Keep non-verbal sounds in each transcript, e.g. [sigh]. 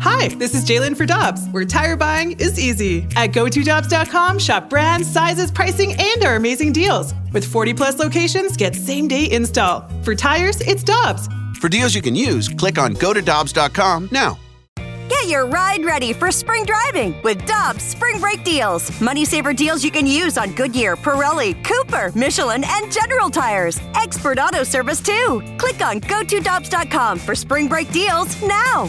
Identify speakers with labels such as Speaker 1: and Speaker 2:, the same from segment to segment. Speaker 1: Hi, this is Jalen for Dobbs, where tire buying is easy. At GoToDobbs.com, shop brands, sizes, pricing, and our amazing deals. With 40 plus locations, get same day install. For tires, it's Dobbs.
Speaker 2: For deals you can use, click on go to Dobbs.com now.
Speaker 3: Get your ride ready for spring driving with Dobbs Spring Break Deals. Money saver deals you can use on Goodyear, Pirelli, Cooper, Michelin, and General Tires. Expert auto service too. Click on go to Dobbs.com for spring break deals now.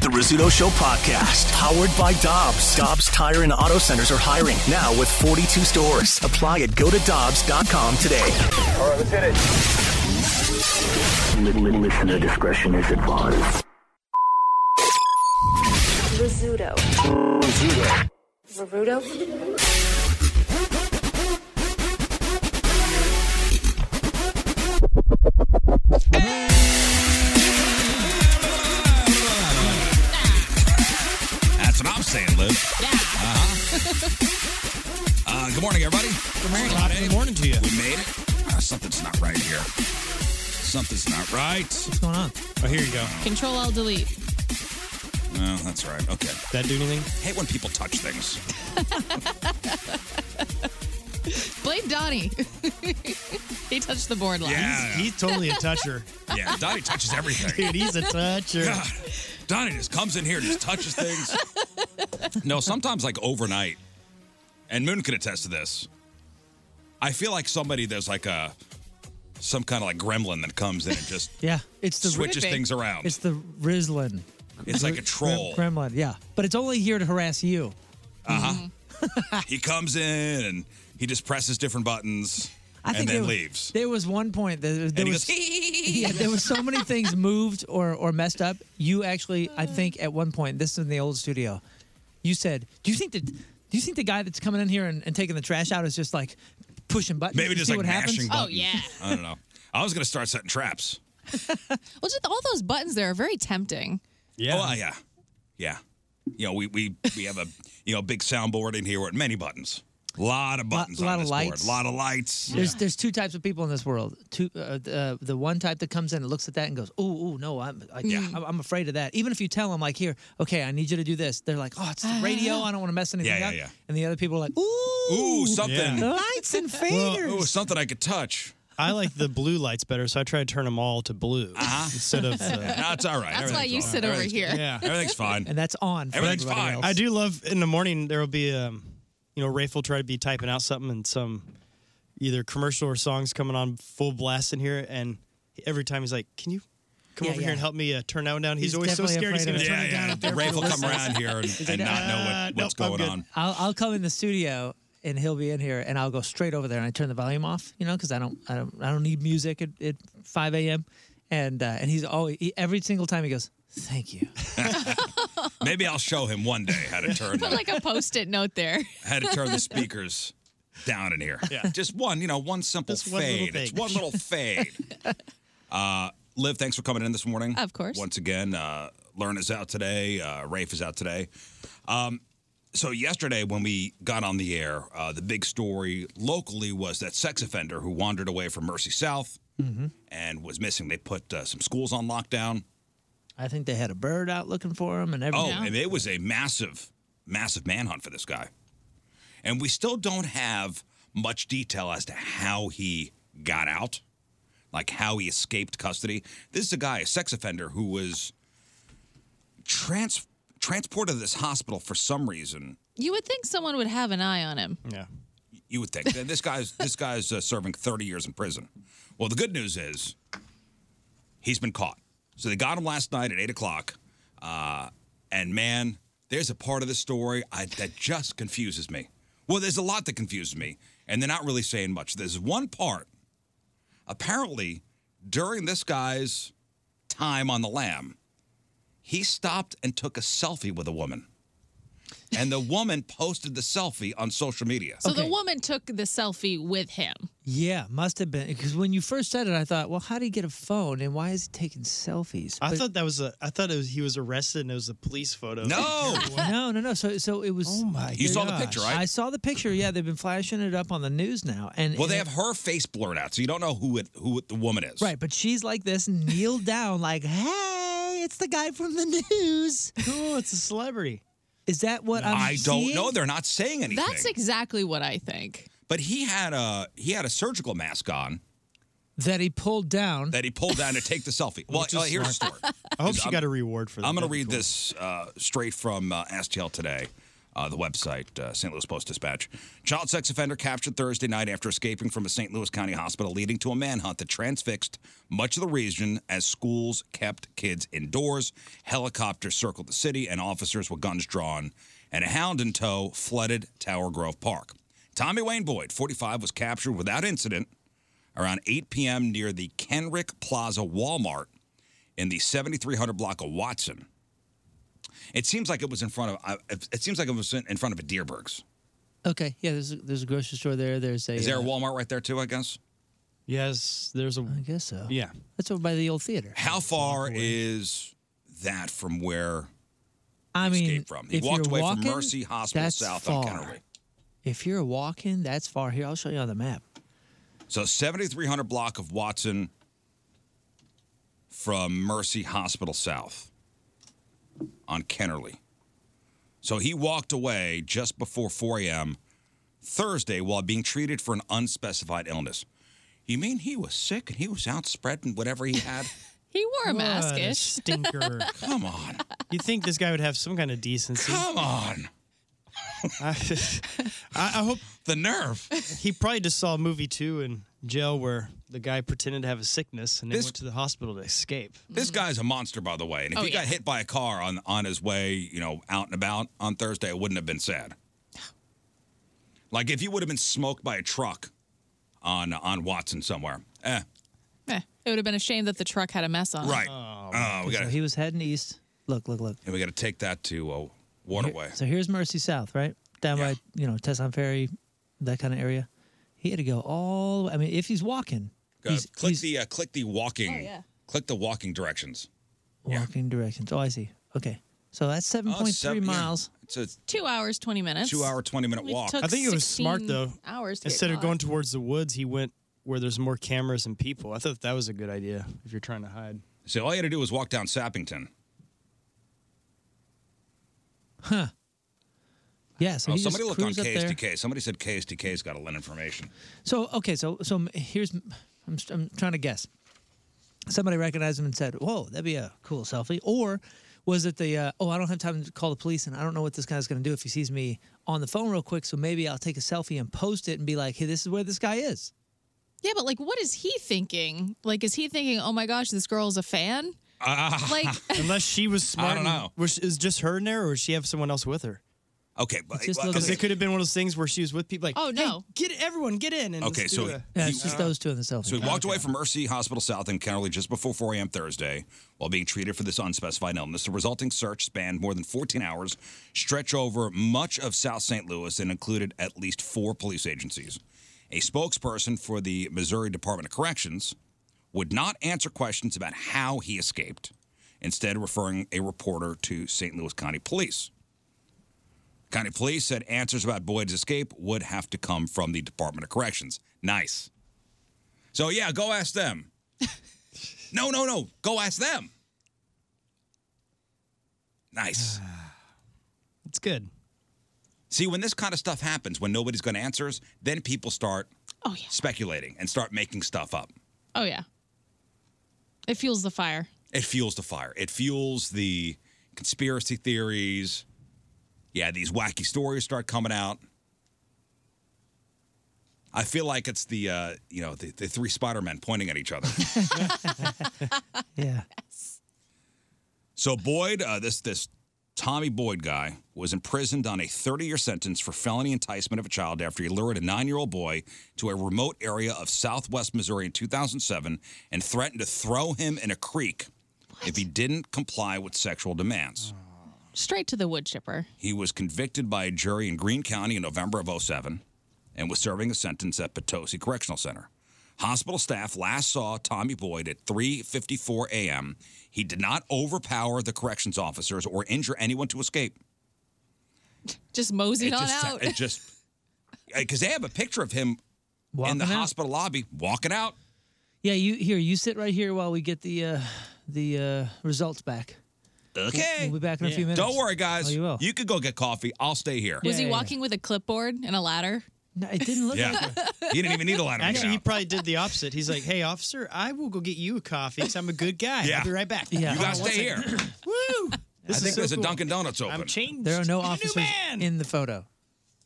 Speaker 4: The Rizzuto Show podcast, powered by Dobbs. Dobbs Tire and Auto Centers are hiring now with 42 stores. Apply at go to Dobbs.com today.
Speaker 5: All right, let's hit it.
Speaker 4: Listener discretion is advised.
Speaker 6: Rizzuto. Rizzuto.
Speaker 7: That's what I'm saying, Liz. Yeah. Uh-huh. uh, good morning, everybody. Good morning. Good morning to you. We made it. Uh, something's not right here. Something's not right. What's going on? Oh, here you go.
Speaker 8: Control L delete.
Speaker 7: No, that's all right. Okay. That do anything? Hate when people touch things.
Speaker 8: Blame Donnie. [laughs] he touched the board line.
Speaker 7: [laughs]
Speaker 9: He's, he's totally a
Speaker 8: [laughs]
Speaker 9: toucher.
Speaker 7: Yeah, Donnie touches everything. [laughs]
Speaker 9: Dude, he's a toucher.
Speaker 7: God. Donnie just comes in here and just touches things. no, sometimes like overnight, and Moon can attest to this. I feel like somebody there's like a some kind of like gremlin that comes in and [laughs] just
Speaker 9: Yeah, it's the
Speaker 7: switches things around.
Speaker 9: It's the Rislin.
Speaker 7: It's like a troll.
Speaker 9: Grem- Gremlin, yeah, but it's only here to harass you.
Speaker 7: Uh huh. he comes in and he just presses different buttons and then
Speaker 9: there,
Speaker 7: leaves.
Speaker 9: There was one point that there,
Speaker 7: And he
Speaker 9: was
Speaker 7: goes,
Speaker 9: yeah, there was so many
Speaker 1: [laughs]
Speaker 9: things moved or or messed up. You actually, I think, at one point, this is in the old studio, you said, "Do you think that? Do you think the guy that's coming in here and, and taking the trash out is just like pushing buttons?
Speaker 7: Maybe
Speaker 9: to
Speaker 7: just
Speaker 9: see
Speaker 7: like
Speaker 9: what happens?"
Speaker 8: oh,
Speaker 7: mashing buttons. I don't know. I was gonna start setting traps.
Speaker 8: [laughs] Well, just all those buttons there are very tempting.
Speaker 7: Yeah. Oh, uh, yeah. Yeah. You know, we we we have a you know big soundboard in here with many buttons. A lot of buttons.
Speaker 9: lot
Speaker 7: on
Speaker 9: of
Speaker 7: this Board.
Speaker 9: lights.
Speaker 7: A lot of lights.
Speaker 9: Oh, There's there's two types of people in this world. Two uh, uh, the one type that comes in and looks at that and goes, "Ooh, ooh, no, I'm I,
Speaker 7: Yeah.
Speaker 9: I'm- I'm afraid of that." Even if you tell them like, "Here, okay, I need you to do this," they're like, "Oh, it's the radio. I don't want to mess anything
Speaker 7: Yeah, yeah,
Speaker 9: up."
Speaker 7: yeah.
Speaker 9: And the other people are like, "Ooh,
Speaker 7: Ooh, something.
Speaker 9: lights and [laughs] faders."
Speaker 7: Ooh, something I could touch.
Speaker 10: I like the blue lights better, so I try to turn them all to blue instead of. Uh,
Speaker 7: Uh-huh. [laughs] No, it's all right.
Speaker 8: That's why
Speaker 7: Everything's
Speaker 8: you
Speaker 7: fine.
Speaker 8: sit over
Speaker 7: Everything's
Speaker 8: here.
Speaker 7: good.
Speaker 10: Yeah.
Speaker 7: [laughs] Everything's fine.
Speaker 9: and that's on. For
Speaker 7: Everything's
Speaker 9: everybody
Speaker 7: fine.
Speaker 9: Else.
Speaker 10: I do love in the morning there will be um, you know, Rafe will try to be typing out something and some either commercial or songs coming on full blast in here, and every time he's like, "Can you come
Speaker 9: Yeah,
Speaker 10: over
Speaker 9: yeah.
Speaker 10: here and help me uh, turn that one down?" He's,
Speaker 9: He's
Speaker 10: always so
Speaker 9: definitely
Speaker 10: scared he's
Speaker 9: afraid
Speaker 10: going to
Speaker 9: of it.
Speaker 10: turn
Speaker 7: Yeah,
Speaker 10: it down.
Speaker 7: yeah.
Speaker 10: and
Speaker 7: The
Speaker 10: there
Speaker 7: Rafe will
Speaker 10: people
Speaker 7: come around
Speaker 10: listen.
Speaker 7: here and,
Speaker 10: He's
Speaker 7: and
Speaker 10: like,
Speaker 7: not know
Speaker 10: "Ah,
Speaker 7: what, what's
Speaker 10: nope, I'm
Speaker 7: going
Speaker 10: good."
Speaker 7: on.
Speaker 9: I'll, I'll come in the studio and he'll be in here, and I'll go straight over there and I turn the volume off, you know, because I don't, I don't, I don't need music at, at 5 a.m. And uh, and he's always he, every single time he goes, "Thank you."
Speaker 7: Maybe I'll show him one day how to turn
Speaker 8: Put
Speaker 7: the,
Speaker 8: like a post-it note there.
Speaker 7: how to turn the speakers down in here.
Speaker 10: Yeah.
Speaker 7: Just one, you know, one simple
Speaker 10: Just one little
Speaker 7: fade. it's
Speaker 10: thing.
Speaker 7: one little
Speaker 10: [laughs]
Speaker 7: fade. Uh, Liv, thanks for coming in this morning.
Speaker 8: Of course.
Speaker 7: Once again, uh, Learn is out today. Uh, Rafe is out today. Um, so yesterday, when we got on the air, uh, the big story locally was that sex offender who wandered away from Mercy South
Speaker 10: Mm-hmm.
Speaker 7: and was missing. They put uh, some schools on lockdown.
Speaker 9: I think they had a bird out looking for him and
Speaker 7: Oh,
Speaker 9: everything.
Speaker 7: and it was a massive, massive manhunt for this guy. And we still don't have much detail as to how he got out, like how he escaped custody. This is a guy, a sex offender, who was trans- transported to this hospital for some reason.
Speaker 8: You would think someone would have an eye on him.
Speaker 10: Yeah.
Speaker 7: You would think this guy's this guy's uh, serving 30 years in prison. Well, the good news is he's been caught. So they got him last night at eight o'clock. Uh, And man, there's a part of the story I, that just confuses me. Well, there's a lot that confuses me, and they're not really saying much. There's one part. Apparently, during this guy's time on the lam, he stopped and took a selfie with a woman. And the woman posted the selfie on social media.
Speaker 9: So the woman took the selfie with him.
Speaker 10: Yeah, must have been because when you first said it, I thought, well, how do you get a phone and why is he taking selfies?
Speaker 11: I
Speaker 10: But-
Speaker 11: thought that was a. I thought it was he was arrested and it was a police photo.
Speaker 10: no, no, no. So, so it was. Oh my!
Speaker 7: You saw the picture, right?
Speaker 10: I saw the picture. Yeah, they've been flashing it up on the news now, and
Speaker 7: [laughs] well, they
Speaker 10: and-
Speaker 7: have her face blurred out, so you don't know who it, who the woman is.
Speaker 10: right. But she's like this, kneeled down, like, "Hey, it's the guy from the news."
Speaker 11: Cool, Oh, it's a celebrity.
Speaker 10: Is that what I'm?
Speaker 7: I don't
Speaker 10: seeing?
Speaker 7: know. They're not saying anything.
Speaker 9: That's exactly what I think.
Speaker 7: but he had a he had a surgical mask on
Speaker 10: that he pulled down.
Speaker 7: that he pulled down to take the selfie. Well,
Speaker 11: Which is
Speaker 7: uh, here's the
Speaker 11: smart.
Speaker 7: story.
Speaker 10: [laughs]
Speaker 11: I hope she got a reward for that.
Speaker 7: I'm going
Speaker 11: That'd be
Speaker 7: to read
Speaker 11: cool.
Speaker 7: this uh, straight from uh, STL Today, uh, the website, uh, St. Louis Post Dispatch. Child sex offender captured Thursday night after escaping from a St. Louis County hospital, leading to a manhunt that transfixed much of the region as schools kept kids indoors. Helicopters circled the city, and officers with guns drawn and a hound in tow flooded Tower Grove Park. Tommy Wayne Boyd, 45, was captured without incident around 8 p.m. near the Kenrick Plaza Walmart in the 7300 block of Watson. It seems like it was in front of. I- It seems like it was in in front of a Deerberg's.
Speaker 10: Okay, yeah. There's a, there's a grocery store there. There's a.
Speaker 7: Is there a
Speaker 10: uh,
Speaker 7: Walmart right there too? I guess.
Speaker 11: Yes, there's a.
Speaker 10: I guess so.
Speaker 11: Yeah.
Speaker 10: That's over by the old theater.
Speaker 7: How far is that from where
Speaker 10: I mean,
Speaker 7: escaped from? He
Speaker 10: if
Speaker 7: walked
Speaker 10: you're
Speaker 7: away
Speaker 10: walking,
Speaker 7: from Mercy Hospital
Speaker 10: that's
Speaker 7: South
Speaker 10: far.
Speaker 7: on Kennery.
Speaker 10: If you're walking, that's far. Here, I'll show you on the map.
Speaker 7: So 7300 block of Watson from Mercy Hospital South on Kennerly. So he walked away just before 4 a.m. Thursday while being treated for an unspecified illness. You mean he was sick and he was out spreading whatever he had?
Speaker 9: He wore a mask
Speaker 11: What a
Speaker 9: ish. [laughs]
Speaker 11: stinker.
Speaker 7: Come on.
Speaker 11: you think this guy would have some kind of decency? I,
Speaker 7: Come on.
Speaker 11: [laughs] I hope
Speaker 7: The nerve.
Speaker 11: he probably just saw a movie too in jail where the guy pretended to have a sickness and then
Speaker 7: This-
Speaker 11: went to the hospital to escape.
Speaker 10: Mm-hmm.
Speaker 7: This guy's a monster, by the way. And if
Speaker 9: Oh,
Speaker 7: he got
Speaker 9: yeah.
Speaker 7: hit by a car on, on his way, you know, out and about on Thursday, it wouldn't have
Speaker 10: [sighs]
Speaker 7: been sad. Like if you would have been smoked by a truck on on Watson somewhere. Eh,
Speaker 9: Eh, it would have been a shame that the truck had a mess on it.
Speaker 7: right. Oh, we
Speaker 10: So
Speaker 7: got
Speaker 10: he was heading east. Look, look, look.
Speaker 7: to we got to take that to uh, Waterway.
Speaker 10: So here's Mercy South, right down
Speaker 7: Yeah.
Speaker 10: by you know Tesson Ferry, that kind of area. He had to go all. the way- I mean, if he's walking,
Speaker 7: Go-
Speaker 10: he's,
Speaker 7: click
Speaker 10: he's
Speaker 7: the uh, click the walking.
Speaker 9: Oh, yeah.
Speaker 7: Click the walking directions.
Speaker 10: walking directions. Oh, I see. Okay, so that's seven
Speaker 7: Oh,
Speaker 10: point three
Speaker 7: seven- yeah.
Speaker 10: miles.
Speaker 7: It's
Speaker 9: Two hours, 20
Speaker 7: a
Speaker 9: minutes.
Speaker 7: two hour, twenty minute
Speaker 9: We
Speaker 7: walk.
Speaker 9: took
Speaker 11: I think it was smart
Speaker 9: 16
Speaker 11: though.
Speaker 9: Hours to get
Speaker 11: Instead of
Speaker 9: caught.
Speaker 11: going towards the woods, he went where there's more cameras and people. I thought that was a good idea if you're trying to hide.
Speaker 7: so all you had to do was walk down Sappington.
Speaker 10: Yeah, so
Speaker 7: Oh,
Speaker 10: he just
Speaker 7: somebody looked on
Speaker 10: cruised up there.
Speaker 7: KSDK. Somebody said KSDK's got a lot of information.
Speaker 10: So okay, so so m- here's I'm st- I'm trying to guess. Somebody recognized him and said, "Whoa, that'd be a cool selfie," or was it the uh, "Oh, I don't have time to call the police, and I don't know what this guy's going to do if he sees me on the phone real quick, so maybe I'll take a selfie and post it and be like, hey, this is where this guy is."
Speaker 9: Yeah, but like, what is he thinking? Like, is he thinking, oh my gosh, this girl's a fan?
Speaker 7: Ah. [laughs]
Speaker 9: like,
Speaker 11: Unless she was smart.
Speaker 7: I don't
Speaker 11: and-
Speaker 7: know.
Speaker 11: Was, is just her in there, or does she have someone else with her?
Speaker 7: Okay, but
Speaker 10: just looked
Speaker 7: okay.
Speaker 11: Because it could have been one of those things where she was with people. Like,
Speaker 9: oh
Speaker 11: "Hey,
Speaker 9: no.
Speaker 11: get it, everyone, get in. And
Speaker 7: Okay,
Speaker 11: let's
Speaker 7: so
Speaker 11: do
Speaker 7: he-
Speaker 11: a-
Speaker 10: Yeah, it's just those two in the selfie.
Speaker 7: So he walked away from Mercy Hospital South in Kennerly just before 4 a.m. Thursday while being treated for this unspecified illness. The resulting search spanned more than 14 hours, stretched over much of South St. Louis, and included at least four police agencies. A spokesperson for the Missouri Department of Corrections would not answer questions about how he escaped, instead, referring a reporter to St. Louis County Police. County Police said answers about Boyd's escape would have to come from the Department of Corrections. Nice. So yeah, go ask them. no, no, no. Go ask them. Nice.
Speaker 11: It's good.
Speaker 7: See, when this kind of stuff happens, when nobody's going to answer us, then people start
Speaker 9: Oh yeah.
Speaker 7: speculating and start making stuff up.
Speaker 9: Oh yeah. It fuels the fire.
Speaker 7: It fuels the fire. It fuels the conspiracy theories. Yeah, these wacky stories start coming out. I feel like it's the uh, you know the, the three Spider Men pointing at each other. [laughs]
Speaker 10: Yeah.
Speaker 7: So Boyd, uh, this this Tommy Boyd guy was imprisoned on a 30 year sentence for felony enticement of a child after he lured a nine year old boy to a remote area of southwest Missouri in 2007 and threatened to throw him in a creek if he didn't comply with sexual demands.
Speaker 9: Straight to the wood chipper.
Speaker 7: He was convicted by a jury in Greene County in November of 07 and was serving a sentence at Potosi Correctional Center. Hospital staff last saw Tommy Boyd at 3:54 a.m. He did not overpower the corrections officers or injure anyone to escape.
Speaker 9: Just moseyed
Speaker 7: It
Speaker 9: on
Speaker 7: just,
Speaker 9: out.
Speaker 7: It just [laughs] because they have a picture of him in the hospital lobby walking out.
Speaker 10: Yeah, you here. You sit right here while we get the uh, the uh, results back.
Speaker 7: Okay,
Speaker 10: We'll be back in a few minutes.
Speaker 7: Don't worry, guys.
Speaker 10: Oh, you will.
Speaker 7: could go get coffee. I'll stay here.
Speaker 9: was he walking with a clipboard and a ladder?
Speaker 10: No, it didn't
Speaker 7: [laughs] Yeah, he didn't even need
Speaker 10: [laughs]
Speaker 7: a ladder. to get
Speaker 11: Actually, he
Speaker 7: out.
Speaker 11: probably did the opposite. He's like, "Hey, officer, I will go get you a coffee because I'm a good guy.
Speaker 7: Yeah.
Speaker 11: I'll be right back.
Speaker 10: Yeah.
Speaker 7: you
Speaker 11: Hold
Speaker 7: guys
Speaker 11: on one
Speaker 7: stay here.
Speaker 11: second. [laughs] Woo! This
Speaker 7: I
Speaker 11: is
Speaker 7: think
Speaker 11: so
Speaker 7: there's
Speaker 11: cool.
Speaker 7: a Dunkin' Donuts open.
Speaker 11: I'm changed.
Speaker 10: There are no
Speaker 11: I'm a new
Speaker 10: officers
Speaker 11: man.
Speaker 10: in the photo.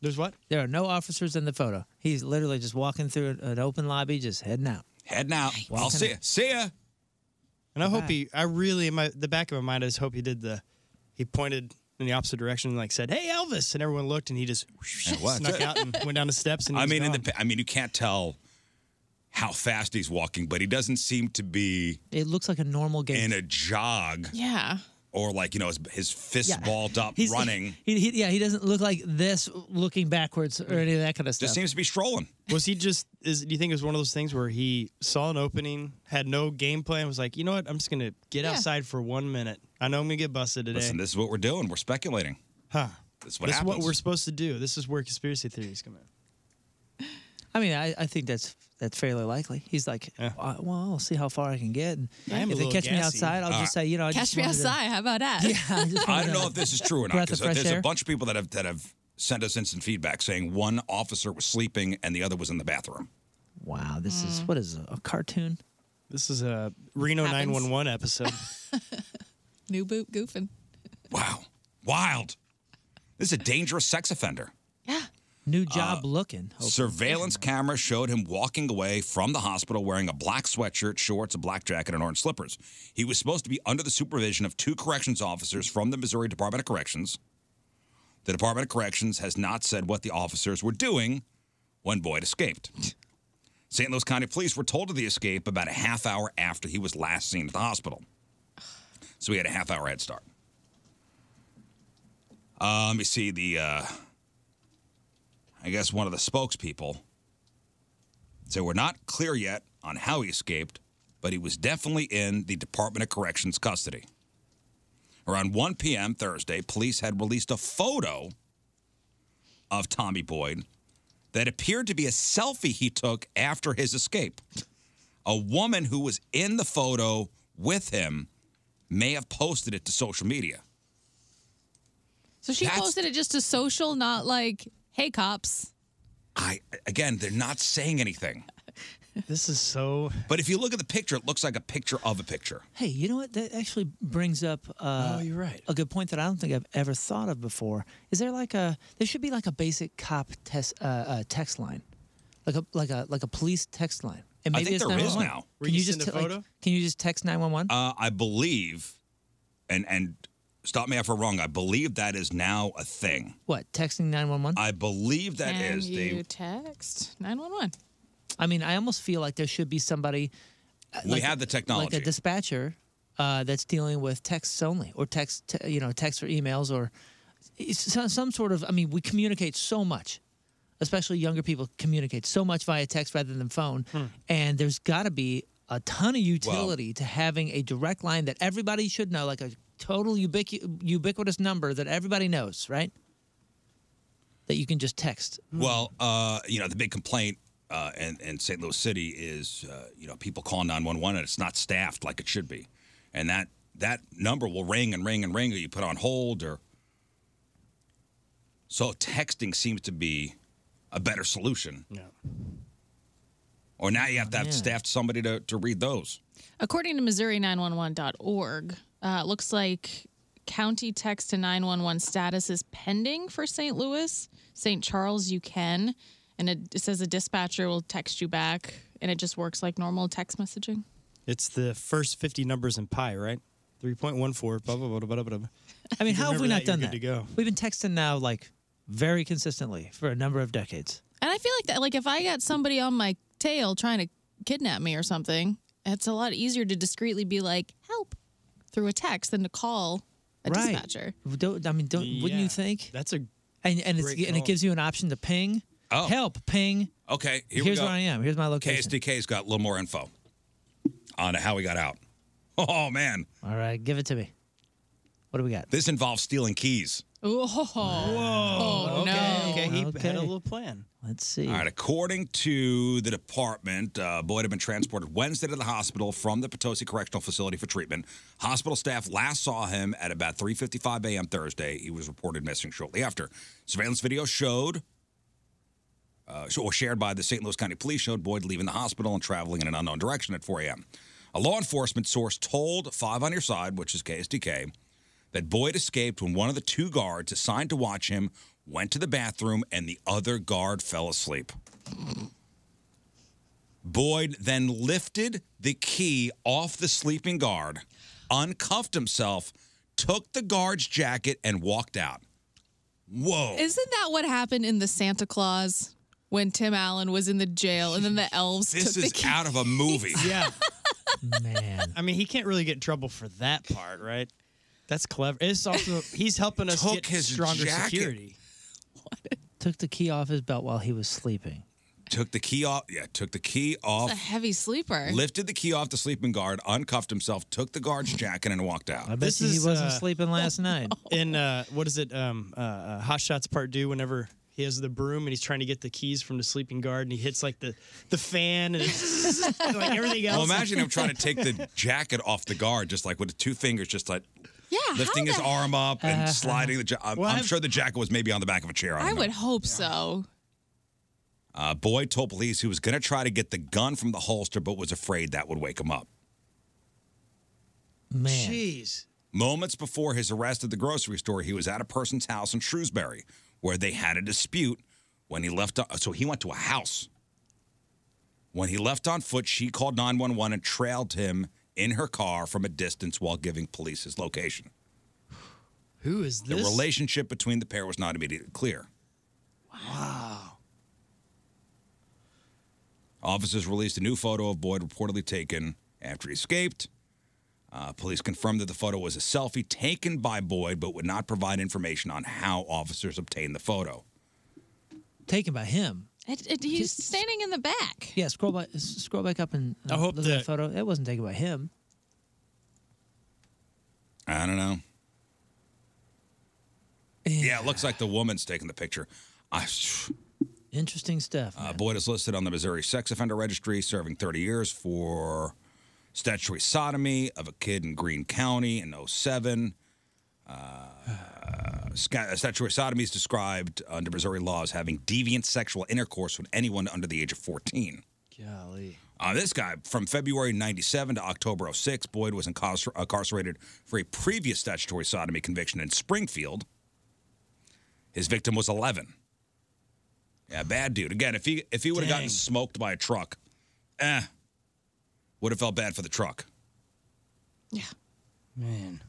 Speaker 11: There's what?
Speaker 10: There are no officers in the photo. He's literally just walking through an open lobby, just heading out.
Speaker 7: Heading out. I'll see ya. See ya.
Speaker 11: And I hope he. I really, in my the back of my mind, I just hope he did the. He pointed in the opposite direction and like said, "Hey, Elvis!" And everyone looked, and he just
Speaker 7: what?
Speaker 11: snuck out and went down the steps. And he
Speaker 7: I
Speaker 11: was
Speaker 7: mean, in the,
Speaker 11: gone.
Speaker 7: pi- I mean, you can't tell how fast he's walking, but he doesn't seem to be
Speaker 10: It looks like a normal game.
Speaker 7: in a jog
Speaker 9: Yeah.
Speaker 7: or like you know his, his fist
Speaker 10: Yeah.
Speaker 7: balled up
Speaker 10: He's-
Speaker 7: running.
Speaker 10: He, he, yeah, he doesn't look like this, looking backwards or any of that kind of stuff.
Speaker 7: Just seems to be strolling.
Speaker 11: Was he just? Is do you think it was one of those things where he saw an opening, had no game plan, was like, you know what, I'm just gonna get outside for one minute. I know I'm gonna get busted today.
Speaker 7: Listen, this is what we're doing. We're speculating.
Speaker 11: huh?
Speaker 7: This is what
Speaker 11: this
Speaker 7: happens.
Speaker 11: is what we're supposed to do. This is where conspiracy theories come in.
Speaker 10: I mean, I, I think that's that's fairly likely. He's like, "Uh, well, I'll see how far I can get, and
Speaker 11: I am a
Speaker 10: if they
Speaker 11: little
Speaker 10: catch me
Speaker 11: gassy.
Speaker 10: outside, I'll just say, you know, I
Speaker 9: Catch
Speaker 10: just
Speaker 9: me
Speaker 10: wanted to-
Speaker 9: outside. How about that?
Speaker 10: I, just
Speaker 7: I don't
Speaker 10: wanted
Speaker 7: know
Speaker 10: to-
Speaker 7: if this is true or not
Speaker 10: Breath of
Speaker 7: because there's
Speaker 10: fresh air.
Speaker 7: a bunch of people that have that have sent us instant feedback saying one officer was sleeping and the other was in the bathroom.
Speaker 10: Wow, this is what is it, a cartoon?
Speaker 11: This is a
Speaker 10: oh
Speaker 11: Reno
Speaker 9: Happens. [laughs]
Speaker 11: 911 episode.
Speaker 9: New boot goofing.
Speaker 7: Wow, wild. This is a dangerous sex offender.
Speaker 9: Yeah.
Speaker 10: New job looking. Hope-
Speaker 7: Surveillance camera showed him walking away from the hospital wearing a black sweatshirt, shorts, a black jacket, and orange slippers. He was supposed to be under the supervision of two corrections officers from the Missouri Department of Corrections. The Department of Corrections has not said what the officers were doing when Boyd escaped. St. Louis County police were told of the escape about a half hour after he was last seen at the hospital. So he had a half hour head start. Uh, let me see the. Uh, I guess one of the spokespeople said we're not clear yet on how he escaped, but he was definitely in the Department of Corrections custody. Around 1 p.m. Thursday, police had released a photo of Tommy Boyd that appeared to be a selfie he took after his escape. A woman who was in the photo with him may have posted it to social media.
Speaker 9: So she
Speaker 7: That's-
Speaker 9: posted it just to social, not like, hey, cops.
Speaker 7: I again, they're not saying anything.
Speaker 11: this is so.
Speaker 7: But if you look at the picture, it looks like a picture of a
Speaker 9: [laughs]
Speaker 7: picture.
Speaker 10: Hey, you know what? That actually brings up. Uh,
Speaker 11: Oh, you're right.
Speaker 10: A good point that I don't think I've ever thought of before. Is there like a? There should be like a basic cop test uh, uh, text line, like a like a like a police text line. And
Speaker 7: I think there is
Speaker 10: 911.
Speaker 7: now.
Speaker 11: Where
Speaker 10: Can
Speaker 11: you
Speaker 10: you just
Speaker 11: send a
Speaker 10: te- like,
Speaker 11: photo?
Speaker 10: can you just text nine one one?
Speaker 7: Uh, I believe, and and stop me if I'm wrong. I believe that is now a thing.
Speaker 10: What texting nine one one?
Speaker 7: I believe that
Speaker 9: Can
Speaker 7: is
Speaker 9: you
Speaker 7: the.
Speaker 9: text 911?
Speaker 10: I mean, I almost feel like there should be somebody uh,
Speaker 7: We have the technology.
Speaker 10: like a dispatcher uh, that's dealing with texts only or text te- you know texts or emails or it's some, some sort of i mean we communicate so much especially younger people communicate so much via text rather than phone and there's got to be a ton of utility to having a direct line that everybody should know like a total ubiqu- ubiquitous number that everybody knows right that you can just text
Speaker 7: well, uh, you know, the big complaint uh, in, in St. Louis City is, uh, you know, people call 911 and it's not staffed like it should be, and that that number will ring and ring and ring, or you put on hold, or so texting seems to be a better solution.
Speaker 11: No.
Speaker 7: Or now you have to have staffed somebody to, to read those.
Speaker 9: According to Missouri911.org, uh, looks like county text to 911 status is pending for St. Louis. St. Charles, you can. And it, it says a dispatcher will text you back, and it just works like normal text messaging.
Speaker 11: It's the first 50 numbers in pi, right? three point one four. Blah blah blah blah blah. blah.
Speaker 10: I mean,
Speaker 11: If you
Speaker 10: how have we not
Speaker 11: remember
Speaker 10: done
Speaker 11: you're
Speaker 10: that?
Speaker 11: good to go.
Speaker 10: We've been texting now like very consistently for a number of decades.
Speaker 9: And I feel like that, like if I got somebody on my tail trying to kidnap me or something, it's a lot easier to discreetly be like, help through a text than to call a dispatcher.
Speaker 10: Don't, I mean, don't, wouldn't
Speaker 11: Yeah.
Speaker 10: you think?
Speaker 11: That's a
Speaker 10: And and it's,
Speaker 11: Great
Speaker 10: and it
Speaker 11: call.
Speaker 10: gives you an option to ping.
Speaker 7: Oh.
Speaker 10: Help, ping.
Speaker 7: Okay, here
Speaker 10: Here's
Speaker 7: we go.
Speaker 10: where I am. Here's my location.
Speaker 7: KSDK's got a little more info on how he got out. [laughs] Oh man,
Speaker 10: All right, give it to me. What do we got?
Speaker 7: this involves stealing keys.
Speaker 9: Oh, oh no.
Speaker 11: okay. He
Speaker 10: Okay.
Speaker 11: had a little plan.
Speaker 10: Let's see.
Speaker 7: All right, according to the department, uh, Boyd had been transported Wednesday to the hospital from the Potosi Correctional Facility for treatment. Hospital staff last saw him at about 3:55 a.m. Thursday. He was reported missing shortly after. Surveillance video showed, uh, sh- or shared by the St. Louis County Police, showed Boyd leaving the hospital and traveling in an unknown direction at 4 a.m. A law enforcement source told Five on Your Side, which is KSDK, that Boyd escaped when one of the two guards assigned to watch him went to the bathroom and the other guard fell asleep. Boyd then lifted the key off the sleeping guard, uncuffed himself, took the guard's jacket, and walked out. Whoa.
Speaker 9: Isn't that what happened in the Santa Claus when Tim Allen was in the jail and
Speaker 10: [laughs]
Speaker 9: then the elves
Speaker 7: this
Speaker 9: took
Speaker 7: is
Speaker 9: the key?
Speaker 7: out of a
Speaker 9: [laughs]
Speaker 7: movie.
Speaker 11: Yeah.
Speaker 10: Man.
Speaker 11: I mean, he can't really get in trouble for that part, right? That's clever. It's also he's helping us
Speaker 7: Took
Speaker 11: get
Speaker 7: his
Speaker 11: stronger
Speaker 7: jacket.
Speaker 11: security.
Speaker 10: Took the key off his belt while he was sleeping.
Speaker 7: Took the key off. Yeah, took the key
Speaker 9: a [laughs]
Speaker 7: off.
Speaker 9: heavy sleeper.
Speaker 7: Lifted the key off the sleeping guard, uncuffed himself, took the guard's jacket, and walked out.
Speaker 10: I bet
Speaker 11: This
Speaker 10: you
Speaker 11: is,
Speaker 10: he wasn't
Speaker 11: uh,
Speaker 10: sleeping last night.
Speaker 11: In uh, what is it? Um, uh, uh, Hot Shots Part Two. Whenever he has the broom and he's trying to get the keys from the sleeping guard, and he hits like the the fan and it's [laughs] like everything else.
Speaker 7: Well, imagine him trying to
Speaker 11: [laughs]
Speaker 7: take the jacket off the guard, just like with the two fingers, just like
Speaker 9: yeah,
Speaker 7: lifting
Speaker 9: how
Speaker 7: his
Speaker 9: the-
Speaker 7: arm up and sliding the. Ja- I'm,
Speaker 11: Uh-huh. Well,
Speaker 7: I'm
Speaker 11: I've-
Speaker 7: sure the jacket was maybe on the back of a chair. I,
Speaker 9: I
Speaker 7: don't know.
Speaker 9: would hope so.
Speaker 7: Uh, Boyd told police he was going to try to get the gun from the holster, but was afraid that would wake him up.
Speaker 10: Man.
Speaker 11: Jeez.
Speaker 7: Moments before his arrest at the grocery store, he was at a person's house in Shrewsbury where they had a dispute. When he left, so he went to a house. When he left on foot, she called 911 and trailed him in her car from a distance while giving police his location.
Speaker 11: Who is
Speaker 7: The
Speaker 11: this?
Speaker 7: relationship between the pair was not immediately clear. Wow. Officers released a new photo of Boyd reportedly taken after he escaped. Uh, police confirmed that the photo was a selfie taken by Boyd, but would not provide information on how officers obtained the photo.
Speaker 10: Taken by him.
Speaker 9: It, it, he's standing in the back.
Speaker 10: Yeah, scroll back, s- scroll back up and uh,
Speaker 11: I hope
Speaker 10: look at the
Speaker 11: that-
Speaker 10: photo. It wasn't taken by him.
Speaker 7: I don't know. Yeah, it looks like the woman's taking the picture. I,
Speaker 10: [sighs] Interesting stuff.
Speaker 7: Uh,
Speaker 10: man.
Speaker 7: Boyd is listed on the Missouri Sex Offender Registry, serving 30 years for statutory sodomy of a kid in Greene County in 07. Uh, sca- statutory sodomy is described under Missouri law as having deviant sexual intercourse with anyone under the age of 14.
Speaker 11: Golly.
Speaker 7: Uh, this guy, from February 97 to October 06, Boyd was incarcer- incarcerated for a previous statutory sodomy conviction in Springfield. His victim was 11. Yeah, bad dude. Again, if he if he would have gotten
Speaker 10: Dang.
Speaker 7: smoked by a truck, eh, would have felt bad for the truck.
Speaker 9: Yeah.
Speaker 11: Man.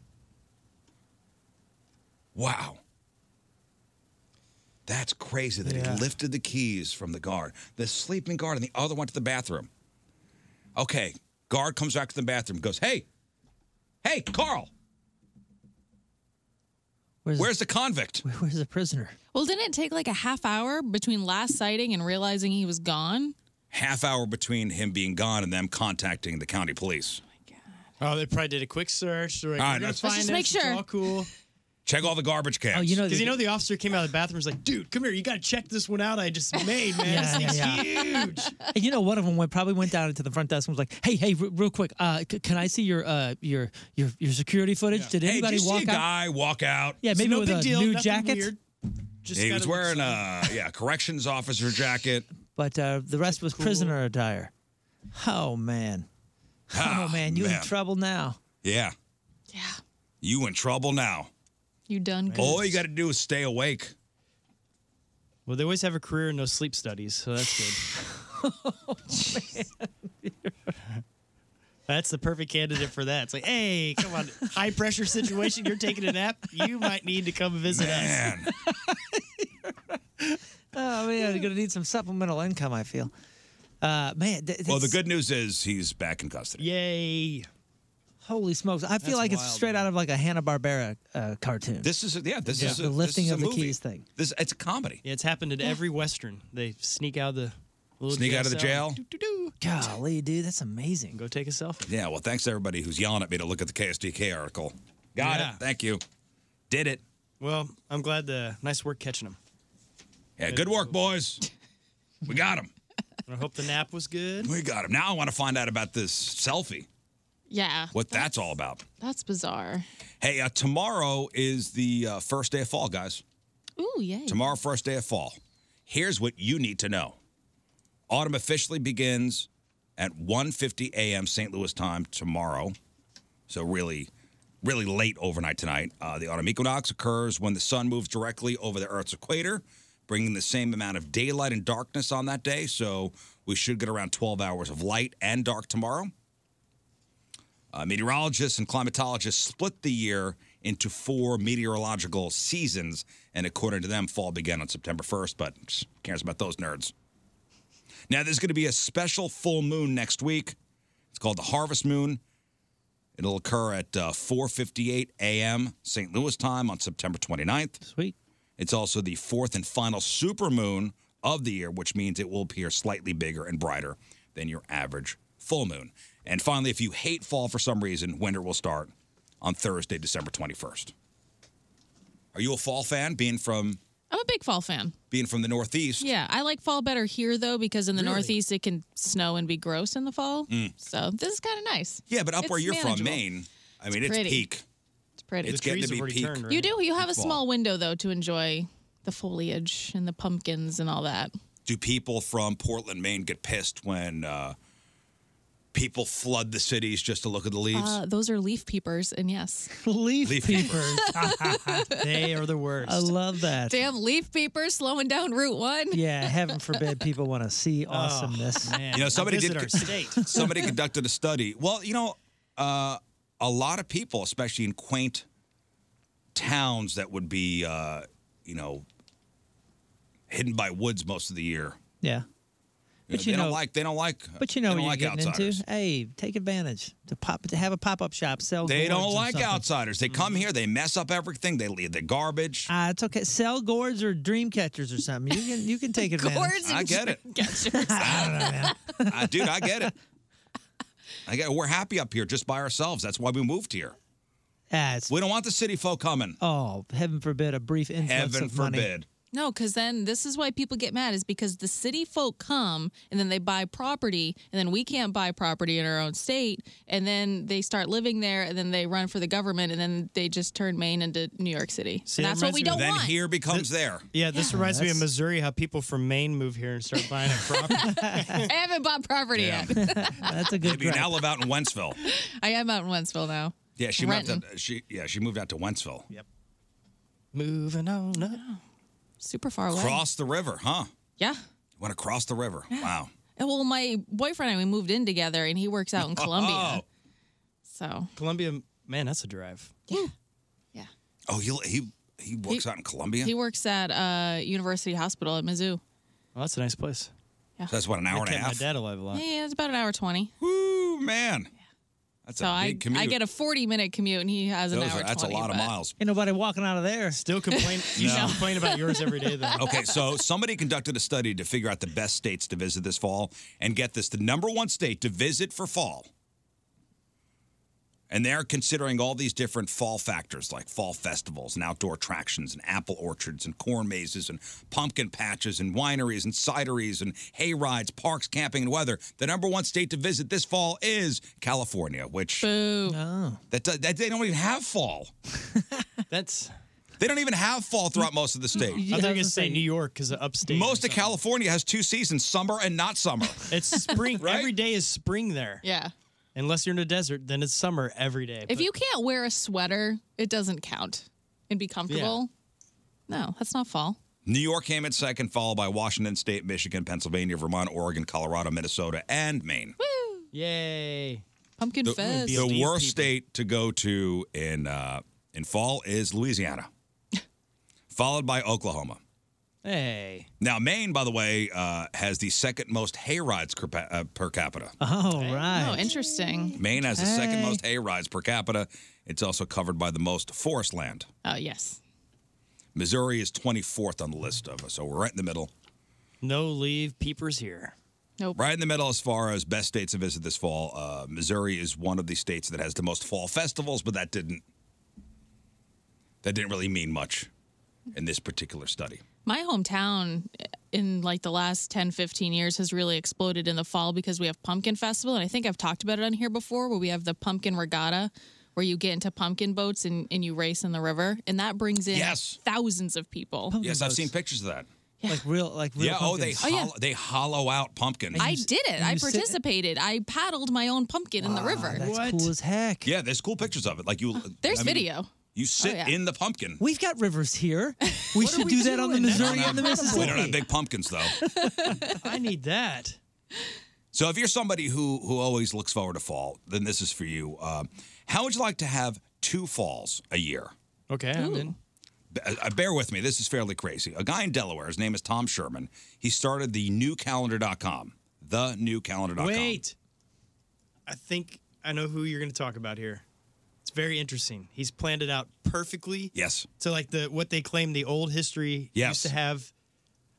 Speaker 7: Wow. That's crazy that
Speaker 11: Yeah.
Speaker 7: he lifted the keys from the guard, the sleeping guard, and the other went to the bathroom. Okay, guard comes back to the bathroom, goes, Hey, hey, Carl,
Speaker 10: where's,
Speaker 7: where's the convict?
Speaker 10: where's the prisoner?
Speaker 9: Well, didn't it take like a half hour between last sighting and realizing he was gone?
Speaker 7: Half hour between him being gone and them contacting the county police.
Speaker 11: Oh, they probably did a quick search. They're like,
Speaker 7: All right,
Speaker 11: "We're gonna
Speaker 7: let's-
Speaker 11: find
Speaker 9: Let's
Speaker 11: us.
Speaker 9: just make sure."
Speaker 11: It's all
Speaker 10: [laughs]
Speaker 11: cool.
Speaker 7: Check all the garbage cans.
Speaker 10: Oh, you know,
Speaker 11: Because
Speaker 10: they-
Speaker 11: you know the officer came out of the bathroom and was like, dude, come here, you gotta check this one out I
Speaker 10: [laughs]
Speaker 11: just made, man.
Speaker 10: Yeah,
Speaker 11: this
Speaker 10: yeah,
Speaker 11: thing's huge.
Speaker 10: And you know, one of them went probably went down into the front desk and was like, "Hey, hey, re- real quick, uh, c- can I see your uh, your your your security footage? Did
Speaker 7: hey, did
Speaker 10: anybody
Speaker 7: you
Speaker 10: walk
Speaker 7: see a
Speaker 10: out?
Speaker 7: guy walk out?
Speaker 10: Yeah, maybe
Speaker 11: no
Speaker 10: with
Speaker 11: big
Speaker 10: a
Speaker 11: deal,
Speaker 10: new
Speaker 11: nothing
Speaker 10: jacket.
Speaker 11: weird. Just
Speaker 7: He
Speaker 11: gotta
Speaker 7: was
Speaker 11: look
Speaker 7: wearing
Speaker 11: something.
Speaker 7: a yeah corrections officer jacket.
Speaker 10: But uh, the rest was prisoner attire. Oh man, oh man, you in
Speaker 7: man.
Speaker 10: trouble now?
Speaker 7: Yeah,
Speaker 9: Yeah.
Speaker 7: you in trouble now.
Speaker 9: You done good.
Speaker 7: All you got to do is stay awake.
Speaker 11: Well, they always have a career in no sleep
Speaker 10: [laughs]
Speaker 11: studies, so that's good. [laughs] That's the perfect candidate for that. It's like, hey, come on, high pressure situation. You're taking a nap. You might need to come visit
Speaker 7: Man.
Speaker 11: us.
Speaker 10: [laughs] Oh man, you're gonna need some supplemental income. I feel. Uh, man. th-
Speaker 7: Well, the
Speaker 10: that's-
Speaker 7: good news is he's back in custody.
Speaker 11: Yay!
Speaker 10: Holy smokes! I
Speaker 11: That's
Speaker 10: feel like it's
Speaker 11: wild,
Speaker 10: straight out of like a Hanna Barbera uh, cartoon.
Speaker 7: This is yeah. This
Speaker 10: Yeah.
Speaker 7: is a,
Speaker 10: The lifting
Speaker 7: this is a
Speaker 10: of the
Speaker 7: movie.
Speaker 10: keys thing.
Speaker 7: This it's a comedy.
Speaker 11: Yeah, it's happened in every western. They sneak out of the little
Speaker 7: Sneak out of the
Speaker 11: cell
Speaker 7: jail.
Speaker 11: and doo-doo-doo,
Speaker 10: Golly, dude, that's amazing.
Speaker 11: Go take a selfie.
Speaker 7: Yeah. Well, thanks to everybody who's yelling at me to look at the KSDK article. Got
Speaker 11: Yeah.
Speaker 7: it. Thank you. Did it.
Speaker 11: Well, I'm glad the nice work catching them.
Speaker 7: Yeah. Good work, boys. We got him.
Speaker 11: I hope the nap was good.
Speaker 7: We got him. Now I want to find out about this selfie.
Speaker 9: Yeah.
Speaker 7: What that's all about.
Speaker 9: That's bizarre.
Speaker 7: Hey, uh, tomorrow is the uh, first day of fall, guys.
Speaker 9: Ooh, yay.
Speaker 7: Tomorrow, first day of fall. Here's what you need to know. Autumn officially begins at 1:50 a.m. St. Louis time tomorrow. So really, really late overnight tonight. Uh, the autumn equinox occurs when the sun moves directly over the Earth's equator, bringing the same amount of daylight and darkness on that day. So we should get around 12 hours of light and dark tomorrow. Uh, meteorologists and climatologists split the year into four meteorological seasons, and according to them, fall began on September 1st, but psh, cares about those nerds. Now, there's going to be a special full moon next week. It's called the Harvest Moon. It'll occur at uh, 4:58 a.m. St. Louis time on September 29th.
Speaker 10: Sweet.
Speaker 7: It's also the fourth and final supermoon of the year, which means it will appear slightly bigger and brighter than your average full moon. And finally, if you hate fall for some reason, winter will start on Thursday, December 21st. Are you a fall fan? Being from
Speaker 9: I'm a big fall fan.
Speaker 7: being from the Northeast,
Speaker 9: Yeah, I like fall better here though because in the
Speaker 11: Really?
Speaker 9: Northeast it can snow and be gross in the fall. So this is kind of nice.
Speaker 7: Mm. yeah, but up
Speaker 9: It's
Speaker 7: where you're from,
Speaker 9: manageable.
Speaker 7: Maine, I mean, it's,
Speaker 9: pretty.
Speaker 7: peak.
Speaker 9: It's pretty.
Speaker 7: It's getting
Speaker 11: trees
Speaker 7: to
Speaker 11: have
Speaker 7: be
Speaker 11: already
Speaker 7: peak.
Speaker 11: turned, right?
Speaker 9: you do. You have a
Speaker 7: Fall.
Speaker 9: small window though to enjoy the foliage and the pumpkins and all that.
Speaker 7: do people from Portland, Maine get pissed when uh, people flood the cities just to look at the leaves?
Speaker 9: Uh, those are leaf peepers, and yes, [laughs]
Speaker 10: Leaf,
Speaker 7: Leaf
Speaker 10: peepers. [laughs]
Speaker 11: [laughs] They are the
Speaker 10: I
Speaker 11: worst.
Speaker 10: love that.
Speaker 9: damn leaf peepers slowing down Route One.
Speaker 10: Yeah, heaven forbid people want to see awesomeness.
Speaker 11: Oh, Man,
Speaker 7: You know, somebody
Speaker 11: visit
Speaker 7: did-
Speaker 11: our state.
Speaker 7: Somebody conducted a study. Well, you know, uh, a lot of people, especially in quaint towns that would be, uh, you know, hidden by woods most of the year.
Speaker 10: [laughs] yeah.
Speaker 7: You know,
Speaker 10: But
Speaker 7: they
Speaker 10: you
Speaker 7: don't
Speaker 10: know-
Speaker 7: like. They don't like.
Speaker 10: But you know
Speaker 7: they
Speaker 10: what
Speaker 7: don't
Speaker 10: you're
Speaker 7: like
Speaker 10: getting
Speaker 7: outsiders.
Speaker 10: into? Hey, take advantage to pop to have a pop up shop sell.
Speaker 7: They
Speaker 10: gourds
Speaker 7: don't
Speaker 10: or
Speaker 7: like
Speaker 10: something.
Speaker 7: outsiders. They
Speaker 10: Mm-hmm.
Speaker 7: come here. They mess up everything. They leave the garbage.
Speaker 10: Uh, it's okay. Sell gourds or dream catchers or something. You can you can
Speaker 9: [laughs]
Speaker 10: take advantage.
Speaker 9: Gourds and
Speaker 7: I get it.
Speaker 9: catchers.
Speaker 10: [laughs] I don't know, man.
Speaker 7: I, dude, I
Speaker 10: [laughs]
Speaker 7: get it. I get. It. We're happy up here just by ourselves. That's why we moved here.
Speaker 10: Ah, it's-
Speaker 7: We don't want the city folk coming.
Speaker 10: oh, heaven forbid a brief influx
Speaker 7: Heaven
Speaker 10: of money.
Speaker 7: forbid.
Speaker 9: No, because then this is why people get mad is because the city folk come and then they buy property and then we can't buy property in our own state and then they start living there and then they run for the government and then they just turn Maine into New York City.
Speaker 11: See,
Speaker 9: And
Speaker 11: that
Speaker 9: that's what
Speaker 11: reminds
Speaker 9: we
Speaker 11: me of
Speaker 9: don't
Speaker 7: Then
Speaker 9: want.
Speaker 7: here becomes there.
Speaker 11: Yeah, this reminds me of
Speaker 10: that's-
Speaker 11: Missouri, how people from Maine move here and start buying a property.
Speaker 9: I haven't bought property yet. [laughs]
Speaker 10: That's a good.
Speaker 7: Maybe you
Speaker 10: gripe.
Speaker 7: now live out in Wentzville.
Speaker 9: I am out in Wentzville now.
Speaker 7: Yeah, she moved out
Speaker 9: Renton.
Speaker 7: to, she yeah she moved out to Wentzville.
Speaker 11: Moving on up.
Speaker 9: Super far away.
Speaker 7: Cross the river, huh?
Speaker 9: Yeah.
Speaker 7: You want to cross the river? Wow.
Speaker 9: And well, my boyfriend and I, we moved in together and he works out in Columbia.
Speaker 7: [laughs] Oh,
Speaker 9: So,
Speaker 11: Columbia, man, that's a drive.
Speaker 9: yeah. Yeah.
Speaker 7: oh he he he works out in Columbia.
Speaker 9: He works at uh, University Hospital at Mizzou.
Speaker 11: Well, that's a nice place.
Speaker 7: That's what an hour
Speaker 11: I
Speaker 7: and a
Speaker 11: kept my
Speaker 7: half.
Speaker 11: dad alive a lot.
Speaker 9: Yeah, yeah, it's about an hour 20.
Speaker 7: Woo man, that's
Speaker 9: So
Speaker 7: a big
Speaker 9: I,
Speaker 7: commute.
Speaker 9: I get a 40 minute commute and he has an
Speaker 7: Those
Speaker 9: hour.
Speaker 7: are- that's
Speaker 9: 20,
Speaker 7: a lot of
Speaker 9: but-
Speaker 7: miles.
Speaker 10: Ain't nobody walking out of there.
Speaker 11: Still complain. You still complain about yours every
Speaker 10: [laughs]
Speaker 11: day, though.
Speaker 7: Okay, so somebody conducted a study to figure out the best states to visit this fall, and get this: the number one state to visit for fall. And they're considering all these different fall factors like fall festivals and outdoor attractions and apple orchards and corn mazes and pumpkin patches and wineries and cideries and hay rides, parks, camping, and weather. The number one state to visit this fall is California, which that, does- that they don't even have fall.
Speaker 11: That's.
Speaker 7: They don't even have fall throughout most of the
Speaker 11: I
Speaker 10: I
Speaker 7: state.
Speaker 11: thought you were
Speaker 10: was
Speaker 11: gonna
Speaker 10: gonna
Speaker 11: say
Speaker 10: say-
Speaker 11: New York because of upstate. or
Speaker 7: Most of
Speaker 11: something.
Speaker 7: California has two seasons, summer and not summer.
Speaker 11: It's spring.
Speaker 7: Right?
Speaker 11: Every day is spring there.
Speaker 9: Yeah.
Speaker 11: Unless you're in a desert, then it's summer every day.
Speaker 9: If
Speaker 11: But
Speaker 9: you can't wear a sweater, it doesn't count and be comfortable. No, that's not fall.
Speaker 7: New York came in second, followed by Washington State, Michigan, Pennsylvania, Vermont, Oregon, Colorado, Minnesota, and Maine.
Speaker 11: Yay.
Speaker 9: Pumpkin
Speaker 7: the,
Speaker 9: fest.
Speaker 7: the worst state to go to in uh, in fall is Louisiana, followed by Oklahoma.
Speaker 11: Hey.
Speaker 7: Now, Maine, by the way, uh, has the second most hay rides per, pa- uh, per capita.
Speaker 10: Oh,
Speaker 9: Oh, interesting.
Speaker 7: Maine has the second
Speaker 9: Okay.
Speaker 7: most hay rides per capita. It's also covered by the most forest land.
Speaker 9: Oh, yes.
Speaker 7: Missouri is 24th on the list of us, so we're right in the middle.
Speaker 11: No leave peepers here.
Speaker 9: Nope.
Speaker 7: Right in the middle as far as best states to visit this fall. Uh, Missouri is one of the states that has the most fall festivals, but that didn't that didn't really mean much in this particular study.
Speaker 9: My hometown in like the last 10, 15 years has really exploded in the fall because we have Pumpkin Festival. And I think I've talked about it on here before where we have the Pumpkin Regatta where you get into pumpkin boats and, and you race in the river. And that brings in
Speaker 7: Yes.
Speaker 9: thousands of people.
Speaker 7: yes, I've seen pictures of that.
Speaker 10: [laughs] Like real, like real.
Speaker 7: Yeah, oh, they
Speaker 11: [laughs]
Speaker 10: pumpkins.
Speaker 7: hollow, they hollow out pumpkins.
Speaker 9: I did it. I participated. I paddled my own pumpkin in the river.
Speaker 10: That's cool as heck.
Speaker 7: yeah, there's cool pictures of it. Like you,
Speaker 9: There's
Speaker 7: I mean,
Speaker 9: video.
Speaker 7: You sit
Speaker 9: Oh, yeah.
Speaker 7: in the pumpkin.
Speaker 10: We've got
Speaker 11: [laughs]
Speaker 10: rivers here. We should do that on the Missouri and the
Speaker 7: We don't have
Speaker 10: Mississippi.
Speaker 7: big pumpkins though.
Speaker 11: I need that.
Speaker 7: So if you're somebody who who always looks forward to fall, then this is for you. Um, how would you like to have two falls a year?
Speaker 11: Okay, I'm in.
Speaker 7: B- uh, bear with me. This is fairly crazy. A guy in Delaware, his name is Tom Sherman. He started the newcalendar.com. The newcalendar.com.
Speaker 11: Wait. I think I know who you're going to talk about here. It's very interesting. He's planned it out perfectly.
Speaker 7: Yes.
Speaker 11: So like the what they claim the old history
Speaker 7: Yes.
Speaker 11: used to have.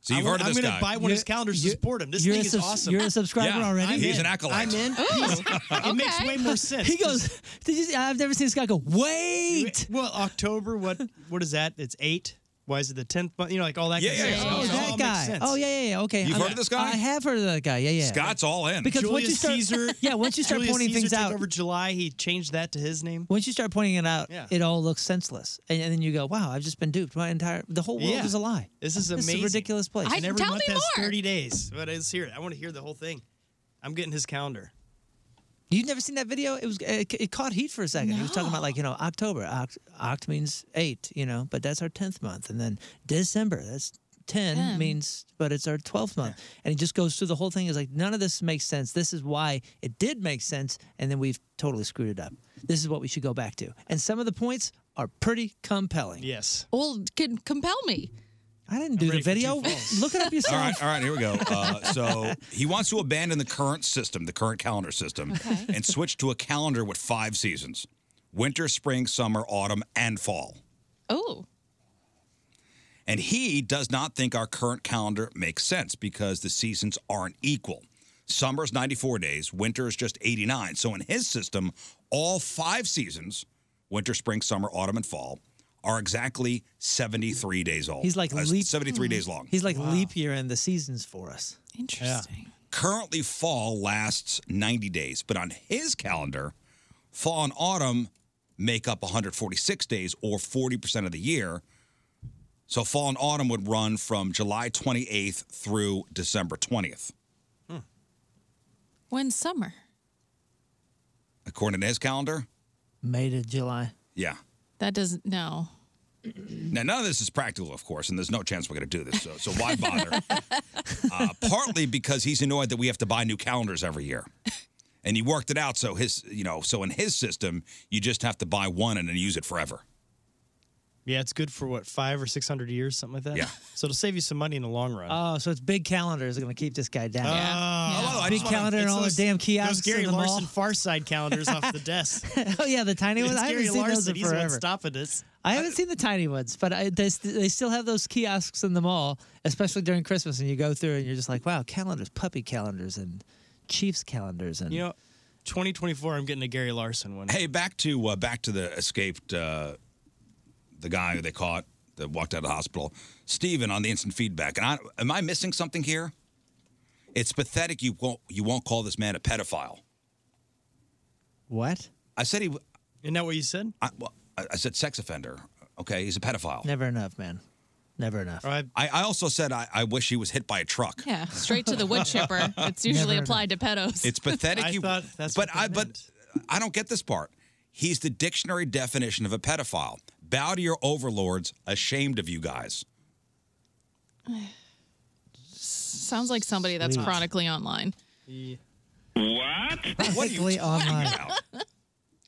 Speaker 7: So you've
Speaker 11: I,
Speaker 7: heard of
Speaker 11: am
Speaker 7: this
Speaker 11: gonna
Speaker 7: guy.
Speaker 11: buy one of his calendars to support him. This
Speaker 10: you're
Speaker 11: thing
Speaker 10: a
Speaker 11: is
Speaker 10: subs-
Speaker 11: awesome.
Speaker 10: You're a subscriber
Speaker 7: Yeah,
Speaker 10: already.
Speaker 11: I'm
Speaker 7: He's
Speaker 11: in.
Speaker 7: an acolyte.
Speaker 11: I'm in.
Speaker 9: [laughs]
Speaker 11: it makes way more sense.
Speaker 10: He goes. Did you, see- I've never seen this guy go. Wait.
Speaker 11: Well, October.
Speaker 9: [laughs]
Speaker 11: What? What is that? It's eight. Why is it the tenth month? You know, like all that.
Speaker 7: Yeah,
Speaker 11: kind
Speaker 7: yeah,
Speaker 11: of
Speaker 7: yeah.
Speaker 11: stuff.
Speaker 7: Oh,
Speaker 11: It all
Speaker 10: that
Speaker 11: makes
Speaker 10: guy.
Speaker 11: sense.
Speaker 10: Oh yeah, yeah, yeah. Okay.
Speaker 7: You've
Speaker 10: I'm-
Speaker 7: heard of this guy?
Speaker 10: I have heard of that guy. Yeah, yeah.
Speaker 7: Scott's all in.
Speaker 10: Because once you
Speaker 11: Julius
Speaker 10: start,
Speaker 11: Caesar.
Speaker 10: [laughs] yeah, once you start
Speaker 11: Julius
Speaker 10: pointing
Speaker 11: Caesar
Speaker 10: things
Speaker 11: took
Speaker 10: out,
Speaker 11: over July, he changed that to his name.
Speaker 10: once you start pointing it out,
Speaker 11: Yeah.
Speaker 10: it all looks senseless, and, and then you go, "Wow, I've just been duped. My entire the whole world
Speaker 11: Yeah.
Speaker 10: is a lie.
Speaker 11: This is
Speaker 10: This is a
Speaker 11: amazing.
Speaker 10: ridiculous place."
Speaker 9: I-
Speaker 11: And every
Speaker 9: Tell
Speaker 11: month
Speaker 9: me
Speaker 11: has
Speaker 9: more.
Speaker 11: 30 days. But let's hear it. I want to hear the whole thing. I'm getting his calendar.
Speaker 10: You've never seen that video? It was it, it caught heat for a second. He was talking about like you know October. Oct, oct means eight, you know, but that's our tenth month, and then December. That's ten
Speaker 9: Ten.
Speaker 10: means, but it's our twelfth month, and he just goes through the whole thing. Is like none of this makes sense. This is why it did make sense, and then we've totally screwed it up. This is what we should go back to, and some of the points are pretty compelling.
Speaker 11: Yes.
Speaker 9: Well, can compel me.
Speaker 10: I didn't do the
Speaker 11: ready for two
Speaker 10: video.
Speaker 11: falls.
Speaker 10: [laughs] Look it up yourself.
Speaker 7: All right, all right, here we go. Uh, so he wants to abandon the current system, the current calendar system, and switch to a calendar with five seasons winter, spring, summer, autumn, and fall.
Speaker 9: Oh,
Speaker 7: And he does not think our current calendar makes sense because the seasons aren't equal. Summer's 94 days, winter is just 89. So in his system, all five seasons winter, spring, summer, autumn, and fall are exactly 73 days old.
Speaker 10: He's like
Speaker 7: Uh,
Speaker 10: leap-
Speaker 7: 73 days long.
Speaker 10: He's like leap year and the seasons for us.
Speaker 9: interesting.
Speaker 7: Currently, fall lasts 90 days, but on his calendar, fall and autumn make up 146 days or 40% of the year. So, fall and autumn would run from July 28th through December 20th,
Speaker 9: When's summer?
Speaker 7: according to his calendar.
Speaker 10: May to July.
Speaker 7: Yeah.
Speaker 9: That doesn't, no.
Speaker 7: Now, none of this is practical, of course, and there's no chance we're going to do this. So, so why bother? uh, partly because he's annoyed that we have to buy new calendars every year, and he worked it out so his, you know, so in his system, you just have to buy one and then use it forever.
Speaker 11: Yeah, it's good for what, five or 600 years, something like that?
Speaker 7: Yeah.
Speaker 11: So it'll save you some money in the long run.
Speaker 10: Oh, so it's big calendars going to keep this guy down.
Speaker 11: Uh,
Speaker 7: Hello, I
Speaker 10: Big
Speaker 7: just wanna-
Speaker 10: calendar and
Speaker 11: It's
Speaker 10: all the
Speaker 11: those-
Speaker 10: damn kiosks
Speaker 11: Those Gary
Speaker 10: in the
Speaker 11: Larson
Speaker 10: mall.
Speaker 11: Far Side calendars off
Speaker 10: [laughs]
Speaker 11: the desk.
Speaker 10: oh yeah, the tiny ones.
Speaker 11: It's
Speaker 10: I haven't
Speaker 11: Gary
Speaker 10: seen those
Speaker 11: Larson.
Speaker 10: in
Speaker 11: He's the one
Speaker 10: forever.
Speaker 11: stopping us.
Speaker 10: I haven't seen the tiny ones, but I, they, st- they still have those kiosks in the mall, especially during Christmas. And you go through and you're just like, wow, calendars, puppy calendars, and Chiefs calendars, and
Speaker 11: You know, 2024, I'm getting a Gary Larson one.
Speaker 7: Hey, back to uh, back to the escaped uh, the guy who they caught that walked out of the hospital, Steven on the instant feedback. And I, am I missing something here? It's pathetic. You won't you won't call this man a pedophile.
Speaker 10: what?
Speaker 7: I said he. w-
Speaker 11: Isn't that what you said?
Speaker 7: I, well, I I said sex offender. Okay, he's a pedophile.
Speaker 10: Never enough, man. Never enough.
Speaker 11: Or I,
Speaker 7: I, I also said I, I wish he was hit by a truck.
Speaker 9: Yeah, straight to the wood chipper. It's usually
Speaker 10: Never
Speaker 9: applied to pedos.
Speaker 7: It's pathetic.
Speaker 11: [laughs] I
Speaker 7: you,
Speaker 11: thought that's
Speaker 7: but
Speaker 11: what
Speaker 7: I
Speaker 11: they
Speaker 7: but
Speaker 11: meant.
Speaker 7: I don't get this part. He's the dictionary definition of a pedophile. Bow to your overlords, ashamed of you guys.
Speaker 9: Sounds like somebody that's chronically online.
Speaker 5: What?
Speaker 11: What are you
Speaker 10: Practically
Speaker 11: talking
Speaker 10: online.
Speaker 11: about?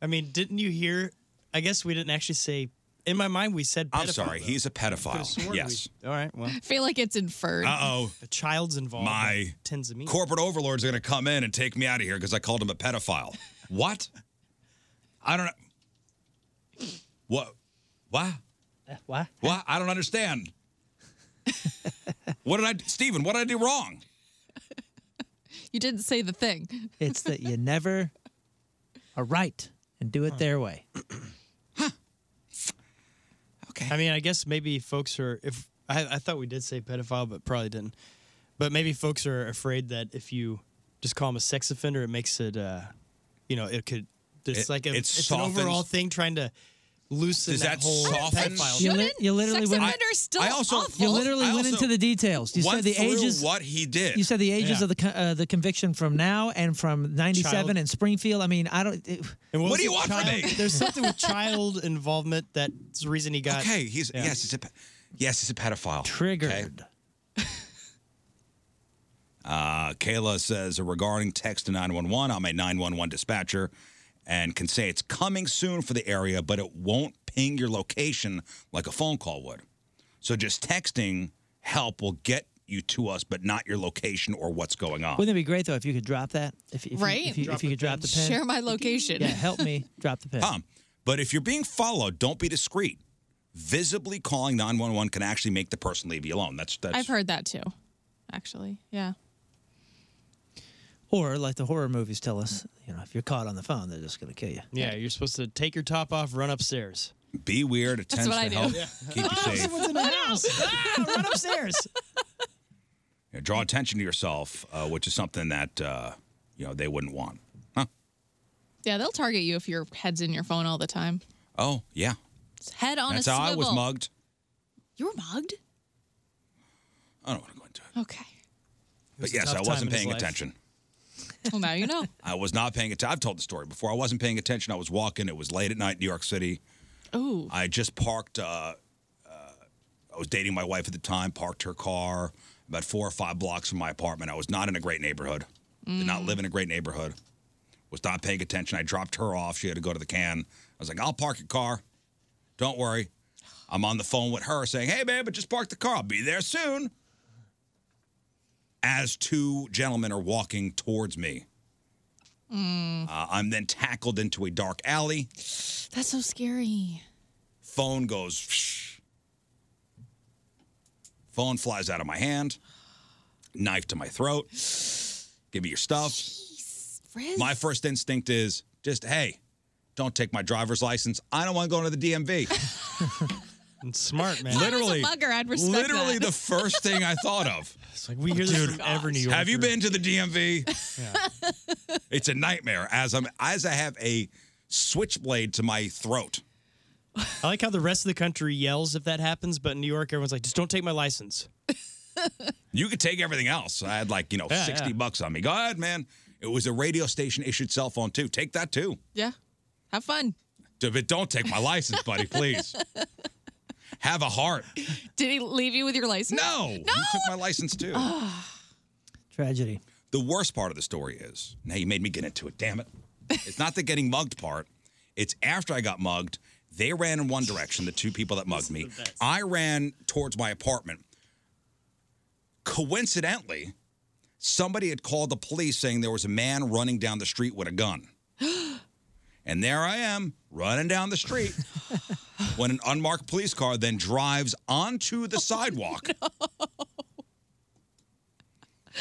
Speaker 11: I mean, didn't you hear? I guess we didn't actually say. In my mind, we said.
Speaker 7: I'm
Speaker 11: pedophile,
Speaker 7: sorry,
Speaker 11: though.
Speaker 7: he's a
Speaker 11: Could've
Speaker 7: pedophile.
Speaker 11: sworn
Speaker 7: Yes.
Speaker 11: we- all right.
Speaker 10: [laughs]
Speaker 11: Well,
Speaker 9: I feel like it's inferred.
Speaker 7: Uh oh.
Speaker 11: a child's involved.
Speaker 7: My
Speaker 11: that tends to mean
Speaker 7: corporate overlords are going to come in and take me out of here because I called him a pedophile. What? I don't know. What? Why?
Speaker 10: Why?
Speaker 7: Why? I don't understand. what did I, Stephen? What did I do wrong?
Speaker 9: You didn't say the thing.
Speaker 10: It's that
Speaker 11: [laughs]
Speaker 10: you never are right and do it their way.
Speaker 11: I mean, I guess maybe folks are if I, I thought we did say pedophile, but probably didn't. But maybe folks are afraid that if you just call him a sex offender, it makes it, uh, you know, it could. It's
Speaker 7: It-
Speaker 11: like a,
Speaker 7: it
Speaker 11: it's
Speaker 7: softens-
Speaker 11: an overall thing trying to loosen
Speaker 7: Does
Speaker 11: that,
Speaker 7: that
Speaker 11: whole
Speaker 7: soften-
Speaker 11: pedophile.
Speaker 10: You, li-
Speaker 9: Shouldn't
Speaker 10: you literally
Speaker 9: sex
Speaker 10: went.
Speaker 9: offenders still
Speaker 7: I also-
Speaker 9: awful?
Speaker 10: You literally
Speaker 7: I
Speaker 10: went
Speaker 7: also
Speaker 10: into the details. You
Speaker 7: Went
Speaker 10: said the
Speaker 7: through
Speaker 10: ages.
Speaker 7: What he did.
Speaker 10: You said the ages
Speaker 11: Yeah.
Speaker 10: of the co- uh, the conviction from now and from '97
Speaker 11: Child.
Speaker 10: and Springfield. I mean, I don't. It,
Speaker 11: And
Speaker 7: What
Speaker 11: was
Speaker 7: do you
Speaker 11: it,
Speaker 7: want from
Speaker 11: child-
Speaker 7: me?
Speaker 11: [laughs] There's something with child involvement that's the reason he got.
Speaker 7: okay, he's
Speaker 11: yeah.
Speaker 7: yes, he's a pe- yes, he's a pedophile.
Speaker 10: triggered.
Speaker 7: Okay. Uh, Kayla says regarding text to 911, I'm a 911 dispatcher and can say it's coming soon for the area, but it won't ping your location like a phone call would. So just texting help will get you to us, but not your location or what's going on.
Speaker 10: Wouldn't it be great though if you could drop that? If, if you-
Speaker 9: Right?
Speaker 10: If you, if you could drop the pin.
Speaker 9: Share my location.
Speaker 10: Yeah, help me drop the pin.
Speaker 7: Tom, but if you're being followed, don't be discreet. Visibly calling 911 can actually make the person leave you alone. That's that's
Speaker 9: I've heard that too, actually. Yeah.
Speaker 10: Or like the horror movies tell us, you know, if you're caught on the phone, they're just going to kill you.
Speaker 11: Yeah, you're supposed to take your top off, run upstairs.
Speaker 7: be weird. It
Speaker 9: That's
Speaker 7: tends
Speaker 9: what
Speaker 7: to
Speaker 9: I do.
Speaker 7: help keep
Speaker 9: [laughs]
Speaker 7: you safe.
Speaker 11: Someone's in the house. [laughs] Ah, run upstairs.
Speaker 7: You know, draw attention to yourself, uh, which is something that uh, you know they wouldn't want. Huh?
Speaker 9: Yeah, they'll target you if your head's in your phone all the time.
Speaker 7: Oh yeah,
Speaker 9: It's head on
Speaker 7: that's
Speaker 9: a
Speaker 7: how
Speaker 9: swivel.
Speaker 7: I was mugged.
Speaker 9: You were mugged?
Speaker 7: I don't want to go into it,
Speaker 9: Okay.
Speaker 7: but yes,
Speaker 11: tough
Speaker 7: I
Speaker 11: time
Speaker 7: wasn't
Speaker 11: in his
Speaker 7: paying
Speaker 11: life.
Speaker 7: attention.
Speaker 9: Well, now you know.
Speaker 7: I was not paying attention. I've told the story before. I wasn't paying attention. I was walking. It was late at night, in New York City.
Speaker 9: Ooh.
Speaker 7: I just parked. Uh, uh, I was dating my wife at the time. Parked her car about four or five blocks from my apartment. I was not in a great neighborhood. Did not live in a great neighborhood. Was not paying attention. I dropped her off. She had to go to the can. I was like, "I'll park your car. Don't worry." I'm on the phone with her saying, "Hey, babe, I just parked the car. I'll be there soon." As two gentlemen are walking towards me, uh, I'm then tackled into a dark alley
Speaker 9: That's so scary.
Speaker 7: phone goes [sniffs] "Psh." phone flies out of my hand knife to my throat give me your stuff
Speaker 9: Riz?
Speaker 7: my first instinct is just hey don't take my driver's license i don't want to go into the
Speaker 9: [laughs]
Speaker 7: dmv
Speaker 11: It's smart, man.
Speaker 7: literally
Speaker 9: mugger, I'd respect
Speaker 7: literally
Speaker 9: that.
Speaker 7: the first thing i thought
Speaker 9: [laughs]
Speaker 7: of
Speaker 11: It's like we hear this from every New Yorker.
Speaker 7: have you been to the dmv [laughs] it's a nightmare as i'm as i have a switchblade to my throat
Speaker 11: I like how the rest of the country yells if that happens, but in New York, everyone's like, just don't take my license.
Speaker 7: You could take everything else. I had like, you know,
Speaker 11: Yeah,
Speaker 7: 60
Speaker 11: yeah.
Speaker 7: bucks on me. Go ahead, man. It was a radio station issued cell phone, too. Take that, too.
Speaker 9: yeah. Have fun.
Speaker 7: D- But don't take my license, buddy, please.
Speaker 11: [laughs]
Speaker 7: Have a heart.
Speaker 9: Did he leave you with your license?
Speaker 7: No. You took my license, too.
Speaker 11: Oh.
Speaker 10: Tragedy.
Speaker 7: the worst part of the story is now you made me get into it, damn it. It's not the getting mugged part, it's after I got mugged. They ran in one direction, the two people that mugged me. I ran towards my apartment. Coincidentally, somebody had called the police saying there was a man running down the street with a gun. and there I am, running down the street when an unmarked police car then drives onto the sidewalk.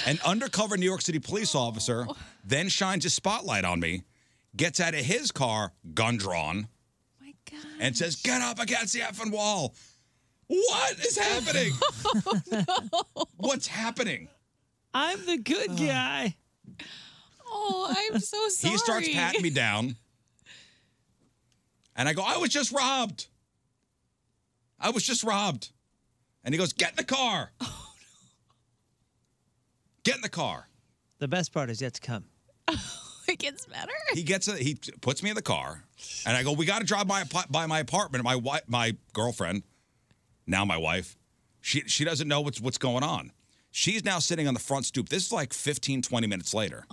Speaker 7: An undercover New York City police officer then shines his spotlight on me, gets out of his car, gun drawn,
Speaker 9: My God.
Speaker 7: and says, Get up against the effing wall. What is
Speaker 9: [laughs]
Speaker 7: happening?
Speaker 9: Oh,
Speaker 7: What's happening?
Speaker 10: I'm the good guy.
Speaker 9: Oh, I'm so sorry.
Speaker 7: [laughs] He starts patting me down. And I go, I was just robbed. I was just robbed. And he goes, Get in the car.
Speaker 9: Oh,
Speaker 7: Get in the car.
Speaker 10: The best part is yet to come.
Speaker 9: [laughs] It gets better.
Speaker 7: he gets a, he puts me in the car, and I go, "We got to drive by apa- by my apartment." My wife, my girlfriend, now my wife, she she doesn't know what's what's going on. She's now sitting on the front stoop. This is like 15, 20 minutes later.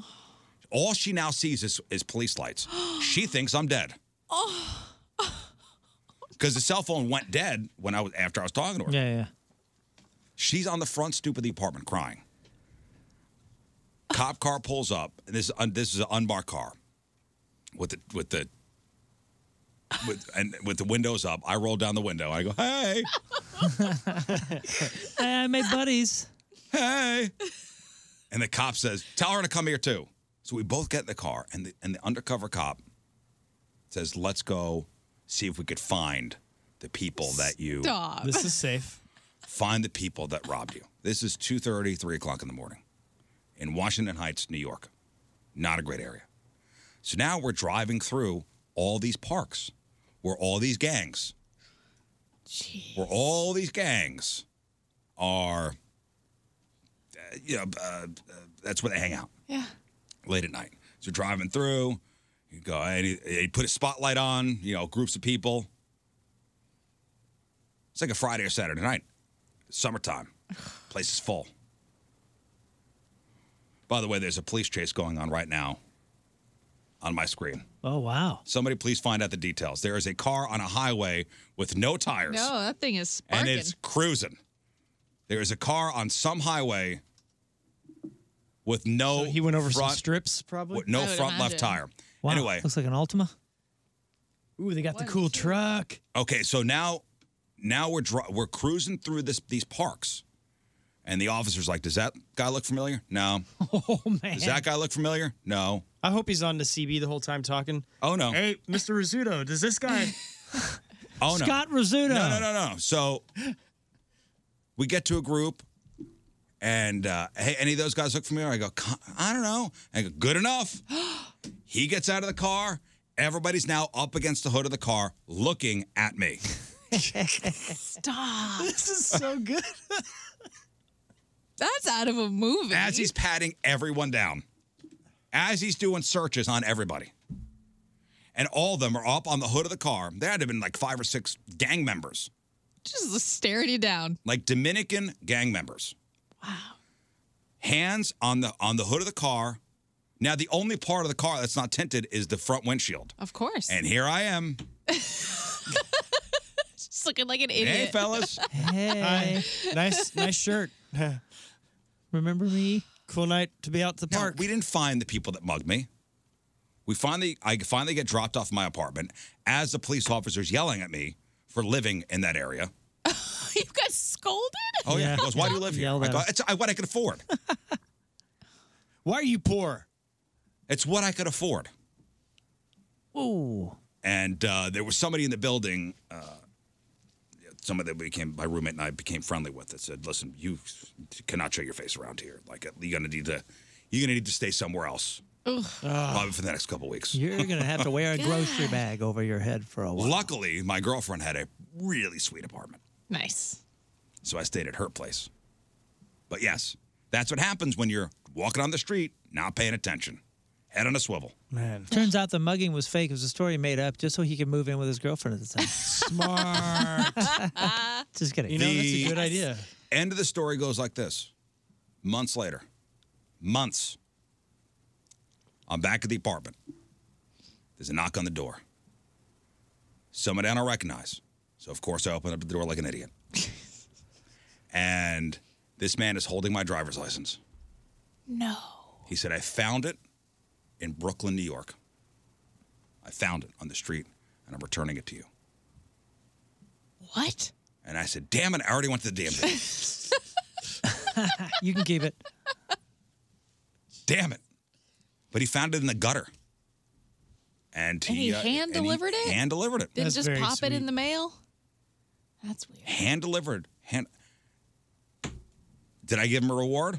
Speaker 7: All she now sees is, is police lights. she thinks I'm dead.
Speaker 9: Oh,
Speaker 7: Because the cell phone went dead when I was after I was talking to her.
Speaker 10: Yeah, yeah.
Speaker 7: She's on the front stoop of the apartment crying. Cop car pulls up, and this is un, this is an unmarked car, with the with the with and with the windows up. I roll down the window. I go, hey,
Speaker 10: Hey, I made buddies.
Speaker 7: Hey. and the cop says, tell her to come here too. So we both get in the car, and the and the undercover cop says, let's go see if we could find the people that you
Speaker 9: Stop. This is
Speaker 7: safe. Find the people that robbed you. This is 2.30, 3 o'clock in the morning in Washington Heights, New York. Not a great area. So now we're driving through all these parks where all these gangs, where all these gangs are, uh, you know, uh, uh, that's where they hang out
Speaker 9: yeah.
Speaker 7: late at night. So you're driving through, you go, and he, he put a spotlight on, you know, groups of people. It's like a Friday or Saturday night, summertime, place is full. By the way, there's a police chase going on right now on my screen.
Speaker 10: Oh wow!
Speaker 7: Somebody please find out the details. There is a car on a highway with no tires
Speaker 9: No, that thing is
Speaker 7: and
Speaker 9: sparking.
Speaker 7: it's cruising. There is a car on some highway with no. he went over
Speaker 10: some
Speaker 7: front, strips, probably. With no
Speaker 10: I would
Speaker 7: front left
Speaker 10: imagine.
Speaker 7: tire.
Speaker 10: Wow.
Speaker 7: Anyway,
Speaker 10: looks like an Altima. Ooh, they got the cool [laughs] truck.
Speaker 7: okay, so now, now we're dri- we're cruising through this these parks, and the officer's like, "Does that guy look familiar? No.
Speaker 11: Oh man.
Speaker 7: Does that guy look familiar? No.
Speaker 11: I hope he's on the CB the whole time talking.
Speaker 7: Oh no.
Speaker 11: Hey, Mr. Rizzuto, does this guy?
Speaker 7: Oh no.
Speaker 11: Scott Rizzuto.
Speaker 7: No, no, no, no. So we get to a group, and uh, hey, any of those guys look familiar? I go, "Con- I don't know. I go,
Speaker 11: [gasps]
Speaker 7: good enough. He gets out of the car. Everybody's now up against the hood of the car, looking at me. [laughs]
Speaker 9: Stop.
Speaker 11: This is so good.
Speaker 9: That's out of a movie.
Speaker 7: As he's patting everyone down, as he's doing searches on everybody. And all of them are up on the hood of the car. There had to have been like five or six gang members.
Speaker 9: Just staring you down.
Speaker 7: like Dominican gang members. Wow. Hands on the on the hood of the car. Now the only part of the car that's not tinted is the front windshield.
Speaker 9: Of course.
Speaker 7: And here I am.
Speaker 9: Just looking like an idiot.
Speaker 7: Hey
Speaker 9: [laughs]
Speaker 7: fellas.
Speaker 10: Hey,
Speaker 11: nice, nice shirt.
Speaker 10: [laughs] remember me?
Speaker 11: Cool night to be out at the
Speaker 7: Now,
Speaker 11: park.
Speaker 7: we didn't find the people that mugged me. We finally I finally get dropped off my apartment as the police officer's yelling at me for living in that area.
Speaker 9: [laughs] you got scolded?
Speaker 7: Oh yeah.
Speaker 10: Yeah.
Speaker 7: He goes, why do you live here?
Speaker 10: Yelled
Speaker 7: I
Speaker 10: at
Speaker 7: go,
Speaker 10: us.
Speaker 7: it's I, what I could afford.
Speaker 11: Why are you poor?
Speaker 7: It's what I could afford.
Speaker 10: Ooh,
Speaker 7: and uh, there was somebody in the building. Uh, somebody that became my roommate and I became friendly with that said, "Listen, you cannot show your face around here. Like uh, you're gonna need to, you're gonna need to stay somewhere else, probably for the next couple weeks."
Speaker 10: you're gonna have to wear a [laughs] grocery bag over your head for a while.
Speaker 7: Luckily, my girlfriend had a really sweet apartment,
Speaker 9: Nice.
Speaker 7: so I stayed at her place. But yes, that's what happens when you're walking on the street, not paying attention, head on a swivel.
Speaker 11: Man,
Speaker 10: Turns out the mugging was fake. It was a story made up just so he could move in with his girlfriend at the time. [laughs]
Speaker 11: smart.
Speaker 10: just kidding.
Speaker 11: you know that's a
Speaker 7: The-
Speaker 11: good idea.
Speaker 7: [laughs] End of the story goes like this. Months later, months, I'm back at the apartment. There's a knock on the door. Somebody I don't recognize. So, of course, I open up the door like an idiot. and this man is holding my driver's license.
Speaker 9: No.
Speaker 7: He said, I found it in Brooklyn, New York. I found it on the street, and I'm returning it to you.
Speaker 9: What?
Speaker 7: And I said, Damn it, I already went to the damn thing.
Speaker 10: [laughs] You can keep it.
Speaker 7: Damn it. But he found it in the gutter. And he,
Speaker 9: And he hand-delivered it?
Speaker 7: Hand delivered it.
Speaker 9: Didn't
Speaker 11: That's
Speaker 9: just
Speaker 11: very
Speaker 9: pop it in
Speaker 11: sweet.
Speaker 9: the mail? That's weird.
Speaker 7: Hand delivered. Hand. Did I give him a reward?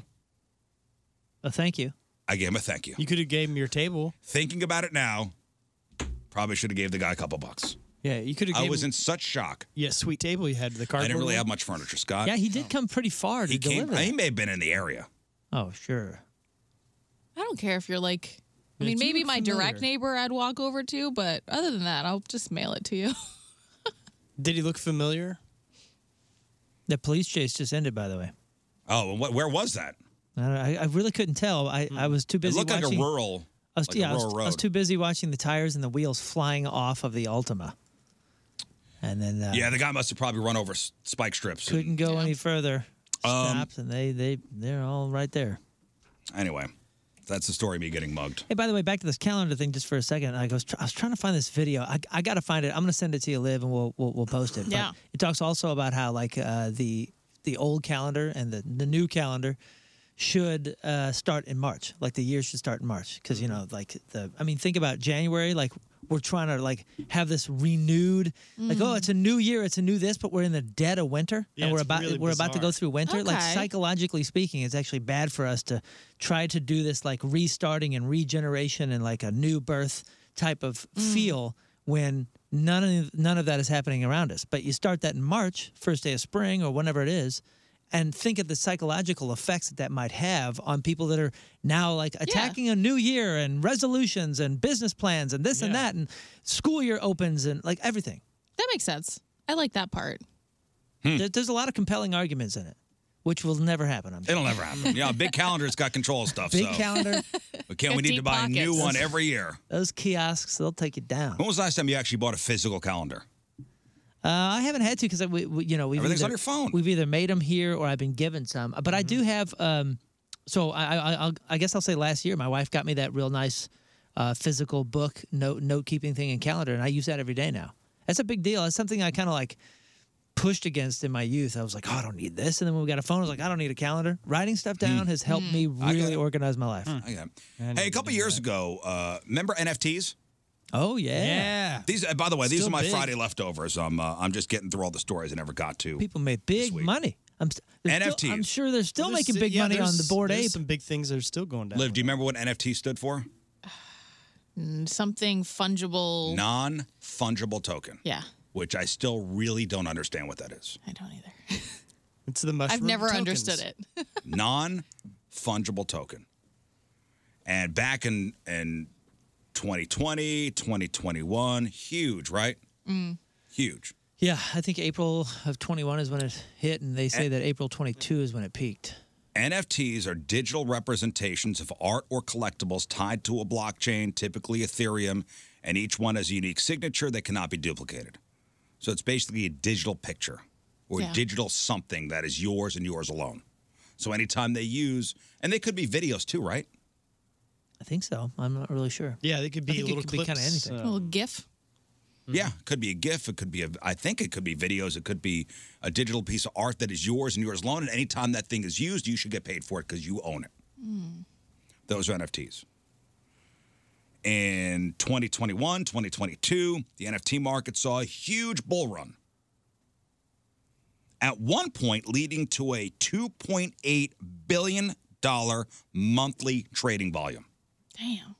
Speaker 10: Well, thank you.
Speaker 7: I gave him a thank you.
Speaker 11: You could have gave him your table.
Speaker 7: Thinking about it now, probably should have gave the guy a couple bucks.
Speaker 11: Yeah, you could have.
Speaker 7: I
Speaker 11: gave
Speaker 7: was
Speaker 11: him,
Speaker 7: in such shock.
Speaker 11: Yeah, sweet table you had. The cardboard.
Speaker 7: I didn't really
Speaker 11: one.
Speaker 7: have much furniture, Scott.
Speaker 10: Yeah, he did come pretty far to
Speaker 7: he came.
Speaker 10: deliver.
Speaker 7: He
Speaker 10: that.
Speaker 7: may have been in the area.
Speaker 10: Oh, sure.
Speaker 9: I don't care if you're like. I
Speaker 11: Yeah,
Speaker 9: mean,
Speaker 11: do you
Speaker 9: maybe
Speaker 11: look
Speaker 9: my direct
Speaker 11: familiar?
Speaker 9: neighbor I'd walk over to, but other than that, I'll just mail it to you. [laughs]
Speaker 11: Did he look familiar?
Speaker 10: The police chase just ended, by the way.
Speaker 7: Oh, and what, where was that?
Speaker 10: I, don't- I, I really couldn't tell. I, I was
Speaker 11: Hmm.
Speaker 10: too
Speaker 7: It
Speaker 10: busy
Speaker 7: looked
Speaker 10: watching.
Speaker 7: like a rural.
Speaker 10: I was,
Speaker 7: Like
Speaker 10: yeah, I was,
Speaker 7: Aurora
Speaker 10: I was
Speaker 7: Road.
Speaker 10: too busy watching the tires and the wheels flying off of the Ultima, and then uh,
Speaker 7: Yeah, the guy must have probably run over s- spike strips. and-
Speaker 10: couldn't go any further.
Speaker 7: Um,
Speaker 10: Stopped, and they they they're all right there.
Speaker 7: anyway, that's the story of me getting mugged.
Speaker 10: Hey, by the way, back to this calendar thing just for a second. I was, I was trying to find this video. I, I got to find it. I'm going to send it to you, Liv, and we'll we'll, we'll post it. But
Speaker 9: Yeah.
Speaker 10: it talks also about how like uh, the the old calendar and the, the new calendar should uh, start in March. Like the year should start in March because
Speaker 11: Mm-hmm.
Speaker 10: you know like the I mean think about January. Like we're trying to like have this renewed. Like oh, it's a new year. It's a new this, but we're in the dead of winter
Speaker 11: Mm-hmm. Yeah,
Speaker 10: and we're
Speaker 11: it's
Speaker 10: about
Speaker 11: really
Speaker 10: we're about to go
Speaker 11: bizarre.
Speaker 10: through winter. Like
Speaker 9: Okay.
Speaker 10: psychologically speaking, it's actually bad for us to try to do this like restarting and regeneration and like a new birth type of feel when none of none of that is happening around us. But you start that in March, first day of spring or whenever it is, and think of the psychological effects that that might have on people that are now like attacking a new year and resolutions and business plans and this and
Speaker 11: Yeah.
Speaker 10: that and school year opens and like everything.
Speaker 9: That makes sense. I like that part.
Speaker 10: There, there's a lot of compelling arguments in it, which will never happen. I'm sure.
Speaker 7: It'll never happen. Yeah, big calendar's got control of stuff.
Speaker 10: Big
Speaker 7: so
Speaker 10: calendar.
Speaker 7: we, can't, we need to
Speaker 9: Deep
Speaker 7: buy
Speaker 9: pockets.
Speaker 7: a new one every year.
Speaker 10: Those kiosks, they'll take you down.
Speaker 7: When was the last time you actually bought a physical calendar?
Speaker 10: Uh, I haven't had to because we, we, you know, we've
Speaker 7: Everything's
Speaker 10: either,
Speaker 7: on your phone. Mm-hmm.
Speaker 10: We've either made them here or I've been given some. But I do have. Um, so I, I, I'll, I guess I'll say last year, my wife got me that real nice uh, physical book note note keeping thing and calendar, and I use that every day now. That's a big deal. That's something I kind of like pushed against in my youth. I was like, oh, I don't need this, and then when we got a phone, I was like, I don't need a calendar. Writing stuff
Speaker 7: Hmm.
Speaker 10: down has helped me really organize my life.
Speaker 7: I got Hey, a couple years ago, uh, remember NFTs?
Speaker 10: Oh yeah.
Speaker 11: Yeah.
Speaker 7: These, uh, by the way, these
Speaker 11: Still
Speaker 7: are my
Speaker 11: big.
Speaker 7: Friday leftovers. I'm, uh, I'm just getting through all the stories I never got to.
Speaker 10: People made big
Speaker 7: week.
Speaker 10: money. I'm st- they're still-
Speaker 7: NFTs.
Speaker 10: I'm sure they're still
Speaker 11: There's-
Speaker 10: making big
Speaker 11: yeah,
Speaker 10: money on
Speaker 11: there's-
Speaker 10: the board
Speaker 11: there's
Speaker 10: ape.
Speaker 11: Some big things that are still going down.
Speaker 7: Liv, do you remember what NFT stood for?
Speaker 9: Mm, Something fungible.
Speaker 7: Non fungible token.
Speaker 9: Yeah,
Speaker 7: Which I still really don't understand what that is.
Speaker 9: I don't either.
Speaker 11: It's the mushroom
Speaker 9: I've never
Speaker 11: tokens.
Speaker 9: understood it. [laughs]
Speaker 7: non fungible token. And back in, in 2020, 2021, huge, right? Huge.
Speaker 10: Yeah, I think April of 21 is when it hit, and they say that April 22 is when it peaked.
Speaker 7: NFTs are digital representations of art or collectibles tied to a blockchain, typically Ethereum, and each one has a unique signature that cannot be duplicated. So it's basically a digital picture or
Speaker 9: Yeah.
Speaker 7: digital something that is yours and yours alone. So anytime they use, and they could be videos too, right?
Speaker 10: I think so. I'm not really sure.
Speaker 11: Yeah, they could be
Speaker 10: I think it
Speaker 11: little
Speaker 10: could be kinda
Speaker 11: clips,
Speaker 10: anything.
Speaker 11: uh,
Speaker 9: A little GIF.
Speaker 7: Yeah, it could be a GIF. It could be a. I think it could be videos. It could be a digital piece of art that is yours and yours alone. And anytime that thing is used, you should get paid for it because you own it. Those are NFTs. In 2021, 2022, the NFT market saw a huge bull run. At one point, leading to a 2.8 billion dollar monthly trading volume.
Speaker 9: Damn.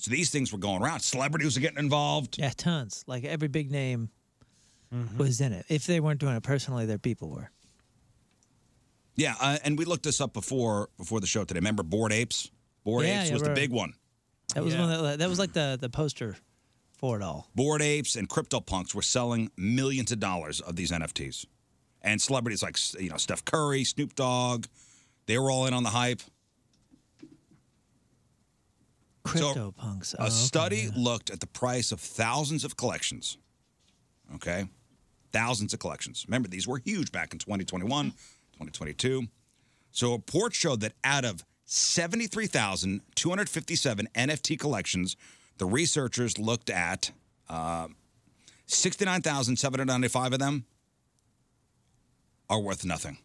Speaker 7: So these things were going around. Celebrities were getting involved.
Speaker 10: Yeah, tons. Like every big name
Speaker 11: Mm-hmm.
Speaker 10: was in it. If they weren't doing it personally, their people were.
Speaker 7: Yeah, uh, and we looked this up before before the show today. Remember Bored Apes? Bored
Speaker 10: Yeah,
Speaker 7: Apes
Speaker 10: yeah,
Speaker 7: was the
Speaker 10: right.
Speaker 7: big one.
Speaker 10: That was
Speaker 11: Yeah.
Speaker 10: one of the, that was like the the poster for it all.
Speaker 7: Bored Apes and CryptoPunks were selling millions of dollars of these NFTs, and celebrities like you know Steph Curry, Snoop Dogg, they were all in on the hype.
Speaker 10: Crypto punks.
Speaker 7: A study looked at the price of thousands of collections. Okay? Thousands of collections. Remember, these were huge back in 2021, 2022. So, a report showed that out of 73,257 NFT collections, the researchers looked at uh, 69,795 of them are worth nothing.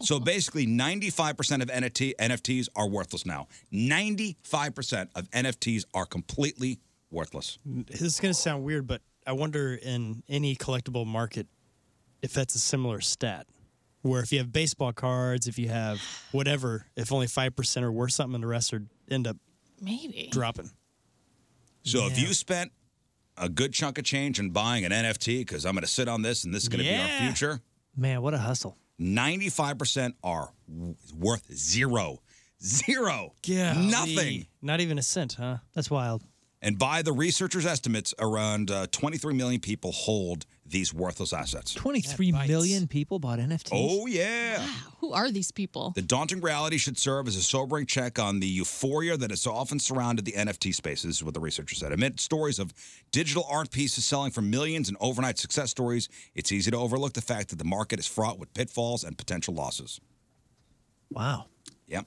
Speaker 7: So basically, 95% of NFT, NFTs are worthless now. 95% of NFTs are completely worthless.
Speaker 11: This is going to sound weird, but I wonder in any collectible market if that's a similar stat. Where if you have baseball cards, if you have whatever, if only 5% are worth something and the rest are end up
Speaker 9: Maybe.
Speaker 11: dropping.
Speaker 7: So if you spent a good chunk of change in buying an NFT, because I'm going to sit on this and this is going to be our
Speaker 11: Yeah.
Speaker 7: future,
Speaker 10: Man, what a hustle.
Speaker 7: 95% are w- worth zero. Zero.
Speaker 11: Yeah.
Speaker 7: Nothing.
Speaker 11: Not even a cent, huh?
Speaker 10: That's wild.
Speaker 7: And by the researchers' estimates, around uh, 23 million people hold these worthless assets.
Speaker 10: 23 million people bought NFTs.
Speaker 7: Oh, yeah.
Speaker 9: Who are these people?
Speaker 7: The daunting reality should serve as a sobering check on the euphoria that has often surrounded the NFT space. This is what the researchers said. Amid stories of digital art pieces selling for millions and overnight success stories, it's easy to overlook the fact that the market is fraught with pitfalls and potential losses.
Speaker 10: Wow.
Speaker 7: Yep.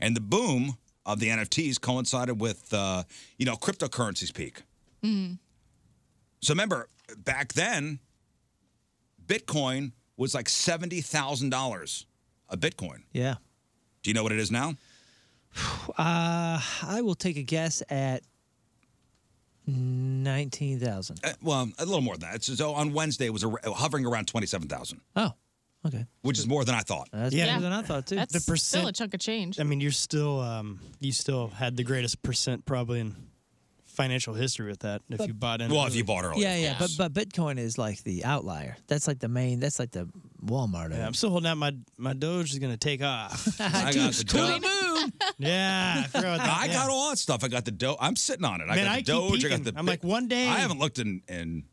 Speaker 7: And the boom of the NFTs coincided with, uh, you know, cryptocurrency's peak.
Speaker 5: Mm.
Speaker 7: So remember, back then, Bitcoin was like $70,000 a Bitcoin.
Speaker 10: Yeah.
Speaker 7: Do you know what it is now?
Speaker 10: Uh, I will take a guess at 19,000.
Speaker 7: Uh, well, a little more than that. It's- So on Wednesday, it was ar- hovering around 27,000,
Speaker 10: Oh, okay.
Speaker 7: which is more than I thought.
Speaker 10: That's
Speaker 11: Yeah.
Speaker 10: better than I thought, too.
Speaker 9: That's
Speaker 11: The
Speaker 9: still a
Speaker 11: percent-
Speaker 9: chunk of change.
Speaker 11: I mean, you're still um, you still had the greatest percent probably in financial history with that if
Speaker 10: But-
Speaker 11: you bought in.
Speaker 7: Well, if you bought early.
Speaker 10: yeah, yeah, but but Bitcoin is like the outlier. That's like the main. That's like the Walmart. of
Speaker 11: Yeah, I'm
Speaker 10: it.
Speaker 11: still holding out my my Doge is gonna take
Speaker 10: [laughs]
Speaker 11: off.
Speaker 7: I got the dough.
Speaker 11: yeah, I forgot about that.
Speaker 7: I
Speaker 11: yeah.
Speaker 7: got all that stuff. I got the dough. I'm sitting on it. I
Speaker 11: Man,
Speaker 7: got the
Speaker 11: I keep
Speaker 7: doge. I got
Speaker 11: peeking.
Speaker 7: the.
Speaker 11: I'm like, one day-
Speaker 7: I haven't looked in. in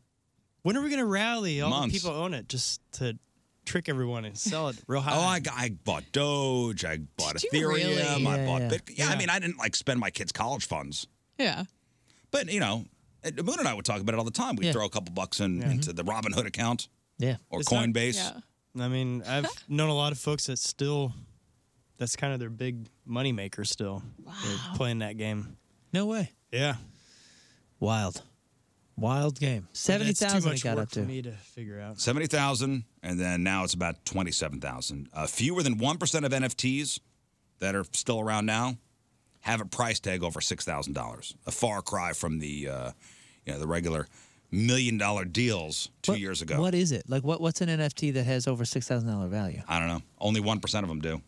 Speaker 11: When are we gonna rally all
Speaker 7: Months.
Speaker 11: the people who own it just to trick everyone and sell it real
Speaker 7: oh,
Speaker 11: high?
Speaker 7: I, got, I bought Doge. I bought
Speaker 9: Did you
Speaker 7: Ethereum.
Speaker 9: really?
Speaker 7: I
Speaker 10: Yeah,
Speaker 7: bought
Speaker 10: yeah.
Speaker 7: Bitcoin. Yeah, I
Speaker 11: Yeah.
Speaker 7: mean, I didn't like spend my kids' college funds,
Speaker 9: Yeah.
Speaker 7: but you know, and Moon and I would talk about it all the time. We'd
Speaker 10: Yeah.
Speaker 7: throw a couple bucks in, into the Robinhood account
Speaker 10: yeah.
Speaker 11: Mm-hmm.
Speaker 7: or
Speaker 11: It's not-
Speaker 7: Coinbase.
Speaker 9: Yeah.
Speaker 11: I mean, I've known a lot of folks that still, that's kind of their big money maker still. They're playing that game.
Speaker 10: No way.
Speaker 11: Yeah.
Speaker 10: Wild, wild game. Seventy
Speaker 11: That's too
Speaker 10: thousand. It
Speaker 11: much
Speaker 10: got
Speaker 11: work
Speaker 10: up to.
Speaker 11: for me to figure out.
Speaker 7: Seventy thousand, and then now it's about twenty-seven thousand. Uh, fewer than one percent of NFTs that are still around now have a price tag over six thousand dollars. A far cry from the, uh, you know, the regular million-dollar deals two
Speaker 10: What-
Speaker 7: years ago.
Speaker 10: What is it like? What what's an NFT that has over six thousand dollar value?
Speaker 7: I don't know. Only one percent of them do.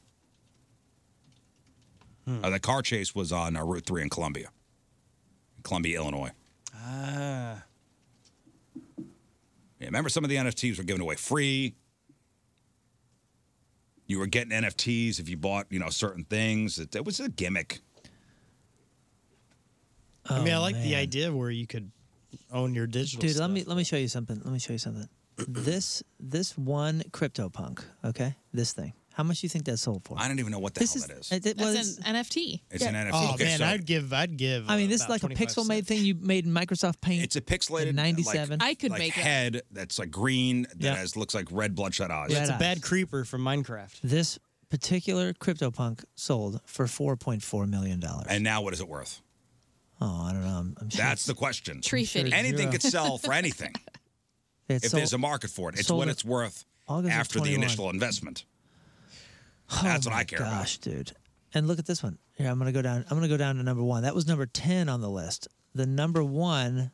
Speaker 11: Hmm.
Speaker 7: Uh, the car chase was on uh, Route Three in Columbia, Columbia, Illinois.
Speaker 11: Ah.
Speaker 7: Yeah, remember, some of the NFTs were given away free. You were getting NFTs if you bought, you know, certain things. It, it was a gimmick.
Speaker 11: I mean, I like the
Speaker 10: man.
Speaker 11: idea where you could own your digital
Speaker 10: Dude,
Speaker 11: stuff.
Speaker 10: let me let me show you something. Let me show you
Speaker 7: [clears throat]
Speaker 10: something. this this one CryptoPunk. Okay, this thing. How much do you think that sold for?
Speaker 7: I don't even know what the
Speaker 10: this
Speaker 7: hell
Speaker 10: is.
Speaker 7: that is.
Speaker 10: it- it
Speaker 9: That's
Speaker 10: was-
Speaker 9: an NFT.
Speaker 7: it's an NFT.
Speaker 11: Oh
Speaker 7: Okay,
Speaker 11: man,
Speaker 7: so
Speaker 11: I'd give, I'd give.
Speaker 10: I mean,
Speaker 11: uh,
Speaker 10: this is
Speaker 11: about
Speaker 10: like a
Speaker 11: 25
Speaker 10: pixel made
Speaker 11: cents.
Speaker 10: thing you made in Microsoft Paint.
Speaker 7: it's a pixelated
Speaker 10: in '97.
Speaker 7: Like,
Speaker 9: I could
Speaker 7: like
Speaker 9: make it.
Speaker 7: head that's like green that
Speaker 10: Yeah.
Speaker 7: has looks like red bloodshot eyes.
Speaker 10: Red
Speaker 11: It's a
Speaker 10: eyes.
Speaker 11: bad creeper from Minecraft.
Speaker 10: this particular CryptoPunk sold for four point four million dollars.
Speaker 7: And now what is it worth?
Speaker 10: oh, I don't know. I'm, I'm sure
Speaker 7: That's the question.
Speaker 9: Tree fitting.
Speaker 7: Anything could sell for anything
Speaker 10: it's
Speaker 7: if
Speaker 10: sold-
Speaker 7: there's a market for it. It's
Speaker 10: sold
Speaker 7: what
Speaker 10: at
Speaker 7: it's worth
Speaker 10: August of
Speaker 7: after the
Speaker 10: 21.
Speaker 7: initial investment.
Speaker 10: Oh
Speaker 7: That's what
Speaker 10: my
Speaker 7: I care about.
Speaker 10: Gosh, dude. And look at this one. Here, I'm gonna go down. I'm gonna go down to number one. That was number ten on the list. The number one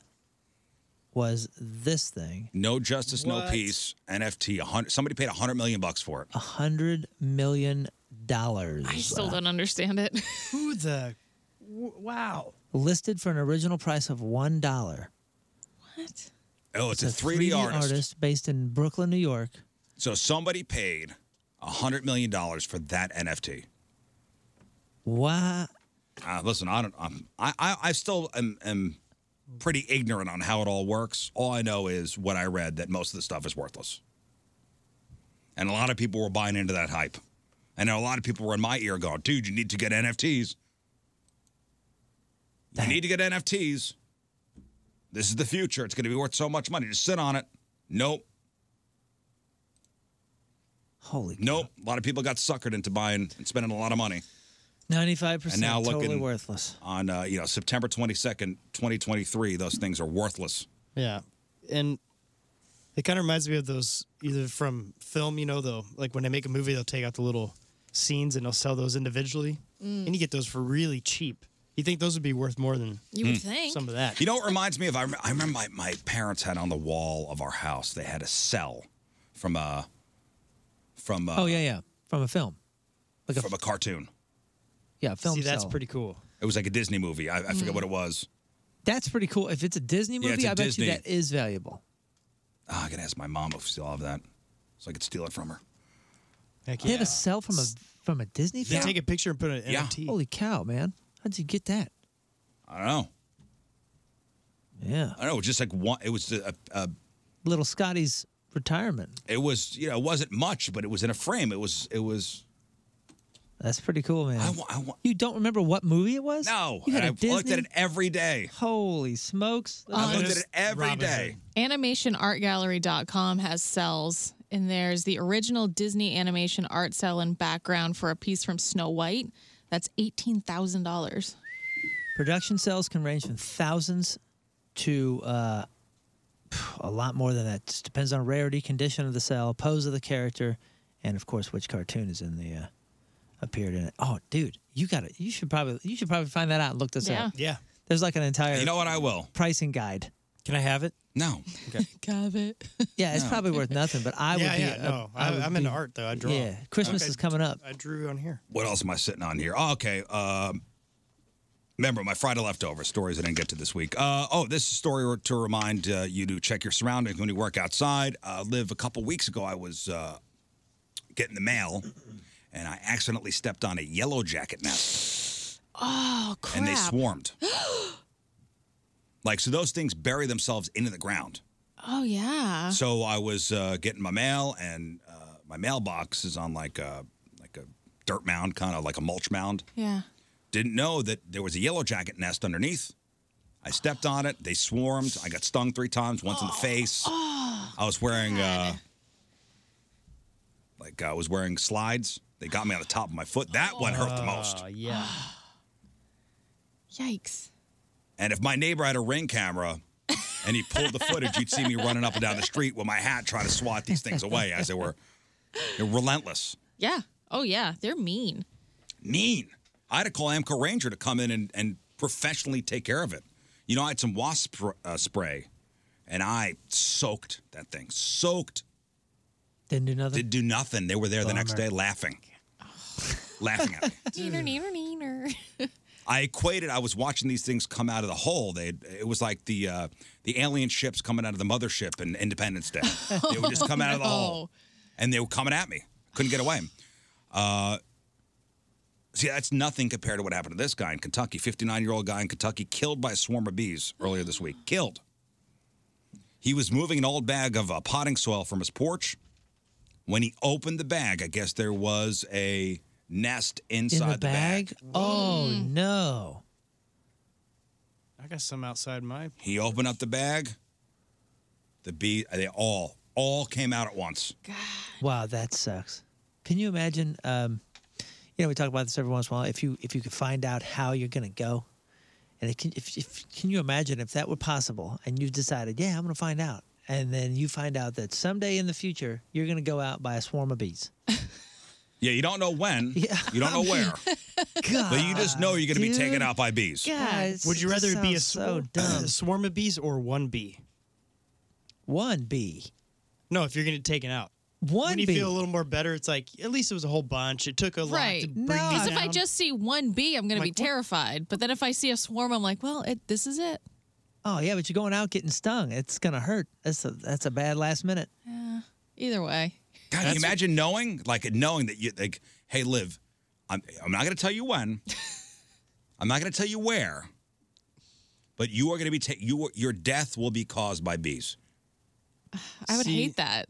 Speaker 10: was this thing.
Speaker 7: No justice, no
Speaker 11: What?
Speaker 7: peace. NFT. 100, somebody paid hundred million bucks for it.
Speaker 10: A hundred million dollars.
Speaker 9: I still don't understand it. [laughs]
Speaker 11: Who the? w- Wow.
Speaker 10: listed for an original price of one dollar.
Speaker 9: what?
Speaker 7: Oh, it's, a 3D, artist.
Speaker 10: based in Brooklyn, New York.
Speaker 7: So somebody paid $100 million for that NFT.
Speaker 10: Why?
Speaker 7: Uh, listen, I don't, I'm, I, I, I still am, am pretty ignorant on how it all works. All I know is what I read that most of the stuff is worthless. And a lot of people were buying into that hype. And a lot of people were in my ear going, dude, you need to get NFTs. You need to get NFTs. This is the future. It's going to be worth so much money. Just sit on it. Nope.
Speaker 10: Holy
Speaker 7: Nope. A lot of people got suckered into buying and spending a lot of money.
Speaker 10: Ninety-five
Speaker 7: And
Speaker 10: percent.
Speaker 7: now
Speaker 10: totally
Speaker 7: looking-
Speaker 10: worthless.
Speaker 7: on uh, you know September 22nd, 2023. Those things are worthless.
Speaker 11: Yeah, and it kind of reminds me of those either from film, you know, though, like when they make a movie, they'll take out the little scenes and they'll sell those individually,
Speaker 9: Mm.
Speaker 11: and you get those for really cheap. You think those would be worth more than
Speaker 9: You would think.
Speaker 11: some of that?
Speaker 7: You know, it reminds me of I, rem- I remember my, my parents had on the wall of our house. They had a cell from a from a,
Speaker 10: Oh yeah, yeah. From a film. Like a
Speaker 7: from a cartoon.
Speaker 10: yeah a film.
Speaker 11: see, that's
Speaker 10: cell.
Speaker 11: pretty cool.
Speaker 7: It was like a Disney movie. I, I forget
Speaker 10: Mm.
Speaker 7: what it was.
Speaker 10: That's pretty cool. If it's a Disney
Speaker 7: Yeah,
Speaker 10: movie,
Speaker 7: it's a
Speaker 10: I bet
Speaker 7: Disney.
Speaker 10: you that is valuable.
Speaker 7: Ah, I gotta ask my mom if she still have that, so I could steal it from her.
Speaker 11: Heck
Speaker 10: They
Speaker 11: yeah.
Speaker 10: have a cell from a from a Disney
Speaker 11: You
Speaker 10: film.
Speaker 11: take a picture and put it in
Speaker 7: Yeah.
Speaker 11: NFT.
Speaker 10: Holy cow, man! How'd you get that?
Speaker 7: I don't know.
Speaker 10: Yeah.
Speaker 7: I don't know. It was just like one. It was a, a
Speaker 10: Little Scotty's retirement.
Speaker 7: It was you know it wasn't much, but it was in a frame. It was it was
Speaker 10: That's pretty cool, man. you don't remember what movie it was?
Speaker 7: no.
Speaker 10: You had
Speaker 7: and
Speaker 10: a
Speaker 7: I've looked at
Speaker 10: Disney?
Speaker 7: it every day.
Speaker 10: Holy smokes! Uh,
Speaker 7: I looked at it every day.
Speaker 9: Animationartgallery.com has cells, and there's the original Disney animation art cell and background for a piece from Snow White. That's eighteen thousand dollars.
Speaker 10: Production cells can range from thousands to uh, a lot more than that. Just depends on rarity, condition of the cell, pose of the character, and of course which cartoon is in the uh, appeared in it. Oh, dude, you got it. You should probably you should probably find that out. and Look this
Speaker 9: Yeah.
Speaker 10: up.
Speaker 11: Yeah.
Speaker 10: There's like an entire
Speaker 7: You know what? I will.
Speaker 10: pricing guide.
Speaker 11: Can I have it?
Speaker 7: No. Okay.
Speaker 9: Got it. [laughs]
Speaker 10: Yeah, it's probably worth nothing, but
Speaker 11: [laughs]
Speaker 10: I
Speaker 11: yeah,
Speaker 10: would be.
Speaker 11: yeah,
Speaker 10: uh,
Speaker 11: no. I,
Speaker 10: would
Speaker 11: I'm
Speaker 10: be-
Speaker 11: into art though. I draw.
Speaker 10: Yeah, Christmas
Speaker 11: Okay.
Speaker 10: is coming up.
Speaker 11: I drew on here.
Speaker 7: What else am I sitting on here? Oh, okay. Um, remember my Friday leftover stories I didn't get to this week. Uh, oh, this is a story to remind uh, you to check your surroundings when you work outside. Uh, live a couple weeks ago, I was uh, getting the mail, and I accidentally stepped on a yellow jacket nest,
Speaker 9: Oh crap!
Speaker 7: and they swarmed. like so, those things bury themselves into the ground.
Speaker 9: Oh yeah.
Speaker 7: So I was uh, getting my mail, and uh, my mailbox is on like a like a dirt mound, kind of like a mulch mound.
Speaker 9: yeah.
Speaker 7: Didn't know that there was a yellow jacket nest underneath. I stepped on it. They swarmed. I got stung three times. Once in the face. I was wearing uh, like I was wearing slides. They got me on the top of my foot. That one hurt the most.
Speaker 11: Oh yeah.
Speaker 9: Yikes.
Speaker 7: And if my neighbor had a ring camera and he pulled the footage, you'd see me running up and down the street with my hat trying to swat these things away as they were they're relentless.
Speaker 9: Yeah. Oh yeah. They're mean.
Speaker 7: mean. I had to call Amco Ranger to come in and, and professionally take care of it. You know, I had some wasp spr- uh, spray, and I soaked that thing. Soaked.
Speaker 10: Didn't do nothing.
Speaker 7: Did do nothing. They were there the next day laughing. laughing at me.
Speaker 9: Neener, neener,
Speaker 10: [laughs]
Speaker 9: neener.
Speaker 7: I equated. I was watching these things come out of the hole. They it was like the uh, the alien ships coming out of the mothership in Independence
Speaker 10: [laughs]
Speaker 7: Day. they would just come out of
Speaker 10: Oh,
Speaker 7: the hole, and they were coming at me. Couldn't get away. Uh, see, that's nothing compared to what happened to this guy in Kentucky. Fifty nine year old guy in Kentucky killed by a swarm of bees earlier this week. Killed. He was moving an old bag of uh, potting soil from his porch. When he opened the bag, I guess there was a nest
Speaker 10: in
Speaker 7: inside
Speaker 10: the bag? Oh
Speaker 11: Mm.
Speaker 10: no!
Speaker 11: I got some outside my.
Speaker 7: He opened up the bag. The bee, they all, all came out at once.
Speaker 10: Wow, that sucks. Can you imagine? Um, you know, we talk about this every once in a while. If you if you could find out how you're going to go, and it can, if, if can you imagine if that were possible, and you decided, yeah, I'm going to find out, and then you find out that someday in the future you're going to go out by a swarm of bees.
Speaker 7: Yeah, you don't know when.
Speaker 10: Yeah.
Speaker 7: You don't
Speaker 10: [laughs]
Speaker 7: know where. but you just know you're going to be taken
Speaker 10: dude.
Speaker 7: out by bees.
Speaker 10: Guys,
Speaker 11: Would you
Speaker 10: it just
Speaker 11: rather it be a,
Speaker 10: sounds so
Speaker 11: swarm-
Speaker 10: dumb?
Speaker 11: a swarm of bees or one bee?
Speaker 10: One bee,
Speaker 11: No, if you're gonna take it out.
Speaker 10: one
Speaker 11: When you
Speaker 10: bee.
Speaker 11: feel a little more better, it's like at least it was a whole bunch. It took a lot
Speaker 9: Right.
Speaker 11: to bring
Speaker 10: No.
Speaker 11: me
Speaker 9: Because if I
Speaker 11: down.
Speaker 9: just see one bee, I'm going to be
Speaker 11: Like, what?
Speaker 9: terrified. But then if I see a swarm, I'm like, well, it, this is it.
Speaker 10: oh yeah, but you're going out getting stung. It's going to hurt. That's a that's a bad last minute.
Speaker 9: Either way.
Speaker 7: God, can you imagine knowing, like knowing that you, like, hey, Liv, I'm, I'm not going to tell
Speaker 10: [laughs]
Speaker 7: you when. I'm not going to tell you where. But you are going to be, ta- you, your death will be caused by bees.
Speaker 9: I would
Speaker 11: See-
Speaker 9: hate that.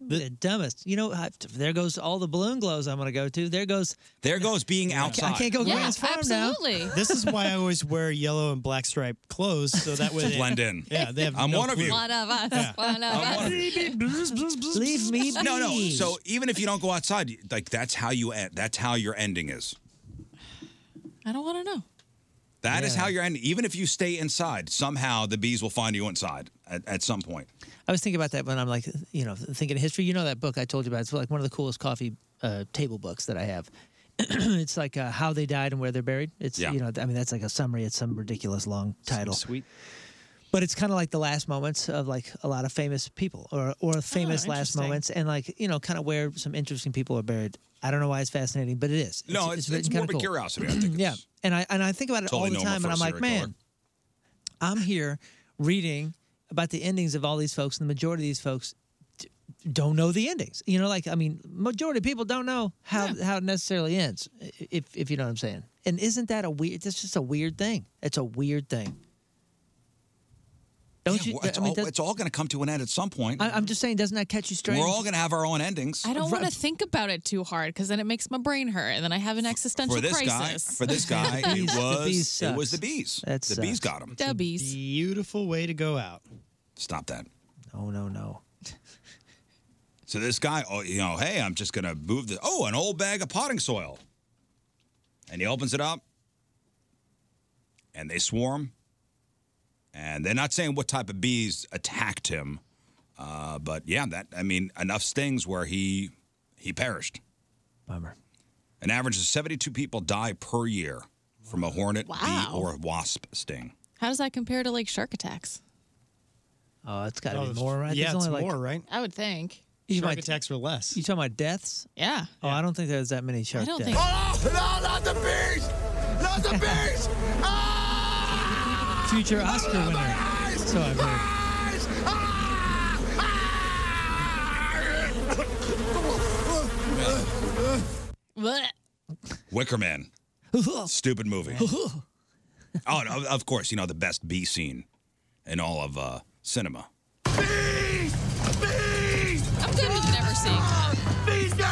Speaker 10: The, dumbest. You know, I, there goes all the balloon glows I'm going to go to. There goes.
Speaker 7: There goes being outside.
Speaker 10: I can't go
Speaker 9: Yeah,
Speaker 10: Oh, Grant's Farm now.
Speaker 9: absolutely.
Speaker 11: [laughs] this is why I always wear yellow and black striped clothes, so that way they,
Speaker 7: Blend in.
Speaker 11: Yeah, they have.
Speaker 7: I'm
Speaker 11: no
Speaker 7: one of
Speaker 11: clue.
Speaker 7: you.
Speaker 9: One of us.
Speaker 7: I'm one
Speaker 9: One of us.
Speaker 7: of you.
Speaker 10: Leave me be.
Speaker 7: No, no. So even if you don't go outside, like that's how you end. That's how your ending is.
Speaker 9: I don't want to know.
Speaker 7: That is how you're ending. Even if you stay inside, somehow the bees will find you inside at, at some point.
Speaker 10: I was thinking about that when I'm like, you know, thinking of history. You know that book I told you about? It's like one of the coolest coffee uh, table books that I have. [clears throat] it's like uh, how they died and where they're buried. It's
Speaker 7: Yeah.
Speaker 10: you know, I mean, that's like a summary. It's some ridiculous long title.
Speaker 11: Sweet.
Speaker 10: but it's kind of like the last moments of like a lot of famous people or or famous last
Speaker 9: interesting.
Speaker 10: moments and like you know kind of where some interesting people are buried i don't know why it's fascinating but it is
Speaker 7: No, it's, it's,
Speaker 10: written
Speaker 7: more
Speaker 10: kinda cool.
Speaker 7: of curiosity. I think.
Speaker 10: [clears throat] yeah and i and i think about it all
Speaker 7: Totally
Speaker 10: the
Speaker 7: normal
Speaker 10: time
Speaker 7: for
Speaker 10: and
Speaker 7: a
Speaker 10: i'm like
Speaker 7: serial killer.
Speaker 10: man i'm here reading about the endings of all these folks and the majority of these folks d- don't know the endings you know like i mean majority of people don't know how how it necessarily ends i- if if you know what i'm saying and isn't that a weird that's just a weird thing it's a weird thing Don't
Speaker 7: Yeah,
Speaker 10: you?
Speaker 7: well, it's,
Speaker 10: I mean,
Speaker 7: all,
Speaker 10: does-
Speaker 7: it's all going to come to an end at some point.
Speaker 10: I, am just saying, doesn't that catch you strange?
Speaker 7: We're all going to have our own endings.
Speaker 9: I don't
Speaker 10: Right.
Speaker 9: want to think about it too hard because then it makes my brain hurt and then I have an existential
Speaker 7: for this guy,
Speaker 9: crisis.
Speaker 7: for
Speaker 10: [laughs]
Speaker 7: this guy,
Speaker 10: The bees-
Speaker 7: it
Speaker 10: the bees
Speaker 7: was it
Speaker 10: sucks.
Speaker 7: was the bees.
Speaker 10: That
Speaker 7: the bees
Speaker 10: sucks.
Speaker 7: got him.
Speaker 9: Dubbies.
Speaker 11: Beautiful way to go out.
Speaker 7: Stop that.
Speaker 10: No, no, no.
Speaker 7: So this guy, oh, you know, hey, I'm just gonna move the oh, an old bag of potting soil, and he opens it up, and they swarm, and they're not saying what type of bees attacked him, uh, but yeah, that I mean, enough stings where he he perished.
Speaker 10: Bummer.
Speaker 7: An average of 72 people die per year from a hornet,
Speaker 9: Wow.
Speaker 7: bee, or wasp sting.
Speaker 9: How does that compare to like shark attacks?
Speaker 10: Oh, it's got to
Speaker 11: Oh,
Speaker 10: be more, right?
Speaker 11: Yeah,
Speaker 10: There's
Speaker 11: it's
Speaker 10: only, like-
Speaker 11: more, right?
Speaker 9: I would think.
Speaker 10: You
Speaker 11: Shark
Speaker 10: might-
Speaker 11: attacks were less.
Speaker 10: [laughs] You talking about deaths?
Speaker 9: Yeah.
Speaker 10: Oh, I don't think there's that many shark
Speaker 9: I don't
Speaker 10: deaths.
Speaker 9: think.
Speaker 10: Future Oscar winner. So I've heard.
Speaker 9: Blech.
Speaker 7: Wicker Man. Stupid movie. oh, and of- of course, you know, the best bee scene in all of uh, cinema.
Speaker 9: I'm good with never seeing.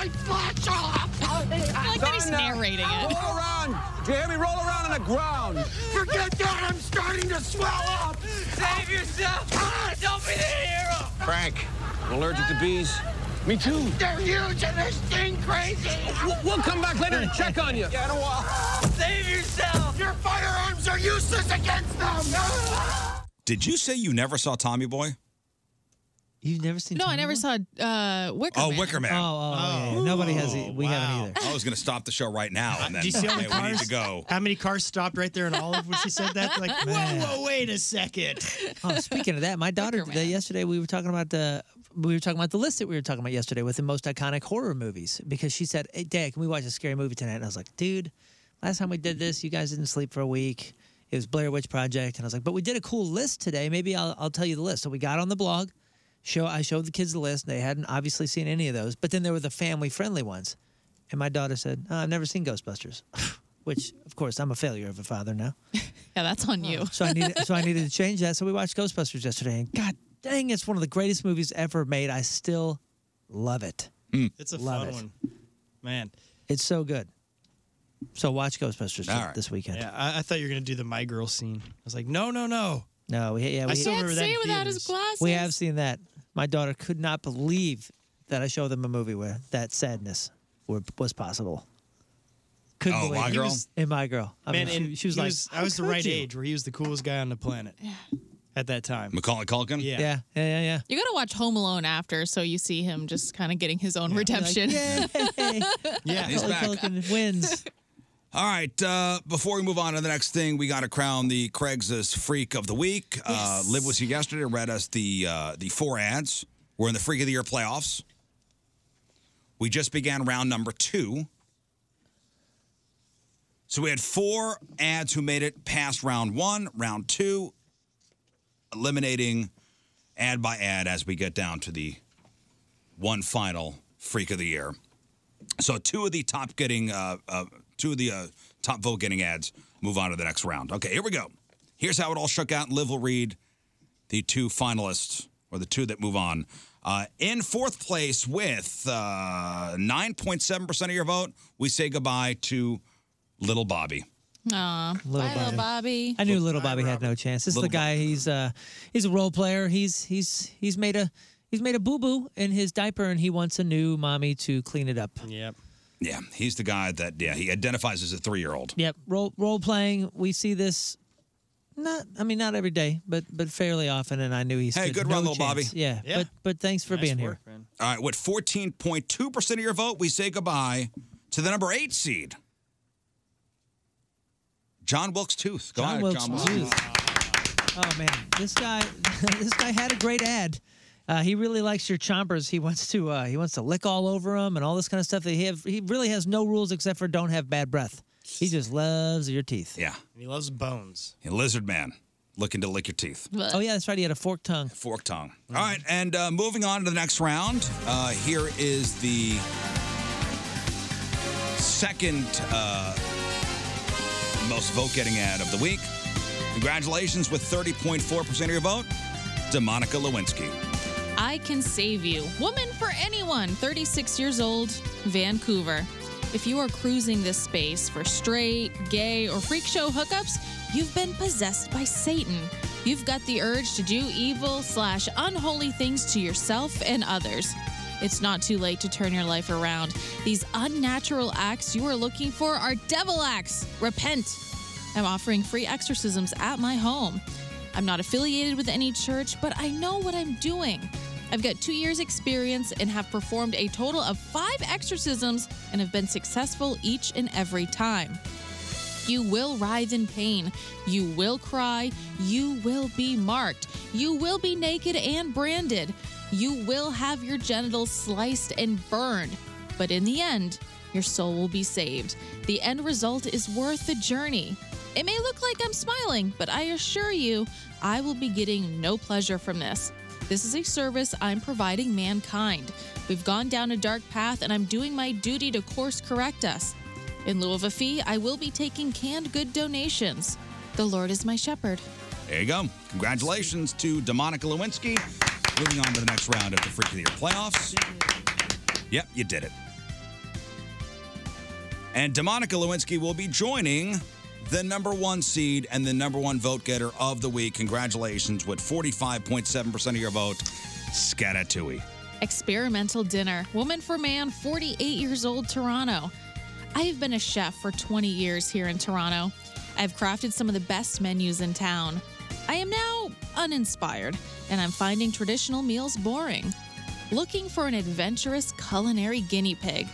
Speaker 9: Bees everywhere! God, they're huge! They're ripping my flesh off! I feel like that he's narrating it.
Speaker 2: Frank, I'm allergic to bees. Me too. They're huge and they sting crazy. We'll come back later and check on you. Yeah, I don't want.
Speaker 7: Did you say you never saw Tommy Boy?
Speaker 10: You've never seen.
Speaker 9: No, I
Speaker 10: Tommy
Speaker 9: never
Speaker 10: Boy?
Speaker 9: saw uh, Wicker
Speaker 7: Oh,
Speaker 9: Man.
Speaker 7: Wicker Man.
Speaker 10: Oh, oh, yeah, yeah. nobody has. e- We haven't either.
Speaker 7: I was going to stop the show right now and then
Speaker 11: Oh. Do you see all
Speaker 7: hey,
Speaker 11: the
Speaker 7: we
Speaker 11: cars?
Speaker 7: need to go.
Speaker 11: How many cars stopped right there in Olive
Speaker 10: [laughs]
Speaker 11: when she said that? Like, whoa, whoa, wait a second.
Speaker 10: Oh, speaking of that, my daughter
Speaker 9: Wicker
Speaker 10: today,
Speaker 9: Man.
Speaker 10: yesterday, we were talking about the we were talking about the list that we were talking about yesterday with the most iconic horror movies because she said, "Hey, Dad, can we watch a scary movie tonight?" And I was like, "Dude, last time we did this, you guys didn't sleep for a week. It was Blair Witch Project." And I was like, "But we did a cool list today. Maybe I'll I'll tell you the list." So we got on the blog. Show I showed the kids the list. They hadn't obviously seen any of those, but then there were the family friendly ones. And my daughter said, "Oh, "I've never seen Ghostbusters," [laughs] which of course I'm a failure of a father now.
Speaker 9: Yeah, that's on you.
Speaker 10: [laughs] So I needed so I needed to change that. So we watched Ghostbusters yesterday, and God dang, it's one of the greatest movies ever made. I still love it.
Speaker 7: Mm.
Speaker 11: It's a fun
Speaker 10: Love it.
Speaker 11: one. Man.
Speaker 10: It's so good. So watch Ghostbusters
Speaker 7: All right.
Speaker 10: this weekend.
Speaker 11: Yeah, I, I thought you were going to do the My Girl scene. I was like, no, no, no.
Speaker 10: No, we, yeah,
Speaker 11: I
Speaker 10: we,
Speaker 11: still
Speaker 9: Can't
Speaker 11: remember that
Speaker 9: see
Speaker 11: in
Speaker 9: without his
Speaker 11: theaters.
Speaker 9: glasses.
Speaker 10: we have seen that. My daughter could not believe that I showed them a movie where that sadness were, was possible. Couldn't
Speaker 7: Oh,
Speaker 10: believe
Speaker 7: My
Speaker 10: it.
Speaker 7: Girl?
Speaker 10: [laughs] and my girl. I
Speaker 11: Man,
Speaker 10: mean, she,
Speaker 11: and
Speaker 10: she was
Speaker 11: he
Speaker 10: like,
Speaker 11: I was the
Speaker 10: "How could
Speaker 11: right
Speaker 10: you?"
Speaker 11: age where he was the coolest guy on the planet at that time.
Speaker 7: Macaulay Culkin?
Speaker 11: Yeah.
Speaker 10: Yeah, yeah, yeah, yeah.
Speaker 9: You gotta watch Home Alone after, so you see him just kind of getting his own redemption.
Speaker 7: [laughs]
Speaker 10: Like, Yay!
Speaker 11: Yeah.
Speaker 7: He's
Speaker 10: Macaulay
Speaker 7: back.
Speaker 10: Culkin wins.
Speaker 7: All right. Uh, before we move on to the next thing, we got to crown the Craigslist Freak of the Week. Uh, Liv was here yesterday, read us the uh, the four ads. We're in the Freak of the Year playoffs. We just began round number two. So we had four ads who made it past round one, round two, eliminating ad by ad as we get down to the one final Freak of the Year. So two of the top getting, uh, uh, two of the uh, top vote getting ads move on to the next round. Okay, here we go. Here's how it all shook out. Liv will read the two finalists or the two that move on. Uh, in fourth place with uh, 9.7% of your vote, we say goodbye to Little Bobby.
Speaker 9: Aw,
Speaker 10: Little
Speaker 9: bye, little Bobby.
Speaker 10: I knew little Bobby had no chance. This is the
Speaker 7: Little
Speaker 10: guy. He's uh, he's a role player. He's he's he's made a he's made a boo boo in his diaper, and he wants a new mommy to clean it up.
Speaker 11: Yep.
Speaker 7: Yeah, he's the guy that, yeah, he identifies as a three year old.
Speaker 10: Yep, role role playing. We see this. Not, I mean, not every day, but but fairly often, and I knew he.
Speaker 7: Hey,
Speaker 10: stood
Speaker 7: good
Speaker 10: no
Speaker 7: run, little Bobby.
Speaker 10: chance. Yeah,
Speaker 11: Yeah.
Speaker 10: but but thanks for being here.
Speaker 11: Man.
Speaker 7: All right, with 14.2% of your vote, we say goodbye to the number eight seed, John Wilkes Tooth. Go
Speaker 10: John
Speaker 7: ahead,
Speaker 10: Wilkes
Speaker 7: John Wilkes
Speaker 10: Booth. Oh man, this guy, [laughs] this guy had a great ad. Uh, he really likes your chompers. He wants to, uh, he wants to lick all over them and all this kind of stuff. That he have, he really has no rules except for don't have bad breath. He just loves your teeth.
Speaker 7: Yeah.
Speaker 11: And he loves bones.
Speaker 7: And Lizard Man, looking to lick your teeth.
Speaker 10: Oh yeah, that's right. He had a forked tongue.
Speaker 7: Fork tongue.
Speaker 10: Mm.
Speaker 7: All right, and uh, moving on to the next round. Uh, here is the second uh, most vote getting ad of the week. Congratulations with 30.4% of your vote to Monica Lewinsky.
Speaker 9: I Can Save You. Woman for Anyone, 36 years old, Vancouver. If you are cruising this space for straight, gay, or freak show hookups, you've been possessed by Satan. You've got the urge to do evil slash unholy things to yourself and others. It's not too late to turn your life around. These unnatural acts you are looking for are devil acts. Repent. I'm offering free exorcisms at my home. I'm not affiliated with any church, but I know what I'm doing. I've got two years' experience and have performed a total of five exorcisms and have been successful each and every time. You will writhe in pain. You will cry. You will be marked. You will be naked and branded. You will have your genitals sliced and burned. But in the end, your soul will be saved. The end result is worth the journey. It may look like I'm smiling, but I assure you, I will be getting no pleasure from this. This is a service I'm providing mankind. We've gone down a dark path, and I'm doing my duty to course correct us. In lieu of a fee, I will be taking canned good donations. The Lord is my shepherd.
Speaker 7: There you go. Congratulations to Demonica Lewinsky. Moving on to the next round of the Freak of the Year playoffs. Yep, you did it. And Demonica Lewinsky will be joining the number one seed and the number one vote getter of the week. Congratulations with 45.7% of your vote, Scatatui.
Speaker 9: Experimental Dinner. Woman for Man, 48 years old, Toronto. I have been a chef for 20 years here in Toronto. I've crafted some of the best menus in town. I am now uninspired, and I'm finding traditional meals boring. Looking for an adventurous culinary guinea pig.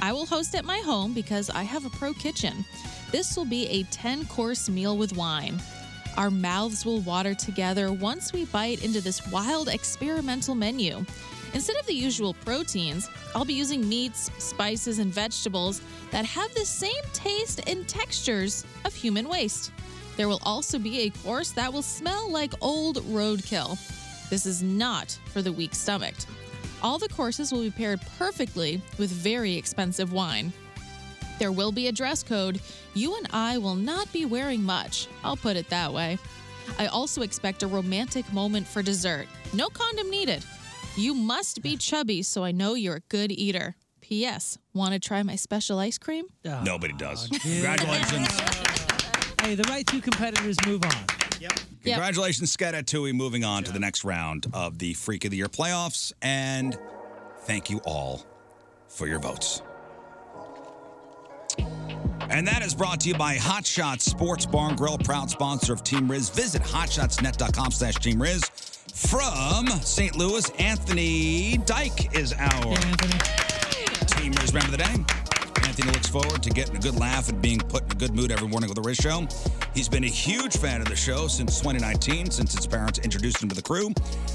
Speaker 9: I will host at my home because I have a pro kitchen. This will be a 10 course meal with wine. Our mouths will water together once we bite into this wild experimental menu. Instead of the usual proteins, I'll be using meats, spices, and vegetables that have the same taste and textures of human waste. There will also be a course that will smell like old roadkill. This is not for the weak stomached. All the courses will be paired perfectly with very expensive wine. There will be a dress code. You and I will not be wearing much. I'll put it that way. I also expect a romantic moment for dessert. No condom needed. You must be chubby, so I know you're a good eater. P.S. Want to try my special ice cream?
Speaker 7: Nobody does. Congratulations.
Speaker 10: Hey, the right two competitors move on.
Speaker 7: Congratulations, Scatatui. Moving on to the next round of the Freak of the Year playoffs. And thank you all for your votes. And that is brought to you by Hot Shots Sports Bar and Grill, proud sponsor of Team Riz. Visit hotshotsnet.com slash Team Riz. From St. Louis, Anthony Dyke is our Team Riz member of the day. Anthony looks forward to getting a good laugh and being put in a good mood every morning with the Riz Show. He's been a huge fan of the show since 2019, since his parents introduced him to the crew,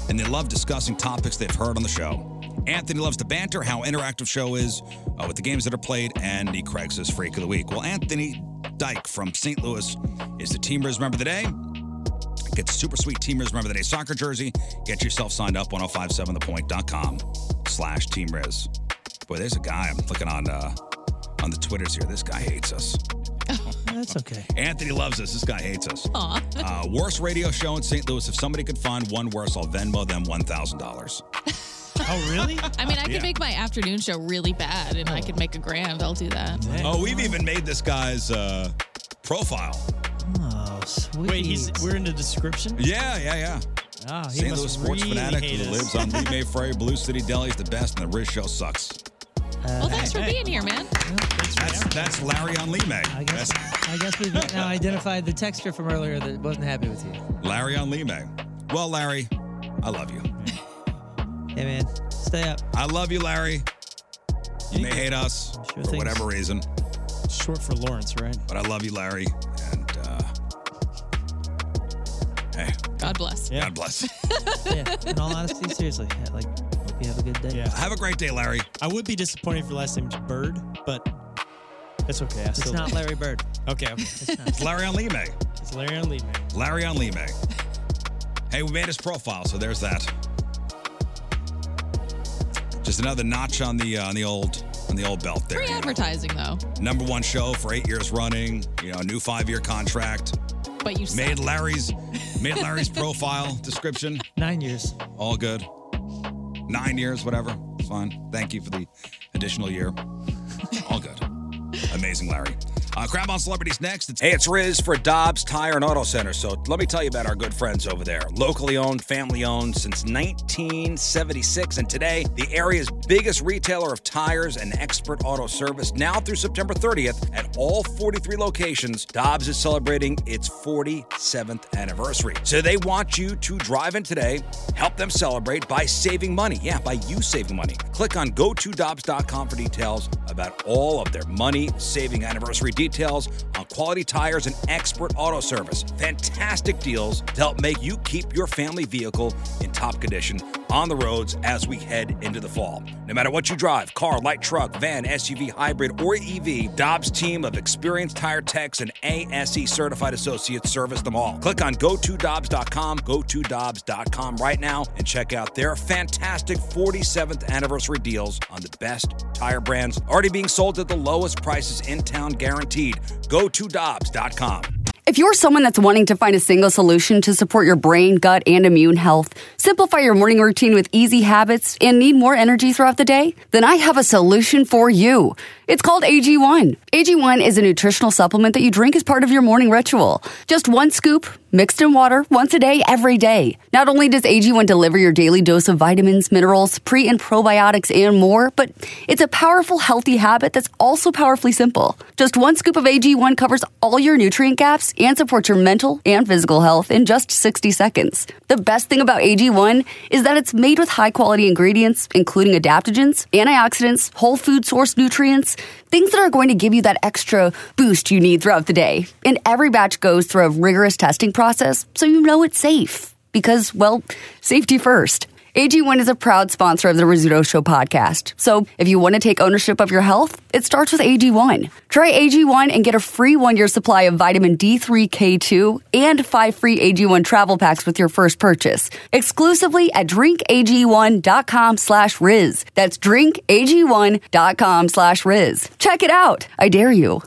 Speaker 7: and they love discussing topics they've heard on the show. Anthony loves the banter, how interactive show is uh, with the games that are played, and the Craigslist Freak of the Week. Well, Anthony Dyke from St. Louis is the Team Riz member of the day. Get the super sweet Team Riz Remember the Day soccer jersey. Get yourself signed up 1057thepoint.com slash Team Riz. Boy, there's a guy I'm looking on uh, on the Twitters here. This guy hates us.
Speaker 10: That's okay.
Speaker 7: Anthony loves us. This guy hates us. [laughs] Uh, worst radio show in St. Louis. If somebody could find one worse, I'll Venmo them $1,000.
Speaker 11: Oh, really?
Speaker 9: I mean, I could
Speaker 7: Yeah.
Speaker 9: make my afternoon show really bad and I could make a grand. I'll do that.
Speaker 7: Oh, we've even made this guy's uh, profile.
Speaker 10: Oh, sweet.
Speaker 11: Wait, he's we're in the description.
Speaker 7: Yeah, yeah, yeah.
Speaker 10: Ah, he
Speaker 7: St.
Speaker 10: must
Speaker 7: Louis sports
Speaker 11: really
Speaker 7: fanatic
Speaker 11: hate
Speaker 7: who
Speaker 11: us.
Speaker 7: lives on Lee Mayfrey. Blue City Deli is the best, and the Riz Show sucks.
Speaker 9: Well, thanks for being here, man.
Speaker 7: That's that's Larry on Lee May.
Speaker 10: I guess,
Speaker 7: That's
Speaker 10: I guess we've now identified the texture from earlier that wasn't happy with you.
Speaker 7: Larry on Lee May. Well, Larry, I love you.
Speaker 10: Hey, man, stay up.
Speaker 7: I love you, Larry. You may hate us for
Speaker 10: thing.
Speaker 7: whatever reason,
Speaker 11: Short for Lawrence, right?
Speaker 7: but I love you, Larry. And uh, hey,
Speaker 9: God bless.
Speaker 11: Yeah.
Speaker 7: God bless. [laughs]
Speaker 10: Yeah, in all honesty, seriously, yeah, like, hope you have a good day.
Speaker 11: Yeah.
Speaker 7: Have a great day, Larry.
Speaker 11: I would be disappointed if your last name's Bird, but it's okay. I
Speaker 10: It's
Speaker 11: still
Speaker 10: not Larry Bird.
Speaker 11: okay. okay. It's not. [laughs]
Speaker 7: It's Larry on Lee May.
Speaker 11: It's Larry on lead, man.
Speaker 7: Larry on Lee May. [laughs] Hey, we made his profile, so there's that. Just another notch on the uh, on the old slapping the old belt there.
Speaker 9: Free advertising though,
Speaker 7: Number one show for eight years running. You know, new five year contract.
Speaker 9: but you
Speaker 7: Made Larry's
Speaker 11: [laughs]
Speaker 7: made Larry's profile description.
Speaker 10: Nine [laughs] years.
Speaker 7: All good. Nine years, whatever. It's fine. Thank you for the additional year. All good. Amazing, Larry. Uh, crab on celebrities next. It's- hey, it's Riz for Dobbs Tire and Auto Center. So let me tell you about our good friends over there. Locally owned, family owned since 1976, and today the area's biggest retailer of tires and expert auto service. Now through September 30th at all 43 locations, Dobbs is celebrating its 47th anniversary. So they want you to drive in today, help them celebrate by saving money. Yeah, by you saving money. Click on go to Dobbs.com for details about all of their money saving anniversary details on quality tires and expert auto service. Fantastic deals to help make you keep your family vehicle in top condition on the roads as we head into the fall. No matter what you drive car, light truck, van, SUV, hybrid, or EV Dobbs team of experienced tire techs and ASE certified associates service them all. Click on go to Dobbs.com, go to Dobbs.com right now and check out their fantastic 47th anniversary deals on the best tire brands already being sold at the lowest prices in town guaranteed. Go to Dobbs.com.
Speaker 3: If you're someone that's wanting to find a single solution to support your brain, gut, and immune health, simplify your morning routine with easy habits, and need more energy throughout the day, then I have a solution for you. It's called AG1. AG1 is a nutritional supplement that you drink as part of your morning ritual. Just one scoop, mixed in water, once a day, every day. Not only does AG1 deliver your daily dose of vitamins, minerals, pre and probiotics, and more, but it's a powerful, healthy habit that's also powerfully simple. Just one scoop of AG1 covers all your nutrient gaps and supports your mental and physical health in just 60 seconds. The best thing about AG1 is that it's made with high quality ingredients, including adaptogens, antioxidants, whole food source nutrients, things that are going to give you that extra boost you need throughout the day. And every batch goes through a rigorous testing process so you know it's safe because, well, safety first. AG1 is a proud sponsor of the Rizzuto Show podcast. So if you want to take ownership of your health, it starts with AG1. Try AG1 and get a free one year supply of vitamin D3K2 and five free AG1 travel packs with your first purchase. Exclusively at drinkag1.com slash Riz. That's drinkag1.com slash Riz. Check it out. I dare you.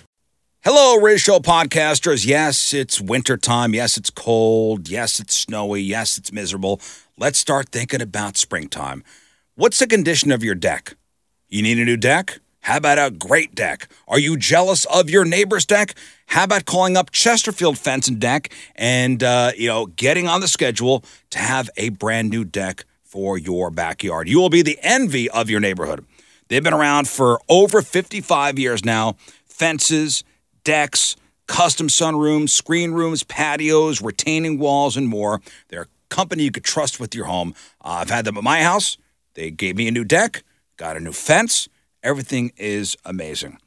Speaker 7: Hello, Riz Show podcasters. Yes, it's wintertime. Yes, it's cold. Yes, it's snowy. Yes, it's miserable. Let's start thinking about springtime. What's the condition of your deck? You need a new deck? How about a great deck? Are you jealous of your neighbor's deck? How about calling up Chesterfield Fence and Deck and uh, you know getting on the schedule to have a brand new deck for your backyard? You will be the envy of your neighborhood. They've been around for over 55 years now. Fences, decks, custom sunrooms, screen rooms, patios, retaining walls, and more. They're a company you could trust with your home. Uh, I've had them at my house. They gave me a new deck, got a new fence. Everything is amazing.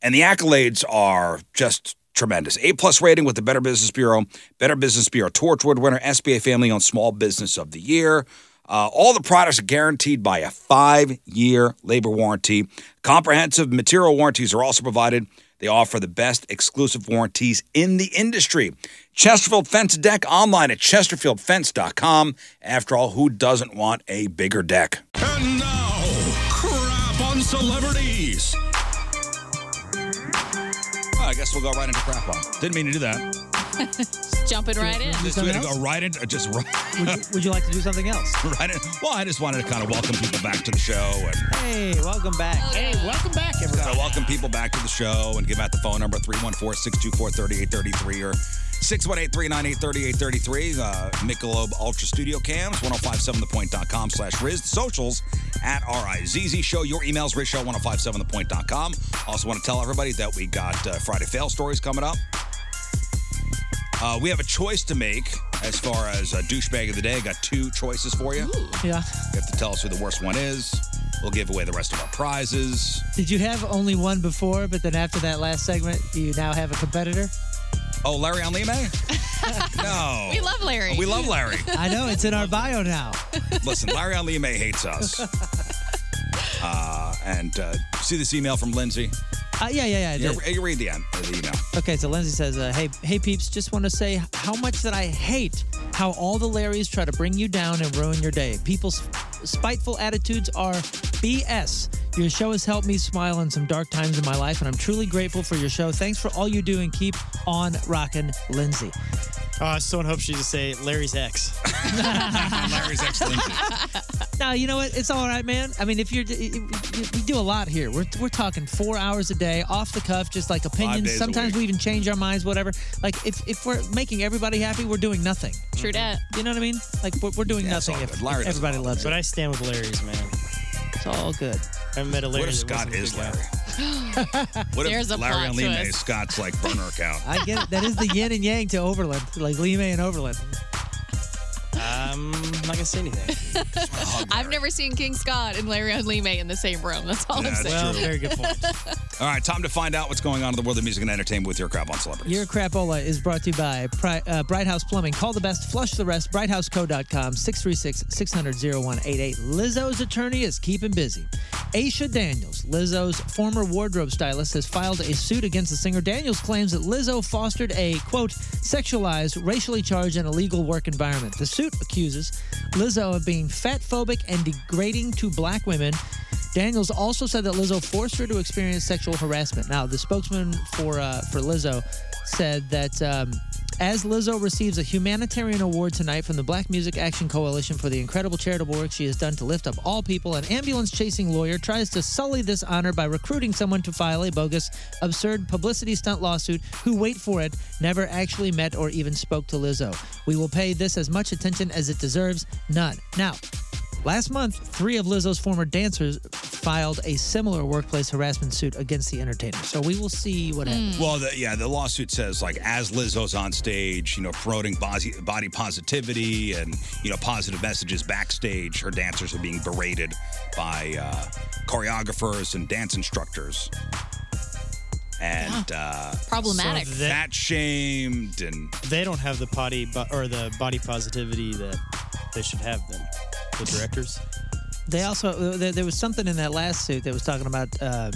Speaker 7: And the accolades are just tremendous. A plus rating with the Better Business Bureau, Better Business Bureau Torchwood winner, SBA Family Owned Small Business of the Year. Uh, all the products are guaranteed by a five year labor warranty. Comprehensive material warranties are also provided. They offer the best exclusive warranties in the industry. Chesterfield Fence Deck online at chesterfieldfence.com. After all, who doesn't want a bigger deck?
Speaker 4: And now, crap on celebrities.
Speaker 7: Oh, I guess we'll go right into crap on. Didn't mean to do that.
Speaker 9: jumping right in.
Speaker 7: Just we had to go right into just [laughs] right,
Speaker 10: Would you, would you like to do something else?
Speaker 7: right in. Well, I just wanted to kind of welcome people back to the show and
Speaker 10: Hey, welcome back. Hey, welcome back,
Speaker 7: So
Speaker 10: everybody.
Speaker 7: welcome people back to the show and give out the phone number 314-624-3833 or 618-398-3833. Uh, Michelob Ultra Studio Cams, 1057thepoint.com slash Riz. The socials at R-I-Z-Z Show. oh Your emails, rizshow1057thepoint.com. Also want to tell everybody that we got uh, Friday Fail Stories coming up. Uh, we have a choice to make as far as uh, douchebag of the day. I got two choices for you.
Speaker 10: Yeah.
Speaker 7: You have to tell us who the worst one is. We'll give away the rest of our prizes.
Speaker 10: Did you have only one before, but then after that last segment, you now have a competitor?
Speaker 7: Oh, Larry on Lime?
Speaker 9: [laughs]
Speaker 7: no.
Speaker 9: We love Larry.
Speaker 7: We love Larry.
Speaker 10: I know, it's in our bio now.
Speaker 7: Listen, Larry on Lime hates
Speaker 9: [laughs]
Speaker 7: us. Uh, and uh, see this email from Lindsay.
Speaker 10: [laughs] Uh, yeah, yeah, yeah. I
Speaker 7: Yeah,
Speaker 10: did.
Speaker 7: you read the, end, the email.
Speaker 10: Okay, so Lindsay says, uh, "Hey, hey, peeps, just want to say how much that I hate how all the Larrys try to bring you down and ruin your day. People's spiteful attitudes are BS. Your show has helped me smile in some dark times in my life, and I'm truly grateful for your show. Thanks for all you do and keep on rocking, Lindsay.
Speaker 11: Oh, I still hope she's to say Larry's
Speaker 10: [laughs]
Speaker 11: ex.
Speaker 7: Larry's ex Lindsay.
Speaker 10: Now, you know what? It's all right, man. I mean, if you're, we do a lot here. We're, we're talking four hours a day, off the cuff, just like opinions.
Speaker 7: days a
Speaker 10: Sometimes
Speaker 7: week.
Speaker 10: we even change our minds, whatever. Like, if, if we're making everybody happy, we're doing nothing.
Speaker 9: True that.
Speaker 10: You know what I mean? Like, we're, we're doing
Speaker 7: Yeah, it's
Speaker 10: nothing if,
Speaker 7: all good. Larry
Speaker 10: if
Speaker 7: doesn't
Speaker 10: everybody
Speaker 7: bother
Speaker 10: loves
Speaker 11: But
Speaker 10: it.
Speaker 11: I stand with Larry's, man.
Speaker 10: It's all good.
Speaker 11: I haven't met a Larry.
Speaker 7: What if
Speaker 11: that wasn't
Speaker 7: Scott
Speaker 11: a good
Speaker 7: is
Speaker 11: guy.
Speaker 7: Larry? What
Speaker 9: There's a
Speaker 7: if Larry
Speaker 9: plot
Speaker 7: and Lima
Speaker 9: twist.
Speaker 7: is Scott's like burner
Speaker 9: [laughs]
Speaker 7: account?
Speaker 10: I get it. That is the yin and yang to Overland, like Lima and Overland.
Speaker 11: Um, I'm not gonna say anything.
Speaker 9: I've never seen King Scott and Larry on Lime in the same room. That's all I'm
Speaker 7: That's
Speaker 9: saying.
Speaker 11: well, [laughs]
Speaker 7: true.
Speaker 11: very good point.
Speaker 7: All right, time to find out what's going on in the world of music and entertainment with your crap on celebrities.
Speaker 10: Your Crapola is brought to you by Pri- uh, Bright House Plumbing. Call the best, flush the rest, brighthouse.co.com, 636-600-0188. Lizzo's attorney is keeping busy. Aisha Daniels, Lizzo's former wardrobe stylist, has filed a suit against the singer. Daniels claims that Lizzo fostered a, quote, sexualized, racially charged, and illegal work environment. The suit accuses Lizzo of being fatphobic and degrading to black women Daniels also said that Lizzo forced her to experience sexual harassment. Now, the spokesman for uh, for Lizzo said that um, as Lizzo receives a humanitarian award tonight from the Black Music Action Coalition for the incredible charitable work she has done to lift up all people, an ambulance chasing lawyer tries to sully this honor by recruiting someone to file a bogus, absurd publicity stunt lawsuit who, wait for it, never actually met or even spoke to Lizzo. We will pay this as much attention as it deserves, none. Now, Last month, three of Lizzo's former dancers filed a similar workplace harassment suit against the entertainer. So we will see
Speaker 9: Hmm,
Speaker 10: what happens.
Speaker 7: Well, the, yeah, the lawsuit says like as Lizzo's on stage, you know, promoting body, body positivity and you know positive messages backstage, her dancers are being berated by uh, choreographers and dance instructors, and uh,
Speaker 9: Problematic.
Speaker 11: So that-
Speaker 7: fat shamed and
Speaker 11: They don't have the potty bo- or the body positivity that they should have. Then the directors.
Speaker 10: They also uh, there, there was something in that last suit that was talking about um,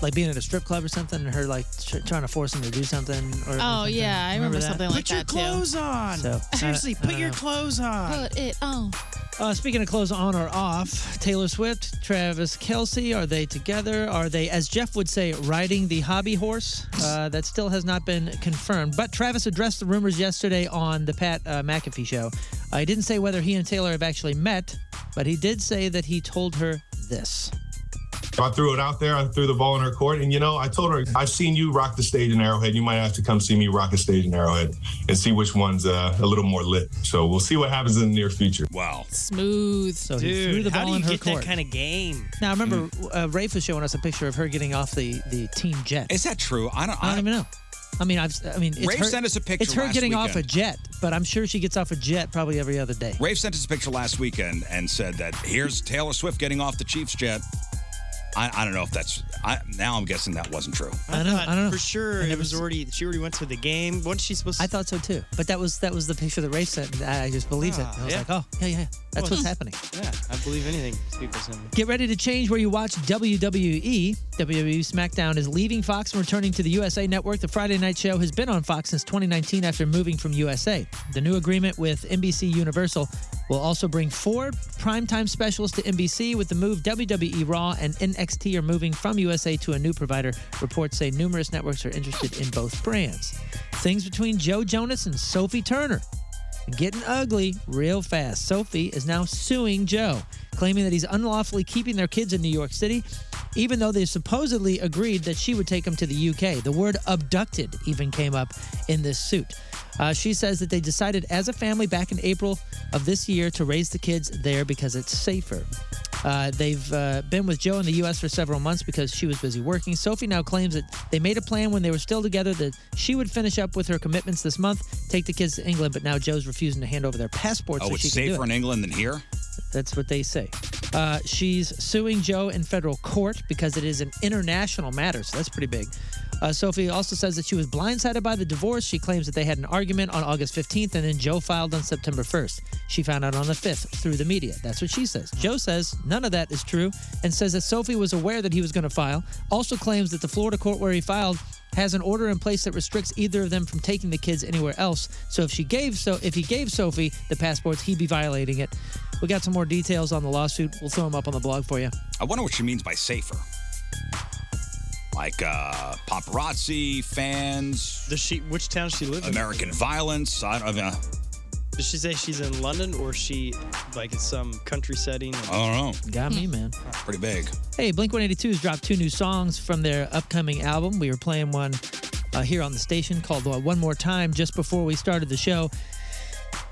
Speaker 10: like being at a strip club or something, and her like tr- trying to force him to do something. Or, or
Speaker 9: oh,
Speaker 10: something.
Speaker 9: yeah. I remember,
Speaker 10: that?
Speaker 9: something like that, too.
Speaker 11: on.
Speaker 10: So, Seriously, I don't- I put don't your know.
Speaker 11: clothes on.
Speaker 9: Put it on.
Speaker 10: Uh, speaking of clothes on or off, Taylor Swift, Travis Kelsey, are they together? Are they, as Jeff would say, riding the hobby horse? Uh, that still has not been confirmed. But Travis addressed the rumors yesterday on the Pat uh, McAfee show. Uh, he didn't say whether he and Taylor have actually met, but he did say that he told her this.
Speaker 5: I threw it out there. I threw the ball in her court. And, you know, I told her, I've seen you rock the stage in Arrowhead. You might have to come see me rock the stage in Arrowhead and see which one's uh, a little more lit. So we'll see what happens in the near future.
Speaker 7: wow.
Speaker 9: Smooth.
Speaker 10: So he threw
Speaker 11: Dude,
Speaker 10: the
Speaker 11: how
Speaker 10: ball
Speaker 11: do you
Speaker 10: in her
Speaker 11: get
Speaker 10: court.
Speaker 11: that kind Mm. of game?
Speaker 10: now, I remember uh, Rafe was showing us a picture of her getting off the, the team jet.
Speaker 7: Is that true? I don't.
Speaker 10: I don't even know. I mean, I've, I mean, it's
Speaker 7: Rafe
Speaker 10: her,
Speaker 7: sent us a picture
Speaker 10: It's her
Speaker 7: last
Speaker 10: getting off a
Speaker 7: weekend.
Speaker 10: jet, but I'm sure she gets off a jet probably every other day.
Speaker 7: Rave sent us a picture last weekend and said that here's Taylor Swift getting off the Chiefs jet. I, I don't know if that's. I, now I'm guessing that wasn't true.
Speaker 10: I know,
Speaker 11: thought
Speaker 10: I don't know.
Speaker 11: For sure,
Speaker 10: I
Speaker 11: it
Speaker 10: never
Speaker 11: was
Speaker 10: s-
Speaker 11: already. She already went to the game. Wasn't she supposed? to
Speaker 10: I thought so too, but that was that was the picture that Rafe sent. and I I just believed it. I was
Speaker 11: yeah.
Speaker 10: like, oh yeah, yeah, yeah. that's what's happening.
Speaker 11: Yeah, I believe anything people send me.
Speaker 10: Get ready to change where you watch E. WWE. WWE SmackDown is leaving Fox and returning to the USA Network. The Friday night show has been on Fox since 2019 after moving from USA. The new agreement with NBC Universal will also bring four primetime specials to NBC with the move WWE Raw and NXT are moving from USA to a new provider. Reports say numerous networks are interested in both brands. Things between Joe Jonas and Sophie Turner getting ugly real fast. Sophie is now suing Joe, claiming that he's unlawfully keeping their kids in New York City, even though they supposedly agreed that she would take them to the UK. The word abducted even came up in this suit. Uh, she says that they decided as a family back in April of this year to raise the kids there because it's safer. Uh, they've uh, been with Joe in the U.S. for several months because she was busy working. Sophie now claims that they made a plan when they were still together that she would finish up with her commitments this month, take the kids to England, but now Joe's refusing to hand over their passports.
Speaker 7: Oh,
Speaker 10: so she
Speaker 7: it's
Speaker 10: can do
Speaker 7: safer
Speaker 10: it.
Speaker 7: in England than here.
Speaker 10: That's what they say. Uh, she's suing Joe in federal court because it is an international matter, so that's pretty big. Uh, Sophie also says that she was blindsided by the divorce. She claims that they had an argument on August 15th, and then Joe filed on September 1st. She found out on the 5th through the media. That's what she says. Joe says none of that is true and says that Sophie was aware that he was going to file. Also claims that the Florida court where he filed has an order in place that restricts either of them from taking the kids anywhere else. So if she gave so if he gave Sophie the passports, he'd be violating it. We got some more details on the lawsuit. We'll throw them up on the blog for you.
Speaker 7: I wonder what she means by safer. Like uh, paparazzi, fans.
Speaker 11: Does she? Which town she lives in?
Speaker 7: American violence. I uh. don't know.
Speaker 11: Does she say she's in London or is she like in some country setting?
Speaker 7: I don't know.
Speaker 10: Got me, man.
Speaker 7: Pretty big.
Speaker 10: Hey, Blink 182's dropped two new songs from their upcoming album. We were playing one uh, here on the station called uh, One More Time just before we started the show.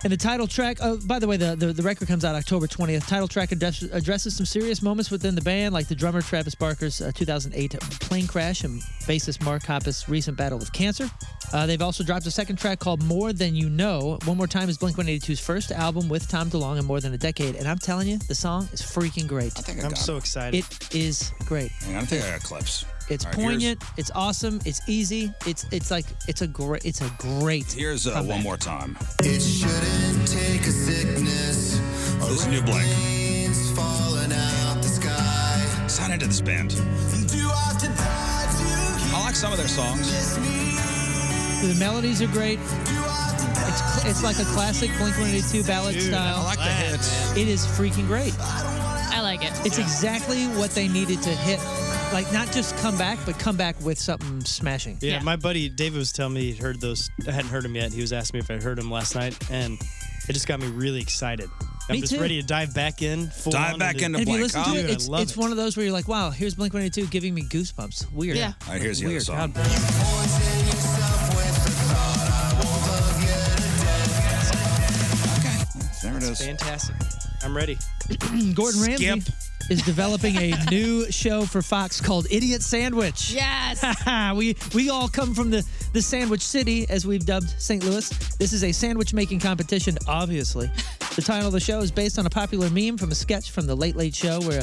Speaker 10: And the title track, oh, by the way, the, the, the record comes out October 20th. Title track address, addresses some serious moments within the band, like the drummer Travis Barker's uh, 2008 plane crash and bassist Mark Hoppus' recent battle with cancer. Uh, they've also dropped a second track called More Than You Know. One More Time is Blink 182's first album with Tom DeLonge in more than a decade. And I'm telling you, the song is freaking great.
Speaker 7: I think I
Speaker 11: I'm
Speaker 7: got
Speaker 11: so
Speaker 7: it.
Speaker 11: excited.
Speaker 10: It is great.
Speaker 7: Hang on, I think I got clips.
Speaker 10: It's
Speaker 7: All right, here's-
Speaker 10: poignant. It's awesome. It's easy. It's it's like it's a great it's a great.
Speaker 7: Here's uh,
Speaker 10: comeback.
Speaker 7: one more time.
Speaker 6: It shouldn't take a sickness.
Speaker 7: This is new blank.
Speaker 6: Rain's falling out the sky.
Speaker 7: Sign into this band.
Speaker 6: Do I have to die to hear
Speaker 7: I like some of their songs.
Speaker 6: this me?
Speaker 10: The melodies are great.
Speaker 6: Do I have to die?
Speaker 10: It's cl- it's like a classic Blink 182 ballad
Speaker 7: I
Speaker 10: style.
Speaker 7: like the hits.
Speaker 10: it is freaking great.
Speaker 9: I like it.
Speaker 10: It's exactly what they needed to hit. Like not just come back, but come back with something smashing.
Speaker 11: Yeah,
Speaker 9: Yeah.
Speaker 11: my buddy David was telling me he'd heard those. I hadn't heard him yet. He was asking me if I'd heard him last night, and it just got me really excited. I'm
Speaker 10: Me
Speaker 11: just
Speaker 10: too.
Speaker 11: ready to dive back in. Full
Speaker 7: Dive
Speaker 11: on
Speaker 7: back
Speaker 11: into-
Speaker 7: into
Speaker 10: And if you
Speaker 7: Blank,
Speaker 10: listen
Speaker 7: huh?
Speaker 10: to
Speaker 11: Dude,
Speaker 10: it,
Speaker 11: I
Speaker 10: it's,
Speaker 11: love
Speaker 10: it's
Speaker 11: it.
Speaker 10: one of those where you're like, wow, here's Blink 182 giving me goosebumps. Weird.
Speaker 9: Yeah.
Speaker 7: All right, here's the other
Speaker 10: Weird.
Speaker 7: song.
Speaker 10: God.
Speaker 6: Poison yourself with the thought I won't love you to death.
Speaker 7: Okay. [laughs] There it is.
Speaker 11: Fantastic. I'm ready.
Speaker 10: Gordon Ramsay
Speaker 7: Skip.
Speaker 10: is developing
Speaker 11: [laughs]
Speaker 10: a new show for Fox called Idiot Sandwich.
Speaker 9: Yes.
Speaker 10: [laughs] Ah, we we all come from the the sandwich city, as we've dubbed St. Louis. This is a sandwich making competition, obviously. The title of the show is based on a popular meme from a sketch from the Late Late Show, where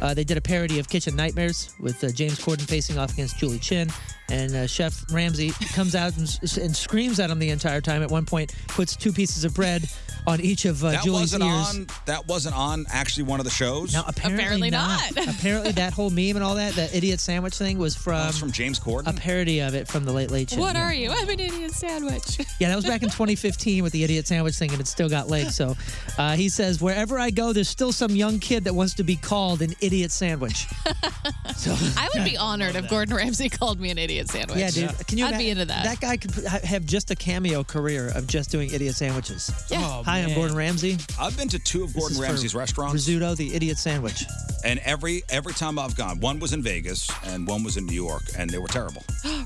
Speaker 10: uh, they did a parody of Kitchen Nightmares with uh, James Corden facing off against Julie Chin, and uh, Chef Ramsay comes out and, s- and screams at him the entire time. At one point, puts two pieces of bread on each of uh,
Speaker 7: That
Speaker 10: Julie's
Speaker 7: wasn't
Speaker 10: ears.
Speaker 7: on. That wasn't on actually one of the shows.
Speaker 10: No, apparently,
Speaker 9: Apparently not. [laughs]
Speaker 10: apparently, that whole meme and all that, the idiot sandwich thing, was from
Speaker 7: That's from James Corden.
Speaker 10: a parody of it from the Late Late Show.
Speaker 9: What
Speaker 10: yeah.
Speaker 9: are you? I'm an Indian sandwich.
Speaker 10: Yeah, that was back in 2015 with the idiot sandwich thing, and it still got legs. So uh, he says, wherever I go, there's still some young kid that wants to be called an idiot sandwich.
Speaker 9: [laughs]
Speaker 10: so
Speaker 9: I would be honored if Gordon Ramsay called me an idiot sandwich.
Speaker 10: yeah, dude, can you?
Speaker 9: I'd be
Speaker 10: ima-
Speaker 9: into that.
Speaker 10: That guy could ha- have just a cameo career of just doing idiot sandwiches.
Speaker 9: Yeah.
Speaker 10: Hi, I'm Gordon Ramsay.
Speaker 7: I've been to two of
Speaker 10: This is
Speaker 7: Gordon
Speaker 10: for
Speaker 7: Ramsay's restaurants,
Speaker 10: Rizzuto, the idiot sandwich.
Speaker 7: and every every time I've gone, one was in Vegas and one was in New York, and they were terrible.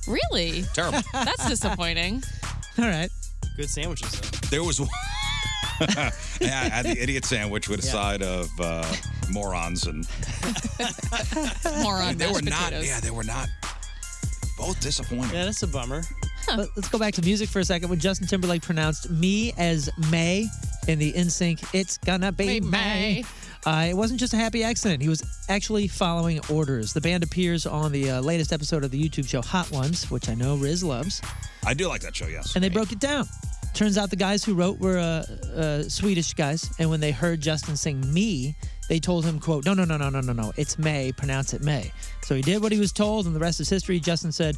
Speaker 9: really?
Speaker 7: Terrible.
Speaker 10: [laughs]
Speaker 9: That's disappointing.
Speaker 10: All right.
Speaker 11: Good sandwiches though.
Speaker 7: there was one. [laughs] yeah, I had the idiot sandwich with a side of uh, morons, and
Speaker 9: Moron
Speaker 7: they were
Speaker 9: mashed
Speaker 7: not.
Speaker 9: potatoes.
Speaker 7: Yeah, they were not. Both disappointing.
Speaker 11: Yeah, that's a bummer.
Speaker 10: Let- Let's go back to music for a second. When Justin Timberlake pronounced me as May in the NSYNC, it's gonna be
Speaker 9: Be
Speaker 10: May.
Speaker 9: May.
Speaker 10: Uh, it wasn't just a happy accident. He was actually following orders. The band appears on the uh, latest episode of the YouTube show Hot Ones, which I know Riz loves,
Speaker 7: I do like that show. Yes.
Speaker 10: and they broke it down. Turns out the guys who wrote were uh, uh, Swedish guys, and when they heard Justin sing "me," they told him, "quote No, no, no, no, no, no, no. It's May. Pronounce it May." So he did what he was told, and the rest is history. Justin said,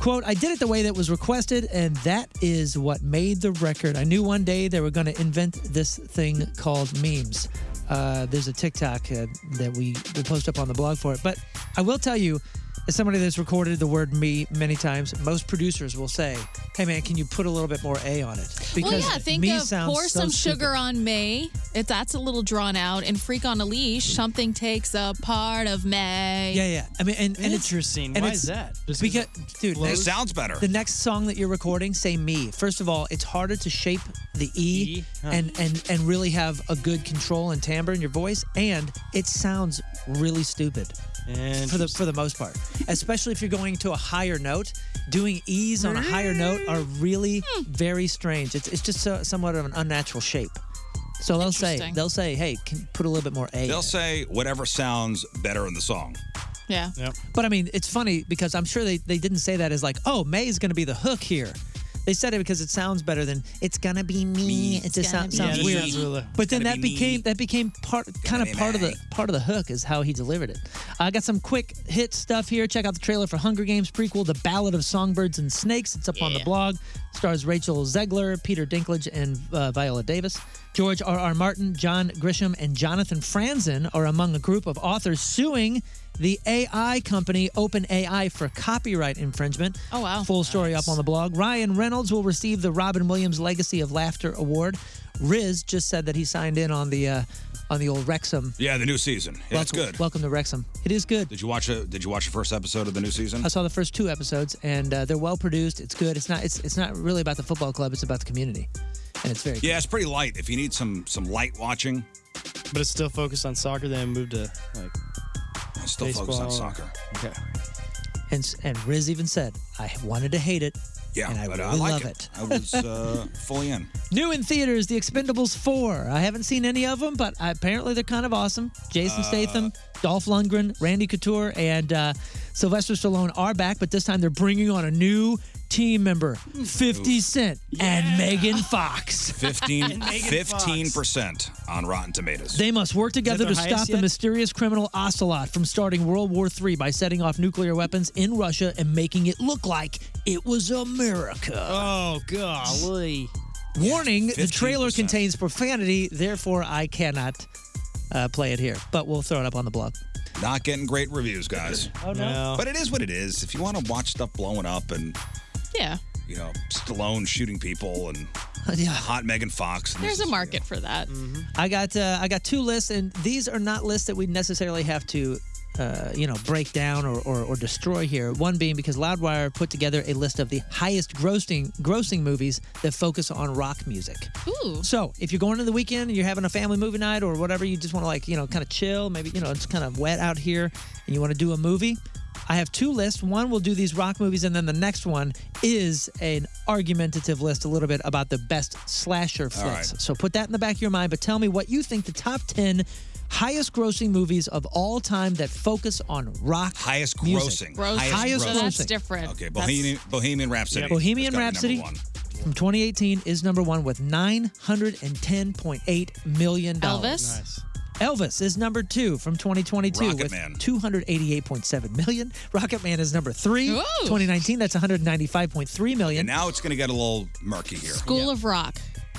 Speaker 10: quote i did it the way that was requested and that is what made the record i knew one day they were going to invent this thing called memes uh, there's a tiktok uh, that we will post up on the blog for it but i will tell you as somebody that's recorded the word me many times most producers will say hey man can you put a little bit more a on it
Speaker 9: Well, yeah, think of pour some sugar on May. If that's a little drawn out, and freak on a leash, something takes a part of May.
Speaker 10: yeah yeah i mean and, and it's
Speaker 11: Interesting.
Speaker 10: and
Speaker 11: Why
Speaker 10: it's-
Speaker 11: is that? Just 'cause
Speaker 10: because
Speaker 11: it
Speaker 10: dude
Speaker 7: It
Speaker 10: next-
Speaker 7: sounds better.
Speaker 10: The next song that you're recording, say me. First of all, it's harder to shape the E,
Speaker 11: E, huh.
Speaker 10: and, and and really have a good control and timbre in your voice, and it sounds really stupid for the for the most part. Especially if you're going to a higher note, doing E's on a higher note are really very strange. It's it's just so, somewhat of an unnatural shape. So they'll say
Speaker 9: Interesting.
Speaker 10: they'll say, hey, can you put a little bit more A. in
Speaker 7: They'll
Speaker 10: it?"
Speaker 7: say whatever sounds better in the song.
Speaker 9: Yeah.
Speaker 10: But I mean, it's funny because I'm sure they, they didn't say that as like, oh, May's going to be the hook here. They said it because it sounds better than "It's gonna be me." It just
Speaker 11: gonna
Speaker 10: sounds,
Speaker 11: be
Speaker 10: sounds
Speaker 11: me.
Speaker 10: weird.
Speaker 11: Yeah, that sounds really-
Speaker 10: But then
Speaker 11: Gonna
Speaker 10: that
Speaker 11: be me.
Speaker 10: became that became part kind of
Speaker 11: be
Speaker 10: part of the part of the hook is how he delivered it. I got some quick hit stuff here. Check out the trailer for Hunger Games prequel, The Ballad of Songbirds and Snakes. It's up on the blog. Stars Rachel Zegler, Peter Dinklage, and uh, Viola Davis. George R. R. Martin, John Grisham, and Jonathan Franzen are among a group of authors suing the AI company OpenAI for copyright infringement. Oh wow! Full story up on the blog. Ryan Reynolds will receive the Robin Williams Legacy of Laughter Award. Riz just said that he signed in on the uh, on the old Wrexham.
Speaker 7: Yeah, the new season. Yeah, it's
Speaker 10: welcome,
Speaker 7: good.
Speaker 10: Welcome to Wrexham. It is good.
Speaker 7: Did you watch a, Did you watch the first episode of the new season?
Speaker 10: I saw the first two episodes, and uh, they're well produced. It's good. It's not. It's it's not really about the football club. It's about the community, and it's very.
Speaker 7: Yeah, it's pretty light. If you need some some light watching,
Speaker 11: But it's still focused on soccer. Then it moved to like
Speaker 7: I still focus on
Speaker 11: Baseball.
Speaker 7: soccer.
Speaker 11: Okay.
Speaker 10: And s- and Riz even said, "I wanted to hate it,
Speaker 7: Yeah,
Speaker 10: and I
Speaker 7: but uh,
Speaker 10: really
Speaker 7: I like
Speaker 10: love
Speaker 7: it.
Speaker 10: it."
Speaker 7: I
Speaker 10: [laughs]
Speaker 7: was uh, fully in.
Speaker 10: New in theaters, The Expendables 4. I haven't seen any of them, but apparently they're kind of awesome. Jason
Speaker 7: Uh,
Speaker 10: Statham, Dolph Lundgren, Randy Couture, and uh, Sylvester Stallone are back, but this time they're bringing on a new team member 50 Cent and Megan Fox. [laughs]
Speaker 7: 15
Speaker 10: Megan
Speaker 7: 15% on Rotten Tomatoes.
Speaker 10: They must work together to
Speaker 7: Is that their
Speaker 10: stop
Speaker 7: highest
Speaker 10: the
Speaker 7: yet?
Speaker 10: mysterious criminal Ocelot from starting World War III by setting off nuclear weapons in Russia and making it look like it was America.
Speaker 11: Oh golly!
Speaker 10: Warning: the
Speaker 11: 15%.
Speaker 10: trailer contains profanity, therefore I cannot uh, play it here. But we'll throw it up on the blog.
Speaker 7: Not getting great reviews, guys.
Speaker 10: [laughs] Oh, no. No.
Speaker 7: But it is what it is. If you want to watch stuff blowing up and,
Speaker 9: Yeah.
Speaker 7: you know, Stallone shooting people and
Speaker 10: Yeah.
Speaker 7: hot Megan Fox. and
Speaker 9: There's a market for that.
Speaker 10: I got uh, I got two lists, and these are not lists that we necessarily have to. Uh, you know, break down or, or, or destroy here. One being because Loudwire put together a list of the highest grossing grossing movies that focus on rock music.
Speaker 9: Ooh.
Speaker 10: So if you're going to the weekend and you're having a family movie night or whatever, you just want to like you know kind of chill. Maybe you know it's kind of wet out here, and you want to do a movie. I have two lists. One will do these rock movies, and then the next one is an argumentative list, a little bit about the best slasher
Speaker 12: All right.
Speaker 10: flicks. So put that in the back of your mind, but tell me what you think the top 10 highest grossing movies of all time that focus on rock.
Speaker 7: Highest
Speaker 10: music.
Speaker 7: grossing. Highest grossing.
Speaker 10: grossing.
Speaker 7: Okay, Bohemian, Bohemian Rhapsody.
Speaker 10: Yeah,
Speaker 7: has
Speaker 10: Bohemian
Speaker 7: gotta be
Speaker 10: Rhapsody
Speaker 7: number one.
Speaker 10: from 2018 is number one with 910.8 million dollars.
Speaker 9: Elvis?
Speaker 10: Elvis is number two from 2022 with 288.7 million. Rocket Man is number three,
Speaker 9: Ooh.
Speaker 10: 2019. That's 195.3 million.
Speaker 7: And now it's going to get a little murky here.
Speaker 9: School of Rock.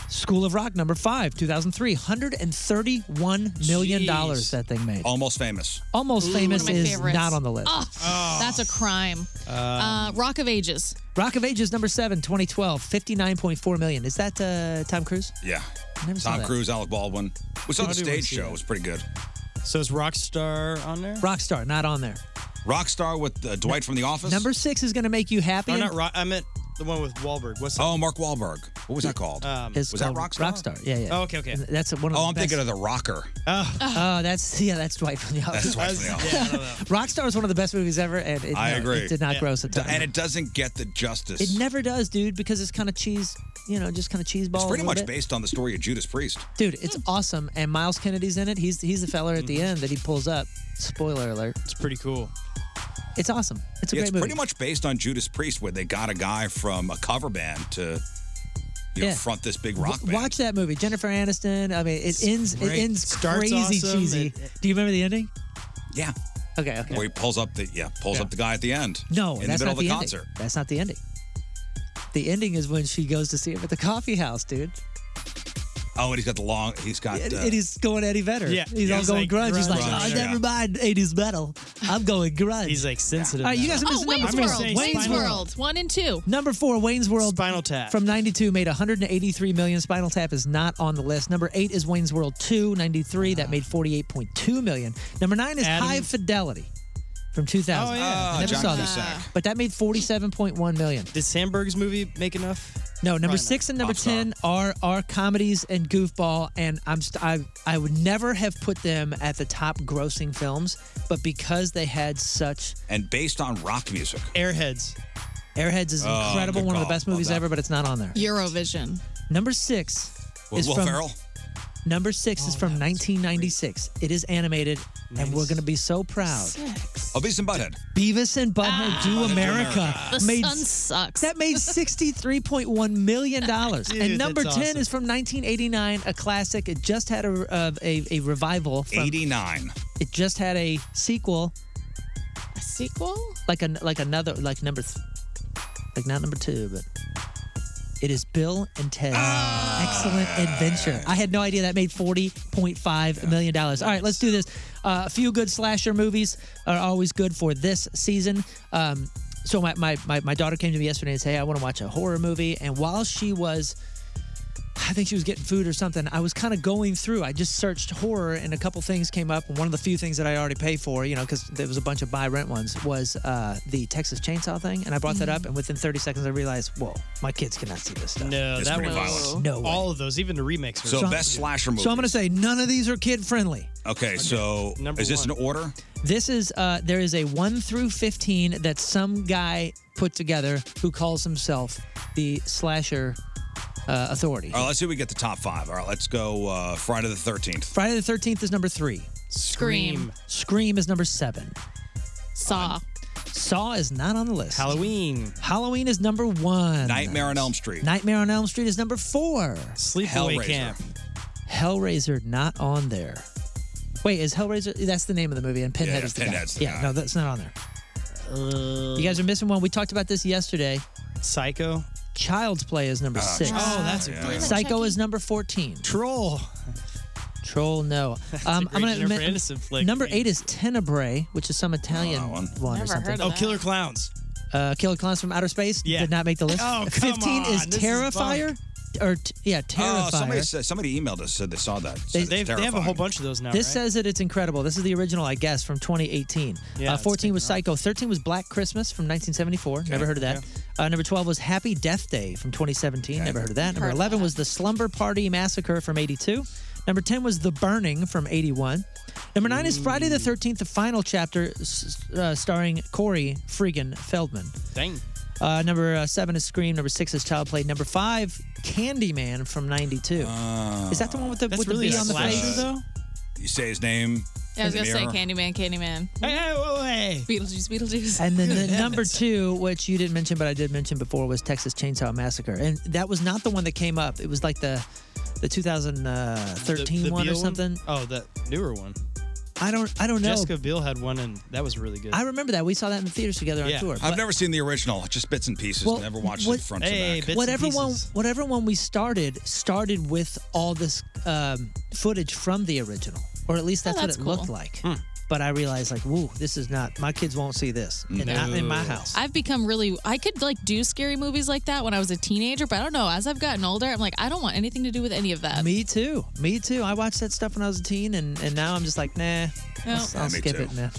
Speaker 10: School of Rock number five, 2003, 131 million dollars that thing made.
Speaker 7: Almost famous.
Speaker 10: Almost
Speaker 9: Ooh,
Speaker 10: famous
Speaker 9: one of my
Speaker 10: is
Speaker 9: favorites.
Speaker 10: not on the list.
Speaker 9: Oh, That's a crime. Uh, Rock of Ages.
Speaker 10: Rock of Ages number seven, 2012, 59.4 million. Is that uh, Tom Cruise?
Speaker 7: Yeah.
Speaker 10: never saw
Speaker 7: Tom
Speaker 10: that.
Speaker 7: Cruise, Alec Baldwin. We saw
Speaker 10: I
Speaker 7: the
Speaker 10: do wanna
Speaker 7: stage
Speaker 10: see
Speaker 7: show.
Speaker 10: that.
Speaker 7: It was pretty good.
Speaker 11: So is Rockstar on there?
Speaker 10: Rockstar not on there.
Speaker 7: Rockstar with uh, Dwight from The Office.
Speaker 10: Number six is going to make you happy.
Speaker 11: No,
Speaker 10: and-
Speaker 11: not Rock. I meant the one with Wahlberg. What's that?
Speaker 7: Oh, Mark Wahlberg. What was that called?
Speaker 11: Um,
Speaker 10: It's
Speaker 7: was that
Speaker 10: called
Speaker 7: Rockstar?
Speaker 10: Rockstar, yeah, yeah.
Speaker 11: Oh, okay, okay.
Speaker 10: That's one of
Speaker 7: Oh,
Speaker 10: the
Speaker 7: I'm
Speaker 10: best.
Speaker 7: thinking of The Rocker.
Speaker 11: Oh.
Speaker 10: Oh, that's yeah, that's Dwight from the
Speaker 7: [laughs]
Speaker 10: Office.
Speaker 7: That's Dwight from The Office. Yeah, I don't
Speaker 10: Rockstar is one of the best movies ever, and it,
Speaker 7: I
Speaker 10: no,
Speaker 7: agree.
Speaker 10: it did not gross a ton.
Speaker 7: And it doesn't get the justice.
Speaker 10: It never does, dude, because it's kind of cheese, you know, just kind of cheese ball.
Speaker 7: it's
Speaker 10: a
Speaker 7: pretty
Speaker 10: little
Speaker 7: much Hmm.
Speaker 10: bit.
Speaker 7: based on the story of Judas Priest.
Speaker 10: Dude, it's awesome, and Miles Kennedy's in it. He's he's the fella at the
Speaker 7: Hmm.
Speaker 10: end that he pulls up. Spoiler alert. It's
Speaker 11: pretty cool.
Speaker 10: It's awesome. It's a
Speaker 7: Yeah,
Speaker 10: great movie.
Speaker 7: pretty much based on Judas Priest, where they got a guy from a cover band to you know,
Speaker 10: Yeah.
Speaker 7: front this big rock
Speaker 10: W-
Speaker 7: band.
Speaker 10: Watch that movie, Jennifer Aniston. I mean, it ends. It
Speaker 7: great.
Speaker 10: ends
Speaker 7: Starts
Speaker 10: crazy
Speaker 7: awesome,
Speaker 10: cheesy.
Speaker 7: it-
Speaker 10: Do you remember the ending?
Speaker 7: Yeah.
Speaker 10: Okay. Okay.
Speaker 7: Where he pulls up the yeah pulls up the guy at the end.
Speaker 10: No,
Speaker 7: in
Speaker 10: that's
Speaker 7: the middle
Speaker 10: not
Speaker 7: of the,
Speaker 10: the
Speaker 7: concert.
Speaker 10: ending. That's not the ending. The ending is when she goes to see him at the coffee house, dude.
Speaker 7: Oh, and he's got the long. He's got.
Speaker 10: And,
Speaker 7: uh,
Speaker 10: and he's going Eddie Vedder.
Speaker 7: Yeah,
Speaker 10: he's
Speaker 7: yeah,
Speaker 10: all
Speaker 7: it's
Speaker 10: going
Speaker 7: like
Speaker 10: grunge. He's like,
Speaker 7: grunge,
Speaker 10: oh,
Speaker 7: yeah.
Speaker 10: never mind 80s metal. I'm going grunge.
Speaker 11: He's like sensitive.
Speaker 10: All right, you guys are
Speaker 11: now.
Speaker 10: missing
Speaker 9: Wayne's
Speaker 10: number
Speaker 9: World.
Speaker 10: four.
Speaker 9: Wayne's World. One and two.
Speaker 10: Number four, Wayne's World.
Speaker 11: Spinal Tap.
Speaker 10: From 92 made 183 million. Spinal Tap is not on the list. Number eight is Wayne's World 2, 93. That made 48.2 million. Number nine is
Speaker 11: Adam-
Speaker 10: High Fidelity from 2000.
Speaker 11: Oh, yeah.
Speaker 10: I
Speaker 11: Ah,
Speaker 10: never
Speaker 11: John
Speaker 10: saw that.
Speaker 11: Cusack.
Speaker 10: But that made 47.1 million.
Speaker 11: Did Sandberg's movie make enough?
Speaker 10: No, number
Speaker 11: Probably not.
Speaker 10: six and number
Speaker 11: Popstar.
Speaker 10: ten are are comedies and goofball, and I'm st- I I would never have put them at the top grossing films, but because they had such
Speaker 7: and based on rock music.
Speaker 11: Airheads.
Speaker 10: Airheads is
Speaker 7: Oh,
Speaker 10: incredible,
Speaker 7: good
Speaker 10: one of the
Speaker 7: call.
Speaker 10: best movies
Speaker 7: Love that.
Speaker 10: ever, but it's not on there.
Speaker 9: Eurovision.
Speaker 10: Number six
Speaker 7: With
Speaker 10: is
Speaker 7: Will
Speaker 10: from
Speaker 7: Ferrell? Oh,
Speaker 10: Number six is from 1996. It is animated, and we're going to be so proud.
Speaker 7: Oh, Beavis and Butthead.
Speaker 10: Beavis and Butthead Do
Speaker 7: Ah! Butthead Do
Speaker 10: America.
Speaker 7: America.
Speaker 9: The sun sucks.
Speaker 10: That made $63.1 million.
Speaker 7: [laughs]
Speaker 11: Dude,
Speaker 10: and number 10
Speaker 11: that's awesome.
Speaker 10: is from 1989, a classic. It just had a, uh, a, a revival. From,
Speaker 7: 89.
Speaker 10: It just had a sequel.
Speaker 9: A sequel?
Speaker 10: Like, an, like another, like number, th- like not number two, but it is Bill and Ted's Excellent Adventure. I had no idea that made $40.5 million. dollars. All right, let's do this. Uh, a few good slasher movies are always good for this season. Um, so my, my, my, my daughter came to me yesterday and said, hey, I want to watch a horror movie. And while she was, I think she was getting food or something, I was kind of going through. I just searched horror and a couple things came up. And one of the few things that I already pay for, you know, because there was a bunch of buy rent ones, was uh, the Texas Chainsaw thing. And I brought that up. And within 30 seconds, I realized, whoa, my kids cannot see this stuff.
Speaker 11: Mm-hmm. No,
Speaker 10: It's
Speaker 11: that
Speaker 10: pretty
Speaker 11: was
Speaker 10: violent. No way.
Speaker 11: all of those, even the remakes.
Speaker 7: So best slasher movie.
Speaker 10: So I'm going to say none of these are kid friendly.
Speaker 7: okay, so is this an order?
Speaker 10: This is uh, there is a one through fifteen that some guy put together who calls himself the slasher uh, authority.
Speaker 11: Oh.
Speaker 7: All right, let's see if we get the top five. All right, let's go uh, Friday the 13th.
Speaker 10: Friday the Thirteenth is number three.
Speaker 9: Scream.
Speaker 10: Scream is number seven.
Speaker 9: Saw.
Speaker 10: Saw is not on the list.
Speaker 11: Halloween.
Speaker 10: Halloween is number one.
Speaker 7: Nightmare on Elm Street.
Speaker 10: Nightmare on Elm Street is number four.
Speaker 7: Sleepaway Hellraiser. Camp.
Speaker 10: Hellraiser not on there. Wait, is Hellraiser? That's the name of the movie, and Pinhead
Speaker 7: Yeah,
Speaker 10: is the
Speaker 7: Pinhead's
Speaker 10: guy.
Speaker 7: the
Speaker 10: yeah,
Speaker 7: guy.
Speaker 10: no, that's not on there. you guys are missing one. We talked about this yesterday.
Speaker 11: Psycho.
Speaker 10: Child's Play is
Speaker 7: Uh,
Speaker 10: number
Speaker 11: Oh,
Speaker 10: six.
Speaker 11: Child's Oh, that's a Play. good one.
Speaker 10: Psycho is number fourteen.
Speaker 11: Troll.
Speaker 10: Troll, no.
Speaker 11: [laughs]
Speaker 10: Um,
Speaker 11: That's a great Jennifer Aniston flick.
Speaker 10: number eight is Tenebrae, which is some
Speaker 7: Oh,
Speaker 10: Italian one. or
Speaker 11: Never
Speaker 10: something.
Speaker 11: heard of Oh, that. Killer Clowns.
Speaker 10: Uh, Killer Clowns from Outer Space
Speaker 11: Yeah.
Speaker 10: did not make the
Speaker 11: [laughs]
Speaker 10: list.
Speaker 11: Oh, come
Speaker 10: Fifteen
Speaker 11: on,
Speaker 10: is
Speaker 11: this is
Speaker 10: Terrifier, or t- yeah, Terrifier.
Speaker 7: Oh, somebody, said, somebody emailed us, said they saw that.
Speaker 10: They-
Speaker 7: Said it's
Speaker 10: They- they have a
Speaker 7: terrifying.
Speaker 10: whole
Speaker 11: bunch of those
Speaker 10: this says that it's incredible. This is the original, I guess, from 2018.
Speaker 11: Yeah,
Speaker 10: uh,
Speaker 11: it's
Speaker 10: 14 was Psycho. 13 was Black Christmas from 1974. Never heard of that. Uh, number 12 was Happy Death Day from 2017. Never heard of that. Number
Speaker 11: Heard of
Speaker 10: 11 was The Slumber Party Massacre from 82. Number 10 was The Burning from 81. Number 9 is Friday the 13th, the final chapter, s- uh, starring Corey Freegan Feldman.
Speaker 11: Dang.
Speaker 10: Uh, number uh, seven is Scream. Number six is Child Play. Number five, Candyman from '92. is that the one with the
Speaker 7: That's
Speaker 10: with
Speaker 7: really
Speaker 10: the bee
Speaker 7: a
Speaker 10: on the
Speaker 7: slasher,
Speaker 10: face?
Speaker 7: though? You say his name.
Speaker 9: Yeah, I was
Speaker 7: in
Speaker 9: gonna
Speaker 7: the
Speaker 9: say
Speaker 7: mirror.
Speaker 9: Candyman, Candyman.
Speaker 11: Hey, hey, hey,
Speaker 9: Beetlejuice, Beetlejuice.
Speaker 10: And then [laughs]
Speaker 9: [laughs]
Speaker 10: the number two, which you didn't mention, but I did mention before, was Texas Chainsaw Massacre, and that was not the one that came up. It was like the the 2013
Speaker 11: The- the
Speaker 10: one or
Speaker 11: Biel
Speaker 10: something.
Speaker 11: Oh, that newer one.
Speaker 10: I don't. I don't know.
Speaker 11: Jessica Biel had one, and that was really good.
Speaker 10: I remember that we saw that in the theaters together on tour.
Speaker 7: I've never seen the original, just bits and pieces. never watched
Speaker 10: what-
Speaker 7: it front to back.
Speaker 10: whatever one, whatever one we started started with all this um, footage from the original, or at least
Speaker 11: Oh,
Speaker 10: that's,
Speaker 11: that's
Speaker 10: what it
Speaker 11: cool.
Speaker 10: looked like.
Speaker 7: Hmm.
Speaker 10: But I realized, like, woo, this is not my kids won't see this, and not in my house.
Speaker 9: I've become really. I could like do scary movies like that when I was a teenager, but I don't know. As I've gotten older, I'm like, I don't want anything to do with any of that.
Speaker 10: Me too. Me too. I watched that stuff when I was a teen, and, and now I'm just like,
Speaker 11: Oh.
Speaker 10: nah, I'll,
Speaker 9: Yeah,
Speaker 10: I'll
Speaker 7: me
Speaker 10: skip
Speaker 7: too.
Speaker 10: it, man.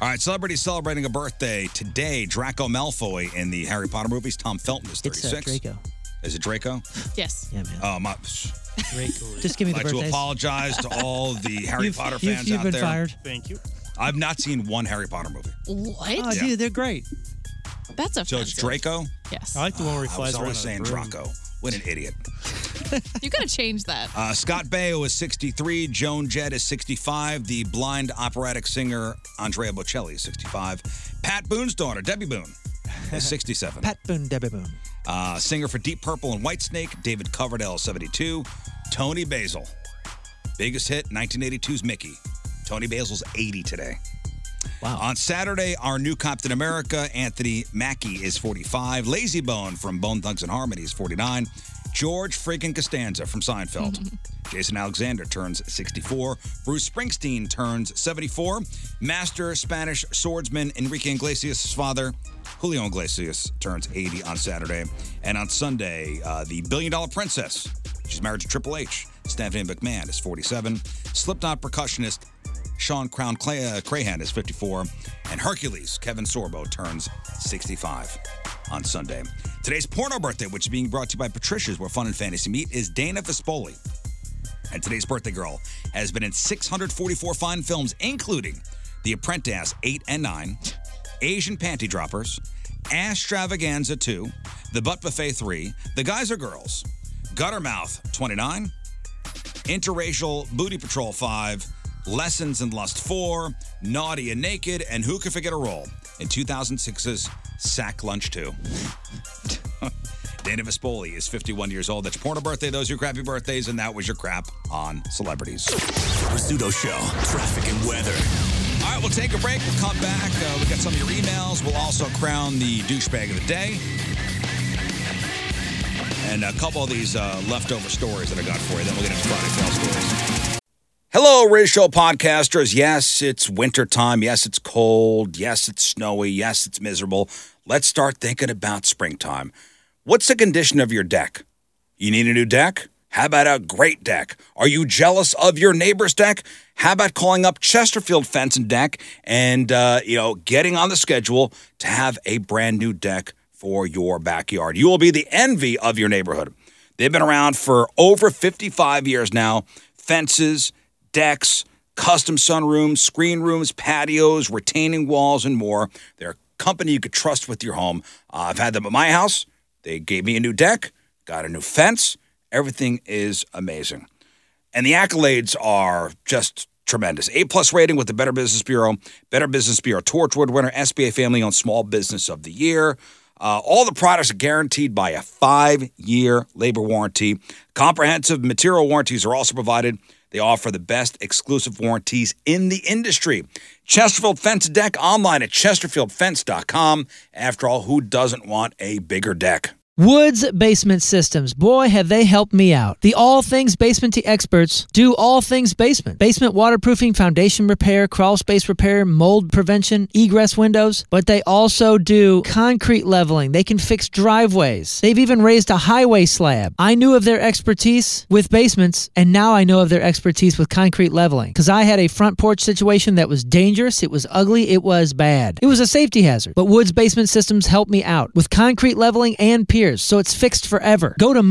Speaker 7: All right, celebrity celebrating a birthday today. Draco Malfoy in the Harry Potter movies. Tom Felton is 36.
Speaker 10: uh, Draco.
Speaker 7: Is it Draco?
Speaker 9: Yes.
Speaker 10: Yeah, man.
Speaker 7: Um, I,
Speaker 11: Draco.
Speaker 10: Just give me the
Speaker 7: I'd like to
Speaker 10: birthdays.
Speaker 7: apologize to
Speaker 10: [laughs]
Speaker 7: all the Harry
Speaker 10: You've-
Speaker 7: Potter
Speaker 10: you've-
Speaker 7: fans
Speaker 10: you've
Speaker 7: out
Speaker 10: been
Speaker 7: there.
Speaker 10: fired.
Speaker 11: Thank you.
Speaker 7: I've not seen one Harry Potter movie.
Speaker 9: What?
Speaker 10: Oh,
Speaker 7: Yeah.
Speaker 10: dude, they're great.
Speaker 9: Uh, That's a.
Speaker 7: So it's Draco.
Speaker 9: Yes.
Speaker 11: I like the one where he
Speaker 7: I
Speaker 11: flies
Speaker 7: was always
Speaker 11: around in
Speaker 7: saying
Speaker 11: a broom.
Speaker 7: Draco. What an idiot.
Speaker 9: you gotta change that.
Speaker 7: Uh, Scott Baio is 63. Joan Jett is 65. The blind operatic singer Andrea Bocelli is 65. Pat Boone's daughter, Debbie Boone, is 67.
Speaker 10: Pat Boone, Debbie Boone.
Speaker 7: Uh, singer for Deep Purple and Whitesnake, David Coverdale, 72. Tony Basil, biggest hit, 1982's Mickey. Tony Basil's 80 today. Wow. On Saturday, our new Captain America, Anthony Mackie, is 45. Lazy Bone from Bone Thugs and Harmony is 49. George freaking Costanza from Seinfeld. Jason Alexander turns 64. Bruce Springsteen turns 74. Master Spanish swordsman Enrique Iglesias' father, Julio Iglesias, turns 80 on Saturday. And on Sunday, uh, the Billion Dollar Princess, she's married to Triple H, Stephanie McMahon, is 47. Slipknot percussionist Sean Crown Clay, uh, Crahan is 54. And Hercules, Kevin Sorbo, turns 65 on Sunday. Today's porno birthday, which is being brought to you by Patricia's, where fun and fantasy meet, is Dana Vespoli. And today's birthday girl has been in 644 fine films, including The Apprentice 8 and 9, Asian Panty Droppers, Ashtravaganza 2, The Butt Buffet 3, The Guys or Girls, Guttermouth 29, Interracial Booty Patrol 5, Lessons in Lust 4, Naughty and Naked, and Who Can Forget a Roll in 2006's Sack Lunch 2. Dana Vespoli is 51 years old. That's porno birthday. Those are your crappy birthdays, and that was your crap on celebrities. Rizzuto Show, traffic and weather. All right, we'll take a break. We'll come back. Uh, we got some of your emails. We'll also crown the douchebag of the day and a couple of these uh, leftover stories that I got for you. Then we'll get into Friday Tell stories. Hello, Riz Show podcasters. Yes, it's wintertime. Yes, it's cold. Yes, it's snowy. Yes, it's miserable. Let's start thinking about springtime. What's the condition of your deck? You need a new deck? How about a great deck? Are you jealous of your neighbor's deck? How about calling up Chesterfield Fence and Deck and uh, you know getting on the schedule to have a brand new deck for your backyard? You will be the envy of your neighborhood. They've been around for over 55 years now. Fences, decks, custom sunrooms, screen rooms, patios, retaining walls, and more. They're a company you could trust with your home. Uh, I've had them at my house. They gave me a new deck, got a new fence. Everything is amazing. And the accolades are just tremendous. A plus rating with the Better Business Bureau, Better Business Bureau Torchwood winner, SBA Family Owned Small Business of the Year. Uh, all the products are guaranteed by a five year labor warranty. Comprehensive material warranties are also provided. They offer the best exclusive warranties in the industry. Chesterfield Fence Deck online at chesterfieldfence.com. After all, who doesn't want a bigger deck?
Speaker 10: Woods Basement Systems. Boy, have they helped me out. The All Things Basement experts do all things basement. Basement waterproofing, foundation repair, crawl space repair, mold prevention, egress windows, but they also do concrete leveling. They can fix driveways. They've even raised a highway slab. I knew of their expertise with basements, and now I know of their expertise with concrete leveling because I had a front porch situation that was dangerous, it was ugly, it was bad. It was a safety hazard, but Woods Basement Systems helped me out with concrete leveling and piers, so it's fixed forever. Go to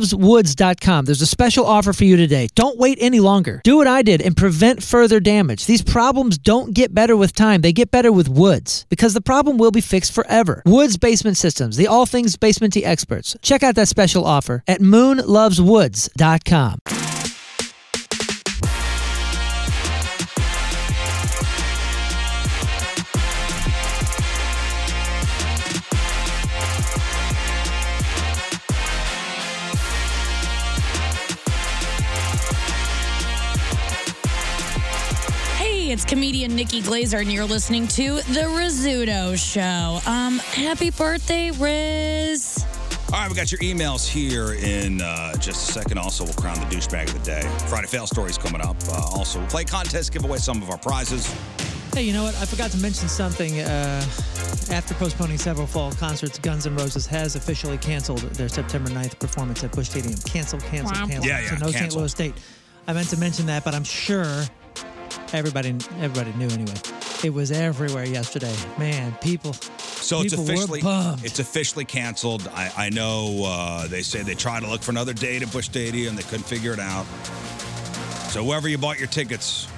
Speaker 10: moonloveswoods.com. There's a special offer for you today. Don't wait any longer. Do what I did and prevent further damage. These problems don't get better with time, they get better with Woods because the problem will be fixed forever. Woods Basement Systems, the all things basementy experts. Check out that special offer at moonloveswoods.com.
Speaker 12: Hey, it's comedian Nikki Glazer, and you're listening to The Rizzuto Show. Um, happy birthday, Riz.
Speaker 7: All right, we got your emails here in uh, just a second. Also, we'll crown the douchebag of the day. Friday fail stories coming up. Uh, also, we'll play contest, give away some of our prizes.
Speaker 10: Hey, you know what? I forgot to mention something. Uh, after postponing several fall concerts, Guns N' Roses has officially canceled their September 9th performance at Bush Stadium. Cancel, cancel,
Speaker 11: Womp.
Speaker 10: cancel.
Speaker 11: Yeah, yeah,
Speaker 10: so no St.
Speaker 11: canceled.
Speaker 10: Louis date. I meant to mention that, but I'm sure everybody everybody knew anyway. It was everywhere yesterday. Man, people.
Speaker 7: So it's
Speaker 10: people were
Speaker 7: officially
Speaker 10: bummed.
Speaker 7: it's officially canceled. I, I know uh, they say they tried to look for another date at Bush Stadium, they couldn't figure it out. So wherever you bought your tickets,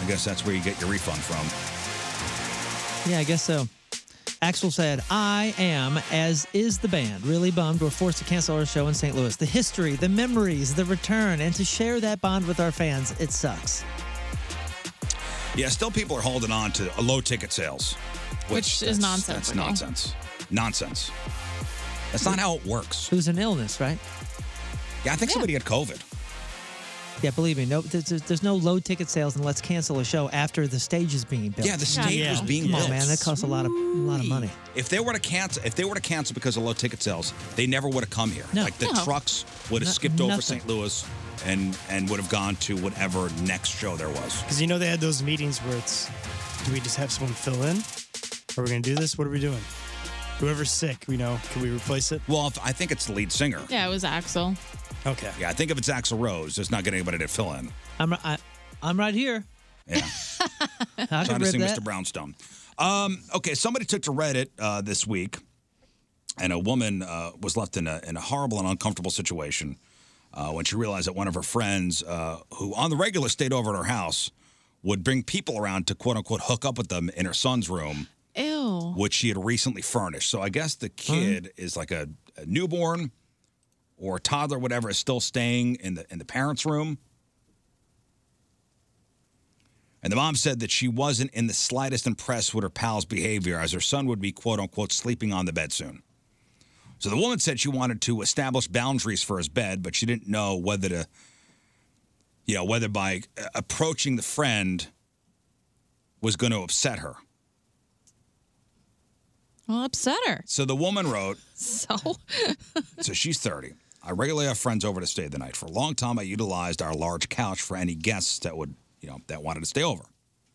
Speaker 7: I guess that's where you get your refund from.
Speaker 10: Yeah, I guess so. Axel said, I am, as is the band, really bummed we're forced to cancel our show in St. Louis. The history, the memories, the return, and to share that bond with our fans, it sucks.
Speaker 7: Yeah, still people are holding on to low ticket sales,
Speaker 9: Which
Speaker 7: that's-
Speaker 9: is nonsensical.
Speaker 7: That's nonsense. Nonsense. That's not how it works.
Speaker 10: It was an illness, right?
Speaker 7: Yeah, I think somebody had COVID.
Speaker 10: Yeah, believe me, no, there's, there's- there's no low ticket sales and let's cancel a show after the stage is being built.
Speaker 7: Yeah, the stage Yeah. was being
Speaker 10: Come
Speaker 7: built.
Speaker 10: on, man, that costs a lot of a lot of money.
Speaker 7: If they were to cancel, if they were to cancel because of low ticket sales, they never would have come here.
Speaker 10: No.
Speaker 7: like the
Speaker 10: No.
Speaker 7: trucks would have
Speaker 10: No-
Speaker 7: skipped over
Speaker 10: nothing.
Speaker 7: St. Louis and and would have gone to whatever next show there was.
Speaker 11: Because you know they had those meetings where it's, do we just have someone fill in? Are we going to do this? What are we doing? Whoever's sick, we know, can we replace it?
Speaker 7: Well, if- I think it's the lead singer.
Speaker 9: Yeah, it was Axel.
Speaker 11: Okay.
Speaker 7: Yeah, I think if it's Axl Rose, there's not getting anybody to fill in.
Speaker 10: I'm I, I'm right here.
Speaker 7: Yeah.
Speaker 10: [laughs] I
Speaker 7: I'm
Speaker 10: can
Speaker 7: trying to
Speaker 10: rip
Speaker 7: see
Speaker 10: that.
Speaker 7: Mr. Brownstone. Um, okay, somebody took to Reddit uh, this week, and a woman uh, was left in a, in a horrible and uncomfortable situation uh, when she realized that one of her friends, uh, who on the regular stayed over at her house, would bring people around to quote unquote hook up with them in her son's room,
Speaker 9: Ew.
Speaker 7: which she had recently furnished. So I guess the kid is like a, a newborn or a toddler, whatever, is still staying in the in the parents' room. And the mom said that she wasn't in the slightest impressed with her pal's behavior as her son would be, quote unquote, sleeping on the bed soon. So the woman said she wanted to establish boundaries for his bed, but she didn't know whether to, you know, whether by uh, approaching the friend was going to upset her.
Speaker 9: Well, upset her.
Speaker 7: So the woman wrote,
Speaker 9: So
Speaker 7: [laughs] So she's 30. I regularly have friends over to stay the night. For a long time, I utilized our large couch for any guests that would, you know, that wanted to stay over.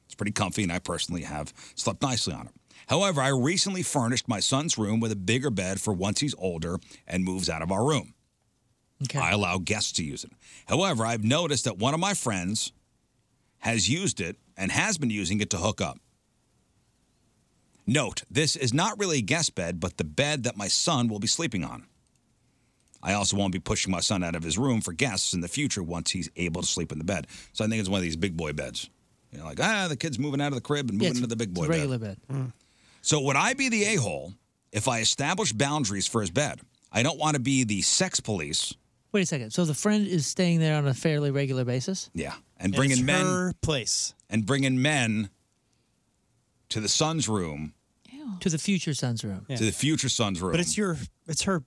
Speaker 7: It's pretty comfy, and I personally have slept nicely on it. However, I recently furnished my son's room with a bigger bed for once he's older and moves out of our room. I allow guests to use it. However, I've noticed that one of my friends has used it and has been using it to hook up. Note, this is not really a guest bed, but the bed that my son will be sleeping on. I also won't be pushing my son out of his room for guests in the future once he's able to sleep in the bed. So I think it's one of these big boy beds. You know, like, ah, the kid's moving out of the crib and
Speaker 10: Yeah, it's-
Speaker 7: moving into the big
Speaker 10: it's a
Speaker 7: boy bed.
Speaker 10: regular bed.
Speaker 7: So would I be the a hole if I establish boundaries for his bed? I don't want to be the sex police.
Speaker 10: Wait a second. So the friend is staying there on a fairly regular basis.
Speaker 7: Yeah, and bring in men
Speaker 10: place
Speaker 7: and bring in men to the son's room
Speaker 10: to the future son's room.
Speaker 7: to the future son's room.
Speaker 11: But it's your it's her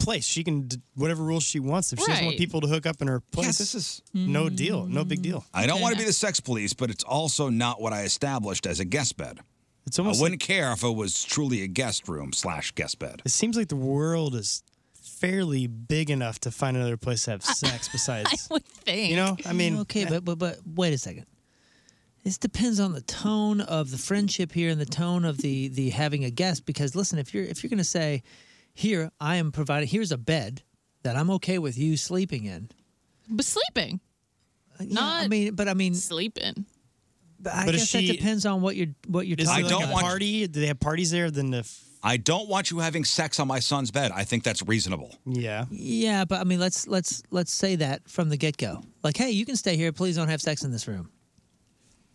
Speaker 11: place. She can d- whatever rules she wants. If she doesn't want
Speaker 7: Right.
Speaker 11: people to hook up in her place, Hmm.
Speaker 7: this is
Speaker 11: no
Speaker 10: Mm-hmm.
Speaker 11: deal, no big deal.
Speaker 7: I don't want to be the sex police, but it's also not what I established as a guest bed. It's
Speaker 11: almost
Speaker 7: I wouldn't care if it was truly a guest room slash guest bed.
Speaker 11: It seems like the world is fairly big enough to find another place to have sex besides.
Speaker 9: would think.
Speaker 11: You know, I mean,
Speaker 10: okay, but but but wait a second. This depends on the tone of the friendship here and the tone of the the having a guest. Because listen, if you're if you're going to say, here I am providing, here's a bed that I'm okay with you sleeping in. uh,
Speaker 9: but sleeping. Not
Speaker 10: I mean, but I mean
Speaker 9: sleeping.
Speaker 10: But I
Speaker 11: But is
Speaker 10: guess
Speaker 11: she-
Speaker 10: that depends on what you're what you're
Speaker 7: Is it
Speaker 10: talking
Speaker 7: like a
Speaker 10: about.
Speaker 11: party? Do they have parties there? Then the
Speaker 7: I don't want you having sex on my son's bed. I think that's reasonable.
Speaker 11: yeah.
Speaker 10: Yeah, but I mean, let's let's let's say that from the get go. Like, hey, you can stay here. Please don't have sex in this room.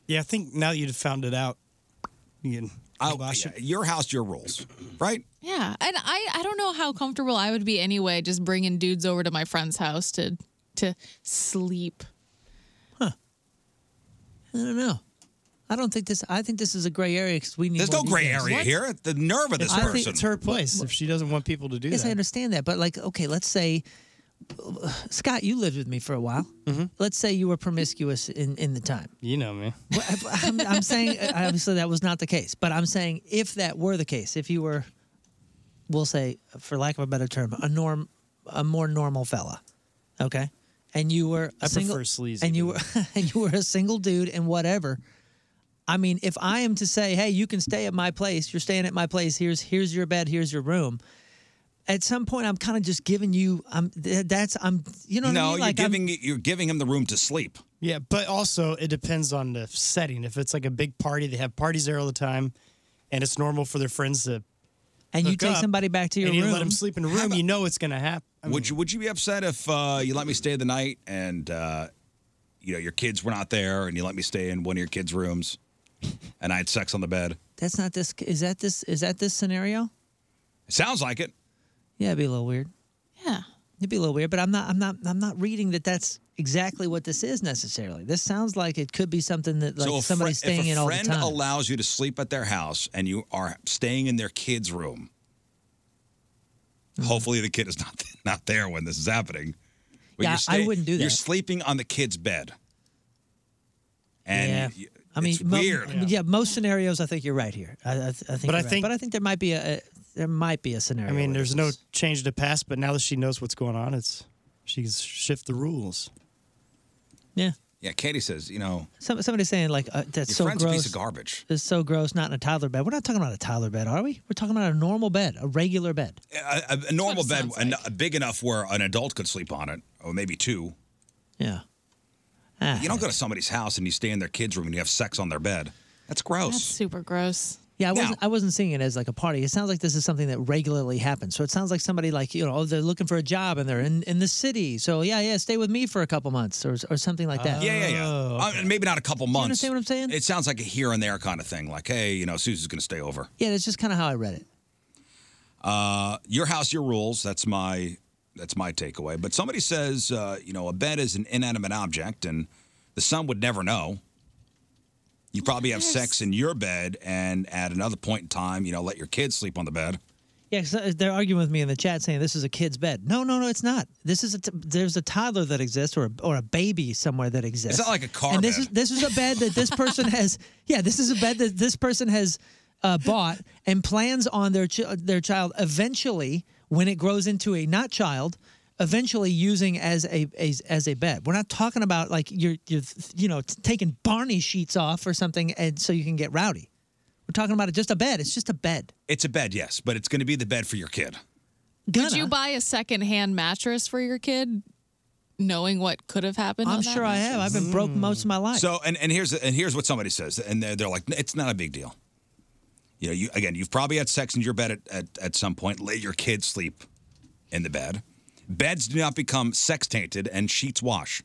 Speaker 11: Yeah, I think now that you've found it out, you can.
Speaker 7: I, your house, your rules, right?
Speaker 9: Yeah, and I I don't know how comfortable I would be anyway, just bringing dudes over to my friend's house to to sleep.
Speaker 10: I don't know. I don't think this. I think this is a gray area because we need.
Speaker 7: There's
Speaker 10: more
Speaker 7: no gray
Speaker 10: details.
Speaker 7: area
Speaker 10: What?
Speaker 7: here. The nerve of this
Speaker 10: I think
Speaker 7: person.
Speaker 10: it's her place
Speaker 11: If she doesn't want people to do
Speaker 10: yes, I
Speaker 11: that,
Speaker 10: understand that, but like, okay, let's say, Scott, you lived with me for a while.
Speaker 11: Mm-hmm.
Speaker 10: Let's say you were promiscuous in in the time.
Speaker 11: you know me.
Speaker 10: I'm, I'm saying uh, obviously that was not the case, but I'm saying if that were the case, if you were, we'll say, for lack of a better term, a norm, a more normal fella, okay, and you were a
Speaker 11: I
Speaker 10: single,
Speaker 11: prefer sleazy,
Speaker 10: and you were [laughs] and you were a single dude and whatever. I mean, if I am to say, hey, you can stay at my place, you're staying at my place. Here's here's your bed, here's your room. At some point, I'm kind of just giving you. I'm th- that's I'm you know what I
Speaker 7: no,
Speaker 10: mean?
Speaker 7: you're
Speaker 10: Like, I'm-
Speaker 7: giving you're giving him the room to sleep.
Speaker 11: Yeah, but also it depends on the setting. If it's like a big party, they have parties there all the time, and it's normal for their friends to.
Speaker 10: And you
Speaker 11: hook
Speaker 10: take
Speaker 11: up,
Speaker 10: somebody back to your
Speaker 11: and You let
Speaker 10: room.
Speaker 11: them sleep in the room. You know it's going to happen.
Speaker 7: would you Would you be upset if uh, you let me stay the night and uh, you know your kids were not there and you let me stay in one of your kids' rooms and I had sex on the bed?
Speaker 10: that's not this. Is that this? Is that this scenario?
Speaker 7: It sounds like it.
Speaker 10: Yeah, it'd be a little weird.
Speaker 9: Yeah.
Speaker 10: It'd be a little weird, but I'm not I'm not I'm not reading that that's exactly what this is necessarily. This sounds like it could be something that like
Speaker 7: so if,
Speaker 10: somebody's
Speaker 7: if
Speaker 10: staying
Speaker 7: a
Speaker 10: in all the
Speaker 7: friend
Speaker 10: time.
Speaker 7: allows you to sleep at their house and you are staying in their kids' room,
Speaker 10: Mm-hmm.
Speaker 7: hopefully the kid is not [laughs] not there when this is happening.
Speaker 10: Yeah,
Speaker 7: you're
Speaker 10: I wouldn't do that.
Speaker 7: You're sleeping on the kid's bed,
Speaker 10: yeah.
Speaker 7: and y-
Speaker 10: I mean,
Speaker 7: it's
Speaker 10: mo-
Speaker 7: weird.
Speaker 10: Yeah. most scenarios, I think you're right here. I, I, th- I think,
Speaker 11: But
Speaker 10: you're
Speaker 11: I
Speaker 10: right.
Speaker 11: think-
Speaker 10: but I think there might be a, a there might be a
Speaker 11: I
Speaker 10: scenario.
Speaker 11: mean, there's no change to past, but now that she knows what's going on, it's she can shift the rules.
Speaker 7: Yeah, Katie says, you know,
Speaker 10: Some, somebody's saying like uh, that's
Speaker 7: your
Speaker 10: so
Speaker 7: friend's a
Speaker 10: gross.
Speaker 7: piece of garbage.
Speaker 10: It's so gross. Not in a toddler bed. We're not talking about a toddler bed, are we? We're talking about a normal bed, a regular bed.
Speaker 7: a, a- a normal bed, en- big enough where an adult could sleep on it, or maybe two.
Speaker 10: Yeah. Ah,
Speaker 7: you don't go to somebody's house and you stay in their kid's room and you have sex on their bed. That's gross.
Speaker 9: That's super gross.
Speaker 10: Yeah, I wasn't. I wasn't seeing it as like a party. It sounds like this is something that regularly happens. So it sounds like somebody like you know oh, they're looking for a job and they're in, in the city. So yeah, yeah, stay with me for a couple months or or something like that.
Speaker 7: Yeah, yeah, yeah.
Speaker 10: Oh,
Speaker 7: Uh, maybe not a couple months.
Speaker 10: understand what I'm saying?
Speaker 7: It sounds like a here and there kind of thing. Like, hey, you know, Susie's going to stay over.
Speaker 10: Yeah, that's just kind of how I read it.
Speaker 7: Uh, your house, your rules. That's my that's my takeaway. But somebody says, uh, you know, a bed is an inanimate object, and the son would never know. You probably have sex in your bed, and at another point in time, you know, let your kids sleep on the bed.
Speaker 10: Yeah, 'cause, uh, they're arguing with me in the chat saying this is a kid's bed. No, no, no, it's not. This is a t- there's a toddler that exists or a, or a baby somewhere that exists.
Speaker 7: not like a car
Speaker 10: And this
Speaker 7: bed.
Speaker 10: is this is a bed that this
Speaker 7: [laughs]
Speaker 10: person has. Yeah, this is a bed that this person has uh, bought and plans on their ch- their child eventually when it grows into a not child. Eventually, using as a as, as a bed. We're not talking about like you're you're you know t- taking Barney sheets off or something, and so you can get rowdy. We're talking about just a bed. It's just a bed.
Speaker 7: It's a bed, yes, but it's going to be the bed for your kid.
Speaker 9: Would you buy a secondhand mattress for your kid, knowing what could have happened?
Speaker 10: I'm
Speaker 9: on that
Speaker 10: sure I have. I've
Speaker 9: mattress?
Speaker 10: been broke most of my life.
Speaker 7: So, and, and here's and here's what somebody says, and they're, they're like, it's not a big deal. You know, you again, you've probably had sex in your bed at, at, at some point. Let your kids sleep in the bed. Beds do not become sex tainted, and sheets wash.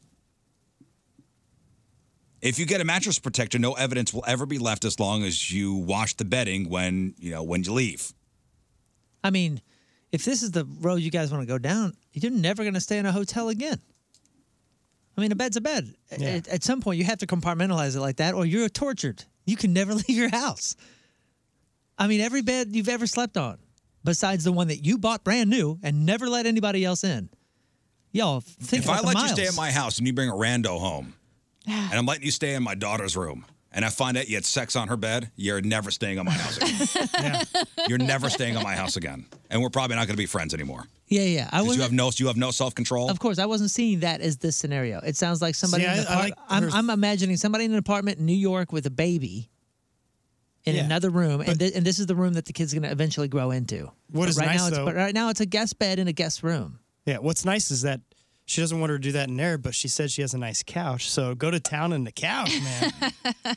Speaker 7: If you get a mattress protector, no evidence will ever be left as long as you wash the bedding when you know when you leave.
Speaker 10: I mean, if this is the road you guys want to go down, you're never going to stay in a hotel again. I mean, a bed's a bed. At, at some point, you have to compartmentalize it like that, or you're tortured. You can never [laughs] leave your house. I mean, every bed you've ever slept on, besides the one that you bought brand new and never let anybody else in. Y'all, think
Speaker 7: if
Speaker 10: about
Speaker 7: I
Speaker 10: the
Speaker 7: let
Speaker 10: miles.
Speaker 7: you stay at my house and you bring a rando
Speaker 10: [sighs]
Speaker 7: home, and I'm letting you stay in my daughter's room, and I find out you had sex on her bed, you're never staying on my house again.
Speaker 10: [laughs]
Speaker 7: You're never staying on my house again, and we're probably not going to be friends anymore.
Speaker 10: Yeah, yeah. I
Speaker 7: Because
Speaker 10: was
Speaker 7: you have no you have no self control.
Speaker 10: Of course, I wasn't seeing that as this scenario. It sounds like somebody.
Speaker 7: See,
Speaker 10: in an
Speaker 7: I- I
Speaker 10: apart-
Speaker 7: like
Speaker 10: I'm,
Speaker 7: her-
Speaker 10: I'm imagining somebody in an apartment in New York with a baby in
Speaker 11: Yeah,
Speaker 10: another room, and, thi- and this is the room that the kid's going to eventually grow into.
Speaker 11: What
Speaker 10: But
Speaker 11: is
Speaker 10: right
Speaker 11: nice,
Speaker 10: now? It's,
Speaker 11: though-
Speaker 10: but right now, it's a guest bed in a guest room. [laughs]
Speaker 11: Yeah, what's nice is that she doesn't want her to do that in there, but she said she has a nice couch. So go to town on the couch, man.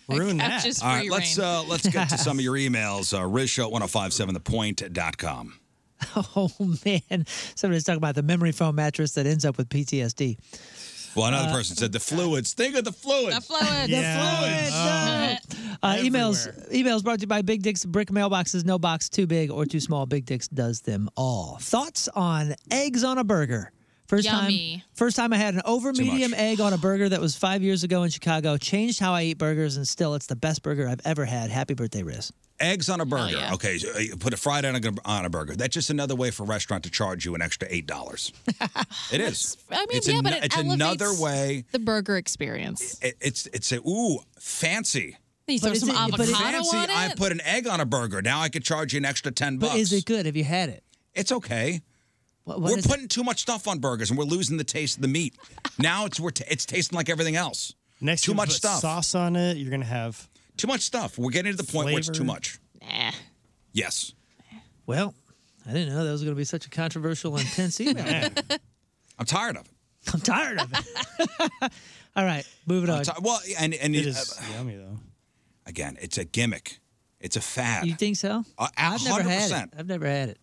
Speaker 11: Ruin that.
Speaker 7: All right, let's uh, let's get
Speaker 10: [laughs]
Speaker 7: to some of your emails. Uh, Rish at 1057thepoint.com.
Speaker 10: Oh man, somebody's talking about the memory foam mattress that ends up with PTSD.
Speaker 7: Well, another
Speaker 10: Uh,
Speaker 7: person said the fluids. Think of the fluids. The
Speaker 9: fluids.
Speaker 10: Yeah. Uh, emails emails brought to you by Big Dick's Brick Mailboxes. No box too big or too small. Big Dick's does them all. Thoughts on eggs on a burger? First time,
Speaker 9: Yummy.
Speaker 10: first time I had an over
Speaker 9: Too much.
Speaker 10: medium egg on a burger that was five years ago in Chicago. Changed how I eat burgers, and still it's the best burger I've ever had. Happy birthday, Riz.
Speaker 7: Eggs
Speaker 9: Oh,
Speaker 7: on a burger. Okay, so, uh, you put a fried egg on a- on a burger. That's just another way for a restaurant to charge you an extra eight
Speaker 9: [laughs]
Speaker 7: dollars. it is.
Speaker 9: I mean,
Speaker 7: it's
Speaker 9: yeah,
Speaker 7: an-
Speaker 9: but it
Speaker 7: it's
Speaker 9: elevates
Speaker 7: another way.
Speaker 9: The burger experience.
Speaker 7: It, it's it's a ooh fancy.
Speaker 9: You throw some avocado
Speaker 7: fancy.
Speaker 9: on it.
Speaker 7: I put an egg on a burger. Now I could charge you an extra ten
Speaker 10: But
Speaker 7: bucks.
Speaker 10: is it good? Have you had it?
Speaker 7: It's okay.
Speaker 10: what
Speaker 7: we're
Speaker 10: is it?
Speaker 7: putting too much stuff on burgers, and we're losing the taste of the
Speaker 9: [laughs]
Speaker 7: meat. now it's we're t- it's tasting like everything else.
Speaker 11: Next,
Speaker 7: too
Speaker 11: you're gonna
Speaker 7: much
Speaker 11: put
Speaker 7: stuff.
Speaker 11: Sauce on it. You're gonna have
Speaker 7: Too much stuff. We're getting to the point where it's too
Speaker 11: Flavor.
Speaker 7: much.
Speaker 9: Nah.
Speaker 7: Yes.
Speaker 10: Well, I didn't know that was going to be such a controversial, [laughs] intense email.
Speaker 7: I'm tired of it.
Speaker 10: I'm tired of it. [laughs] All right, moving
Speaker 7: I'm
Speaker 10: on.
Speaker 7: ti- well, and and
Speaker 10: It is
Speaker 11: yummy though.
Speaker 7: Again, it's a gimmick. It's a fad.
Speaker 10: You think so?
Speaker 7: Uh,
Speaker 10: I've never had
Speaker 7: 100%.
Speaker 10: it. I've never had it.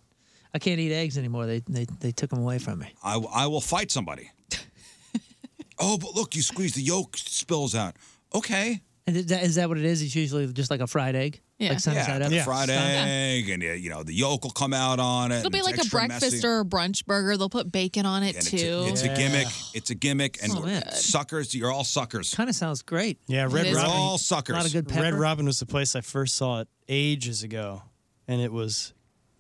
Speaker 10: I can't eat eggs anymore. They they, they took them away from me.
Speaker 7: I, I will fight
Speaker 9: [laughs]
Speaker 7: somebody. oh, but look, you squeeze the yolk spills out. Okay.
Speaker 10: And is that, is that what it is? It's usually just like a fried egg, like sunny side up.
Speaker 7: the fried egg, and uh, you know the yolk will come out on it.
Speaker 9: It'll
Speaker 7: and
Speaker 9: be
Speaker 7: it's
Speaker 9: like a
Speaker 7: extra
Speaker 9: breakfast
Speaker 7: messy.
Speaker 9: or a brunch burger. They'll put bacon on
Speaker 7: And
Speaker 9: it
Speaker 7: it's,
Speaker 9: too.
Speaker 7: a, it's a gimmick. It's a gimmick, and
Speaker 9: So
Speaker 7: we're-
Speaker 9: good.
Speaker 7: suckers. You're all suckers.
Speaker 10: Kind of sounds great.
Speaker 11: Yeah, Red
Speaker 7: We're
Speaker 11: Robin.
Speaker 7: all suckers.
Speaker 11: Red Robin was the place I first saw it ages ago, and it was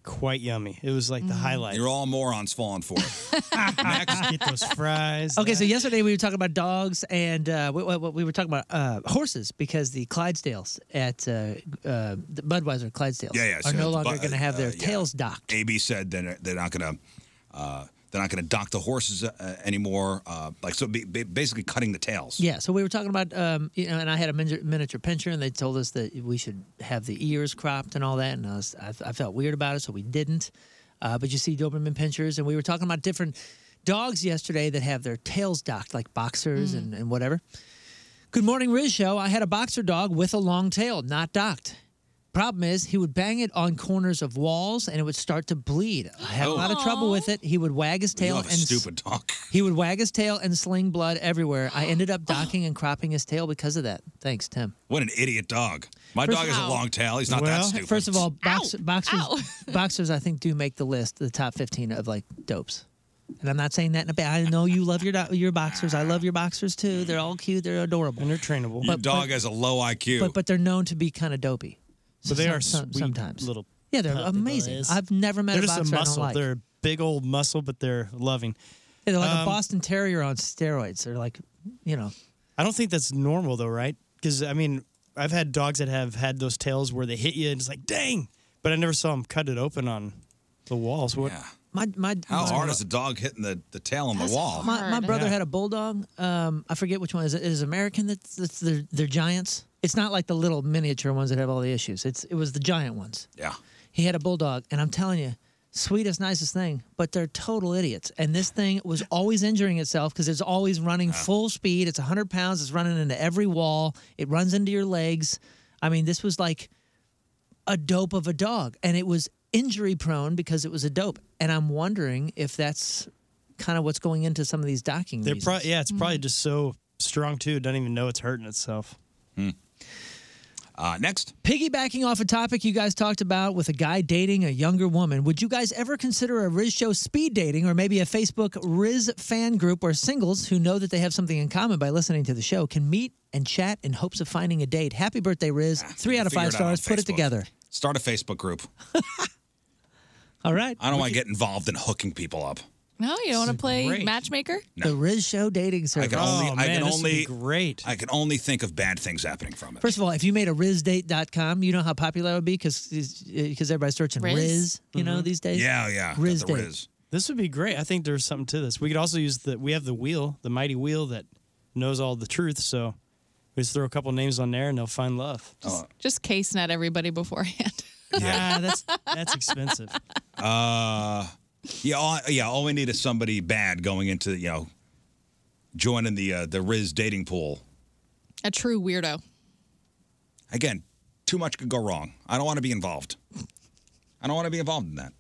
Speaker 11: quite yummy. It was like the
Speaker 7: Mm.
Speaker 11: highlight.
Speaker 7: You're all morons falling for
Speaker 9: [laughs]
Speaker 7: it.
Speaker 11: Next, get those fries.
Speaker 10: Okay, so yesterday we were talking about dogs and uh, we, we, we were talking about uh, horses because the Clydesdales at uh, uh, the Budweiser Clydesdales
Speaker 7: Yeah, yeah,
Speaker 10: are
Speaker 7: so
Speaker 10: no
Speaker 7: the
Speaker 10: longer
Speaker 7: Bu-
Speaker 10: going to have their
Speaker 7: uh, yeah.
Speaker 10: tails docked.
Speaker 7: AB said they're, they're not going to uh, they're not going to dock the horses uh, anymore. Uh, like so, be, be- basically cutting the tails.
Speaker 10: Yeah, so we were talking about, um, you know, and I had a miniature, miniature pincher, and they told us that we should have the ears cropped and all that, and I, was, I, I felt weird about it, so we didn't. Uh, but you see Doberman pinchers, and we were talking about different dogs yesterday that have their tails docked, like
Speaker 7: Mm.
Speaker 10: boxers and, and whatever. Good morning, Riz Show. I had a boxer dog with a long tail, not docked. Problem is, he would bang it on corners of walls, and it would start to bleed. I had a lot of trouble with it. He would wag his
Speaker 7: you
Speaker 10: tail
Speaker 7: have
Speaker 10: and
Speaker 7: a stupid dog.
Speaker 10: he would wag his tail and sling blood everywhere. I ended up docking and cropping his tail because of that. Thanks, Tim.
Speaker 7: What an idiot dog. My
Speaker 10: First-
Speaker 7: dog has a
Speaker 10: Ow.
Speaker 7: long tail. He's not that
Speaker 10: Well,
Speaker 7: stupid.
Speaker 10: First of all, box, boxers, boxers, I think, do make the list, the top 15 of like dopes. And I'm not saying that in a bad. I know you love your do- your boxers. I love your boxers too. They're all cute. They're adorable. And
Speaker 11: they're trainable.
Speaker 7: Your [laughs] dog has a low IQ.
Speaker 10: But but they're known to be kind of dopey.
Speaker 11: So they are
Speaker 10: some-
Speaker 11: sweet
Speaker 10: sometimes
Speaker 11: little.
Speaker 10: Yeah, they're
Speaker 11: puppy
Speaker 10: amazing.
Speaker 11: boys.
Speaker 10: I've never met
Speaker 11: They're
Speaker 10: a
Speaker 11: just
Speaker 10: boxer
Speaker 11: a
Speaker 10: I don't
Speaker 11: muscle.
Speaker 10: like.
Speaker 11: They're a big old muscle, but they're loving.
Speaker 10: Yeah, they're like a
Speaker 11: Um,
Speaker 10: Boston Terrier on steroids. They're like, you know,
Speaker 11: I don't think that's normal though, right? Because I mean, I've had dogs that have had those tails where they hit you and it's like, dang! But I never saw them cut it open on the walls. What?
Speaker 10: my my
Speaker 7: How
Speaker 10: my-
Speaker 7: hard is a dog hitting the, the tail on the wall?
Speaker 10: My, my brother had a bulldog. Um, I forget which one is it. Is it American? That's, that's they're, they're giants. It's not like the little miniature ones that have all the issues. It's it was the giant ones.
Speaker 7: Yeah.
Speaker 10: He had a bulldog, and I'm telling you, sweetest, nicest thing. But they're total idiots. And this thing was always injuring itself because it's always running full speed. It's 100 pounds. It's running into every wall. It runs into your legs. I mean, this was like a dope of a dog, and it was injury prone because it was a dope. And I'm wondering if that's kind of what's going into some of these docking.
Speaker 11: They're
Speaker 10: reasons.
Speaker 11: probably yeah. It's
Speaker 7: Mm.
Speaker 11: probably just so strong too. it Doesn't even know it's hurting itself.
Speaker 7: Uh, next,
Speaker 10: Piggybacking off a topic you guys talked about with a guy dating a younger woman, would you guys ever consider a Riz show speed dating or maybe a Facebook Riz fan group where singles who know that they have something in common by listening to the show can meet and chat in hopes of finding a date? Happy birthday, Riz. Three out of
Speaker 7: figure
Speaker 10: five
Speaker 7: Ah, it out on
Speaker 10: stars. Put it
Speaker 7: Facebook.
Speaker 10: together.
Speaker 7: Start a Facebook group.
Speaker 10: All right.
Speaker 7: I don't want to get involved in hooking people up.
Speaker 9: No, you don't want to play matchmaker?
Speaker 10: The Riz Show dating service.
Speaker 7: I can only,
Speaker 11: Oh,
Speaker 7: I can only, great. I can only think of bad things happening from it.
Speaker 10: First of all, if you made a RizDate.com, you know how popular that would be because because everybody's searching Riz,
Speaker 11: Riz?
Speaker 10: you know,
Speaker 11: Mhm.
Speaker 10: these days.
Speaker 11: Riz
Speaker 10: Riz date.
Speaker 11: This would be great. I think there's something to this. We could also use the we have the wheel, the mighty wheel that knows all the truth. So we just throw a couple names on there and they'll find love.
Speaker 9: Just case net everybody beforehand.
Speaker 10: [laughs]
Speaker 11: Yeah, that's that's
Speaker 7: [laughs]
Speaker 11: expensive.
Speaker 7: Uh, yeah, all, yeah. All we need is somebody bad going into you know joining the uh, the Riz dating pool.
Speaker 9: A true weirdo.
Speaker 7: Again, too much could go wrong. I don't want to be involved. I don't want to be involved in that.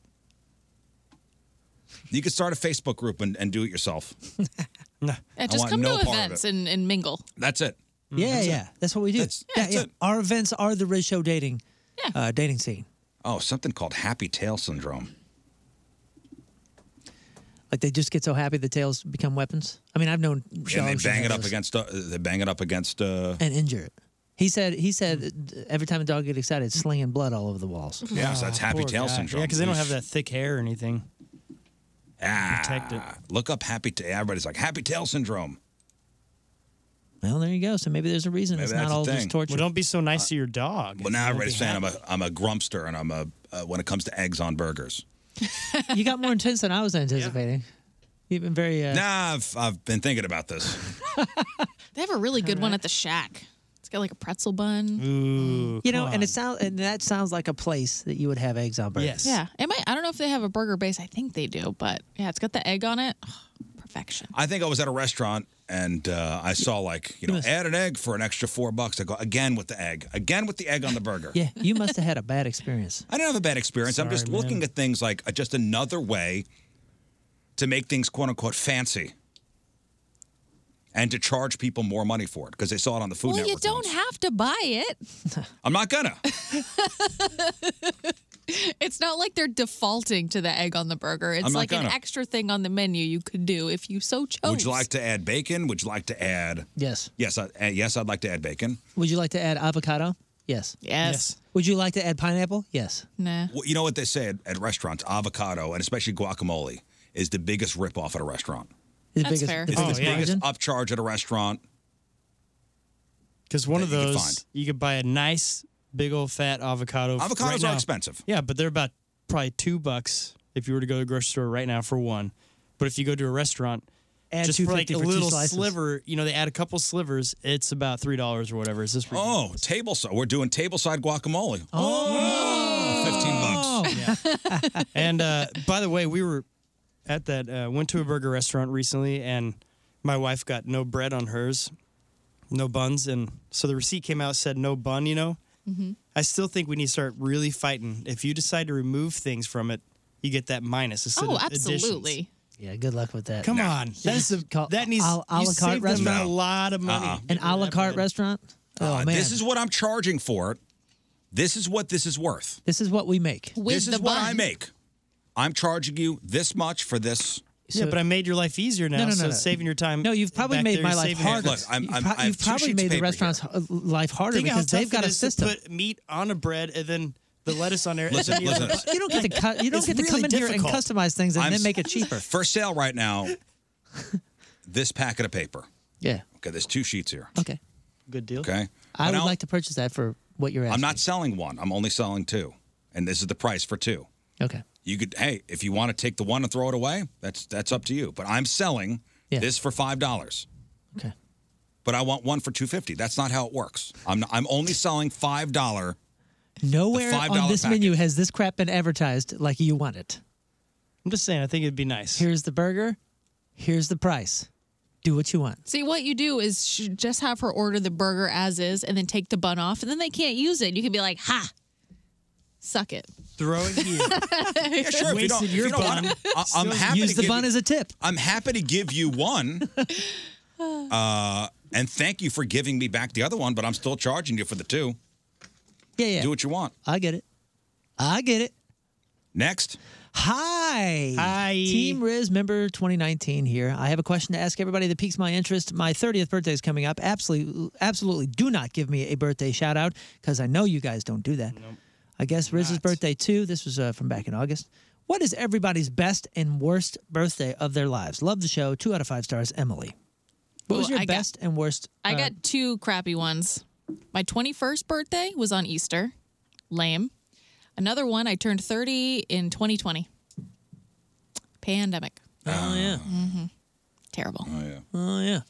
Speaker 7: You could start a Facebook group and, and do it yourself. I
Speaker 9: Yeah, just
Speaker 7: want
Speaker 9: come
Speaker 7: no
Speaker 9: to
Speaker 7: part of
Speaker 9: events
Speaker 7: it.
Speaker 9: and, and mingle.
Speaker 7: That's it.
Speaker 10: Yeah,
Speaker 7: Mm-hmm. That's it.
Speaker 10: yeah. That's what we do. yeah, yeah. Our events are the Riz Show dating uh, dating scene.
Speaker 7: Oh, something called happy tail syndrome.
Speaker 10: Like they just get so happy the tails become weapons. I mean, I've known
Speaker 7: and
Speaker 10: shows
Speaker 7: they bang it up
Speaker 10: those
Speaker 7: against. Uh, they bang it up against. Uh,
Speaker 10: and injure it. He said he said that every time a dog get excited, it's slinging blood all over the walls.
Speaker 7: Hmm. yeah, so that's happy
Speaker 11: Ah, poor
Speaker 7: tail
Speaker 11: guy.
Speaker 7: syndrome.
Speaker 11: Yeah, because they don't have that thick hair or anything.
Speaker 7: Ah,
Speaker 11: protect it.
Speaker 7: Look up happy tail. Everybody's like happy tail syndrome.
Speaker 10: Well, there you go. So maybe there's a reason
Speaker 7: Maybe
Speaker 10: it's
Speaker 7: that's
Speaker 10: not
Speaker 7: the
Speaker 10: all just
Speaker 7: thing.
Speaker 10: torture.
Speaker 7: Well, don't
Speaker 11: be so nice to your dog.
Speaker 7: Well, now everybody's saying I'm a I'm a grumpster and I'm a uh, when it comes to eggs on burgers.
Speaker 10: you got more intense than I was anticipating. You've been very uh,
Speaker 7: Nah, I've I've been thinking about this.
Speaker 9: They have a really good one at the shack. It's got like a pretzel
Speaker 7: Mm.
Speaker 9: bun.
Speaker 7: Ooh,
Speaker 10: you know, and it sounds and that sounds like a place that you would have eggs on burgers.
Speaker 9: Yeah. It might, I don't know if they have a burger base. I think they do, but yeah, it's got the egg on it. [sighs] Oh, perfection.
Speaker 7: I think I was at a restaurant and uh, I saw like you know add an egg for an extra four bucks. I go again with the egg, again with the egg on the burger.
Speaker 10: Yeah, you must have had a bad experience.
Speaker 7: I didn't have a bad experience. I'm just
Speaker 10: Sorry, man.
Speaker 7: looking at things like uh, just another way to make things quote unquote fancy and to charge people more money for it because they saw it on the food
Speaker 12: well, you
Speaker 7: network.
Speaker 12: don't have to buy it.
Speaker 7: I'm not gonna.
Speaker 9: [laughs] It's not like they're defaulting to the egg on the burger. It's
Speaker 7: I'm not
Speaker 9: like an
Speaker 7: gonna.
Speaker 9: extra thing on the menu you could do if you so chose.
Speaker 7: Would you like to add bacon? Would you like to add?
Speaker 10: Yes.
Speaker 7: Yes. I, uh, yes, I'd like to add bacon.
Speaker 10: Would you like to add avocado? Yes.
Speaker 7: Yes.
Speaker 10: Would you like to add pineapple? Yes.
Speaker 9: Nah.
Speaker 7: Well, you know what they say at, at restaurants? Avocado and especially guacamole is the biggest ripoff at a restaurant.
Speaker 10: The That's biggest- fair. the
Speaker 11: Oh,
Speaker 10: biggest
Speaker 7: It's the biggest
Speaker 11: uh,
Speaker 10: margin?
Speaker 7: upcharge at a restaurant.
Speaker 11: Because one of
Speaker 7: that you could
Speaker 11: those, you
Speaker 7: find.
Speaker 11: could, buy a nice big old fat avocado. f-
Speaker 7: Avocados
Speaker 11: right
Speaker 7: are
Speaker 11: now.
Speaker 7: expensive.
Speaker 11: Yeah, but they're about probably two bucks if you were to go to the grocery store right now for one. But if you go to a restaurant,
Speaker 10: Add
Speaker 11: just for like a
Speaker 10: $2.50 for two
Speaker 11: little
Speaker 10: slices.
Speaker 11: sliver, you know, they add a couple slivers, it's about three dollars or whatever. Is this?
Speaker 7: Oh, table side. We're doing tableside guacamole. Oh, 15 bucks.
Speaker 11: and uh, by the way, we were at that uh, went to a burger restaurant recently, and my wife got no bread on hers, no buns, and so the receipt came out said no bun. You know,
Speaker 6: Mhm.
Speaker 11: I still think we need to start really fighting. If you decide to remove things from it, you get that minus instead
Speaker 9: Oh,
Speaker 11: of additions.
Speaker 9: absolutely.
Speaker 10: Yeah, good luck with that.
Speaker 11: Come on, that's a, that needs
Speaker 10: a la
Speaker 11: you
Speaker 10: carte
Speaker 11: saved them
Speaker 10: restaurant?
Speaker 11: Oh, a lot of money.
Speaker 7: Uh-uh.
Speaker 10: An a la carte restaurant? Oh,
Speaker 7: Uh,
Speaker 10: man.
Speaker 7: This is what I'm charging for it. This is what this is worth.
Speaker 10: This is what we make.
Speaker 7: this is what I make. I'm charging you this much for this.
Speaker 11: yeah, but I made your life easier now.
Speaker 10: No, no, no,
Speaker 11: so
Speaker 10: no.
Speaker 11: saving your time.
Speaker 10: No, you've probably
Speaker 11: back
Speaker 10: made
Speaker 11: there,
Speaker 10: my
Speaker 11: you're
Speaker 10: life
Speaker 11: saving your-
Speaker 10: harder. you've pro- you've probably made the restaurant's h- life harder
Speaker 11: Think how
Speaker 10: because
Speaker 11: tough
Speaker 10: they've got
Speaker 11: it
Speaker 10: a
Speaker 11: is to
Speaker 10: system.
Speaker 11: put meat on a bread and then the lettuce on there. [laughs]
Speaker 7: Listen,
Speaker 11: and the
Speaker 7: listen.
Speaker 11: other-
Speaker 10: You don't get to cut. You don't
Speaker 11: It's
Speaker 10: get to come
Speaker 11: really
Speaker 10: in here
Speaker 11: difficult.
Speaker 10: and customize things and
Speaker 7: I'm
Speaker 10: then
Speaker 7: s-
Speaker 10: make it
Speaker 7: [laughs]
Speaker 10: cheaper.
Speaker 7: For sale right now, this packet of paper.
Speaker 10: Yeah.
Speaker 7: Okay, there's two sheets here.
Speaker 10: Okay.
Speaker 11: Good deal.
Speaker 7: Okay.
Speaker 10: I
Speaker 7: But
Speaker 10: would
Speaker 7: I'll-
Speaker 10: like to purchase that for what you're
Speaker 7: I'm
Speaker 10: asking.
Speaker 7: not selling one. I'm only selling two. And this is the price for two.
Speaker 10: Okay.
Speaker 7: You could hey, if you want to take the one and throw it away, that's that's up to you. But I'm selling this for five dollars.
Speaker 10: Okay.
Speaker 7: But I want one for two fifty. That's not how it works. I'm not, I'm only selling five dollar.
Speaker 10: Nowhere
Speaker 7: The
Speaker 10: on
Speaker 7: $5
Speaker 10: this menu has this crap been advertised like you want it.
Speaker 11: I'm just saying, I think it'd be nice.
Speaker 10: Here's the burger. Here's the price. Do what you want.
Speaker 9: See, what you do is sh- just have her order the burger as is and then take the bun off, and then they can't use it. You can be like, ha, suck it.
Speaker 11: Throw it here.
Speaker 7: [laughs] Yeah, sure. If you don't,
Speaker 10: Wasted
Speaker 7: if
Speaker 10: your
Speaker 7: you don't want
Speaker 10: bun.
Speaker 7: it, I- I'm
Speaker 10: So
Speaker 7: happy
Speaker 10: use
Speaker 7: to
Speaker 10: the
Speaker 7: give
Speaker 10: bun
Speaker 7: you-
Speaker 10: as a tip.
Speaker 7: I'm happy to give you one. uh, and thank you for giving me back the other one, but I'm still charging you for the two.
Speaker 10: Yeah, yeah.
Speaker 7: Do what you want.
Speaker 10: I get it. I get it.
Speaker 7: Next.
Speaker 10: Hi. Hi. Team Riz member 2019 here. I have a question to ask everybody that piques my interest. My 30th birthday is coming up. Absolutely, absolutely do not give me a birthday shout out because I know you guys don't do that. I guess Riz's birthday too. This was uh, from back in August. What is everybody's best and worst birthday of their lives? Love the show. Two out of five stars, Emily. What was
Speaker 9: Ooh,
Speaker 10: your
Speaker 9: I got-
Speaker 10: best and worst?
Speaker 9: I
Speaker 10: uh,
Speaker 9: got two crappy ones. My 21st birthday was on Easter. Lame. Another one, I turned 30 in 2020. Pandemic.
Speaker 10: Oh, yeah.
Speaker 9: hmm Terrible.
Speaker 7: Oh, yeah.
Speaker 10: Oh, yeah.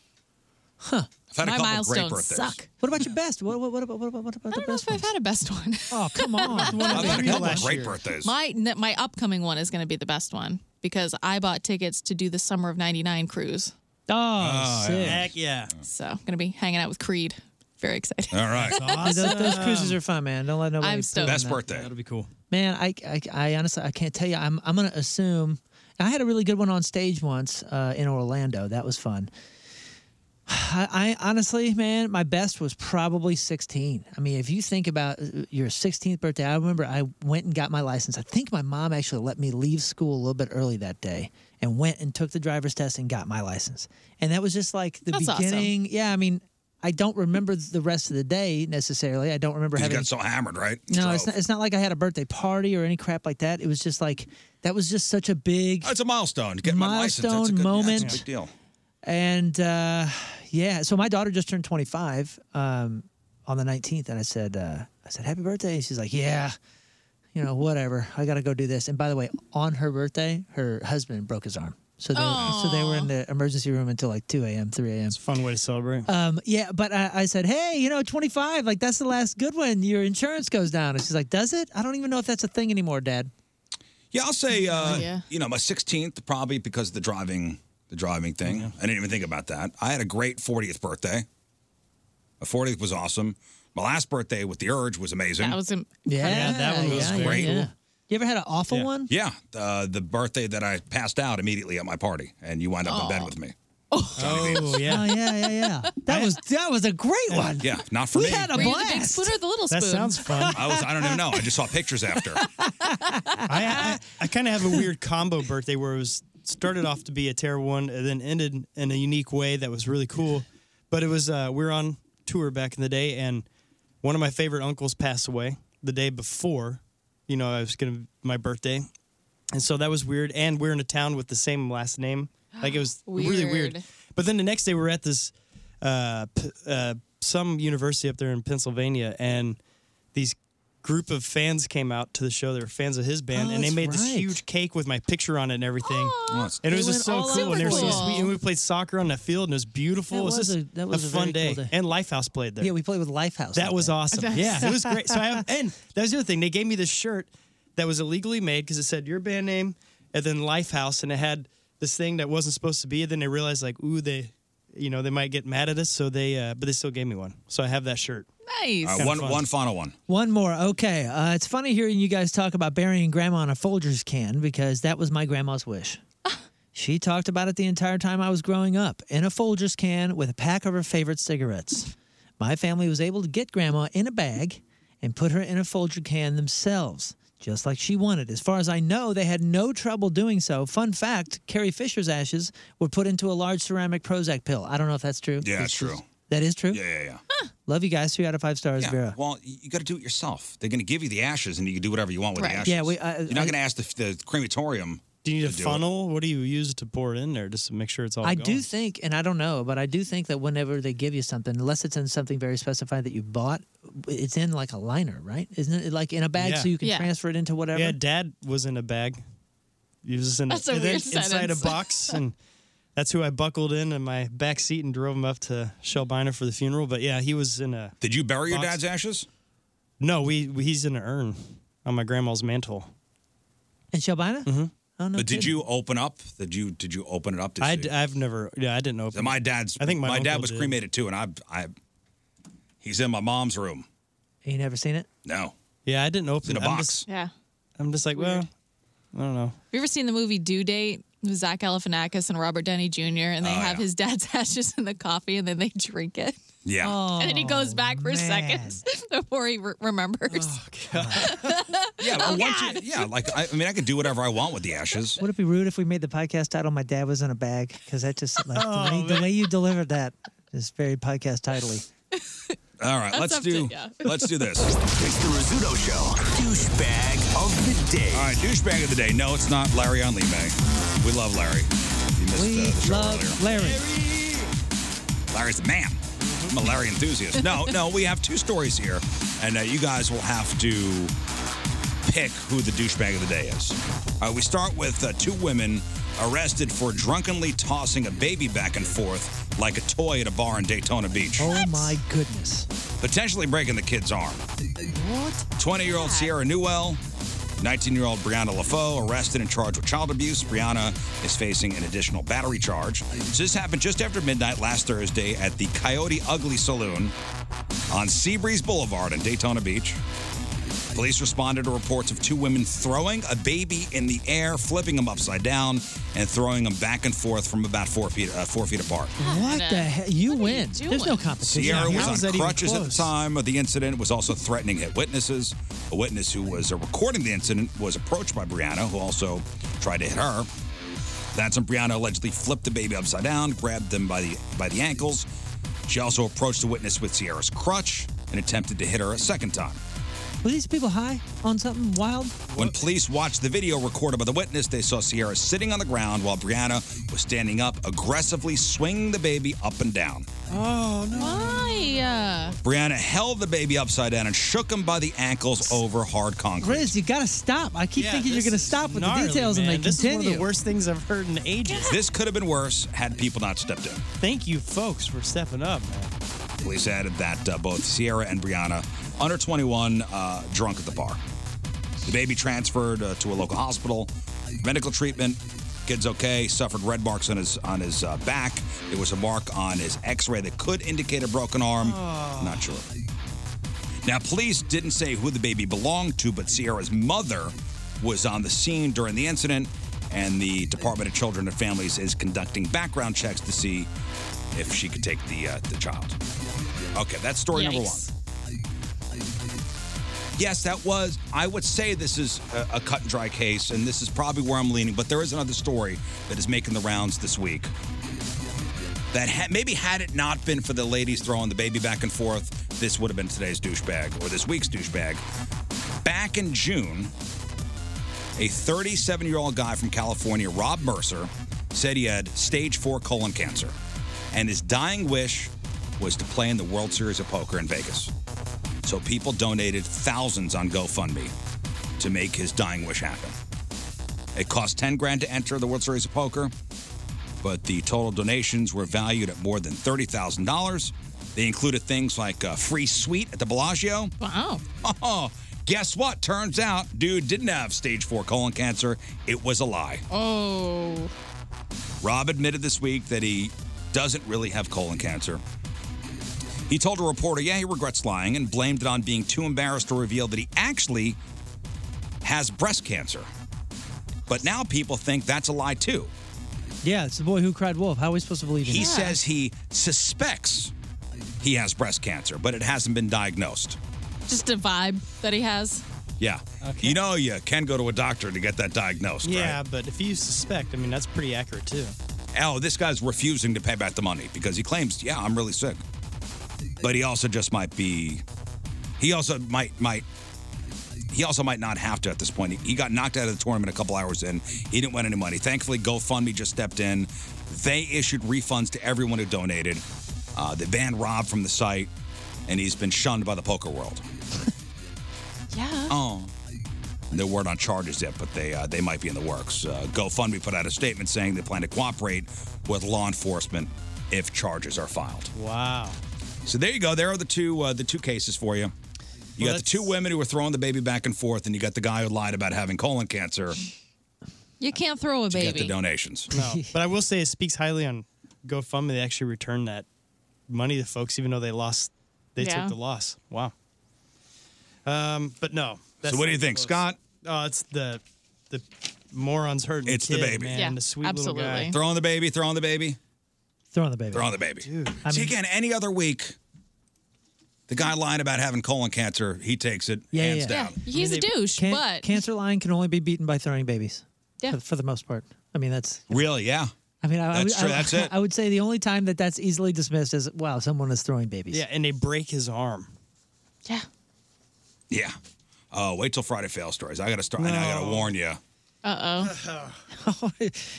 Speaker 10: Huh.
Speaker 7: I've had a
Speaker 9: My
Speaker 7: couple great
Speaker 9: milestones
Speaker 7: birthdays.
Speaker 9: suck.
Speaker 10: What about your best? What, what, what, about- what, about- what about the best
Speaker 9: I've had a best [laughs] one.
Speaker 10: Oh, come
Speaker 9: [laughs]
Speaker 10: on.
Speaker 7: I've had a couple Oh, of great birthdays.
Speaker 9: My n- my upcoming one is going to be the best one because I bought tickets to do the Summer of 99 cruise.
Speaker 10: Oh,
Speaker 7: Oh, Oh. sick. yeah.
Speaker 11: Heck yeah.
Speaker 9: So, I'm going to be hanging out with Creed. Very excited.
Speaker 7: All right.
Speaker 10: Those- Those, cruises are fun, man. Don't let nobody.
Speaker 9: I'm
Speaker 10: put
Speaker 9: stoked.
Speaker 10: you on
Speaker 9: Best
Speaker 10: that.
Speaker 9: birthday.
Speaker 11: That'll be cool.
Speaker 10: Man, I, I, I honestly I can't tell you. I'm I'm gonna assume. I had a really good one on stage once uh, in Orlando. That was fun. I, I honestly, man, my best was probably 16. I mean, if you think about uh, your 16th birthday, I remember I went and got my license. I think my mom actually let me leave school a little bit early that day and went and took the driver's test and got my license. And that was just like the
Speaker 9: That's awesome.
Speaker 10: beginning. Yeah, I mean, I don't remember the rest of the day necessarily. I don't remember
Speaker 7: 'Cause You
Speaker 10: having
Speaker 7: got so hammered, right?
Speaker 10: no, it's not, it's not like I had a birthday party or any crap like that. It was just like that was just such a big
Speaker 7: It's a milestone. Getting my license. That's a
Speaker 10: Milestone
Speaker 7: good, Yeah,
Speaker 10: moment.
Speaker 7: that's a big deal.
Speaker 10: and uh, yeah. So my daughter just turned 25 um, on the 19th, and I said, uh, I said happy birthday. And she's like, yeah, you know, whatever. I got to go do this. And by the way, on her birthday, her husband broke his arm, so they so they were in the emergency room until like 2 a.m., 3 a.m. It's
Speaker 11: a fun way to celebrate.
Speaker 10: Um, yeah, but I, I said, hey, you know, 25, like that's the last good one. Your insurance goes down. And she's like, does it? I don't even know if that's a thing anymore, Dad.
Speaker 7: Yeah, I'll say uh,
Speaker 10: Oh, yeah.
Speaker 7: you know, my 16th probably because of the driving the driving thing. I didn't even think about that. I had a great 40th birthday. My 40th was awesome. My last birthday with the urge was amazing.
Speaker 9: [laughs] That was im-
Speaker 10: Yeah,
Speaker 7: that one was great.
Speaker 10: You ever had an awful one?
Speaker 7: Yeah, uh, the birthday that I passed out immediately at my party, and you wind up in bed with me.
Speaker 11: Oh
Speaker 10: Oh, [laughs] yeah,
Speaker 11: [laughs]
Speaker 10: yeah, yeah. That was that was a great one.
Speaker 7: Yeah, not for
Speaker 10: We
Speaker 7: me.
Speaker 10: had a Were you the big blast. spoon or the little That spoon?
Speaker 9: [laughs]
Speaker 10: sounds fun.
Speaker 7: I was. I don't even know. I just saw
Speaker 10: [laughs]
Speaker 7: pictures after.
Speaker 11: I I, I kind of have a weird combo birthday where it was started off to be a terrible one and then ended in a unique way that was really cool. But it was uh, we were on tour back in the day, and one of my favorite uncles passed away the day before. You know, I was gonna my birthday, and so that was weird. And we're in a town with the same last name. Like it was really
Speaker 9: Weird.
Speaker 11: weird. But then the next day, we were at this uh, p- uh, some university up there in Pennsylvania, and these group of fans came out to the show. They were fans of his band,
Speaker 10: Oh,
Speaker 11: and they
Speaker 10: that's
Speaker 11: made this
Speaker 10: right.
Speaker 11: huge cake with my picture on it and everything.
Speaker 7: that's-
Speaker 11: and it was
Speaker 10: They
Speaker 11: just
Speaker 10: went
Speaker 11: so cool.
Speaker 10: all out
Speaker 11: And they were so
Speaker 10: for it.
Speaker 11: sweet. And we played soccer on the field, and it was beautiful.
Speaker 10: That
Speaker 11: it was,
Speaker 10: was
Speaker 11: just
Speaker 10: a- that was a
Speaker 11: fun
Speaker 10: very
Speaker 11: day.
Speaker 10: cool day.
Speaker 11: And Lifehouse played there.
Speaker 10: Yeah, we played with Lifehouse.
Speaker 11: That was awesome. Yeah,
Speaker 10: [laughs]
Speaker 11: it was great. So I have, and that was the other thing. They gave me this shirt that was illegally made because it said your band name and then Lifehouse, and it had this thing that wasn't supposed to be. And then they realized like, ooh, they, you know, they might get mad at us. So they, uh, but they still gave me one. So I have that shirt.
Speaker 9: Nice.
Speaker 7: Uh,
Speaker 11: Kinda
Speaker 7: one,
Speaker 11: fun.
Speaker 7: one final one.
Speaker 10: One more. Okay. Uh, it's funny hearing you guys talk about burying grandma in a Folgers can because that was my grandma's wish. she talked about it the entire time I was growing up in a Folgers can with a pack of her favorite cigarettes. my family was able to get grandma in a bag and put her in a Folger can themselves. just like she wanted. As far as I know, they had no trouble doing so. Fun fact Carrie Fisher's ashes were put into a large ceramic Prozac pill. I don't know if that's true.
Speaker 7: Yeah,
Speaker 10: It's
Speaker 7: it's
Speaker 10: just-
Speaker 7: true.
Speaker 10: That is true?
Speaker 7: Yeah, yeah, yeah.
Speaker 10: Love you guys. Three out of five stars,
Speaker 7: Yeah,
Speaker 10: Vera.
Speaker 7: Well, you got to do it yourself. They're going to give you the ashes, and you can do whatever you want with
Speaker 10: Right.
Speaker 7: the ashes.
Speaker 10: Yeah, we- I-
Speaker 11: uh,
Speaker 7: You're
Speaker 10: I-
Speaker 7: not going to ask the, the crematorium.
Speaker 11: Do you need a
Speaker 7: to do it.
Speaker 11: funnel? What do you use to pour it in there just to make sure it's
Speaker 7: Oh,
Speaker 11: all
Speaker 10: I
Speaker 11: gone?
Speaker 10: do think, and I don't know, but I do think that whenever they give you something, unless it's in something very specified that you bought, it's in like a liner, right? Isn't it like in a bag so you can transfer it into whatever?
Speaker 11: Yeah, dad was in a bag. He was in
Speaker 10: That's a
Speaker 11: and
Speaker 10: weird
Speaker 11: then inside a
Speaker 10: sentence. [laughs]
Speaker 11: box, and that's who I buckled in in my back seat and drove him up to Shelbiner for the funeral. But yeah, he was in a.
Speaker 7: Did you bury your
Speaker 11: box.
Speaker 7: dad's ashes?
Speaker 11: No, we, we he's in an urn on my grandma's mantle.
Speaker 10: And Shelbina? Mm-hmm. Oh no!
Speaker 7: but did
Speaker 10: kidding.
Speaker 7: you open up? Did you did you open it up to
Speaker 11: I
Speaker 7: see?
Speaker 11: d- I've never. Yeah, I didn't open.
Speaker 7: my dad's.
Speaker 11: I think my
Speaker 7: dad
Speaker 11: uncle
Speaker 7: was
Speaker 11: did.
Speaker 7: cremated too, and I I he's in my mom's room.
Speaker 10: You never seen it?
Speaker 7: No,
Speaker 11: Yeah, I didn't open
Speaker 7: in a
Speaker 11: it. I'm
Speaker 7: box.
Speaker 11: just-
Speaker 9: Yeah.
Speaker 11: I'm just like, well, I don't know.
Speaker 9: Have you ever seen the movie Due Date with Zach Galifianakis and Robert Denny Jr. and they
Speaker 11: Oh,
Speaker 9: have
Speaker 11: yeah.
Speaker 9: his dad's [laughs] ashes in the coffee and then they drink it?
Speaker 7: Yeah.
Speaker 10: Oh.
Speaker 9: and then he goes back for seconds [laughs] before he re- remembers.
Speaker 7: Yeah,
Speaker 10: Oh,
Speaker 7: but once you, yeah, like I, I mean, I could do whatever I want with the ashes.
Speaker 10: Would it be rude if we made the podcast title "My Dad Was in a Bag"? Because that just like
Speaker 7: [laughs] Oh,
Speaker 10: the, way, the
Speaker 7: man.
Speaker 10: way you delivered that is very podcast titly.
Speaker 7: All right,
Speaker 10: That's
Speaker 7: let's
Speaker 10: up to-
Speaker 7: do
Speaker 10: yeah.
Speaker 7: let's do this.
Speaker 10: [laughs]
Speaker 7: It's the Rizzuto Show douchebag of the day. All right, douchebag of the day. No, it's not Larry on Lee Bay. We love Larry. You missed
Speaker 10: We
Speaker 7: uh, the show
Speaker 10: love
Speaker 7: earlier.
Speaker 10: Larry.
Speaker 7: Larry's the man. I'm a Larry
Speaker 10: [laughs]
Speaker 7: enthusiast. No, no, we have two stories here, and uh, you guys will have to pick who the douchebag of the day is. All right, we start with uh, two women arrested for drunkenly tossing a baby back and forth like a toy at a bar in Daytona Beach.
Speaker 10: Oh my goodness!
Speaker 7: Potentially breaking the kid's arm.
Speaker 10: What?
Speaker 7: 20 year old Sierra Newell, 19 year old Brianna LaFoe arrested and charged with child abuse. Brianna is facing an additional battery charge. So this happened just after midnight last Thursday at the Coyote Ugly Saloon on Seabreeze Boulevard in Daytona Beach. Police responded to reports of two women throwing a baby in the air, flipping him upside down, and throwing him back and forth from about four feet uh, four feet apart.
Speaker 10: What the hell? You win. There's no competition.
Speaker 7: Sierra
Speaker 10: here.
Speaker 7: was on crutches at the time of the incident, was also threatening hit witnesses. A witness who was uh, recording the incident was approached by Brianna, who also tried to hit her. That's when Brianna allegedly flipped the baby upside down, grabbed them by the by the ankles. She also approached the witness with Sierra's crutch and attempted to hit her a second time.
Speaker 10: Were these people high on something wild?
Speaker 7: When police watched the video recorded by the witness, they saw Sierra sitting on the ground while Brianna was standing up, aggressively swinging the baby up and down.
Speaker 9: Oh no! Why?
Speaker 7: Brianna held the baby upside down and shook him by the ankles over hard concrete.
Speaker 10: Riz, you gotta stop. I keep
Speaker 11: Yeah,
Speaker 10: thinking you're
Speaker 11: this
Speaker 10: gonna
Speaker 11: is
Speaker 10: stop with
Speaker 11: gnarly,
Speaker 10: the details,
Speaker 11: man.
Speaker 10: and they
Speaker 11: This is one
Speaker 10: continue.
Speaker 11: of the worst things I've heard in ages.
Speaker 7: This could have been worse had people not stepped in.
Speaker 11: Thank you, folks, for stepping up, man.
Speaker 7: Police added that uh, both Sierra and Brianna, under 21, uh, drunk at the bar. The baby transferred uh, to a local hospital, for medical treatment. Kid's okay. Suffered red marks on his on his uh, back. There was a mark on his X-ray that could indicate a broken arm.
Speaker 13: Oh.
Speaker 7: Not sure. Now, police didn't say who the baby belonged to, but Sierra's mother was on the scene during the incident, and the Department of Children and Families is conducting background checks to see if she could take the uh, the child. Okay, that's story number one.
Speaker 13: Yikes.
Speaker 7: Yes, that was. I would say this is a, a cut and dry case, and this is probably where I'm leaning. But there is another story that is making the rounds this week. That ha- maybe had it not been for the ladies throwing the baby back and forth, this would have been today's douchebag or this week's douchebag. Back in June, a 37 year old guy from California, Rob Mercer, said he had stage four colon cancer, and his dying wish was to play in the World Series of Poker in Vegas. So people donated thousands on GoFundMe to make his dying wish happen. It cost 10 grand to enter the World Series of Poker, but the total donations were valued at more than $30,000. They included things like a free suite at the Bellagio.
Speaker 9: Wow.
Speaker 7: Oh, [laughs] guess what? Turns out, dude didn't have stage four colon cancer. It was a lie.
Speaker 9: Oh.
Speaker 7: Rob admitted this week that he doesn't really have colon cancer. He told a reporter, yeah, he regrets lying and blamed it on being too embarrassed to reveal that he actually has breast cancer. But now people think that's a lie too.
Speaker 10: Yeah, it's the boy who cried wolf. How are we supposed to believe in
Speaker 7: He
Speaker 10: that?
Speaker 7: says he suspects he has breast cancer, but it hasn't been diagnosed.
Speaker 9: Just a vibe that he has.
Speaker 7: Yeah. You know, you can go to a doctor to get that diagnosed.
Speaker 11: Yeah,
Speaker 7: Right?
Speaker 11: but if you suspect, I mean, that's pretty accurate too.
Speaker 7: Oh, this guy's refusing to pay back the money because he claims, yeah, I'm really sick. But he also just might be. He also might might. He also might not have to at this point. He got knocked out of the tournament a couple hours in. He didn't win any money. Thankfully, GoFundMe just stepped in. They issued refunds to everyone who donated. Uh, they banned Rob from the site, and he's been shunned by the poker world.
Speaker 9: Yeah.
Speaker 7: Oh. No word on charges yet, but they uh, they might be in the works. Uh, GoFundMe put out a statement saying they plan to cooperate with law enforcement if charges are filed.
Speaker 11: Wow.
Speaker 7: So there you go. There are the two uh, the two cases for you. You got the two women who were throwing the baby back and forth, and you got the guy who lied about having colon cancer
Speaker 9: You can't throw a
Speaker 7: to get
Speaker 9: baby.
Speaker 7: the donations.
Speaker 11: No, but I will say it speaks highly on GoFundMe. They actually returned that money to folks, even though they lost. They
Speaker 9: Yeah.
Speaker 11: took the loss. Wow. Um, but no.
Speaker 7: So what do you think, Scott?
Speaker 11: Oh, it's the the morons hurting.
Speaker 7: It's the
Speaker 11: kid,
Speaker 7: baby.
Speaker 11: man. the sweet little guy.
Speaker 7: Throwing the baby, throwing the baby,
Speaker 10: throwing the baby,
Speaker 7: throwing the baby.
Speaker 10: I
Speaker 7: See
Speaker 10: mean-
Speaker 7: again, any other week, the guy lying about having colon cancer, he takes it
Speaker 10: Yeah,
Speaker 7: hands
Speaker 10: yeah, yeah.
Speaker 7: down.
Speaker 9: he's a douche, but-
Speaker 10: cancer line can only be beaten by throwing babies.
Speaker 9: Yeah.
Speaker 10: for, for the most part. I mean, that's.
Speaker 7: Really? Yeah.
Speaker 10: I mean, I, I
Speaker 7: That's
Speaker 10: would-
Speaker 7: true,
Speaker 10: I,
Speaker 7: that's it.
Speaker 10: [laughs] I would say the only time that that's easily dismissed is wow, someone is throwing babies.
Speaker 11: Yeah, and they break his arm.
Speaker 7: Yeah. Oh, wait till Friday fail stories. I gotta start. I gotta warn you.
Speaker 9: Uh
Speaker 10: oh. [laughs]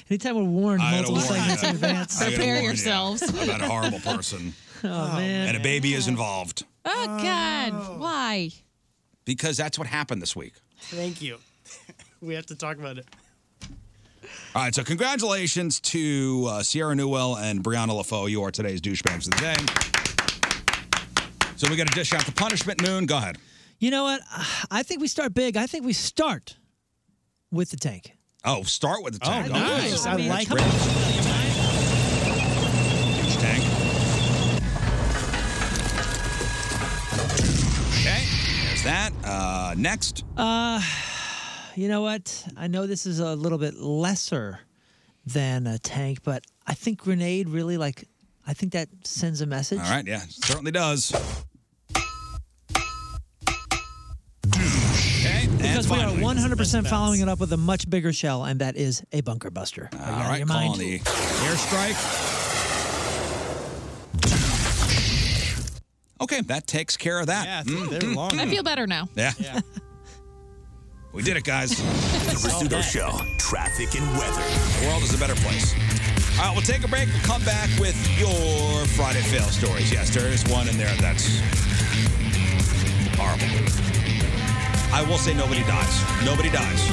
Speaker 10: Anytime we're warned
Speaker 7: I gotta
Speaker 10: multiple
Speaker 7: warn
Speaker 10: seconds
Speaker 11: [laughs]
Speaker 7: you.
Speaker 10: in advance.
Speaker 7: I gotta warn you.
Speaker 9: yourselves.
Speaker 7: I'm not a horrible person.
Speaker 10: [laughs] Oh, man.
Speaker 7: and a baby is involved
Speaker 9: Oh, God. Why?
Speaker 7: because that's what happened this week.
Speaker 11: Thank you. [laughs] we have to talk about it.
Speaker 7: All right, so congratulations to uh, Sierra Newell and Brianna LaFoe. You are today's douchebags of the day. So we got to dish out the punishment. Noon, go ahead.
Speaker 10: You know what? I think we start big. I think we start with the tank.
Speaker 7: Oh, start with the tank.
Speaker 10: Oh, nice. I like
Speaker 7: it. Douche tank. Okay, there's that. Uh, next.
Speaker 10: Uh, you know what? I know this is a little bit lesser than a tank, but I think grenade really like. I think that sends a message.
Speaker 7: All right, yeah, certainly does. Okay, and
Speaker 10: Because we
Speaker 7: finally-
Speaker 10: are 100% following it up with a much bigger shell, and that is a bunker buster. Are you out
Speaker 7: All
Speaker 10: of
Speaker 7: right,
Speaker 10: your
Speaker 7: calling
Speaker 10: mind?
Speaker 7: the airstrike. Okay, that takes care of that. Mm-hmm. Yeah,
Speaker 11: they were long.
Speaker 9: I feel better now.
Speaker 7: Yeah. [laughs] We did it, guys. the
Speaker 4: Rizzuto Show, traffic and weather.
Speaker 7: The world is a better place. All right, we'll take a break. We'll come back with your Friday fail stories. Yes, there is one in there that's horrible. I will say nobody dies. Nobody dies.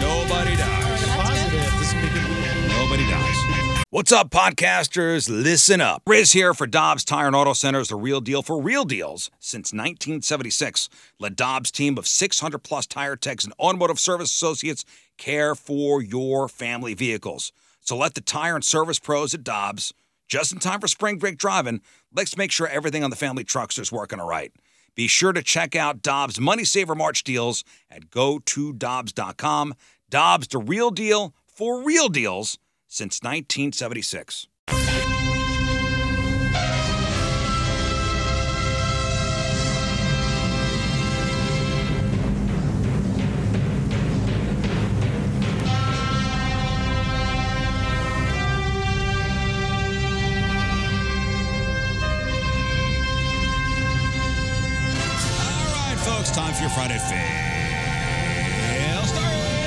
Speaker 7: Nobody dies.
Speaker 11: Positive. This will be good.
Speaker 7: Nobody dies. What's up, podcasters? Listen up. Riz here for Dobbs Tire and Auto Centers, the real deal for real deals since 1976. Let Dobbs' team of 600 plus tire techs and automotive service associates care for your family vehicles. So let the tire and service pros at Dobbs, just in time for spring break driving, let's make sure everything on the family truckster's working all right. Be sure to check out Dobbs Money Saver March deals at go2dobbs.com. Dobbs, the real deal for real deals since 1976. All right, folks, time for your Friday fail stories.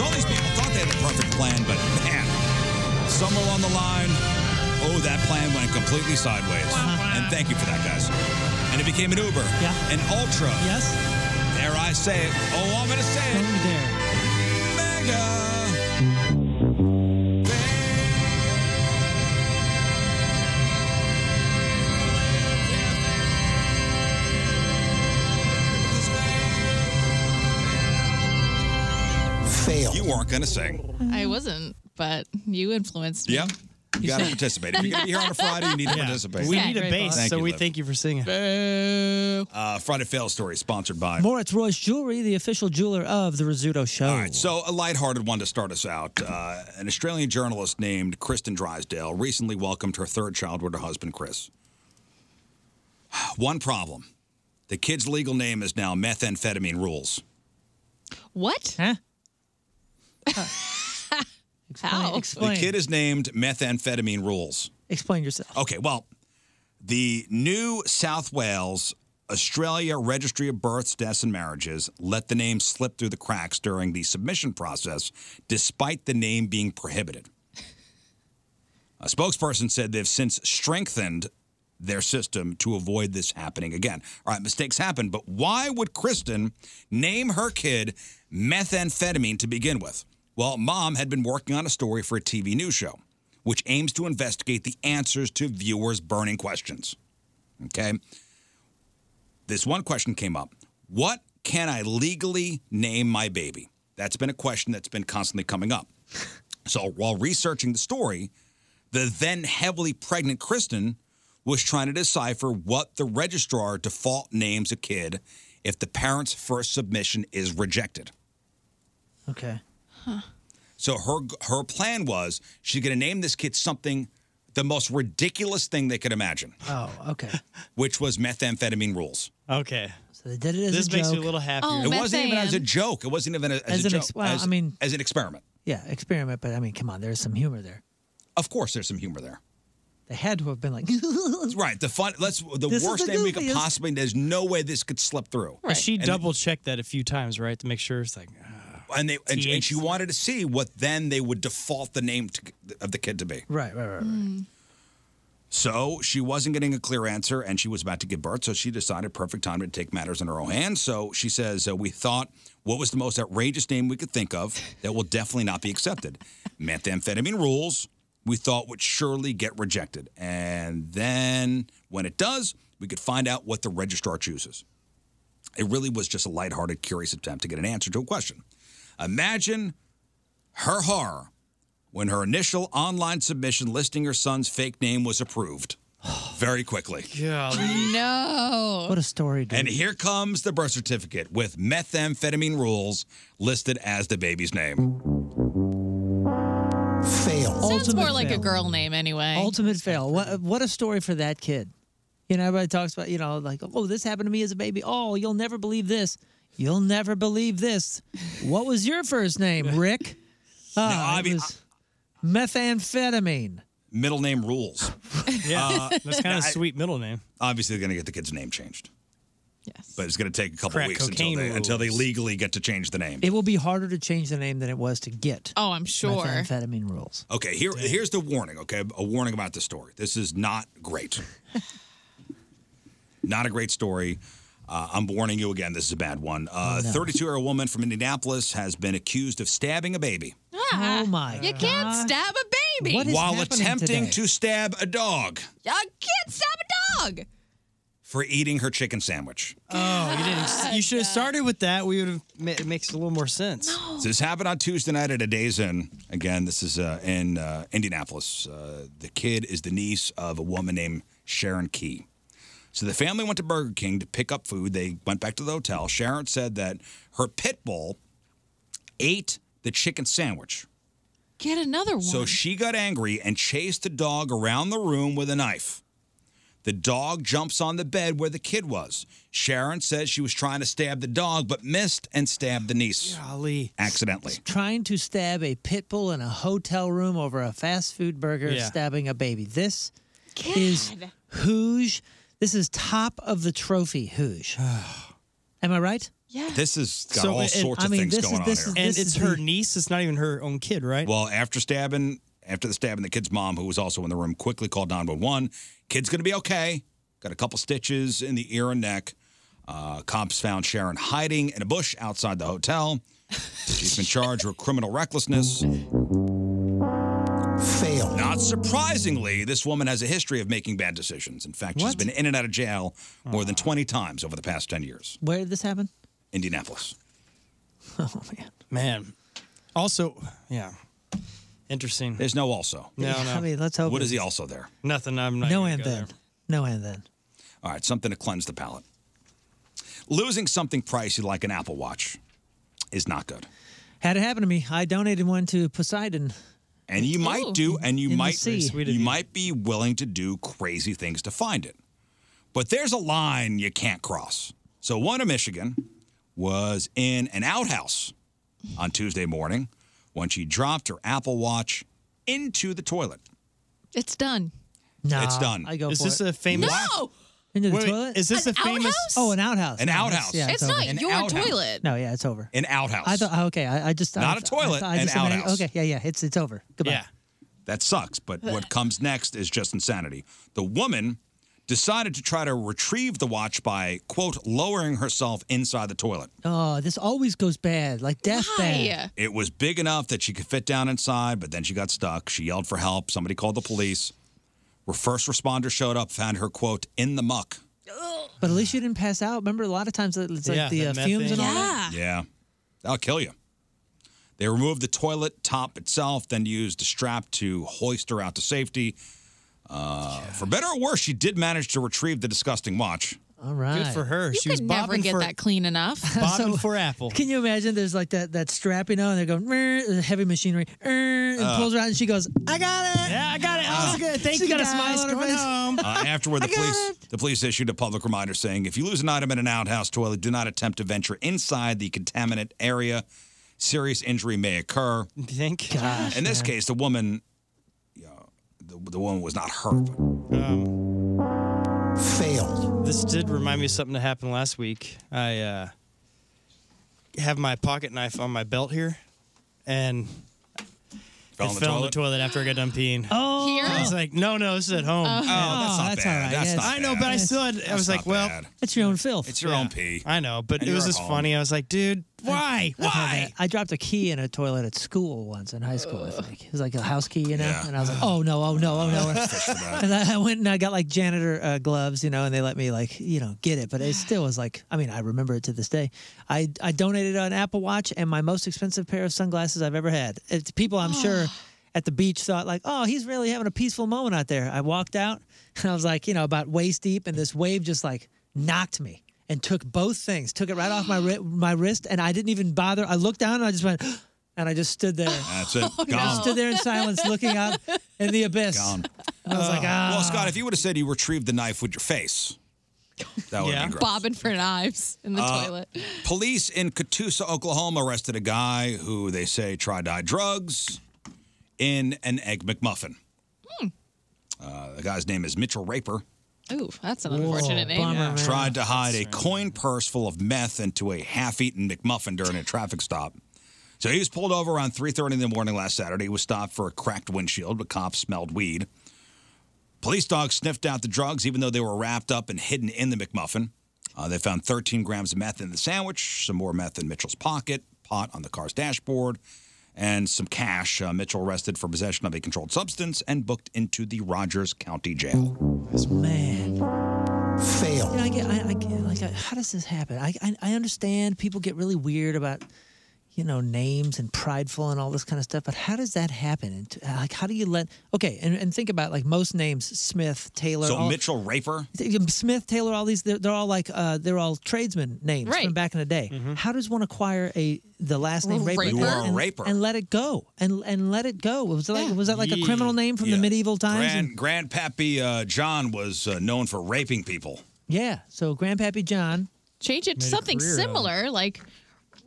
Speaker 7: All these people thought they had the perfect plan, but man, somewhere along the line, oh, that plan went completely sideways. And thank you for that, guys. And it became an Uber, yeah. an Ultra.
Speaker 10: Yes.
Speaker 7: Dare I say it? Oh, I'm going to say it. Mega. Fail. You weren't going to sing.
Speaker 11: Mm.
Speaker 9: I wasn't, but you influenced me.
Speaker 7: Yep. You got to
Speaker 9: said-
Speaker 7: participate. If you're going to be here on a Friday, you need to
Speaker 9: [laughs] Yeah.
Speaker 7: participate.
Speaker 9: We need a Great bass,
Speaker 7: Thank
Speaker 11: so we
Speaker 7: Liv.
Speaker 11: thank you for singing.
Speaker 7: Uh, Friday Fail Story, sponsored by.
Speaker 10: Moritz Royce Jewelry, the official jeweler of the Rizzuto Show.
Speaker 7: All right, so a lighthearted one to start us out. Uh, an Australian journalist named Kristen Drysdale recently welcomed her third child with her husband, Chris. One problem The kid's legal name is now Methamphetamine Rules.
Speaker 9: What?
Speaker 7: [laughs]
Speaker 10: Huh?
Speaker 9: How?
Speaker 7: The kid is named Methamphetamine Rules.
Speaker 10: Explain yourself.
Speaker 7: Okay, well, the new South Wales Australia Registry of Births, Deaths, and Marriages let the name slip through the cracks during the submission process, despite the name being prohibited. A spokesperson said they've since strengthened their system to avoid this happening again. All right, mistakes happen, but why would Kristen name her kid methamphetamine to begin with? Well, mom had been working on a story for a TV news show, which aims to investigate the answers to viewers' burning questions. Okay? This one question came up What can I legally name my baby? That's been a question that's been constantly coming up. So while researching the story, the then heavily pregnant Kristen was trying to decipher what the registrar default names a kid if the parent's first submission is rejected.
Speaker 10: Okay.
Speaker 7: So her her plan was she's going to name this kid something the most ridiculous thing they could imagine,
Speaker 10: Oh, okay.
Speaker 7: which was methamphetamine rules.
Speaker 11: Okay.
Speaker 10: So they did it as
Speaker 11: This
Speaker 10: a
Speaker 11: makes me a
Speaker 10: joke.
Speaker 11: little happier.
Speaker 10: Oh,
Speaker 7: it wasn't even as a
Speaker 10: methan.
Speaker 7: joke. It wasn't even a, as,
Speaker 10: As
Speaker 7: a
Speaker 10: an
Speaker 7: joke.
Speaker 10: ex- well,
Speaker 7: as,
Speaker 10: I mean-
Speaker 7: as an experiment.
Speaker 10: Yeah, experiment, but I mean, come on, there's some humor there.
Speaker 7: Of course, there's some humor there.
Speaker 10: They had to have been like, [laughs]
Speaker 7: right. The fun. Let's. The
Speaker 10: This is
Speaker 7: worst
Speaker 10: the
Speaker 7: name we could
Speaker 10: goofiest-
Speaker 7: possibly. There's no way this could slip through.
Speaker 11: And She
Speaker 7: And-
Speaker 11: double checked that a few times, right, to make sure it's like. uh,
Speaker 7: and they and, and she wanted to see what then they would default the name to, of the kid to be.
Speaker 10: Right, right, right.
Speaker 7: So she wasn't getting a clear answer and she was about to give birth. So she decided perfect time to take matters in her own hands. So she says, uh, We thought what was the most outrageous name we could think of that will definitely not be accepted? Methamphetamine rules, we thought would surely get rejected. And then when it does, we could find out what the registrar chooses. It really was just a lighthearted, curious attempt to get an answer to a question. Imagine her horror when her initial online submission listing her son's fake name
Speaker 11: [sighs]
Speaker 7: was approved very quickly.
Speaker 9: No.
Speaker 10: What a story, dude.
Speaker 7: And here comes the birth certificate with methamphetamine rules listed as the baby's name.
Speaker 10: fail.
Speaker 9: Sounds more like a girl name anyway.
Speaker 10: Ultimate fail. What, what a story for that kid. You know, everybody talks about, you know, like, oh, this happened to me as a baby. Oh, you'll never believe this. You'll never believe this. What was your
Speaker 11: [laughs]
Speaker 10: first name, Rick? Oh, it was methamphetamine.
Speaker 7: Middle name rules.
Speaker 11: Yeah, [laughs] that's kind
Speaker 7: now,
Speaker 11: of
Speaker 7: I-
Speaker 11: sweet middle name.
Speaker 7: Obviously, they're going to get the kid's name changed. Yes. But it's going to take a couple
Speaker 11: Crack
Speaker 7: weeks until
Speaker 11: cocaine
Speaker 7: they, until they
Speaker 11: rules.
Speaker 7: legally get to change the name.
Speaker 10: It will be harder to change the name than it was to get.
Speaker 9: Oh, I'm sure.
Speaker 10: Methamphetamine rules.
Speaker 7: Okay, here, here's the warning, okay? A warning about the story. This is not great. not a great story. Uh, I'm warning you again, this is a bad one. Uh, 32 year old woman from Indianapolis has been accused of stabbing a baby
Speaker 9: [laughs] Ah,
Speaker 10: oh my!
Speaker 9: You can't stab a baby.
Speaker 7: while attempting to stab a dog
Speaker 9: You can't stab a dog.
Speaker 7: for eating her chicken sandwich.
Speaker 11: Oh, you didn't. You should have started with that. We would have. It makes a little more sense.
Speaker 7: This happened on Tuesday night at a Days Inn. Again, this is uh, in uh, Indianapolis. Uh, the kid is the niece of a woman named Sharon Key. So the family went to Burger King to pick up food. They went back to the hotel. Sharon said that her pit bull ate the chicken sandwich.
Speaker 9: Get another one.
Speaker 7: So she got angry and chased the dog around the room with a knife. The dog jumps on the bed where the kid was. Sharon says she was trying to stab the dog but missed and stabbed the niece. Accidentally.
Speaker 10: Trying to stab a pit bull in a hotel room over a fast food burger,
Speaker 7: Yeah.
Speaker 10: stabbing a baby. This is hooge. This is top of the trophy hooge.
Speaker 11: [sighs]
Speaker 10: Am I right?
Speaker 9: Yeah.
Speaker 7: This has got
Speaker 11: So,
Speaker 7: all
Speaker 11: and-
Speaker 7: sorts
Speaker 11: I
Speaker 7: of
Speaker 11: mean,
Speaker 7: things
Speaker 11: this
Speaker 7: going
Speaker 11: is- this is-
Speaker 7: on here.
Speaker 11: And this it's is her the-
Speaker 7: niece. It's not even her own kid, right? Well, after stabbing, after the stabbing, the kid's mom, who was also in the room, quickly called 911. Kid's going to be okay. Got a couple stitches in the ear and neck. Uh, cops found Sharon hiding in a bush outside the hotel. She's been charged with criminal recklessness. Fail. Not surprisingly, this woman has a history of making bad decisions. In fact, she's
Speaker 10: What?
Speaker 7: been in and out of jail more than 20 times over the past 10 years.
Speaker 10: Where did this happen? [laughs]
Speaker 7: Indianapolis.
Speaker 10: Oh man.
Speaker 11: Man. Also, yeah. Interesting.
Speaker 7: There's no also.
Speaker 11: No, no.
Speaker 10: I mean, let's hope.
Speaker 7: What
Speaker 10: it's-
Speaker 7: is he also there?
Speaker 11: Nothing. I'm not.
Speaker 10: No
Speaker 11: gonna
Speaker 10: and
Speaker 11: go
Speaker 10: then. No and then.
Speaker 7: All right, something to cleanse the palate. Losing something pricey like an Apple Watch is not good.
Speaker 10: Had it happen to me, I donated one to Poseidon.
Speaker 7: And you might do, and you
Speaker 10: In the
Speaker 7: might
Speaker 10: sea. Very sweet of
Speaker 7: you
Speaker 10: you.
Speaker 7: might be willing to do crazy things to find it. But there's a line you can't cross. So one of Michigan was in an outhouse on Tuesday morning when she dropped her Apple Watch into the toilet.
Speaker 9: It's done. Oh,
Speaker 7: No, It's done. I go
Speaker 11: is
Speaker 7: for
Speaker 11: this
Speaker 7: it.
Speaker 11: a famous?
Speaker 9: No!
Speaker 10: Into the
Speaker 11: Wait,
Speaker 10: toilet?
Speaker 11: Is this
Speaker 10: An
Speaker 11: a famous?
Speaker 10: outhouse? Oh, an outhouse.
Speaker 7: An
Speaker 10: No, it's-
Speaker 7: outhouse.
Speaker 10: yeah, it's It's over. not
Speaker 7: An
Speaker 10: your
Speaker 7: outhouse.
Speaker 10: toilet. No, yeah, it's over.
Speaker 7: An outhouse.
Speaker 10: I thought okay. I, I just
Speaker 7: Not
Speaker 10: I,
Speaker 7: a toilet,
Speaker 10: I, I
Speaker 7: an
Speaker 10: just imagined-
Speaker 7: outhouse.
Speaker 10: Okay, yeah, yeah. It's it's over. Goodbye.
Speaker 7: Yeah. That sucks, but what comes next is just insanity. The woman decided to try to retrieve the watch by, quote, lowering herself inside the toilet.
Speaker 10: Oh, this always goes bad. Like death bad.
Speaker 7: It was big enough that she could fit down inside, but then she got stuck. She yelled for help. Somebody called the police. Where first responder showed up, found her, quote, in the muck.
Speaker 10: But at least you didn't pass out. Remember, a lot of times it's like
Speaker 7: Yeah,
Speaker 10: the uh,
Speaker 7: that methane.
Speaker 10: fumes and all that.
Speaker 7: Yeah. That'll kill you. They removed the toilet top itself, then used a strap to hoist her out to safety. Uh, For better or worse, she did manage to retrieve the disgusting watch.
Speaker 10: All right.
Speaker 11: Good for her.
Speaker 9: You could never get that
Speaker 11: [laughs]
Speaker 9: clean enough. [laughs]
Speaker 10: Bobbing
Speaker 11: for Apple.
Speaker 10: Can you imagine? There's like that that strap, you know, and they're going "Rrr," the heavy machinery, "Rrr," and
Speaker 7: Uh.
Speaker 10: pulls her out, and she goes, "I got it.
Speaker 11: Yeah, I got it.
Speaker 10: Oh,
Speaker 11: Oh,
Speaker 10: it's
Speaker 11: good. Thank
Speaker 10: She
Speaker 11: you.
Speaker 10: got a
Speaker 11: guys.
Speaker 10: smile on her
Speaker 11: Going
Speaker 10: face.
Speaker 11: home.
Speaker 7: Uh, afterward, the police the police issued a public reminder saying, if you lose an item in an outhouse toilet, do not attempt to venture inside the contaminant area. Serious injury may occur.
Speaker 11: Thank
Speaker 10: God.
Speaker 7: In this case, the woman, uh, the, the woman was not hurt. but-
Speaker 9: Oh.
Speaker 11: failed. This did remind me of something that happened last week. I uh, have my pocket knife on my belt here, and
Speaker 7: Fell
Speaker 11: it
Speaker 7: in the
Speaker 11: fell in the
Speaker 7: toilet?
Speaker 11: toilet after I got done peeing.
Speaker 10: Oh,
Speaker 11: Here? I was like, no, no, this is at home.
Speaker 10: Oh, Oh, that's not that's bad. all right. That's Yeah, not
Speaker 11: I know,
Speaker 10: bad.
Speaker 11: but I still had. I
Speaker 10: That's
Speaker 11: was like,
Speaker 10: not
Speaker 11: well,
Speaker 10: bad. It's your own filth.
Speaker 11: It's your own
Speaker 7: pee.
Speaker 11: I know, but
Speaker 10: And
Speaker 11: it was
Speaker 10: you're
Speaker 11: just
Speaker 10: home.
Speaker 11: funny. I was like, dude, why,
Speaker 10: I've had
Speaker 11: why?
Speaker 10: that. I dropped a key in a toilet at school once in high school. I think it was like a house key, you know.
Speaker 11: Yeah.
Speaker 10: And I was like, "Oh no, oh no, oh no!"
Speaker 11: that.
Speaker 10: and I, I went and I got like janitor uh, gloves, you know, and they let me like you know get it. But it still was like, I mean, I remember it to this day. I I donated an Apple Watch and my most expensive pair of sunglasses I've ever had. It's people I'm sure
Speaker 7: Ah.
Speaker 10: at the beach thought like, "Oh, he's really having a peaceful moment out there." I walked out [laughs] and I was like, you know, about waist deep, and this wave just like knocked me and took both things, took it right off
Speaker 7: [gasps]
Speaker 10: my wri- my wrist, and I didn't even bother. I looked down and I just went, [gasps] and I just stood there.
Speaker 7: That's
Speaker 11: [laughs]
Speaker 7: it.
Speaker 11: Oh,
Speaker 10: I
Speaker 7: [gasps] Gone.
Speaker 10: just stood there in silence, looking out in
Speaker 7: [laughs]
Speaker 10: the abyss.
Speaker 7: Gone.
Speaker 10: I was like, ah.
Speaker 7: Well, Scott, if you would have said you retrieved the knife with your face, that would be gross.
Speaker 9: Bobbing for knives in the
Speaker 7: Uh,
Speaker 9: toilet.
Speaker 7: Police in Catoosa, Oklahoma arrested a guy who they say tried to hide drugs in an Egg McMuffin. Uh, the guy's name is Mitchell Raper.
Speaker 9: Ooh, that's an unfortunate name.
Speaker 7: Tried to hide a coin purse full of meth into a half-eaten McMuffin during a traffic stop. So he was pulled over around 3:30 in the morning last Saturday. He was stopped for a cracked windshield, but cops smelled weed. Police dogs sniffed out the drugs, even though they were wrapped up and hidden in the McMuffin. Uh, they found 13 grams of meth in the sandwich, some more meth in Mitchell's pocket, pot on the car's dashboard, and some cash. Uh, Mitchell arrested for possession of a controlled substance and booked into the Rogers County Jail. Man.
Speaker 10: You know, I get, I, I get, like, I, how does this happen? I, I, I understand people get really weird about, you know, names and prideful and all this kind of stuff. But how does that happen? And t- like, how do you let? Okay, and, and think about like most names: Smith, Taylor.
Speaker 7: So
Speaker 10: all- um,
Speaker 7: Mitchell Raper?
Speaker 10: Smith, Taylor, all these, they're, they're all like, uh, they're all tradesman names
Speaker 7: Right.
Speaker 10: from back in the day. How does one acquire a the last name
Speaker 7: Raper.
Speaker 10: Raper?
Speaker 7: Mm-hmm. You are a
Speaker 10: and,
Speaker 7: raper.
Speaker 10: and let it go and and let it go? Was it like was that like a criminal name from the medieval times?
Speaker 7: Grand, Grandpappy uh, John was uh, known for raping people.
Speaker 10: yeah. So Grandpappy John.
Speaker 9: Change it
Speaker 7: Made
Speaker 9: to
Speaker 7: a
Speaker 9: something
Speaker 7: career out of it.
Speaker 9: similar, like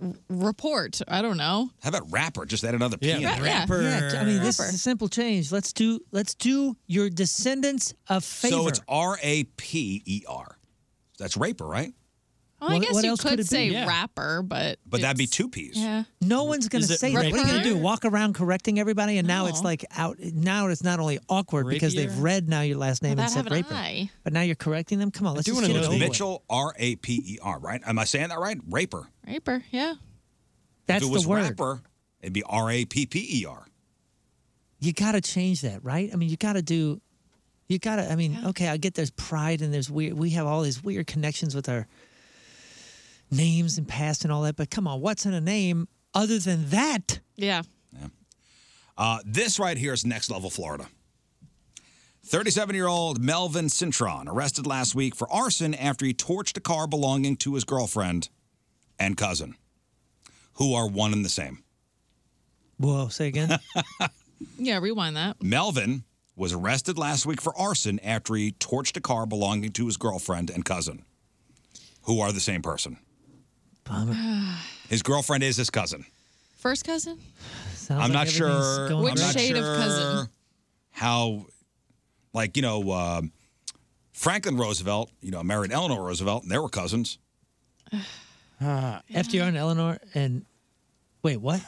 Speaker 9: r- report. I don't know.
Speaker 7: How about rapper? Just add another P. in there.
Speaker 10: Yeah, I mean, this is a simple change. Let's do let's do your descendants a favor.
Speaker 7: So it's R A P E R. That's raper, right?
Speaker 9: Well, I
Speaker 10: What-
Speaker 9: guess
Speaker 10: what
Speaker 9: you
Speaker 10: else
Speaker 9: could,
Speaker 10: could it be?
Speaker 9: say
Speaker 10: Yeah.
Speaker 9: rapper, but
Speaker 7: But that'd be two P's.
Speaker 9: yeah.
Speaker 10: No one's going
Speaker 7: Is
Speaker 10: to
Speaker 7: it
Speaker 10: say that. What are you going to
Speaker 9: rapier?
Speaker 10: do? Walk around correcting everybody, and now it's
Speaker 9: No.
Speaker 10: like out. Now it's not only awkward because they've
Speaker 9: Rapier?
Speaker 10: read now your last name
Speaker 9: Without
Speaker 10: and said
Speaker 9: having
Speaker 10: raper,
Speaker 9: I.
Speaker 10: but now you're correcting them. Come on, let's just get it over with.
Speaker 7: Mitchell R A P E R, right? Am I saying that right? Raper.
Speaker 9: raper. Yeah.
Speaker 10: That's
Speaker 7: if it
Speaker 10: the
Speaker 7: was
Speaker 10: word.
Speaker 7: rapper, it'd be R A P P E R.
Speaker 10: You got to change that, right? I mean, you got to do. You got to. I mean, okay, I get there's pride and there's weird. We have all these weird connections with our names and past and all that. But come on, what's in a name other than that?
Speaker 9: Yeah.
Speaker 7: Uh, this right here is next level Florida. 37 year old Melvin Cintron arrested last week for arson after he torched a car belonging to his girlfriend and cousin, who are one and the same.
Speaker 10: Whoa, say again.
Speaker 9: Yeah. Rewind that.
Speaker 7: Melvin was arrested last week for arson after he torched a car belonging to his girlfriend and cousin. who are the same person.
Speaker 9: Bummer.
Speaker 7: His girlfriend is his cousin.
Speaker 9: First cousin?
Speaker 7: I'm not sure.
Speaker 9: Which
Speaker 7: I'm not
Speaker 9: shade of cousin?
Speaker 7: sure How, like you know, uh, Franklin Roosevelt, you know, married Eleanor Roosevelt, and they were cousins.
Speaker 10: Uh, FDR and Eleanor and wait, what?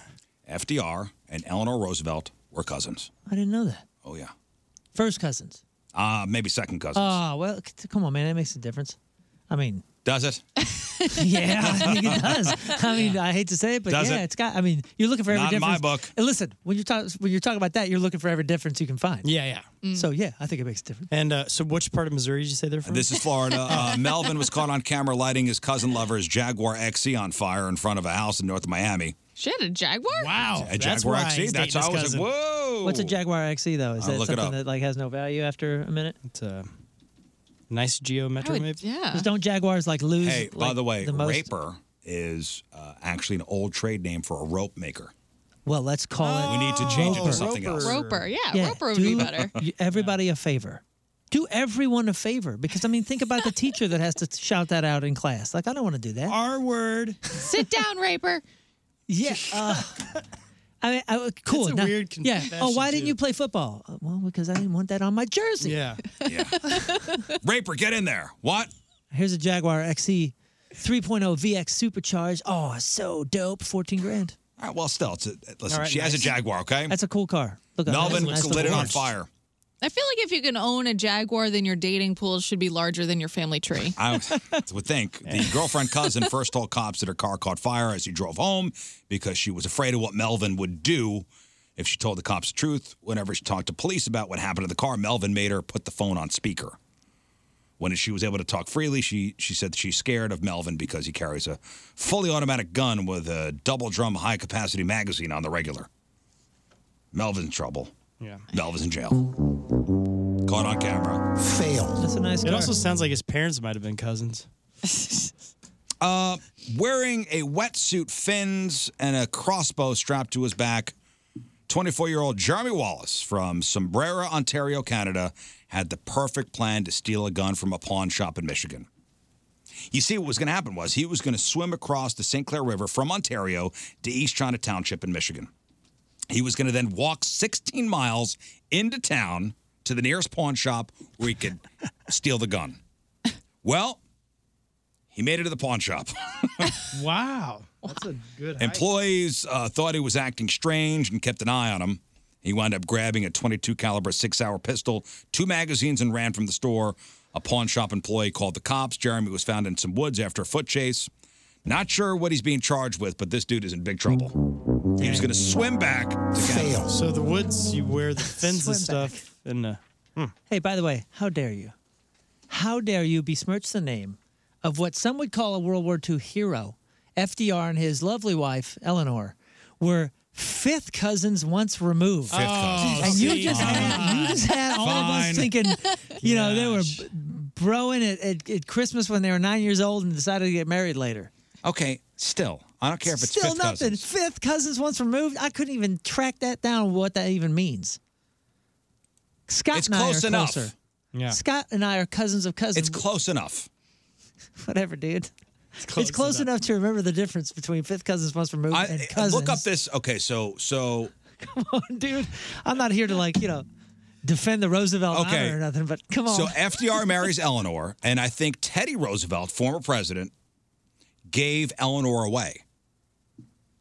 Speaker 7: FDR and Eleanor Roosevelt were cousins.
Speaker 10: I didn't know that.
Speaker 7: Oh yeah,
Speaker 10: First cousins.
Speaker 7: uh, maybe second cousins.
Speaker 10: Oh well, c- come on, man, that makes a difference. I mean,
Speaker 7: Does it?
Speaker 10: yeah, I think it does. I mean, I hate to say it, but
Speaker 7: Does
Speaker 10: yeah,
Speaker 7: it?
Speaker 10: has got. I mean, you're looking for every
Speaker 7: Not in
Speaker 10: difference.
Speaker 7: my book.
Speaker 10: And listen, when you're talking when you're talking about that, you're looking for every difference you can find.
Speaker 11: Yeah, yeah.
Speaker 10: So yeah, I think it makes a difference.
Speaker 11: And uh, so, which part of Missouri did you say they're from?
Speaker 7: This is Florida. Uh, Melvin was caught on camera lighting his cousin lover's Jaguar XC on fire in front of a house in north Miami.
Speaker 9: She had a Jaguar? Wow.
Speaker 7: A Jaguar XC. That's how I was like, whoa.
Speaker 10: What's a Jaguar XC though? Is
Speaker 7: I'll
Speaker 10: that
Speaker 7: look it
Speaker 10: something
Speaker 7: up.
Speaker 10: that like has no value after a minute?
Speaker 11: It's a [laughs] nice Geo Metro, maybe.
Speaker 9: [laughs]
Speaker 10: Just
Speaker 9: Uh-uh.
Speaker 10: Don't Jaguars like lose?
Speaker 7: Hey, by
Speaker 10: like,
Speaker 7: the way,
Speaker 10: most-
Speaker 7: raper is uh, actually an old trade name for a rope maker.
Speaker 10: Well, let's call it.
Speaker 7: We need to change it to something else.
Speaker 9: Roper, yeah, roper would be
Speaker 10: do [laughs]
Speaker 9: better.
Speaker 10: y- Everybody a favor. Do everyone a favor because I mean, think about the teacher that has to [laughs] t- shout that out in class. Like, I don't want to do that.
Speaker 11: R word.
Speaker 9: Sit down, Raper.
Speaker 10: Yeah. uh,
Speaker 11: [laughs]
Speaker 10: I mean, I, uh, cool.
Speaker 9: That's a
Speaker 10: now-
Speaker 9: weird
Speaker 10: Yeah. Oh,
Speaker 9: confession,
Speaker 10: why didn't you play football? Uh, Well, because I didn't want that on my jersey.
Speaker 11: Yeah.
Speaker 7: yeah. Raper, get in there. What?
Speaker 10: Here's a Jaguar E XC 3.0 VX oh supercharged. Oh, so dope. 14 grand.
Speaker 7: All right, well, still, it's a, listen,
Speaker 10: All right,
Speaker 7: she has a
Speaker 10: nice.
Speaker 7: Jaguar, okay?
Speaker 10: That's a cool car. Look, up.
Speaker 7: Melvin
Speaker 10: Nice
Speaker 7: lit it
Speaker 10: little
Speaker 7: on
Speaker 10: horse.
Speaker 7: fire.
Speaker 9: I feel like if you can own a Jaguar, then your dating pool should be larger than your
Speaker 7: [laughs]
Speaker 9: family tree.
Speaker 7: I would think the girlfriend cousin first told cops that her car caught fire as she drove home because she was afraid of what Melvin would do if she told the cops the truth. Whenever she talked to police about what happened to the car, Melvin made her put the phone on speaker. When she was able to talk freely, she, she said that she's scared of Melvin because he carries a fully automatic gun with a double drum high capacity magazine on the regular. Melvin's in trouble.
Speaker 11: Yeah.
Speaker 7: Melvin's in jail. Caught on camera.
Speaker 11: Fail.
Speaker 10: That's a nice
Speaker 11: It
Speaker 7: car.
Speaker 11: also sounds like his parents might have been cousins.
Speaker 7: Uh, wearing a wetsuit, fins, and a crossbow strapped to his back, 24 year old Jeremy Wallace from Sombrera, Ontario, Canada, had the perfect plan to steal a gun from a pawn shop in Michigan. You see, what was going to happen was he was going to swim across the St. Clair River from Ontario to East China Township in Michigan. He was going to then walk 16 miles into town to the nearest pawn shop where he could [laughs] steal the gun. Well, he made it to the pawn shop. [laughs]
Speaker 11: Wow. That's a good
Speaker 7: Employees uh, thought he was acting strange and kept an eye on him. He wound up grabbing a 22 caliber six-hour pistol, two magazines, and ran from the store. A pawn shop employee called the cops. Jeremy was found in some woods after a foot chase. Not sure what he's being charged with, but this dude is in big trouble. He was going to swim back to Fail.
Speaker 11: So the woods, you wear the fins and
Speaker 10: Swim
Speaker 11: stuff. And uh,
Speaker 10: Hey, by the way, how dare you? How dare you besmirch the name of what some would call a World War II hero? FDR and his lovely wife, Eleanor, were fifth cousins once removed.
Speaker 6: Fifth cousins.
Speaker 10: And
Speaker 6: Fine.
Speaker 10: you just, had, you just had all of
Speaker 6: Fine.
Speaker 10: us thinking, you know, they were b- broing at, at, at Christmas when they were nine years old and decided to get married later.
Speaker 7: Okay, still, I don't care if it's
Speaker 10: Still
Speaker 7: fifth
Speaker 10: nothing.
Speaker 7: cousin.
Speaker 10: Fifth cousins once removed. I couldn't even track that down. What that even means. Scott
Speaker 7: It's
Speaker 10: and I
Speaker 7: close
Speaker 10: are
Speaker 7: enough.
Speaker 10: closer.
Speaker 7: Yeah.
Speaker 10: Scott and I are cousins of cousins.
Speaker 7: It's close enough.
Speaker 10: [laughs] Whatever, dude. It's close, enough. to remember the difference between fifth cousins once removed
Speaker 7: I, uh,
Speaker 10: and cousins.
Speaker 7: Look up this. Okay, so so
Speaker 10: [laughs] Come on, dude. I'm not here to like you know defend the Roosevelt
Speaker 7: Okay.
Speaker 10: honor or nothing, but come on.
Speaker 7: So FDR marries Eleanor, and I think Teddy Roosevelt, former president, gave Eleanor away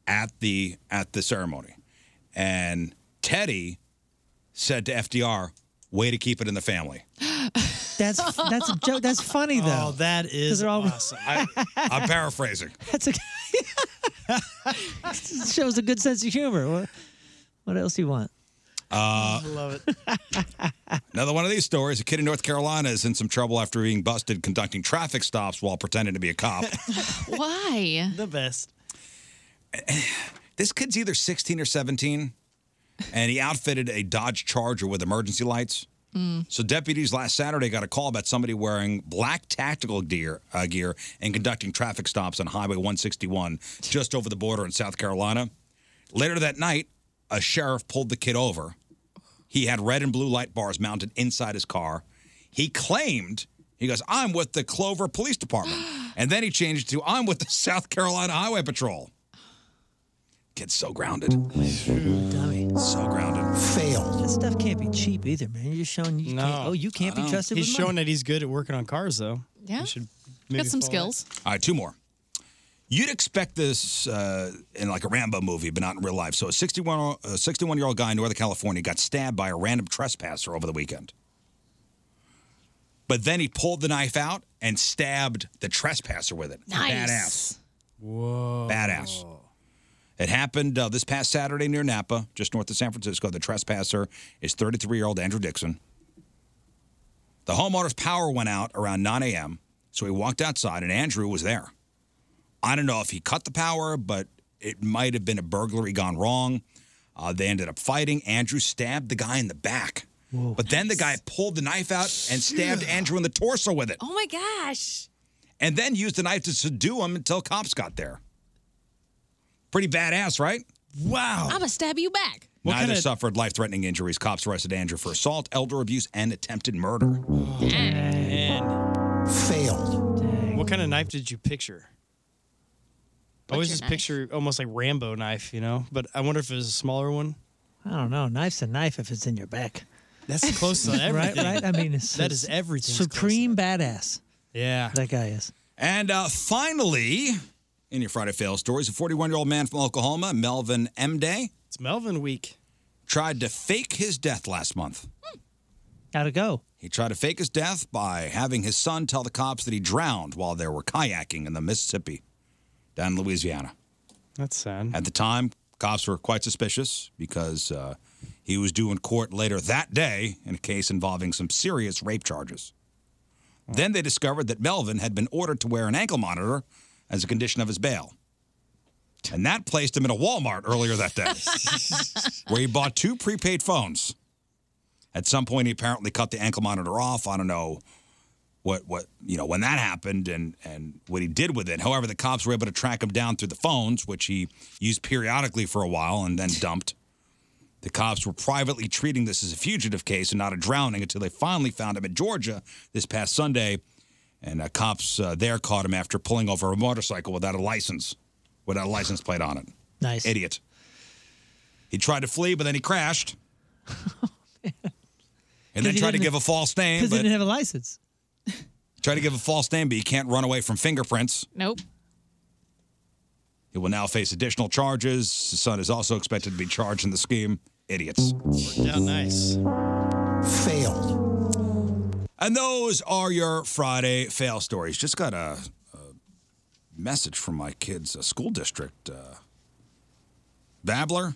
Speaker 7: at the at the ceremony. And Teddy said to FDR, "Way to keep it in the family."
Speaker 10: that's that's a joke. That's funny though.
Speaker 11: Oh, that is
Speaker 10: they're all-
Speaker 11: awesome.
Speaker 7: I, I'm paraphrasing.
Speaker 10: [laughs] That's a [laughs] shows a good sense of humor. What, what else do you want?
Speaker 7: Uh,
Speaker 11: love it.
Speaker 7: Another one of these stories. A kid in North Carolina is in some trouble after being busted conducting traffic stops while pretending to be a cop.
Speaker 9: Why?
Speaker 11: The best.
Speaker 7: this kid's either 16 or 17, and he outfitted a Dodge Charger with emergency lights. So deputies last Saturday got a call about somebody wearing black tactical gear, uh, gear and conducting traffic stops on Highway 161 just over the border in South Carolina. Later that night, a sheriff pulled the kid over. He had red and blue light bars mounted inside his car. He claimed, he goes, I'm with the Clover Police Department. And then he changed to I'm with the South Carolina Highway Patrol. Kid's so grounded. So grounded.
Speaker 10: Fail. That stuff can't be cheap either, man. You're just showing you can't, oh, you can't
Speaker 11: I
Speaker 10: be
Speaker 11: know.
Speaker 10: trusted
Speaker 11: He's
Speaker 10: with
Speaker 11: showing
Speaker 10: money.
Speaker 11: that he's good at working on cars, though.
Speaker 9: Yeah.
Speaker 11: should
Speaker 9: Got
Speaker 11: maybe
Speaker 9: some
Speaker 11: follow that.
Speaker 9: skills.
Speaker 7: All right, two more. You'd expect this uh, in like a Rambo movie, but not in real life. So, a 61 a 61 year old guy in Northern California got stabbed by a random trespasser over the weekend. But then he pulled the knife out and stabbed the trespasser with it. Badass.
Speaker 9: Nice.
Speaker 11: Whoa.
Speaker 7: Badass. It happened uh, this past Saturday near Napa, just north of San Francisco. The trespasser is 33 year old Andrew Dixon. The homeowner's power went out around 9 a.m., so he walked outside, and Andrew was there. I don't know if he cut the power, but it might have been a burglary gone wrong. Uh, they ended up fighting. Andrew stabbed the guy in the back, but then the guy pulled the knife out and stabbed Andrew in the torso with it,
Speaker 12: Oh my gosh.
Speaker 7: and then used the knife to subdue him until cops got there. Pretty badass, right? Wow.
Speaker 9: I'm going to stab you back.
Speaker 7: Neither suffered life threatening injuries. Cops arrested Andrew for assault, elder abuse, and attempted murder.
Speaker 11: And failed. What kind of knife did you picture? I always
Speaker 10: Butcher
Speaker 11: just
Speaker 10: knife.
Speaker 11: picture almost like Rambo knife, you know. But I wonder if it was a smaller one.
Speaker 10: I don't know. Knife's a knife if it's in your back.
Speaker 11: That's close to everything.
Speaker 10: [laughs] right, right. I mean, it's,
Speaker 11: that is everything.
Speaker 10: Supreme badass.
Speaker 11: Yeah.
Speaker 10: That guy is.
Speaker 7: And uh, finally, in your Friday Fail stories, a 41 year old man from Oklahoma, Melvin M. Day. It's Melvin Week. Tried to fake his death last month.
Speaker 10: How'd it go?
Speaker 7: He tried to fake his death by having his son tell the cops that he drowned while they were kayaking in the Mississippi down in Louisiana.
Speaker 11: That's sad.
Speaker 7: At the time, cops were quite suspicious because uh, he was due in court later that day in a case involving some serious rape charges. Then they discovered that Melvin had been ordered to wear an ankle monitor as a condition of his bail. And that placed him in a Walmart earlier that day, where he bought two prepaid phones. At some point, he apparently cut the ankle monitor off. I don't know what what you know when that happened and and what he did with it. However, the cops were able to track him down through the phones, which he used periodically for a while and then dumped. The cops were privately treating this as a fugitive case and not a drowning until they finally found him in Georgia this past Sunday, and uh, cops uh, there caught him after pulling over a motorcycle without a license, without a license plate on it.
Speaker 10: Nice.
Speaker 7: idiot. He tried to flee, but then
Speaker 10: [laughs]
Speaker 7: he crashed. and then
Speaker 10: Oh, he
Speaker 7: tried to
Speaker 10: didn't-
Speaker 7: give a false name.
Speaker 10: Because he
Speaker 7: But
Speaker 10: didn't have a license.
Speaker 7: Try to give a false name, but you can't run away from fingerprints.
Speaker 9: Nope.
Speaker 7: He will now face additional charges. His son is also expected to be charged in the scheme. Idiots.
Speaker 11: Yeah, nice.
Speaker 7: Failed. And those are your Friday fail stories. Just got a, a message from my kid's uh, school district. Uh, Babbler,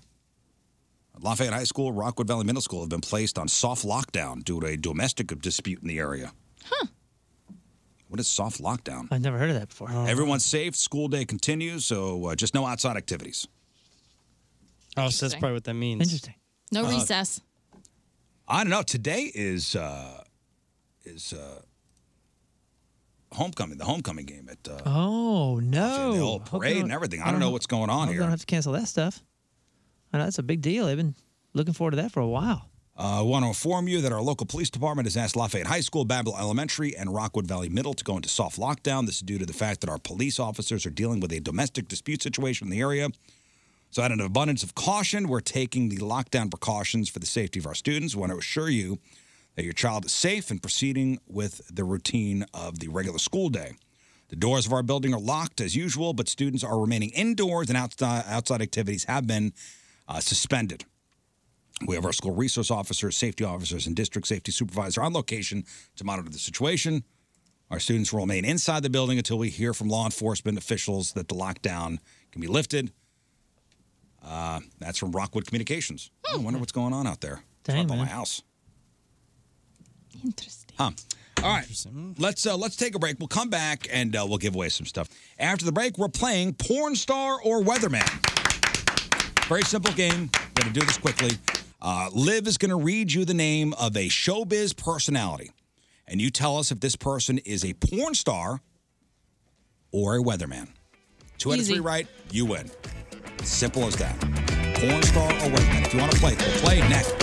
Speaker 7: Lafayette High School, Rockwood Valley Middle School have been placed on soft lockdown due to a domestic dispute in the area. Huh. What is soft lockdown?
Speaker 10: I've never heard of that before.
Speaker 7: Everyone's safe. School day continues, so uh, just no outside activities.
Speaker 11: Oh, so that's probably what that means. Interesting.
Speaker 9: No
Speaker 7: Uh,
Speaker 9: recess.
Speaker 7: I don't know. Today is uh, is uh, homecoming, the homecoming game at uh,
Speaker 10: Oh no!
Speaker 7: the whole
Speaker 10: Hope they
Speaker 7: parade
Speaker 10: don't- Uh-huh.
Speaker 7: and everything. I don't know what's going
Speaker 10: hope
Speaker 7: on
Speaker 10: they
Speaker 7: here.
Speaker 10: Don't have to cancel that stuff. I know that's a big deal. They've been looking forward to that for a while.
Speaker 7: Uh, I want to inform you that our local police department has asked Lafayette High School, Babel Elementary, and Rockwood Valley Middle to go into soft lockdown. This is due to the fact that our police officers are dealing with a domestic dispute situation in the area. So, out of an abundance of caution, we're taking the lockdown precautions for the safety of our students. We want to assure you that your child is safe and proceeding with the routine of the regular school day. The doors of our building are locked as usual, but students are remaining indoors and outside, outside activities have been uh, suspended. We have our school resource officers, safety officers, and district safety supervisor on location to monitor the situation. Our students will remain inside the building until we hear from law enforcement officials that the lockdown can be lifted. Uh, that's from Rockwood Communications. I wonder what's going on out there. It's right by my house.
Speaker 9: Interesting.
Speaker 7: Huh. All right. Let's uh, let's take a break. We'll come back and uh, we'll give away some stuff. After the break, we're playing porn star or weatherman. Very simple game. Going to do this quickly. Uh, Liv is going to read you the name of a showbiz personality, and you tell us if this person is a porn star or a weatherman. Two out of three right, you win. Simple as that. Porn star or weatherman. If you want to play, we'll play next.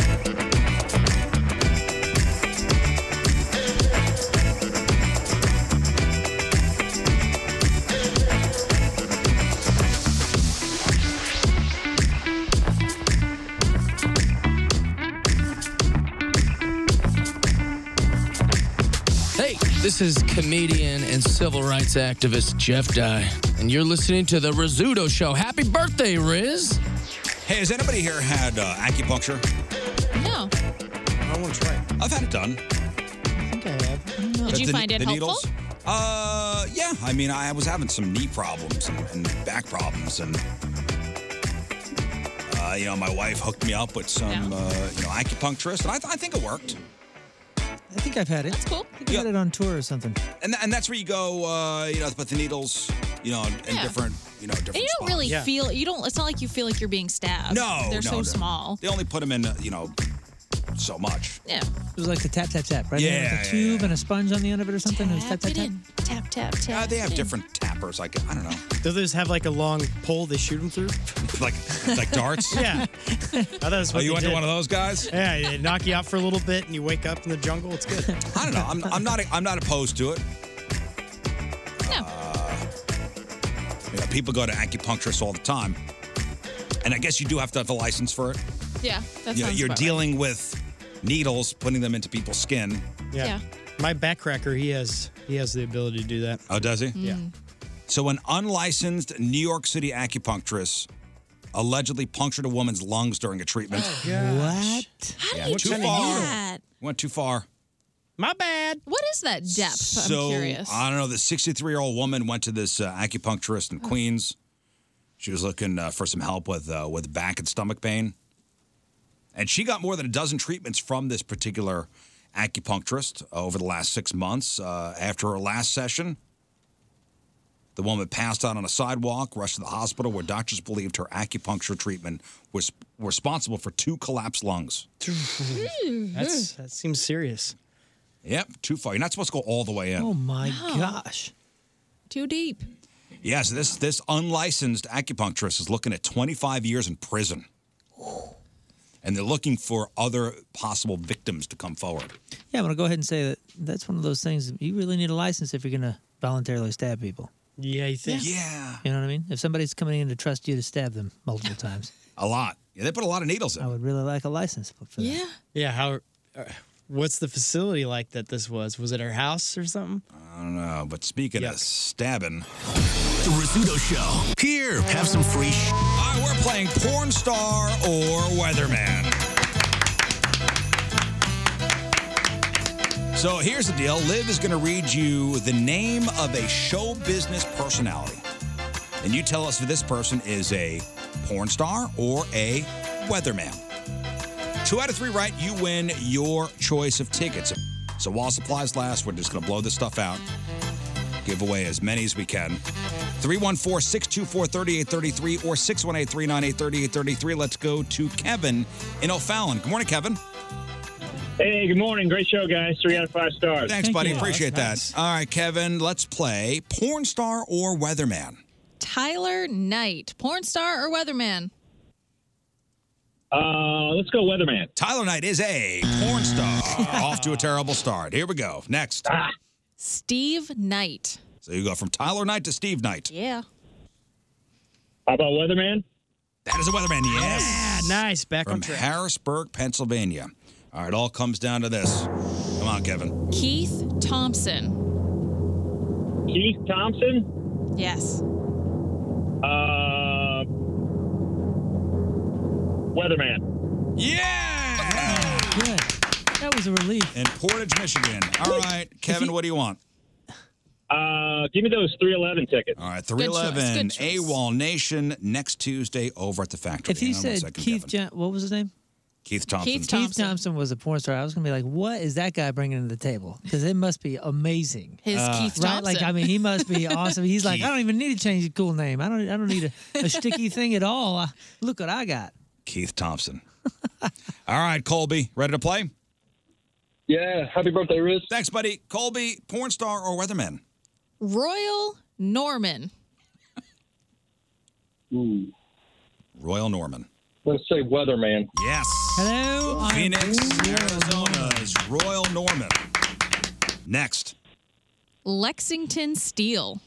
Speaker 13: This is comedian and civil rights activist Jeff Dye, and you're listening to The Rizzuto Show. Happy birthday, Riz!
Speaker 7: Hey, has anybody here had uh, acupuncture?
Speaker 9: No.
Speaker 7: I want to try. I've had it done.
Speaker 9: I think I have. Did
Speaker 7: The-
Speaker 9: you
Speaker 7: the-
Speaker 9: find it
Speaker 7: the
Speaker 9: helpful?
Speaker 7: needles? Uh, yeah. I mean, I was having some knee problems and, and back problems, and uh, you know, my wife hooked me up with some, uh, you know, acupuncturist, and I, I think it worked.
Speaker 10: I think I've had it. That's
Speaker 9: cool.
Speaker 10: I think I had it on tour or something.
Speaker 7: And and that's where you go, uh, you know, but the needles, you know, in
Speaker 9: Yeah.
Speaker 7: different, you know, different.
Speaker 9: And you don't
Speaker 7: spots.
Speaker 9: really feel you don't. It's not like you feel like you're being stabbed.
Speaker 7: No,
Speaker 9: they're
Speaker 7: no,
Speaker 9: so
Speaker 7: no.
Speaker 9: small.
Speaker 7: They only put them in, uh, you know, so much.
Speaker 9: Yeah.
Speaker 10: It was like the tap tap tap, right?
Speaker 7: Yeah,
Speaker 10: It was
Speaker 7: yeah,
Speaker 10: a tube and a sponge on the end of it or something. it was tap tap tap.
Speaker 9: Tap tap tap.
Speaker 7: Uh, they have different tappers. Like I don't know,
Speaker 11: Do those have like a long pole they shoot them through?
Speaker 7: [laughs] like like darts.
Speaker 11: yeah. I [laughs] thought that's
Speaker 7: Oh,
Speaker 11: what
Speaker 7: you
Speaker 11: they
Speaker 7: went to
Speaker 11: did.
Speaker 7: one of those guys?
Speaker 11: Yeah, they knock you out for a little bit and you wake up in the jungle. It's good.
Speaker 10: [laughs]
Speaker 7: I don't know. I'm, I'm not. I'm not opposed to it.
Speaker 9: Yeah.
Speaker 7: Uh, you know, people go to acupuncturists all the time, and I guess you do have to have a license for it.
Speaker 9: Yeah. That
Speaker 7: you know,
Speaker 9: sounds
Speaker 7: you're
Speaker 9: about right.
Speaker 7: dealing with needles, putting them into people's skin.
Speaker 9: Yeah.
Speaker 11: My backcracker, he has he has the ability to do that.
Speaker 7: Oh, does he?
Speaker 11: Yeah.
Speaker 7: So, an unlicensed New York City acupuncturist allegedly punctured a woman's lungs during a treatment.
Speaker 10: What?
Speaker 9: How
Speaker 7: Yeah,
Speaker 9: do you
Speaker 7: too
Speaker 9: do
Speaker 7: far.
Speaker 9: that?
Speaker 7: Went too far.
Speaker 11: My bad.
Speaker 9: What is that depth?
Speaker 7: so
Speaker 9: I'm curious.
Speaker 7: I don't know. The 63 year old woman went to this uh, acupuncturist
Speaker 9: Hmm.
Speaker 7: in Queens. She was looking uh, for some help with uh, with back and stomach pain, and she got more than a dozen treatments from this particular acupuncturist over the last six months. Uh, after her last session, the woman passed out on a sidewalk, rushed to the hospital, where doctors believed her acupuncture treatment was responsible for two collapsed lungs.
Speaker 11: That's that seems serious.
Speaker 7: Yep, too far. You're not supposed to go all the way in.
Speaker 11: Oh my
Speaker 9: Wow.
Speaker 11: gosh.
Speaker 9: Too deep.
Speaker 7: Yes, this this unlicensed acupuncturist is looking at 25 years in prison. And they're looking for other possible victims to come forward.
Speaker 10: Yeah, I'm gonna go ahead and say that that's one of those things. that You really need a license if you're gonna voluntarily stab people.
Speaker 11: Yeah, you think?
Speaker 7: Yeah.
Speaker 10: You know what I mean? If somebody's coming in to trust you to stab them
Speaker 9: [laughs]
Speaker 10: multiple times,
Speaker 7: A lot. Yeah, they put a lot of needles in.
Speaker 10: I would really like a license for that.
Speaker 9: Yeah.
Speaker 11: Yeah. How? Uh, what's the facility like that this was? Was it her house or something?
Speaker 7: I don't know, Uh, but speaking of stabbing.
Speaker 4: The Rizzuto Show. Here, have some free sh-
Speaker 7: All right, we're playing porn star or weatherman. So here's the deal. Liv is going to read you the name of a show business personality. And you tell us if this person is a porn star or a weatherman. Two out of three right, you win your choice of tickets. So while supplies last, we're just going to blow this stuff out, give away as many as we can. 314 624 3833 or 618 398 3833. Let's go to Kevin in O'Fallon. Good morning, Kevin.
Speaker 14: Hey, good morning. Great show, guys. Three out of five stars.
Speaker 7: Thanks, buddy. Appreciate that. All right, Kevin, let's play porn star or weatherman.
Speaker 9: Tyler Knight, porn star or weatherman?
Speaker 7: Uh, let's go weatherman. Tyler Knight is a porn star. Off to a terrible start. Here we go. Next.
Speaker 14: Ah.
Speaker 9: Steve Knight.
Speaker 7: So you go from Tyler Knight to Steve Knight.
Speaker 9: Yeah.
Speaker 7: How about weatherman? That is a weatherman. Yes.
Speaker 11: Yeah, nice. Back
Speaker 7: from
Speaker 11: on track.
Speaker 7: Harrisburg, Pennsylvania. All right, it all comes down to this. Come on, Kevin.
Speaker 9: Keith Thompson.
Speaker 14: Keith Thompson.
Speaker 9: Yes.
Speaker 14: Uh, weatherman.
Speaker 7: Yeah.
Speaker 10: Good. That was a relief.
Speaker 7: In Portage, Michigan. All right, Kevin, what do you want?
Speaker 14: Uh, give me those 311 tickets.
Speaker 7: All right,
Speaker 14: Good choice,
Speaker 7: 311
Speaker 14: good choice.
Speaker 7: AWOL Nation next Tuesday over at the factory.
Speaker 10: If he
Speaker 7: Hang on one
Speaker 10: said
Speaker 7: second,
Speaker 10: Keith, Jan- what was his name?
Speaker 7: Keith Thompson.
Speaker 10: Keith Thompson was a porn star. I was gonna be like, what is that guy bringing to the table? Because it must be amazing.
Speaker 9: His Uh, Keith
Speaker 10: right? Like,
Speaker 9: Thompson.
Speaker 10: I mean, he must be awesome. He's like,
Speaker 9: Keith.
Speaker 10: I don't even need to change a cool name. I don't. I don't need a,
Speaker 9: [laughs]
Speaker 10: a sticky thing at all. I, look what I got.
Speaker 7: Keith Thompson. [laughs] All right, Colby, ready to play?
Speaker 14: Yeah. Happy birthday, Riz.
Speaker 7: Thanks, buddy. Colby, porn star or weatherman?
Speaker 9: Royal Norman.
Speaker 7: Royal Norman.
Speaker 14: Let's say weatherman.
Speaker 7: Yes.
Speaker 10: Hello. I'm
Speaker 7: Phoenix, Arizona's Royal Norman. Next.
Speaker 9: Lexington Steel.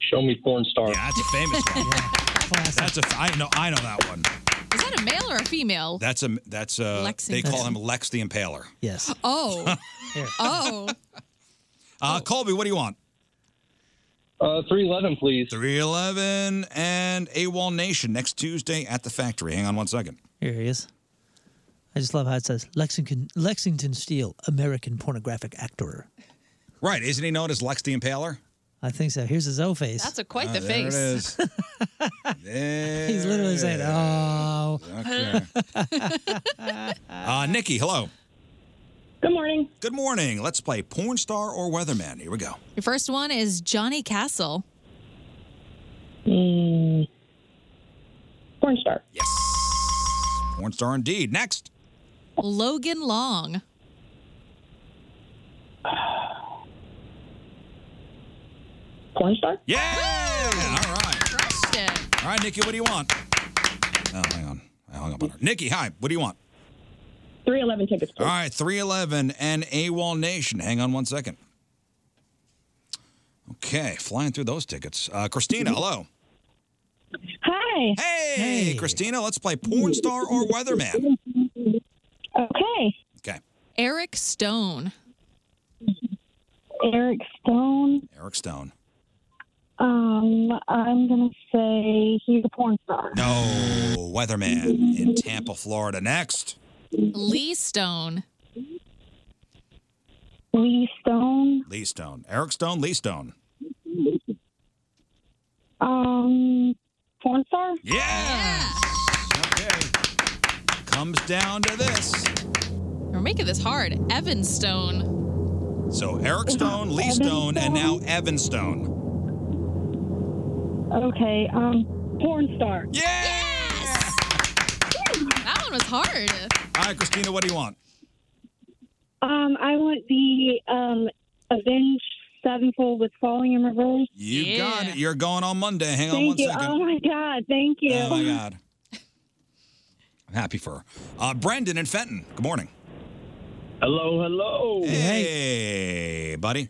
Speaker 14: Show me porn star.
Speaker 7: Yeah, that's a famous one. That's a I know I know that one.
Speaker 9: Is that a male or a female?
Speaker 7: That's a that's a
Speaker 9: Lexington.
Speaker 7: they call him Lex the Impaler.
Speaker 10: Yes.
Speaker 9: Oh. [laughs] oh.
Speaker 7: Uh, Colby, what do you want?
Speaker 14: Uh, 311, please.
Speaker 7: 311 and AWOL Nation next Tuesday at the factory. Hang on one second.
Speaker 10: Here he is. I just love how it says Lexington Lexington Steele, American pornographic actor.
Speaker 7: Right. Isn't he known as Lex the Impaler?
Speaker 10: I think so. Here's his O face.
Speaker 9: That's a quite
Speaker 7: Ah,
Speaker 9: the
Speaker 7: there it
Speaker 9: face.
Speaker 7: is. There
Speaker 10: He's literally
Speaker 7: it
Speaker 10: saying,
Speaker 7: is.
Speaker 10: "Oh."
Speaker 9: [laughs]
Speaker 7: Okay. uh, Nikki, hello.
Speaker 9: Good morning.
Speaker 7: Good morning. Let's play porn star or weatherman. Here we go.
Speaker 9: Your first one is Johnny Castle.
Speaker 15: Porn star.
Speaker 7: Porn star indeed. Next.
Speaker 9: Logan Long.
Speaker 15: Porn star?
Speaker 7: Yeah. All right. All right, Nikki, what do you want? Oh, hang on. I hung up on her. Nikki, hi. What do you want?
Speaker 15: 311 tickets.
Speaker 7: All right, 311 and AWOL Nation. Hang on one second. Okay, flying through those tickets. Uh, Christina, hello.
Speaker 15: Hi.
Speaker 7: Hey, Christina, let's play porn star or weatherman.
Speaker 15: Okay.
Speaker 7: Okay,
Speaker 9: Eric Stone.
Speaker 15: Eric Stone.
Speaker 7: Eric Stone.
Speaker 15: Um, I'm going to say he's a porn star.
Speaker 7: No, weatherman in Tampa, Florida. Next.
Speaker 9: Lee Stone.
Speaker 15: Lee Stone.
Speaker 7: Lee Stone. Eric Stone, Lee Stone.
Speaker 15: Um, porn star?
Speaker 7: Yeah. Okay. Comes down to this.
Speaker 9: We're making this hard. Evan Stone.
Speaker 7: So Eric Stone, Lee Stone, and now Evan Stone.
Speaker 15: Okay. Um, porn star.
Speaker 9: That one was hard.
Speaker 7: All right, Christina, what do you want?
Speaker 15: Um, I want the um, Avenged Sevenfold with Falling in Reverse.
Speaker 7: You got it. You're going on Monday. Hang on
Speaker 15: Thank
Speaker 7: one
Speaker 15: you.
Speaker 7: second.
Speaker 15: Oh my God. Thank you.
Speaker 7: Oh my God. I'm happy for her. Uh, Brendan and Fenton, good morning.
Speaker 14: Hello, hello.
Speaker 7: Hey, buddy.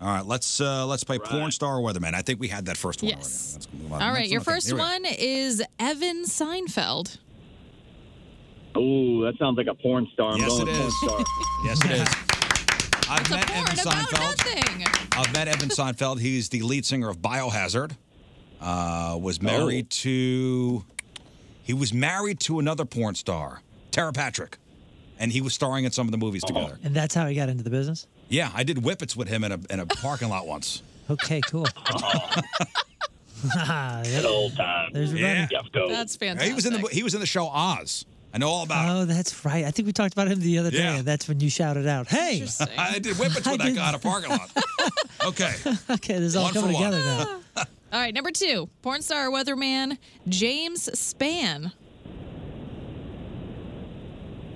Speaker 7: All right, let's uh, let's play porn star or weatherman. I think we had that first one.
Speaker 9: Yes.
Speaker 7: Let's move on to
Speaker 9: All
Speaker 7: the
Speaker 9: right,
Speaker 7: next
Speaker 9: your
Speaker 7: Okay,
Speaker 9: first
Speaker 7: here we go.
Speaker 9: one is Evan Seinfeld.
Speaker 14: Ooh, that sounds like a porn star. I'm
Speaker 7: Yes,
Speaker 14: going
Speaker 7: it
Speaker 14: porn
Speaker 7: is.
Speaker 14: star.
Speaker 7: [laughs] yes, it is. I've met Evan Seinfeld.
Speaker 9: Nothing.
Speaker 7: I've met Evan Seinfeld. He's the lead singer of Biohazard. Uh, was married to. He was married to another porn star, Tara Patrick, and he was starring in some of the movies together.
Speaker 10: And that's how he got into the business?
Speaker 7: Yeah, I did whippets with him in a in a parking lot once.
Speaker 10: Okay,
Speaker 9: [laughs]
Speaker 10: cool. [laughs] Good
Speaker 14: old time.
Speaker 10: There's
Speaker 7: yeah.
Speaker 9: That's
Speaker 7: He was in the he was in the show Oz. I know all about.
Speaker 10: Oh, that's right. I think we talked about him the other day.
Speaker 7: Yeah.
Speaker 10: and That's when you shouted out, "Hey!"
Speaker 7: it. [laughs] I did whippets with that guy in a parking lot. Okay.
Speaker 10: [laughs] okay, this is all
Speaker 7: One for
Speaker 10: coming
Speaker 7: one.
Speaker 10: together
Speaker 9: Ah.
Speaker 10: now.
Speaker 9: All right, number two, porn star or weatherman James Spann.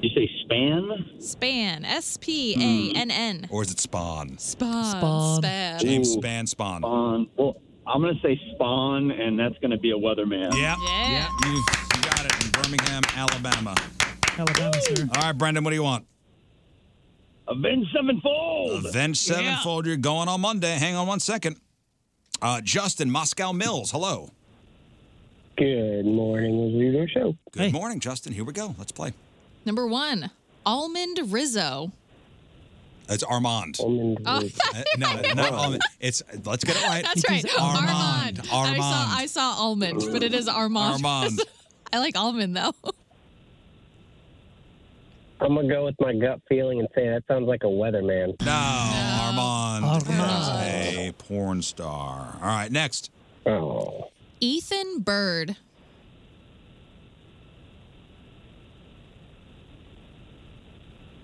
Speaker 14: You say span?
Speaker 9: Spann, S P A N N.
Speaker 7: Or is it Spawn?
Speaker 9: Spawn. Spann.
Speaker 7: James Span Spawn.
Speaker 14: Spawn. Well, I'm gonna say Spawn, and that's gonna be a weatherman.
Speaker 7: Yeah. Yeah. You, you got it in Birmingham, Alabama.
Speaker 10: Alabama, sir.
Speaker 7: All right, Brendan, what do you want?
Speaker 14: Avenge Sevenfold.
Speaker 7: Avenge Sevenfold. You're going on Monday. Hang on one second. Uh, Justin Moscow Mills. Hello.
Speaker 16: Good morning, Rizzuto Show.
Speaker 7: Good morning, Justin. Here we go. Let's play.
Speaker 9: Number one, Almond Rizzo.
Speaker 7: It's Armand.
Speaker 9: Oh.
Speaker 7: Uh, no,
Speaker 16: [laughs]
Speaker 7: not Almond. It's let's get it right.
Speaker 9: That's right, Armand.
Speaker 7: Armand.
Speaker 9: I saw I saw almond, but it is Armand.
Speaker 7: Armand.
Speaker 9: [laughs] I like almond though.
Speaker 16: I'm gonna go with my gut feeling and say that sounds like a weatherman.
Speaker 7: No, Armand. is a porn star. All right, next.
Speaker 16: Oh.
Speaker 9: Ethan Bird.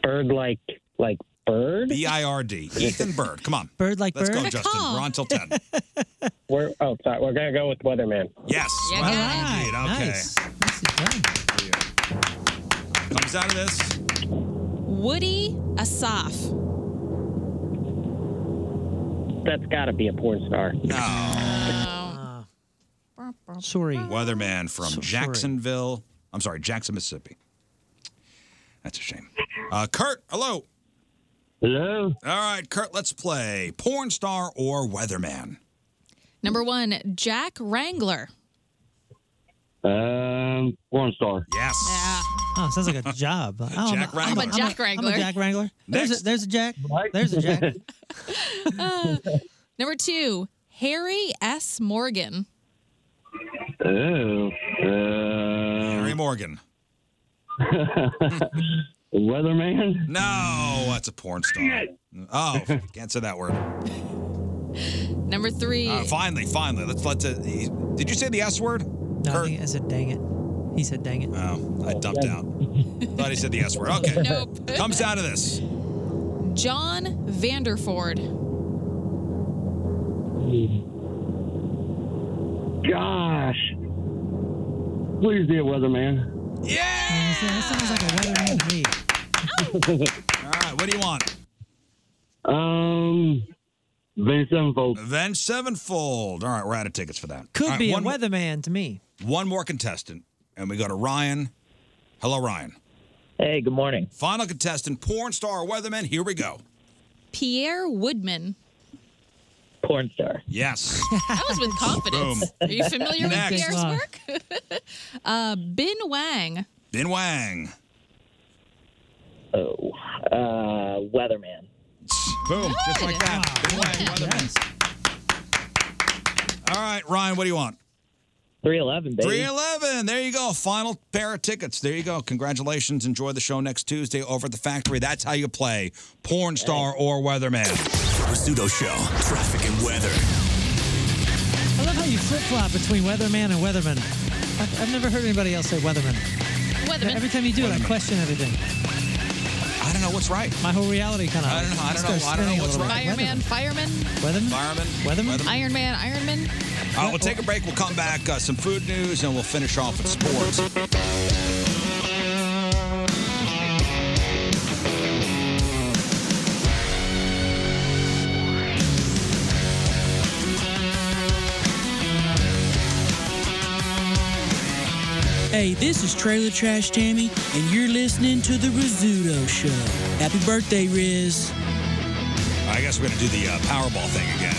Speaker 16: Bird like like bird?
Speaker 7: B I R D. Ethan Bird. Come on.
Speaker 10: Bird like
Speaker 7: Let's
Speaker 16: bird?
Speaker 7: go, Justin.
Speaker 16: Call.
Speaker 7: We're on till ten.
Speaker 16: [laughs] We're oh sorry, we're gonna go with weatherman.
Speaker 7: Yes.
Speaker 16: Yeah,
Speaker 7: well,
Speaker 16: got it.
Speaker 7: indeed. Okay.
Speaker 16: Nice.
Speaker 7: Yeah. Comes out of this.
Speaker 9: Woody Asaf.
Speaker 16: That's gotta be a porn star.
Speaker 9: No.
Speaker 10: Sorry.
Speaker 7: Weatherman from
Speaker 10: So- sorry.
Speaker 7: Jacksonville. I'm sorry, Jackson, Mississippi. That's a shame. Uh, Kurt, hello.
Speaker 16: Hello.
Speaker 7: All right, Kurt, let's play porn star or weatherman.
Speaker 9: Number one, Jack Wrangler.
Speaker 14: Um, one star.
Speaker 7: Yes.
Speaker 10: Oh, sounds like a
Speaker 7: [laughs]
Speaker 10: job. I don't
Speaker 7: Jack
Speaker 10: know.
Speaker 7: Wrangler. I'm a Jack
Speaker 10: I'm
Speaker 9: Wrangler.
Speaker 10: a Jack Wrangler. There's
Speaker 9: Next.
Speaker 10: a, there's a Jack. There's
Speaker 17: [laughs]
Speaker 10: a Jack.
Speaker 9: Uh, number two, Harry S. Morgan.
Speaker 14: Oh. Harry [laughs]
Speaker 7: Morgan.
Speaker 14: Weatherman?
Speaker 7: No, that's a porn star. Oh, [laughs] can't say that word.
Speaker 9: Number three,
Speaker 7: Uh, finally, finally, let's let's. Uh, he- did you say the S word?
Speaker 10: No, I, think I said dang it. He said dang it.
Speaker 7: Oh, I dumped out. Thought he said the S word.
Speaker 10: [laughs]
Speaker 7: Okay. Nope. Comes out of this.
Speaker 9: John Vanderford.
Speaker 14: Gosh. Please be a weatherman.
Speaker 10: That sounds
Speaker 7: Ah.
Speaker 10: like a weatherman to me.
Speaker 7: All right, what do you want?
Speaker 14: Um, Vince Sevenfold.
Speaker 7: Avenge Sevenfold. All right, we're out of tickets for that.
Speaker 10: Could
Speaker 7: All right,
Speaker 10: be
Speaker 7: one,
Speaker 10: a weatherman to me.
Speaker 7: one more contestant, and we go to Ryan. Hello, Ryan.
Speaker 18: Hey, good morning.
Speaker 7: Final contestant, porn star, weatherman. Here we go.
Speaker 9: Pierre Woodman.
Speaker 18: Porn star. [laughs]
Speaker 7: Yes.
Speaker 9: That was
Speaker 7: [laughs]
Speaker 9: with confidence.
Speaker 7: Boom.
Speaker 9: Are you familiar
Speaker 7: Next.
Speaker 9: with Pierre's work? [laughs] uh, Bin Wang.
Speaker 7: Bin Wang.
Speaker 18: Oh, uh, weatherman.
Speaker 7: Boom. Just like that. Bin Wang, weatherman. All right, Ryan, what do you want?
Speaker 18: 311, baby.
Speaker 7: 311. There you go. Final pair of tickets. There you go. Congratulations. Enjoy the show next Tuesday over at the factory. That's how you play porn star or weatherman. Rizzuto Show. Traffic and weather.
Speaker 10: I love how you flip flop between weatherman and weatherman. I've, I've never heard anybody else say weatherman.
Speaker 9: Weatherman.
Speaker 10: Every time you do it, I question everything.
Speaker 7: I don't know what's right.
Speaker 10: My whole reality kind of.
Speaker 7: I don't know. I don't know. I don't know what's right.
Speaker 9: Fireman, fireman,
Speaker 10: Weatherman.
Speaker 7: Fireman.
Speaker 10: Weatherman.
Speaker 9: Iron Man, Ironman.
Speaker 7: All right, we'll take a break. We'll come back. Uh, some food news, and we'll finish off with sports.
Speaker 17: Hey, this is Trailer Trash Tammy, and you're listening to The Rizzuto Show. Happy birthday, Riz.
Speaker 7: I guess we're gonna do the uh, Powerball thing again.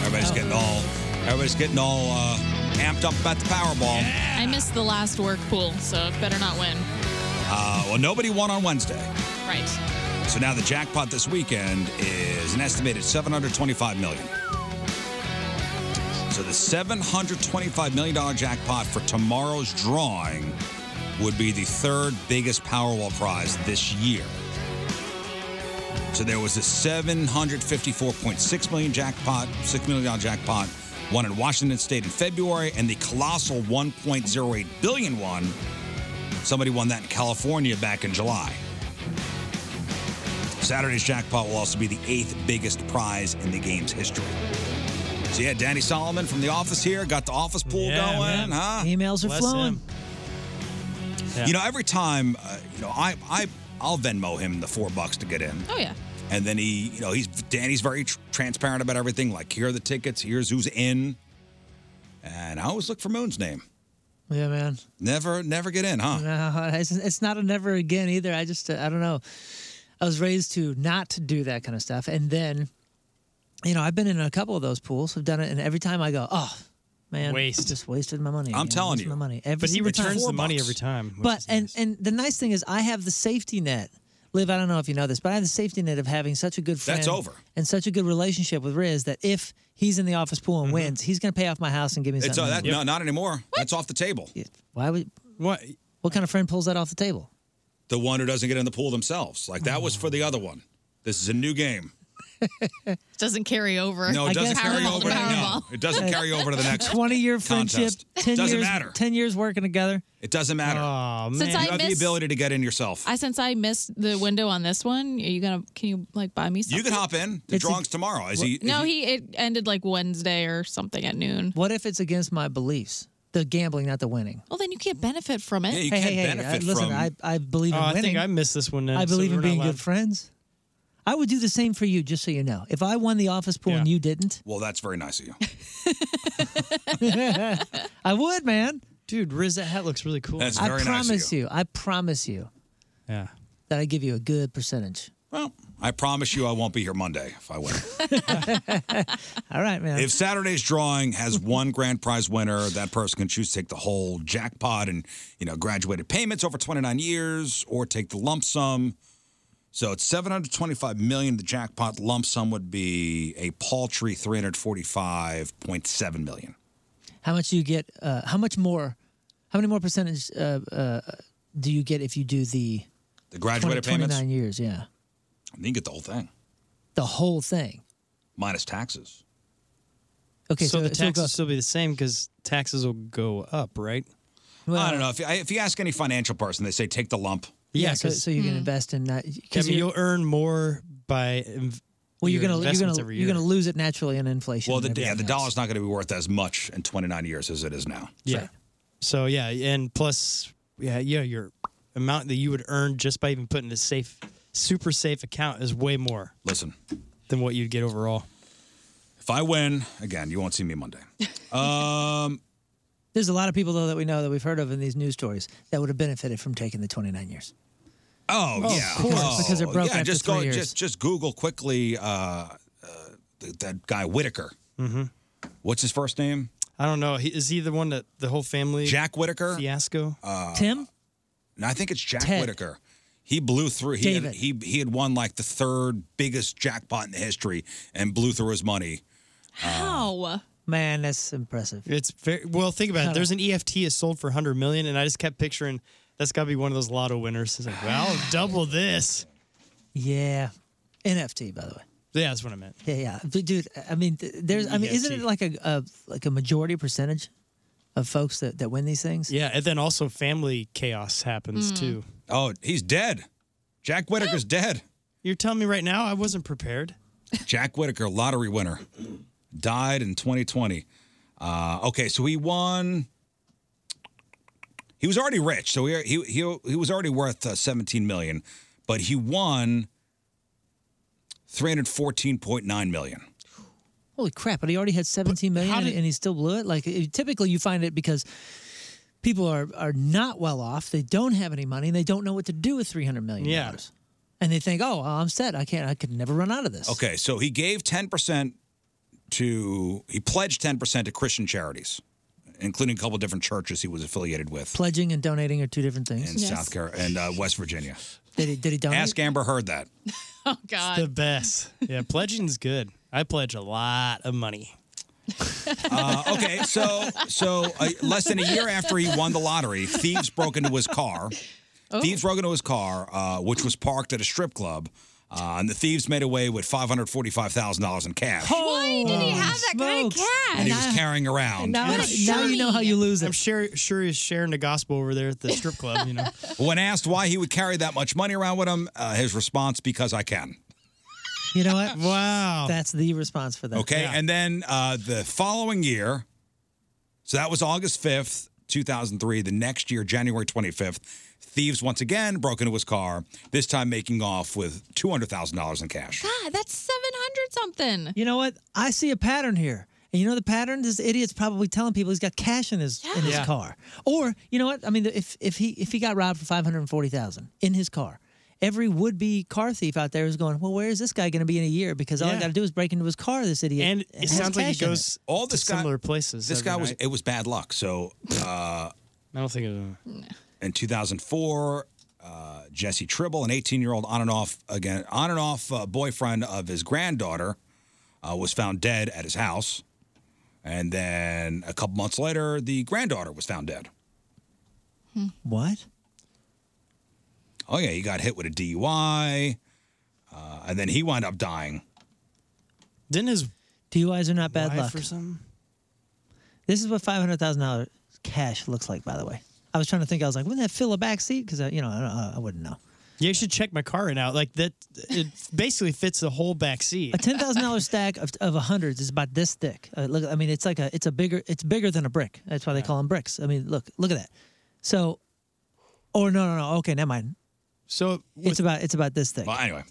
Speaker 7: Everybody's getting all, everybody's getting all uh, amped up about the Powerball.
Speaker 9: I missed the last work pool, so it better not win.
Speaker 7: Uh, well, nobody won on Wednesday,
Speaker 9: Right.
Speaker 7: so now the jackpot this weekend is an estimated 725 million. So the 725 million dollar jackpot for tomorrow's drawing would be the third biggest Powerball prize this year. So there was a 754.6 million jackpot, six million dollar jackpot, won in Washington State in February, and the colossal 1.08 billion one. Somebody won that in California back in July. Saturday's jackpot will also be the eighth biggest prize in the game's history. So yeah, Danny Solomon from the office here got the office pool going, huh?
Speaker 10: Emails are flowing.
Speaker 7: You know, every time, uh, you know, I, I, I'll Venmo him the four bucks to get in.
Speaker 9: Oh yeah.
Speaker 7: And then he, you know, he's Danny's very tr- transparent about everything. Like, here are the tickets. Here's who's in. And I always look for Moon's name.
Speaker 10: Yeah, man.
Speaker 7: Never, never get in, huh?
Speaker 10: No, it's, it's not a never again either. I just, uh, I don't know. I was raised to not do that kind of stuff. And then, you know, I've been in a couple of those pools. I've done it. And every time I go, oh, man,
Speaker 11: Waste.
Speaker 10: just wasted my money.
Speaker 11: I'm
Speaker 10: know,
Speaker 11: telling
Speaker 10: wasted
Speaker 11: you.
Speaker 10: My money. Every
Speaker 11: But he
Speaker 10: single time.
Speaker 11: returns the money every time, which
Speaker 10: But, and, and the nice thing is, I have the safety net. Liv, I don't know if you know this, but I have the safety net of having such a good friend.
Speaker 7: That's over.
Speaker 10: And such a good relationship with Riz that if he's in the office pool
Speaker 11: Mm-hmm.
Speaker 10: and wins, he's going to pay off my house and give me
Speaker 7: It's
Speaker 10: something.
Speaker 7: uh, that, no, not anymore. That's off the table.
Speaker 10: Why would,
Speaker 11: what?
Speaker 10: What kind of friend pulls that off the table?
Speaker 7: The one who doesn't get in the pool themselves. Like that was for the other one. This is a new game.
Speaker 9: Doesn't carry over.
Speaker 7: No, it doesn't carry
Speaker 9: Powerball to
Speaker 7: over. No,
Speaker 9: Powerball.
Speaker 7: it doesn't carry over to the
Speaker 9: [laughs]
Speaker 7: next.
Speaker 10: Twenty-year friendship,
Speaker 7: contest.
Speaker 10: ten
Speaker 7: doesn't
Speaker 10: years,
Speaker 7: matter.
Speaker 10: ten years working together.
Speaker 7: It doesn't matter. Oh
Speaker 9: Since man. I
Speaker 7: you have
Speaker 9: miss-
Speaker 7: the ability to get in yourself.
Speaker 9: I since I missed the window on this one. Are you gonna? Can you like buy me something?
Speaker 7: You can hop in. The drawing's tomorrow. Is he?
Speaker 9: No, he it ended like Wednesday or something at noon.
Speaker 10: What if it's against my beliefs? The gambling, not the winning.
Speaker 9: Well, then you can't benefit from it.
Speaker 10: hey, hey, hey, I- listen, I, I believe in
Speaker 11: Oh, I
Speaker 10: winning.
Speaker 11: think I missed this one then,
Speaker 10: I
Speaker 11: so
Speaker 10: believe in
Speaker 11: we're not
Speaker 10: being good
Speaker 11: allowed-
Speaker 10: friends. I would do the same for you, just so you know. If I won the office pool and you didn't,
Speaker 7: Well, that's very nice of you.
Speaker 10: I would, man.
Speaker 11: Dude, Riz, that hat looks really cool.
Speaker 10: I promise you. I promise you
Speaker 11: Yeah.
Speaker 10: that I give you a good percentage.
Speaker 7: Well, I promise you I won't be here Monday if I win.
Speaker 10: [laughs] All right, man.
Speaker 7: If Saturday's drawing has one grand prize winner, that person can choose to take the whole jackpot and, you know, graduated payments over 29 years or take the lump sum. So it's 725 million the jackpot lump sum would be a paltry 345.7 million.
Speaker 10: How much do you get? Uh, how much more? How many more percentage uh, uh, do you get if you do the
Speaker 7: The graduated
Speaker 10: 20
Speaker 7: payments,
Speaker 10: 29 years? Yeah,
Speaker 7: then you get the whole thing
Speaker 10: the whole thing.
Speaker 7: minus taxes.
Speaker 10: Okay,
Speaker 11: so,
Speaker 10: so-
Speaker 11: the
Speaker 10: so
Speaker 11: taxes
Speaker 10: it goes-
Speaker 11: will still be the same because taxes will go up, right?
Speaker 7: I don't know. If, if you ask any financial person, they say take the lump.
Speaker 10: yeah. so, so you can invest in that.
Speaker 11: I
Speaker 10: 'cause
Speaker 11: mean,
Speaker 10: you're-
Speaker 11: you'll earn more by inv-
Speaker 10: well, you're
Speaker 11: your
Speaker 10: gonna you're
Speaker 11: investments
Speaker 10: gonna
Speaker 11: every
Speaker 10: you're
Speaker 11: year.
Speaker 10: gonna lose it naturally in inflation.
Speaker 7: Well, the,
Speaker 10: and
Speaker 7: yeah, the
Speaker 10: everything else.
Speaker 7: dollar's not going to be worth as much in 29 years as it is now.
Speaker 11: Yeah. So yeah, and plus yeah, yeah, your amount that you would earn just by even putting a safe, super safe account is way more
Speaker 7: Listen,
Speaker 11: than what you'd get overall.
Speaker 7: if I win again, you won't see
Speaker 11: [laughs]
Speaker 7: me Monday. Oh, Um,
Speaker 10: There's a lot of people though that we know that we've heard of in these news stories that would have benefited from taking the 29 years.
Speaker 7: Oh,
Speaker 10: Oh,
Speaker 7: yeah,
Speaker 10: of course,
Speaker 7: Oh,
Speaker 10: because they're broke
Speaker 7: yeah,
Speaker 10: after
Speaker 7: just
Speaker 10: three
Speaker 7: go,
Speaker 10: years.
Speaker 7: just just Google quickly uh, uh, th- that guy Whitaker.
Speaker 11: Mm-hmm.
Speaker 7: What's his first name?
Speaker 11: I don't know. He, is he the one that the whole family
Speaker 7: Jack Whitaker
Speaker 11: fiasco?
Speaker 7: Uh,
Speaker 10: Tim?
Speaker 7: No, I think it's Jack
Speaker 11: Ted.
Speaker 7: Whitaker. He blew through. He had,
Speaker 11: David.
Speaker 7: he he had won like the third biggest jackpot in the history and blew through his money.
Speaker 9: How?
Speaker 10: Man, that's impressive.
Speaker 11: It's very well. Think about
Speaker 10: Kinda.
Speaker 11: it. There's an EFT is sold for 100 million, and I just kept picturing that's got to be one of those lotto winners. It's like,
Speaker 10: [sighs]
Speaker 11: well, double this.
Speaker 10: Yeah, NFT by the way.
Speaker 11: Yeah, that's what I meant. E
Speaker 10: Yeah, yeah, D- dude. I mean, th- there's. I mean, isn't it
Speaker 11: EFT.
Speaker 10: like a, a like a majority percentage of folks that, that win these things?
Speaker 11: Yeah, and then also family chaos happens
Speaker 10: Mm.
Speaker 11: too.
Speaker 7: Oh, he's dead. Jack Whitaker's
Speaker 11: Oh.
Speaker 7: dead.
Speaker 11: You're telling me right now I wasn't prepared.
Speaker 7: Jack Whitaker, lottery winner, died in 2020. Uh, okay, so he won. He was already rich, so he he he, he was already worth uh, 17 million, but he won 314.9 million.
Speaker 10: Holy crap! But he already had 17 million, and- and he still blew it. Like it- typically, you find it because people are are not well off. They don't have any money, and they don't know what to do with 300 million.
Speaker 7: Yeah.
Speaker 10: dollars. And they think, oh, well, I'm set. I can't. I could never run out of this.
Speaker 7: Okay, so he gave 10% to he pledged 10% to Christian charities, including a couple different churches he was affiliated with
Speaker 10: Pledging and donating are two different things.
Speaker 7: in South Carolina and uh, West Virginia.
Speaker 10: Did he? Did he donate?
Speaker 7: Ask Amber Heard that.
Speaker 9: Oh God.
Speaker 11: The
Speaker 10: [laughs]
Speaker 11: best. Yeah, pledging's good. I pledge a lot of money.
Speaker 7: Uh, okay, so so uh, less than a year after he won the lottery, thieves broke into his car. Thieves broke into his car, uh, which was parked at a strip club, uh, and the thieves made away with five hundred forty-five thousand dollars in cash.
Speaker 9: Why did he have that kind of cash?
Speaker 7: And he was carrying around.
Speaker 10: know how you lose it.
Speaker 11: I'm sure, sure he's sharing the gospel over there at the strip club. You
Speaker 10: [laughs]
Speaker 11: know,
Speaker 7: When asked why he would carry that much money around with him, uh, his response: "Because I can."
Speaker 10: You know
Speaker 7: [laughs]
Speaker 10: what?
Speaker 11: wow.
Speaker 10: That's the response for that.
Speaker 7: Okay, and then uh, the following year, so that was August 5th, 2003. The next year, January 25th, thieves once again broke into his car, this time making off with $200,000 in cash.
Speaker 9: God, Ah, that's 700 something.
Speaker 10: You know what? I see a pattern here. And you know the pattern? This idiot's probably telling people he's got cash in his in his
Speaker 9: Yeah.
Speaker 10: car. Or you know what? I mean, if if he if he got robbed for five hundred forty thousand in his car, every would be car thief out there is going, well, where is this guy going to be in a year? Because all I
Speaker 11: Yeah.
Speaker 10: got to do is break into his car. This idiot.
Speaker 11: And it
Speaker 10: has
Speaker 11: sounds like he
Speaker 10: cash in
Speaker 11: goes
Speaker 10: it.
Speaker 7: All this
Speaker 11: to
Speaker 7: guy-
Speaker 11: similar places.
Speaker 7: This
Speaker 11: every
Speaker 7: guy was,
Speaker 11: night.
Speaker 7: it was bad luck. So, uh,
Speaker 11: I don't think it
Speaker 10: Mm.
Speaker 11: was.
Speaker 7: in 2004, uh, Jesse Tribble, an 18 year old on and off again, on and off uh, boyfriend of his granddaughter, uh, was found dead at his house. And then a couple months later, the granddaughter was found dead.
Speaker 10: What?
Speaker 7: Oh yeah, he got hit with a DUI, uh, and then he wound up dying.
Speaker 11: Didn't his
Speaker 10: DUIs are not bad
Speaker 11: wife
Speaker 10: luck.
Speaker 11: or something?
Speaker 10: This is what five hundred thousand dollars cash looks like, by the way. I was trying to think. I was like, wouldn't that fill a back seat? Because you know, I, don't- I wouldn't know.
Speaker 11: Yeah, you should check my car right now. Like that, it basically fits the whole back
Speaker 10: [laughs]
Speaker 11: seat.
Speaker 10: A ten thousand dollar stack of of hundreds is about this thick. Uh, look, I mean, it's like a it's a bigger it's bigger than a brick. That's why they call them bricks. I mean, look look at that. So, or no no no. Okay, never mind.
Speaker 11: So
Speaker 10: it's about it's about this thick.
Speaker 7: Well, anyway,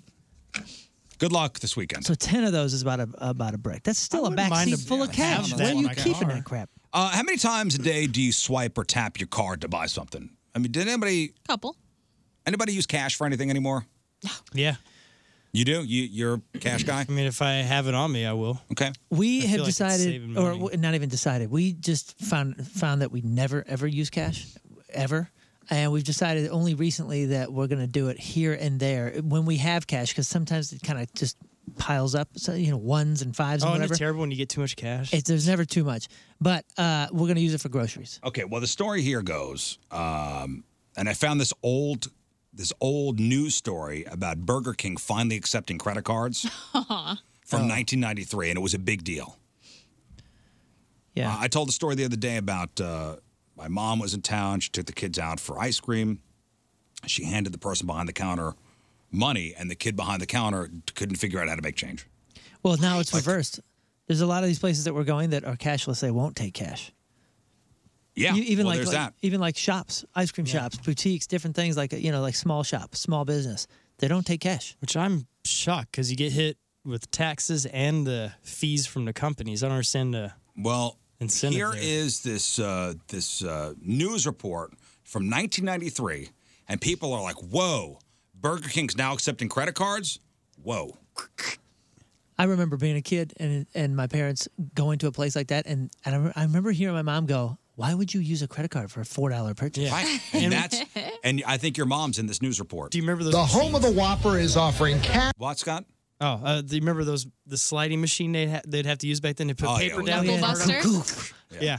Speaker 7: good luck this weekend.
Speaker 10: So ten of those is about a about a brick. That's still a back
Speaker 7: mind
Speaker 10: seat
Speaker 7: a-
Speaker 10: full of
Speaker 7: yeah,
Speaker 10: cash.
Speaker 7: having
Speaker 10: Where
Speaker 7: that
Speaker 10: are you
Speaker 7: on a
Speaker 10: keeping
Speaker 7: car.
Speaker 10: that crap?
Speaker 7: Uh, how many times a day do you swipe or tap your card to buy something? I mean, did anybody
Speaker 9: Couple.
Speaker 7: anybody use cash for anything anymore?
Speaker 11: Yeah.
Speaker 7: You do? You, you're a cash guy?
Speaker 11: I mean, if I have it on me, I will.
Speaker 7: Okay.
Speaker 10: We
Speaker 11: I
Speaker 10: have
Speaker 11: feel like it's
Speaker 10: decided,
Speaker 11: saving
Speaker 10: or
Speaker 11: money.
Speaker 10: w- not even decided. We just found found that we never ever use cash, ever, and we've decided only recently that we're going to do it here and there when we have cash, because sometimes it kind of just piles up. So you know, ones and fives
Speaker 11: Oh,
Speaker 10: and
Speaker 11: isn't
Speaker 10: whatever.
Speaker 11: it terrible when you get too much cash?
Speaker 10: It's, there's never too much, but uh, we're going to use it for groceries.
Speaker 7: Okay, well, the story here goes, um, and I found this old this old news story about Burger King finally accepting credit cards from 1993, and it was a big deal.
Speaker 10: Yeah,
Speaker 7: Uh, I told the story the other day about uh, my mom was in town. She took the kids out for ice cream. She handed the person behind the counter money, and the kid behind the counter couldn't figure out how to make change.
Speaker 10: Well, now it's reversed. There's a lot of these places that we're going that are cashless. They won't take cash.
Speaker 7: Yeah,
Speaker 10: You- even
Speaker 7: well,
Speaker 10: like,
Speaker 7: there's
Speaker 10: like-
Speaker 7: that.
Speaker 10: even like shops, ice cream shops, boutiques, different things like you know like small shop, small business. They don't take cash.
Speaker 11: Which I'm shocked because you get hit with taxes and the fees from the companies. I don't understand the
Speaker 7: well
Speaker 11: incentive.
Speaker 7: Here
Speaker 11: there.
Speaker 7: is this uh, this uh, news report from 1993, and people are like, "Whoa, Burger King's now accepting credit cards." Whoa,
Speaker 10: I remember being a kid and and my parents going to a place like that, and, and I, re- I remember hearing my mom go, "Why would you use a credit card for a four dollar purchase?"
Speaker 7: [laughs] right? And that's and I think your mom's in this news report. Do
Speaker 11: you remember
Speaker 10: The
Speaker 11: home of the Whopper is offering cash.
Speaker 7: What, Scott?
Speaker 11: Oh, uh, do you remember those the sliding machine they ha- they'd have to use back then to put
Speaker 7: Oh, yeah,
Speaker 11: paper
Speaker 7: we-
Speaker 11: down?
Speaker 7: Knuckle
Speaker 11: and turn it on? yeah.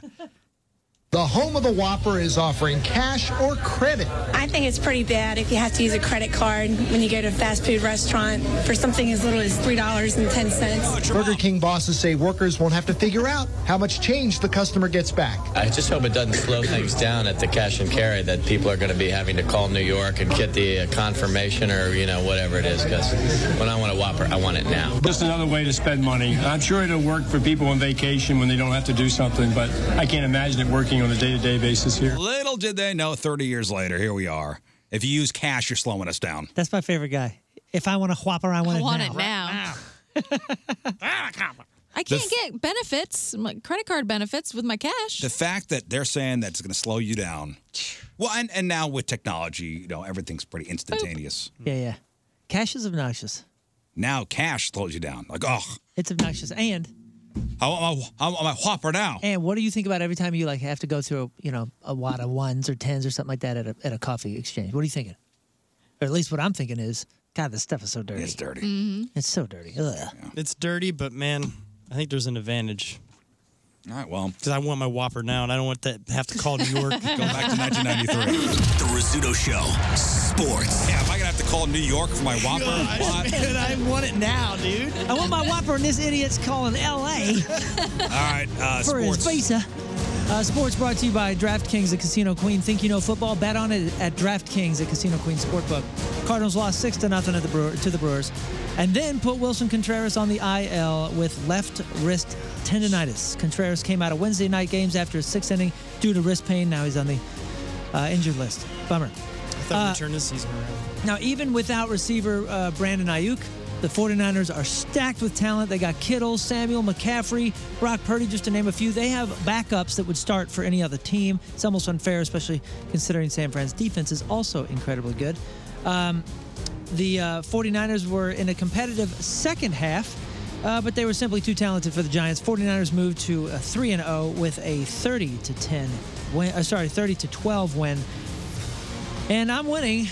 Speaker 19: The home of the Whopper is offering cash or credit.
Speaker 20: I think it's pretty bad if you have to use a credit card when you go to a fast food restaurant for something as little as $3.10.
Speaker 19: Burger King bosses say workers won't have to figure out how much change the customer gets back.
Speaker 21: I just hope it doesn't slow things down at the cash and carry that people are going to be having to call New York and get the uh, confirmation or, you know, whatever it is. Because when I want a Whopper, I want it now.
Speaker 22: Just another way to spend money. I'm sure it'll work for people on vacation when they don't have to do something, but I can't imagine it working on a day to day basis here.
Speaker 7: Little did they know, 30 years later, here we are. If you use cash, you're slowing us down.
Speaker 10: That's my favorite guy. If I want a whopper, I want,
Speaker 9: I want
Speaker 10: it now.
Speaker 9: it now. I
Speaker 7: The
Speaker 9: can't get benefits, my credit card benefits with my cash.
Speaker 7: The fact that they're saying that's going to slow you down. Well, and, and now with technology, you know, everything's pretty instantaneous.
Speaker 10: Yeah, yeah. Cash is obnoxious.
Speaker 7: Now cash slows you down. Like, oh,
Speaker 10: It's obnoxious. And
Speaker 7: I want my, I want my Whopper now.
Speaker 10: and what do you think about every time you like have to go through a, you know a wad of ones or tens or something like that at a, at a coffee exchange? What are you thinking? Or at least what I'm thinking is, God, this stuff is so dirty. It's
Speaker 7: dirty.
Speaker 10: It's so dirty. Ugh.
Speaker 11: It's dirty, but man, I think there's an advantage.
Speaker 7: All right, well,
Speaker 11: because I want my Whopper now, and I don't want that have to call New
Speaker 7: [laughs]
Speaker 11: York. Go
Speaker 7: back to 1993.
Speaker 4: The Rizzuto Show. Sports.
Speaker 7: Yeah, am I going to have to call New York
Speaker 10: [laughs]
Speaker 7: for my Whopper? What?
Speaker 10: And I want it now, dude. I want my Whopper, and this idiot's calling [laughs] LA
Speaker 7: All right, uh,
Speaker 10: for
Speaker 7: sports.
Speaker 10: his visa. Uh, sports brought to you by DraftKings, the Casino Queen. Think you know football? Bet on it at DraftKings, the Casino Queen sportbook. Cardinals lost six to nothing at the Brewer, to the Brewers, and then put Wilson Contreras on the IL with left wrist tendonitis. Contreras came out of Wednesday night games after his sixth inning due to wrist pain. Now he's on the uh, injured list. Bummer.
Speaker 11: I thought we turned this season around.
Speaker 10: Now, even without receiver uh, Brandon Ayuk, the 49ers are stacked with talent. They got Kittle, Samuel, McCaffrey, Brock Purdy, just to name a few. They have backups that would start for any other team. It's almost unfair, especially considering San Fran's defense is also incredibly good. Um, the uh, 49ers were in a competitive second half, uh, but they were simply too talented for the Giants. 49ers moved to a 3 and 0 with a 30 to 10 win. Uh, sorry, 30 to 12 win and I'm winning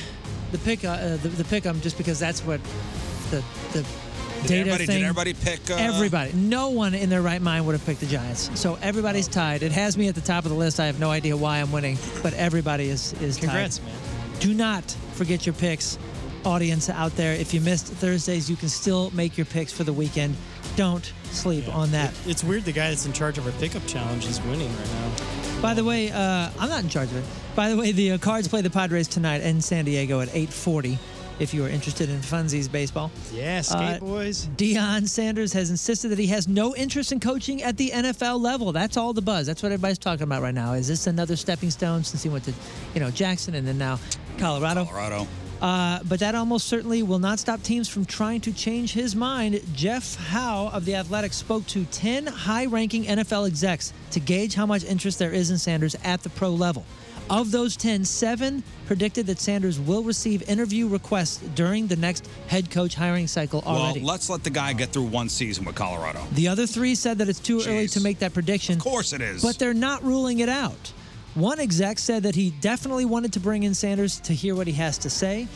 Speaker 10: the pick uh, uh, the, the pick 'em just because that's what the the
Speaker 7: Did
Speaker 10: data
Speaker 7: everybody- did
Speaker 10: thing.
Speaker 7: everybody pick, uh,
Speaker 10: everybody? No one in their right mind would have picked the Giants. So everybody's tied. It has me at the top of the list. I have no idea why I'm winning, but everybody is is
Speaker 11: Congrats,
Speaker 10: tied.
Speaker 11: man.
Speaker 10: Do not forget your picks, audience out there. If you missed Thursdays, you can still make your picks for the weekend. Don't sleep on that.
Speaker 11: It's weird the guy that's in charge of our pickup challenge is winning right now.
Speaker 10: By the way, uh, I'm not in charge of it. By the way, the uh, Cards play the Padres tonight in San Diego at 8:40. If you are interested in funsies baseball, Uh,
Speaker 11: Yeah, skate boys.
Speaker 10: Deion Sanders has insisted that he has no interest in coaching at the NFL level. That's all the buzz. That's what everybody's talking about right now. Is this another stepping stone since he went to, you know, Jackson and then now Colorado?
Speaker 7: Colorado.
Speaker 10: Uh, but that almost certainly will not stop teams from trying to change his mind. Jeff Howe of The Athletic spoke to 10 high ranking NFL execs to gauge how much interest there is in Sanders at the pro level. Of those 10, seven predicted that Sanders will receive interview requests during the next head coach hiring cycle already.
Speaker 7: Well, let's let the guy get through one season with Colorado.
Speaker 10: The other three said that it's too early to make that prediction. Of
Speaker 7: course it is.
Speaker 10: But they're not ruling it out. One exec said that he definitely wanted to bring in Sanders to hear what he has to say.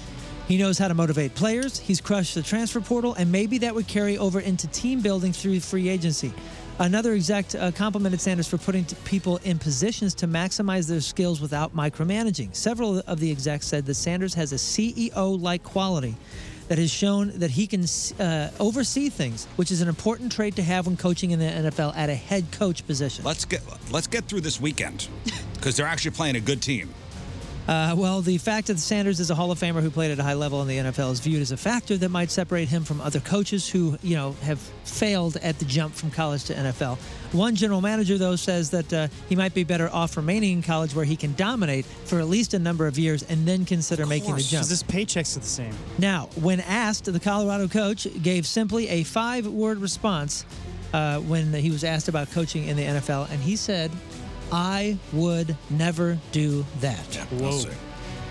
Speaker 10: He knows how to motivate players. He's crushed the transfer portal, and maybe that would carry over into team building through free agency. Another exec uh, complimented Sanders for putting t- people in positions to maximize their skills without micromanaging. Several of the execs said that Sanders has a CEO like quality that has shown that he can uh, oversee things, which is an important trait to have when coaching in the NFL at a head coach position.
Speaker 7: Let's get let's get through this weekend because they're actually playing a good team.
Speaker 10: Uh, well, the fact that Sanders is a Hall of Famer who played at a high level in the NFL is viewed as a factor that might separate him from other coaches who, you know, have failed at the jump from college to NFL. One general manager, though, says that uh, he might be better off remaining in college where he can dominate for at least a number of years and then consider making the jump.
Speaker 11: Because his paychecks are the same.
Speaker 10: Now, when asked, the Colorado coach gave simply a five word response uh, when he was asked about coaching in the NFL, and he said, I would never do that.
Speaker 7: Whoa.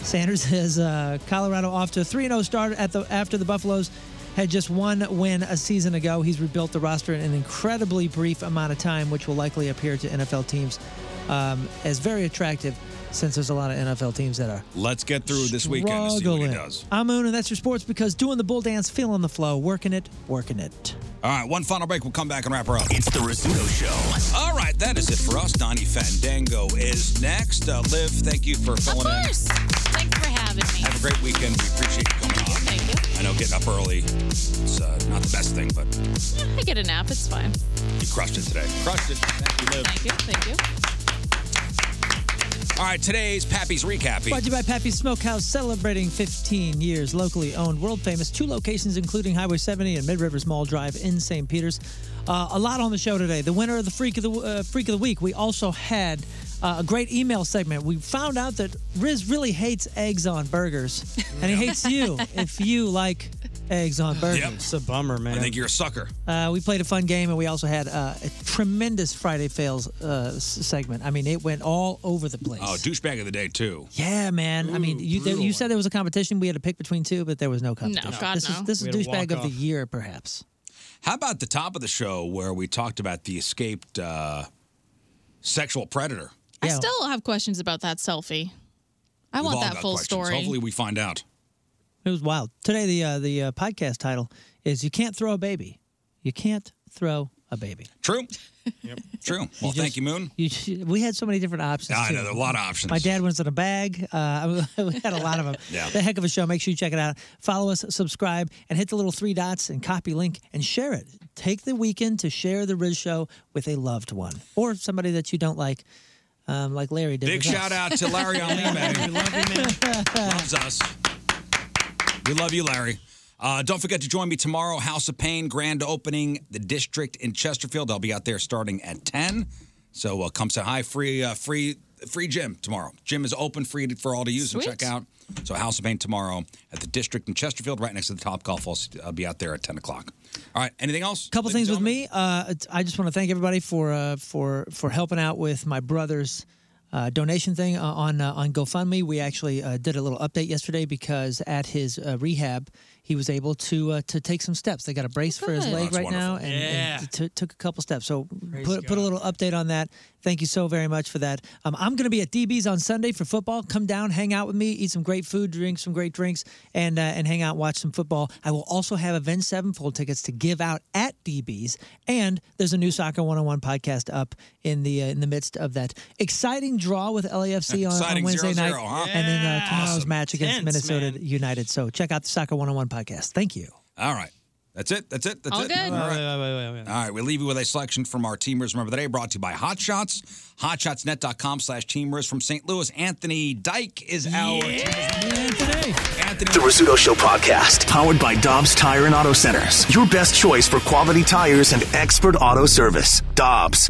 Speaker 10: Sanders [laughs] has uh, Colorado off to a 3 0 start at the, after the Buffaloes had just one win a season ago. He's rebuilt the roster in an incredibly brief amount of time, which will likely appear to NFL teams um, as very attractive since there's a lot of NFL teams that are
Speaker 7: Let's get through this weekend to see what he
Speaker 10: struggling.
Speaker 7: does.
Speaker 10: I'm Moon, and that's your sports because doing the bull dance, feeling the flow, working it, working it.
Speaker 7: All right, one final break. We'll come back and wrap her up.
Speaker 4: It's the Rizzuto Show.
Speaker 7: All right, that is it for us. Donnie Fandango is next. Uh, Liv, thank you for filling in.
Speaker 9: Thanks for having me.
Speaker 7: Have a great weekend. We appreciate you coming on. Thank you. I know getting up early is uh, not the best thing, but
Speaker 9: [laughs] I get a nap. It's fine.
Speaker 7: you crushed it today. Crushed it. Thank you, Liv.
Speaker 9: Thank you. Thank you.
Speaker 7: All right, today's Pappy's Recappy.
Speaker 10: Brought to you by Pappy's Smokehouse, celebrating 15 years. Locally owned, world famous, two locations, including Highway 70 and Mid Rivers Mall Drive in St. Peter's. Uh, a lot on the show today. The winner of the Freak of the uh, Freak of the Week. We also had uh, a great email segment. We found out that Riz really hates eggs on burgers, and he hates
Speaker 11: [laughs]
Speaker 10: you if you like eggs on burgers.
Speaker 11: It's a bummer, man.
Speaker 7: I think you're a sucker.
Speaker 10: Uh, we played a fun game, and we also had uh, a tremendous Friday fails uh, s- segment. I mean, it went all over the place.
Speaker 7: Oh, douchebag of the day too.
Speaker 10: Yeah, man. I mean, you there, you said there was a competition. We had to pick between two, but there was no competition.
Speaker 7: God,
Speaker 10: this
Speaker 7: no.
Speaker 10: is this is
Speaker 7: We had to
Speaker 10: douchebag
Speaker 7: walk
Speaker 10: of the
Speaker 7: off.
Speaker 10: year, perhaps.
Speaker 7: How about the top of the show where we talked about the escaped uh, sexual predator?
Speaker 9: I still have questions about that selfie. I
Speaker 7: We've
Speaker 9: want
Speaker 7: all
Speaker 9: that
Speaker 7: got
Speaker 9: full
Speaker 7: questions.
Speaker 9: story.
Speaker 7: Hopefully, we find out.
Speaker 10: It was wild. Today, the uh, the uh, podcast title is "You Can't Throw a Baby." You can't throw a baby.
Speaker 7: True. Yep. True. Well, thank [laughs] you, Moon.
Speaker 10: You, sh- we had so many different options.
Speaker 7: I know,
Speaker 10: too.
Speaker 7: there are a lot of options.
Speaker 10: My dad was in a bag. Uh, [laughs] we had a lot of them.
Speaker 7: [laughs] Yeah.
Speaker 10: The heck of a show. Make sure you check it out. Follow us, subscribe, and hit the little three dots and copy link and share it. Take the weekend to share the Riz Show with a loved one or somebody that you don't like, um, like Larry did.
Speaker 7: Big
Speaker 10: with us.
Speaker 7: shout out to
Speaker 10: [laughs]
Speaker 7: Larry Alime. we love you, man. Loves us. We love you, Larry. Uh, don't forget to join me tomorrow, House of Pain, grand opening, the district in Chesterfield. I'll be out there starting at 10. So uh, come say hi. Free, uh, free, free gym tomorrow. Gym is open, free for all to use and
Speaker 1: Sweet.
Speaker 7: check out. So House of Pain tomorrow at the district in Chesterfield, right next to the Top Golf. I'll s- I'll be out there at 10 o'clock. All right. Anything else?
Speaker 10: couple things with me. Uh, t- I just want to thank everybody for uh, for for helping out with my brother's uh, donation thing uh, on uh, on GoFundMe. We actually uh, did a little update yesterday because at his uh, rehab, he was able to uh, to take some steps. They got a brace for his
Speaker 1: good.
Speaker 10: leg
Speaker 1: That's
Speaker 10: right now,
Speaker 1: wonderful.
Speaker 10: and,
Speaker 1: Yeah.
Speaker 10: and t- took a couple steps. So put put a little update on that. Thank you so very much for that. Um, I'm going to be at DB's on Sunday for football. Come down, hang out with me, eat some great food, drink some great drinks, and uh, and hang out, watch some football. I will also have Avenged Sevenfold tickets to give out at DB's, and there's a new Soccer 101 podcast up in the uh, in the midst of that exciting draw with LAFC on, on
Speaker 1: Exciting
Speaker 10: Wednesday
Speaker 1: 0-0,
Speaker 10: night,
Speaker 1: huh?
Speaker 10: and then uh, tomorrow's
Speaker 1: Awesome.
Speaker 10: match against
Speaker 1: Tense,
Speaker 10: Minnesota United. So check out the Soccer 101 podcast. Thank you.
Speaker 7: All right. That's it. That's it. That's
Speaker 10: All
Speaker 7: it.
Speaker 10: good.
Speaker 7: All right. All right. We leave you with a selection from our Teamers Remember the Day brought to you by Hot Shots. Hotshotsnet.com slash Teamers from St. Louis. Anthony Dyke is our
Speaker 10: Anthony.
Speaker 11: The Rizzuto Show podcast, powered by Dobbs Tire and Auto Centers, your best choice for quality tires and expert auto service. Dobbs.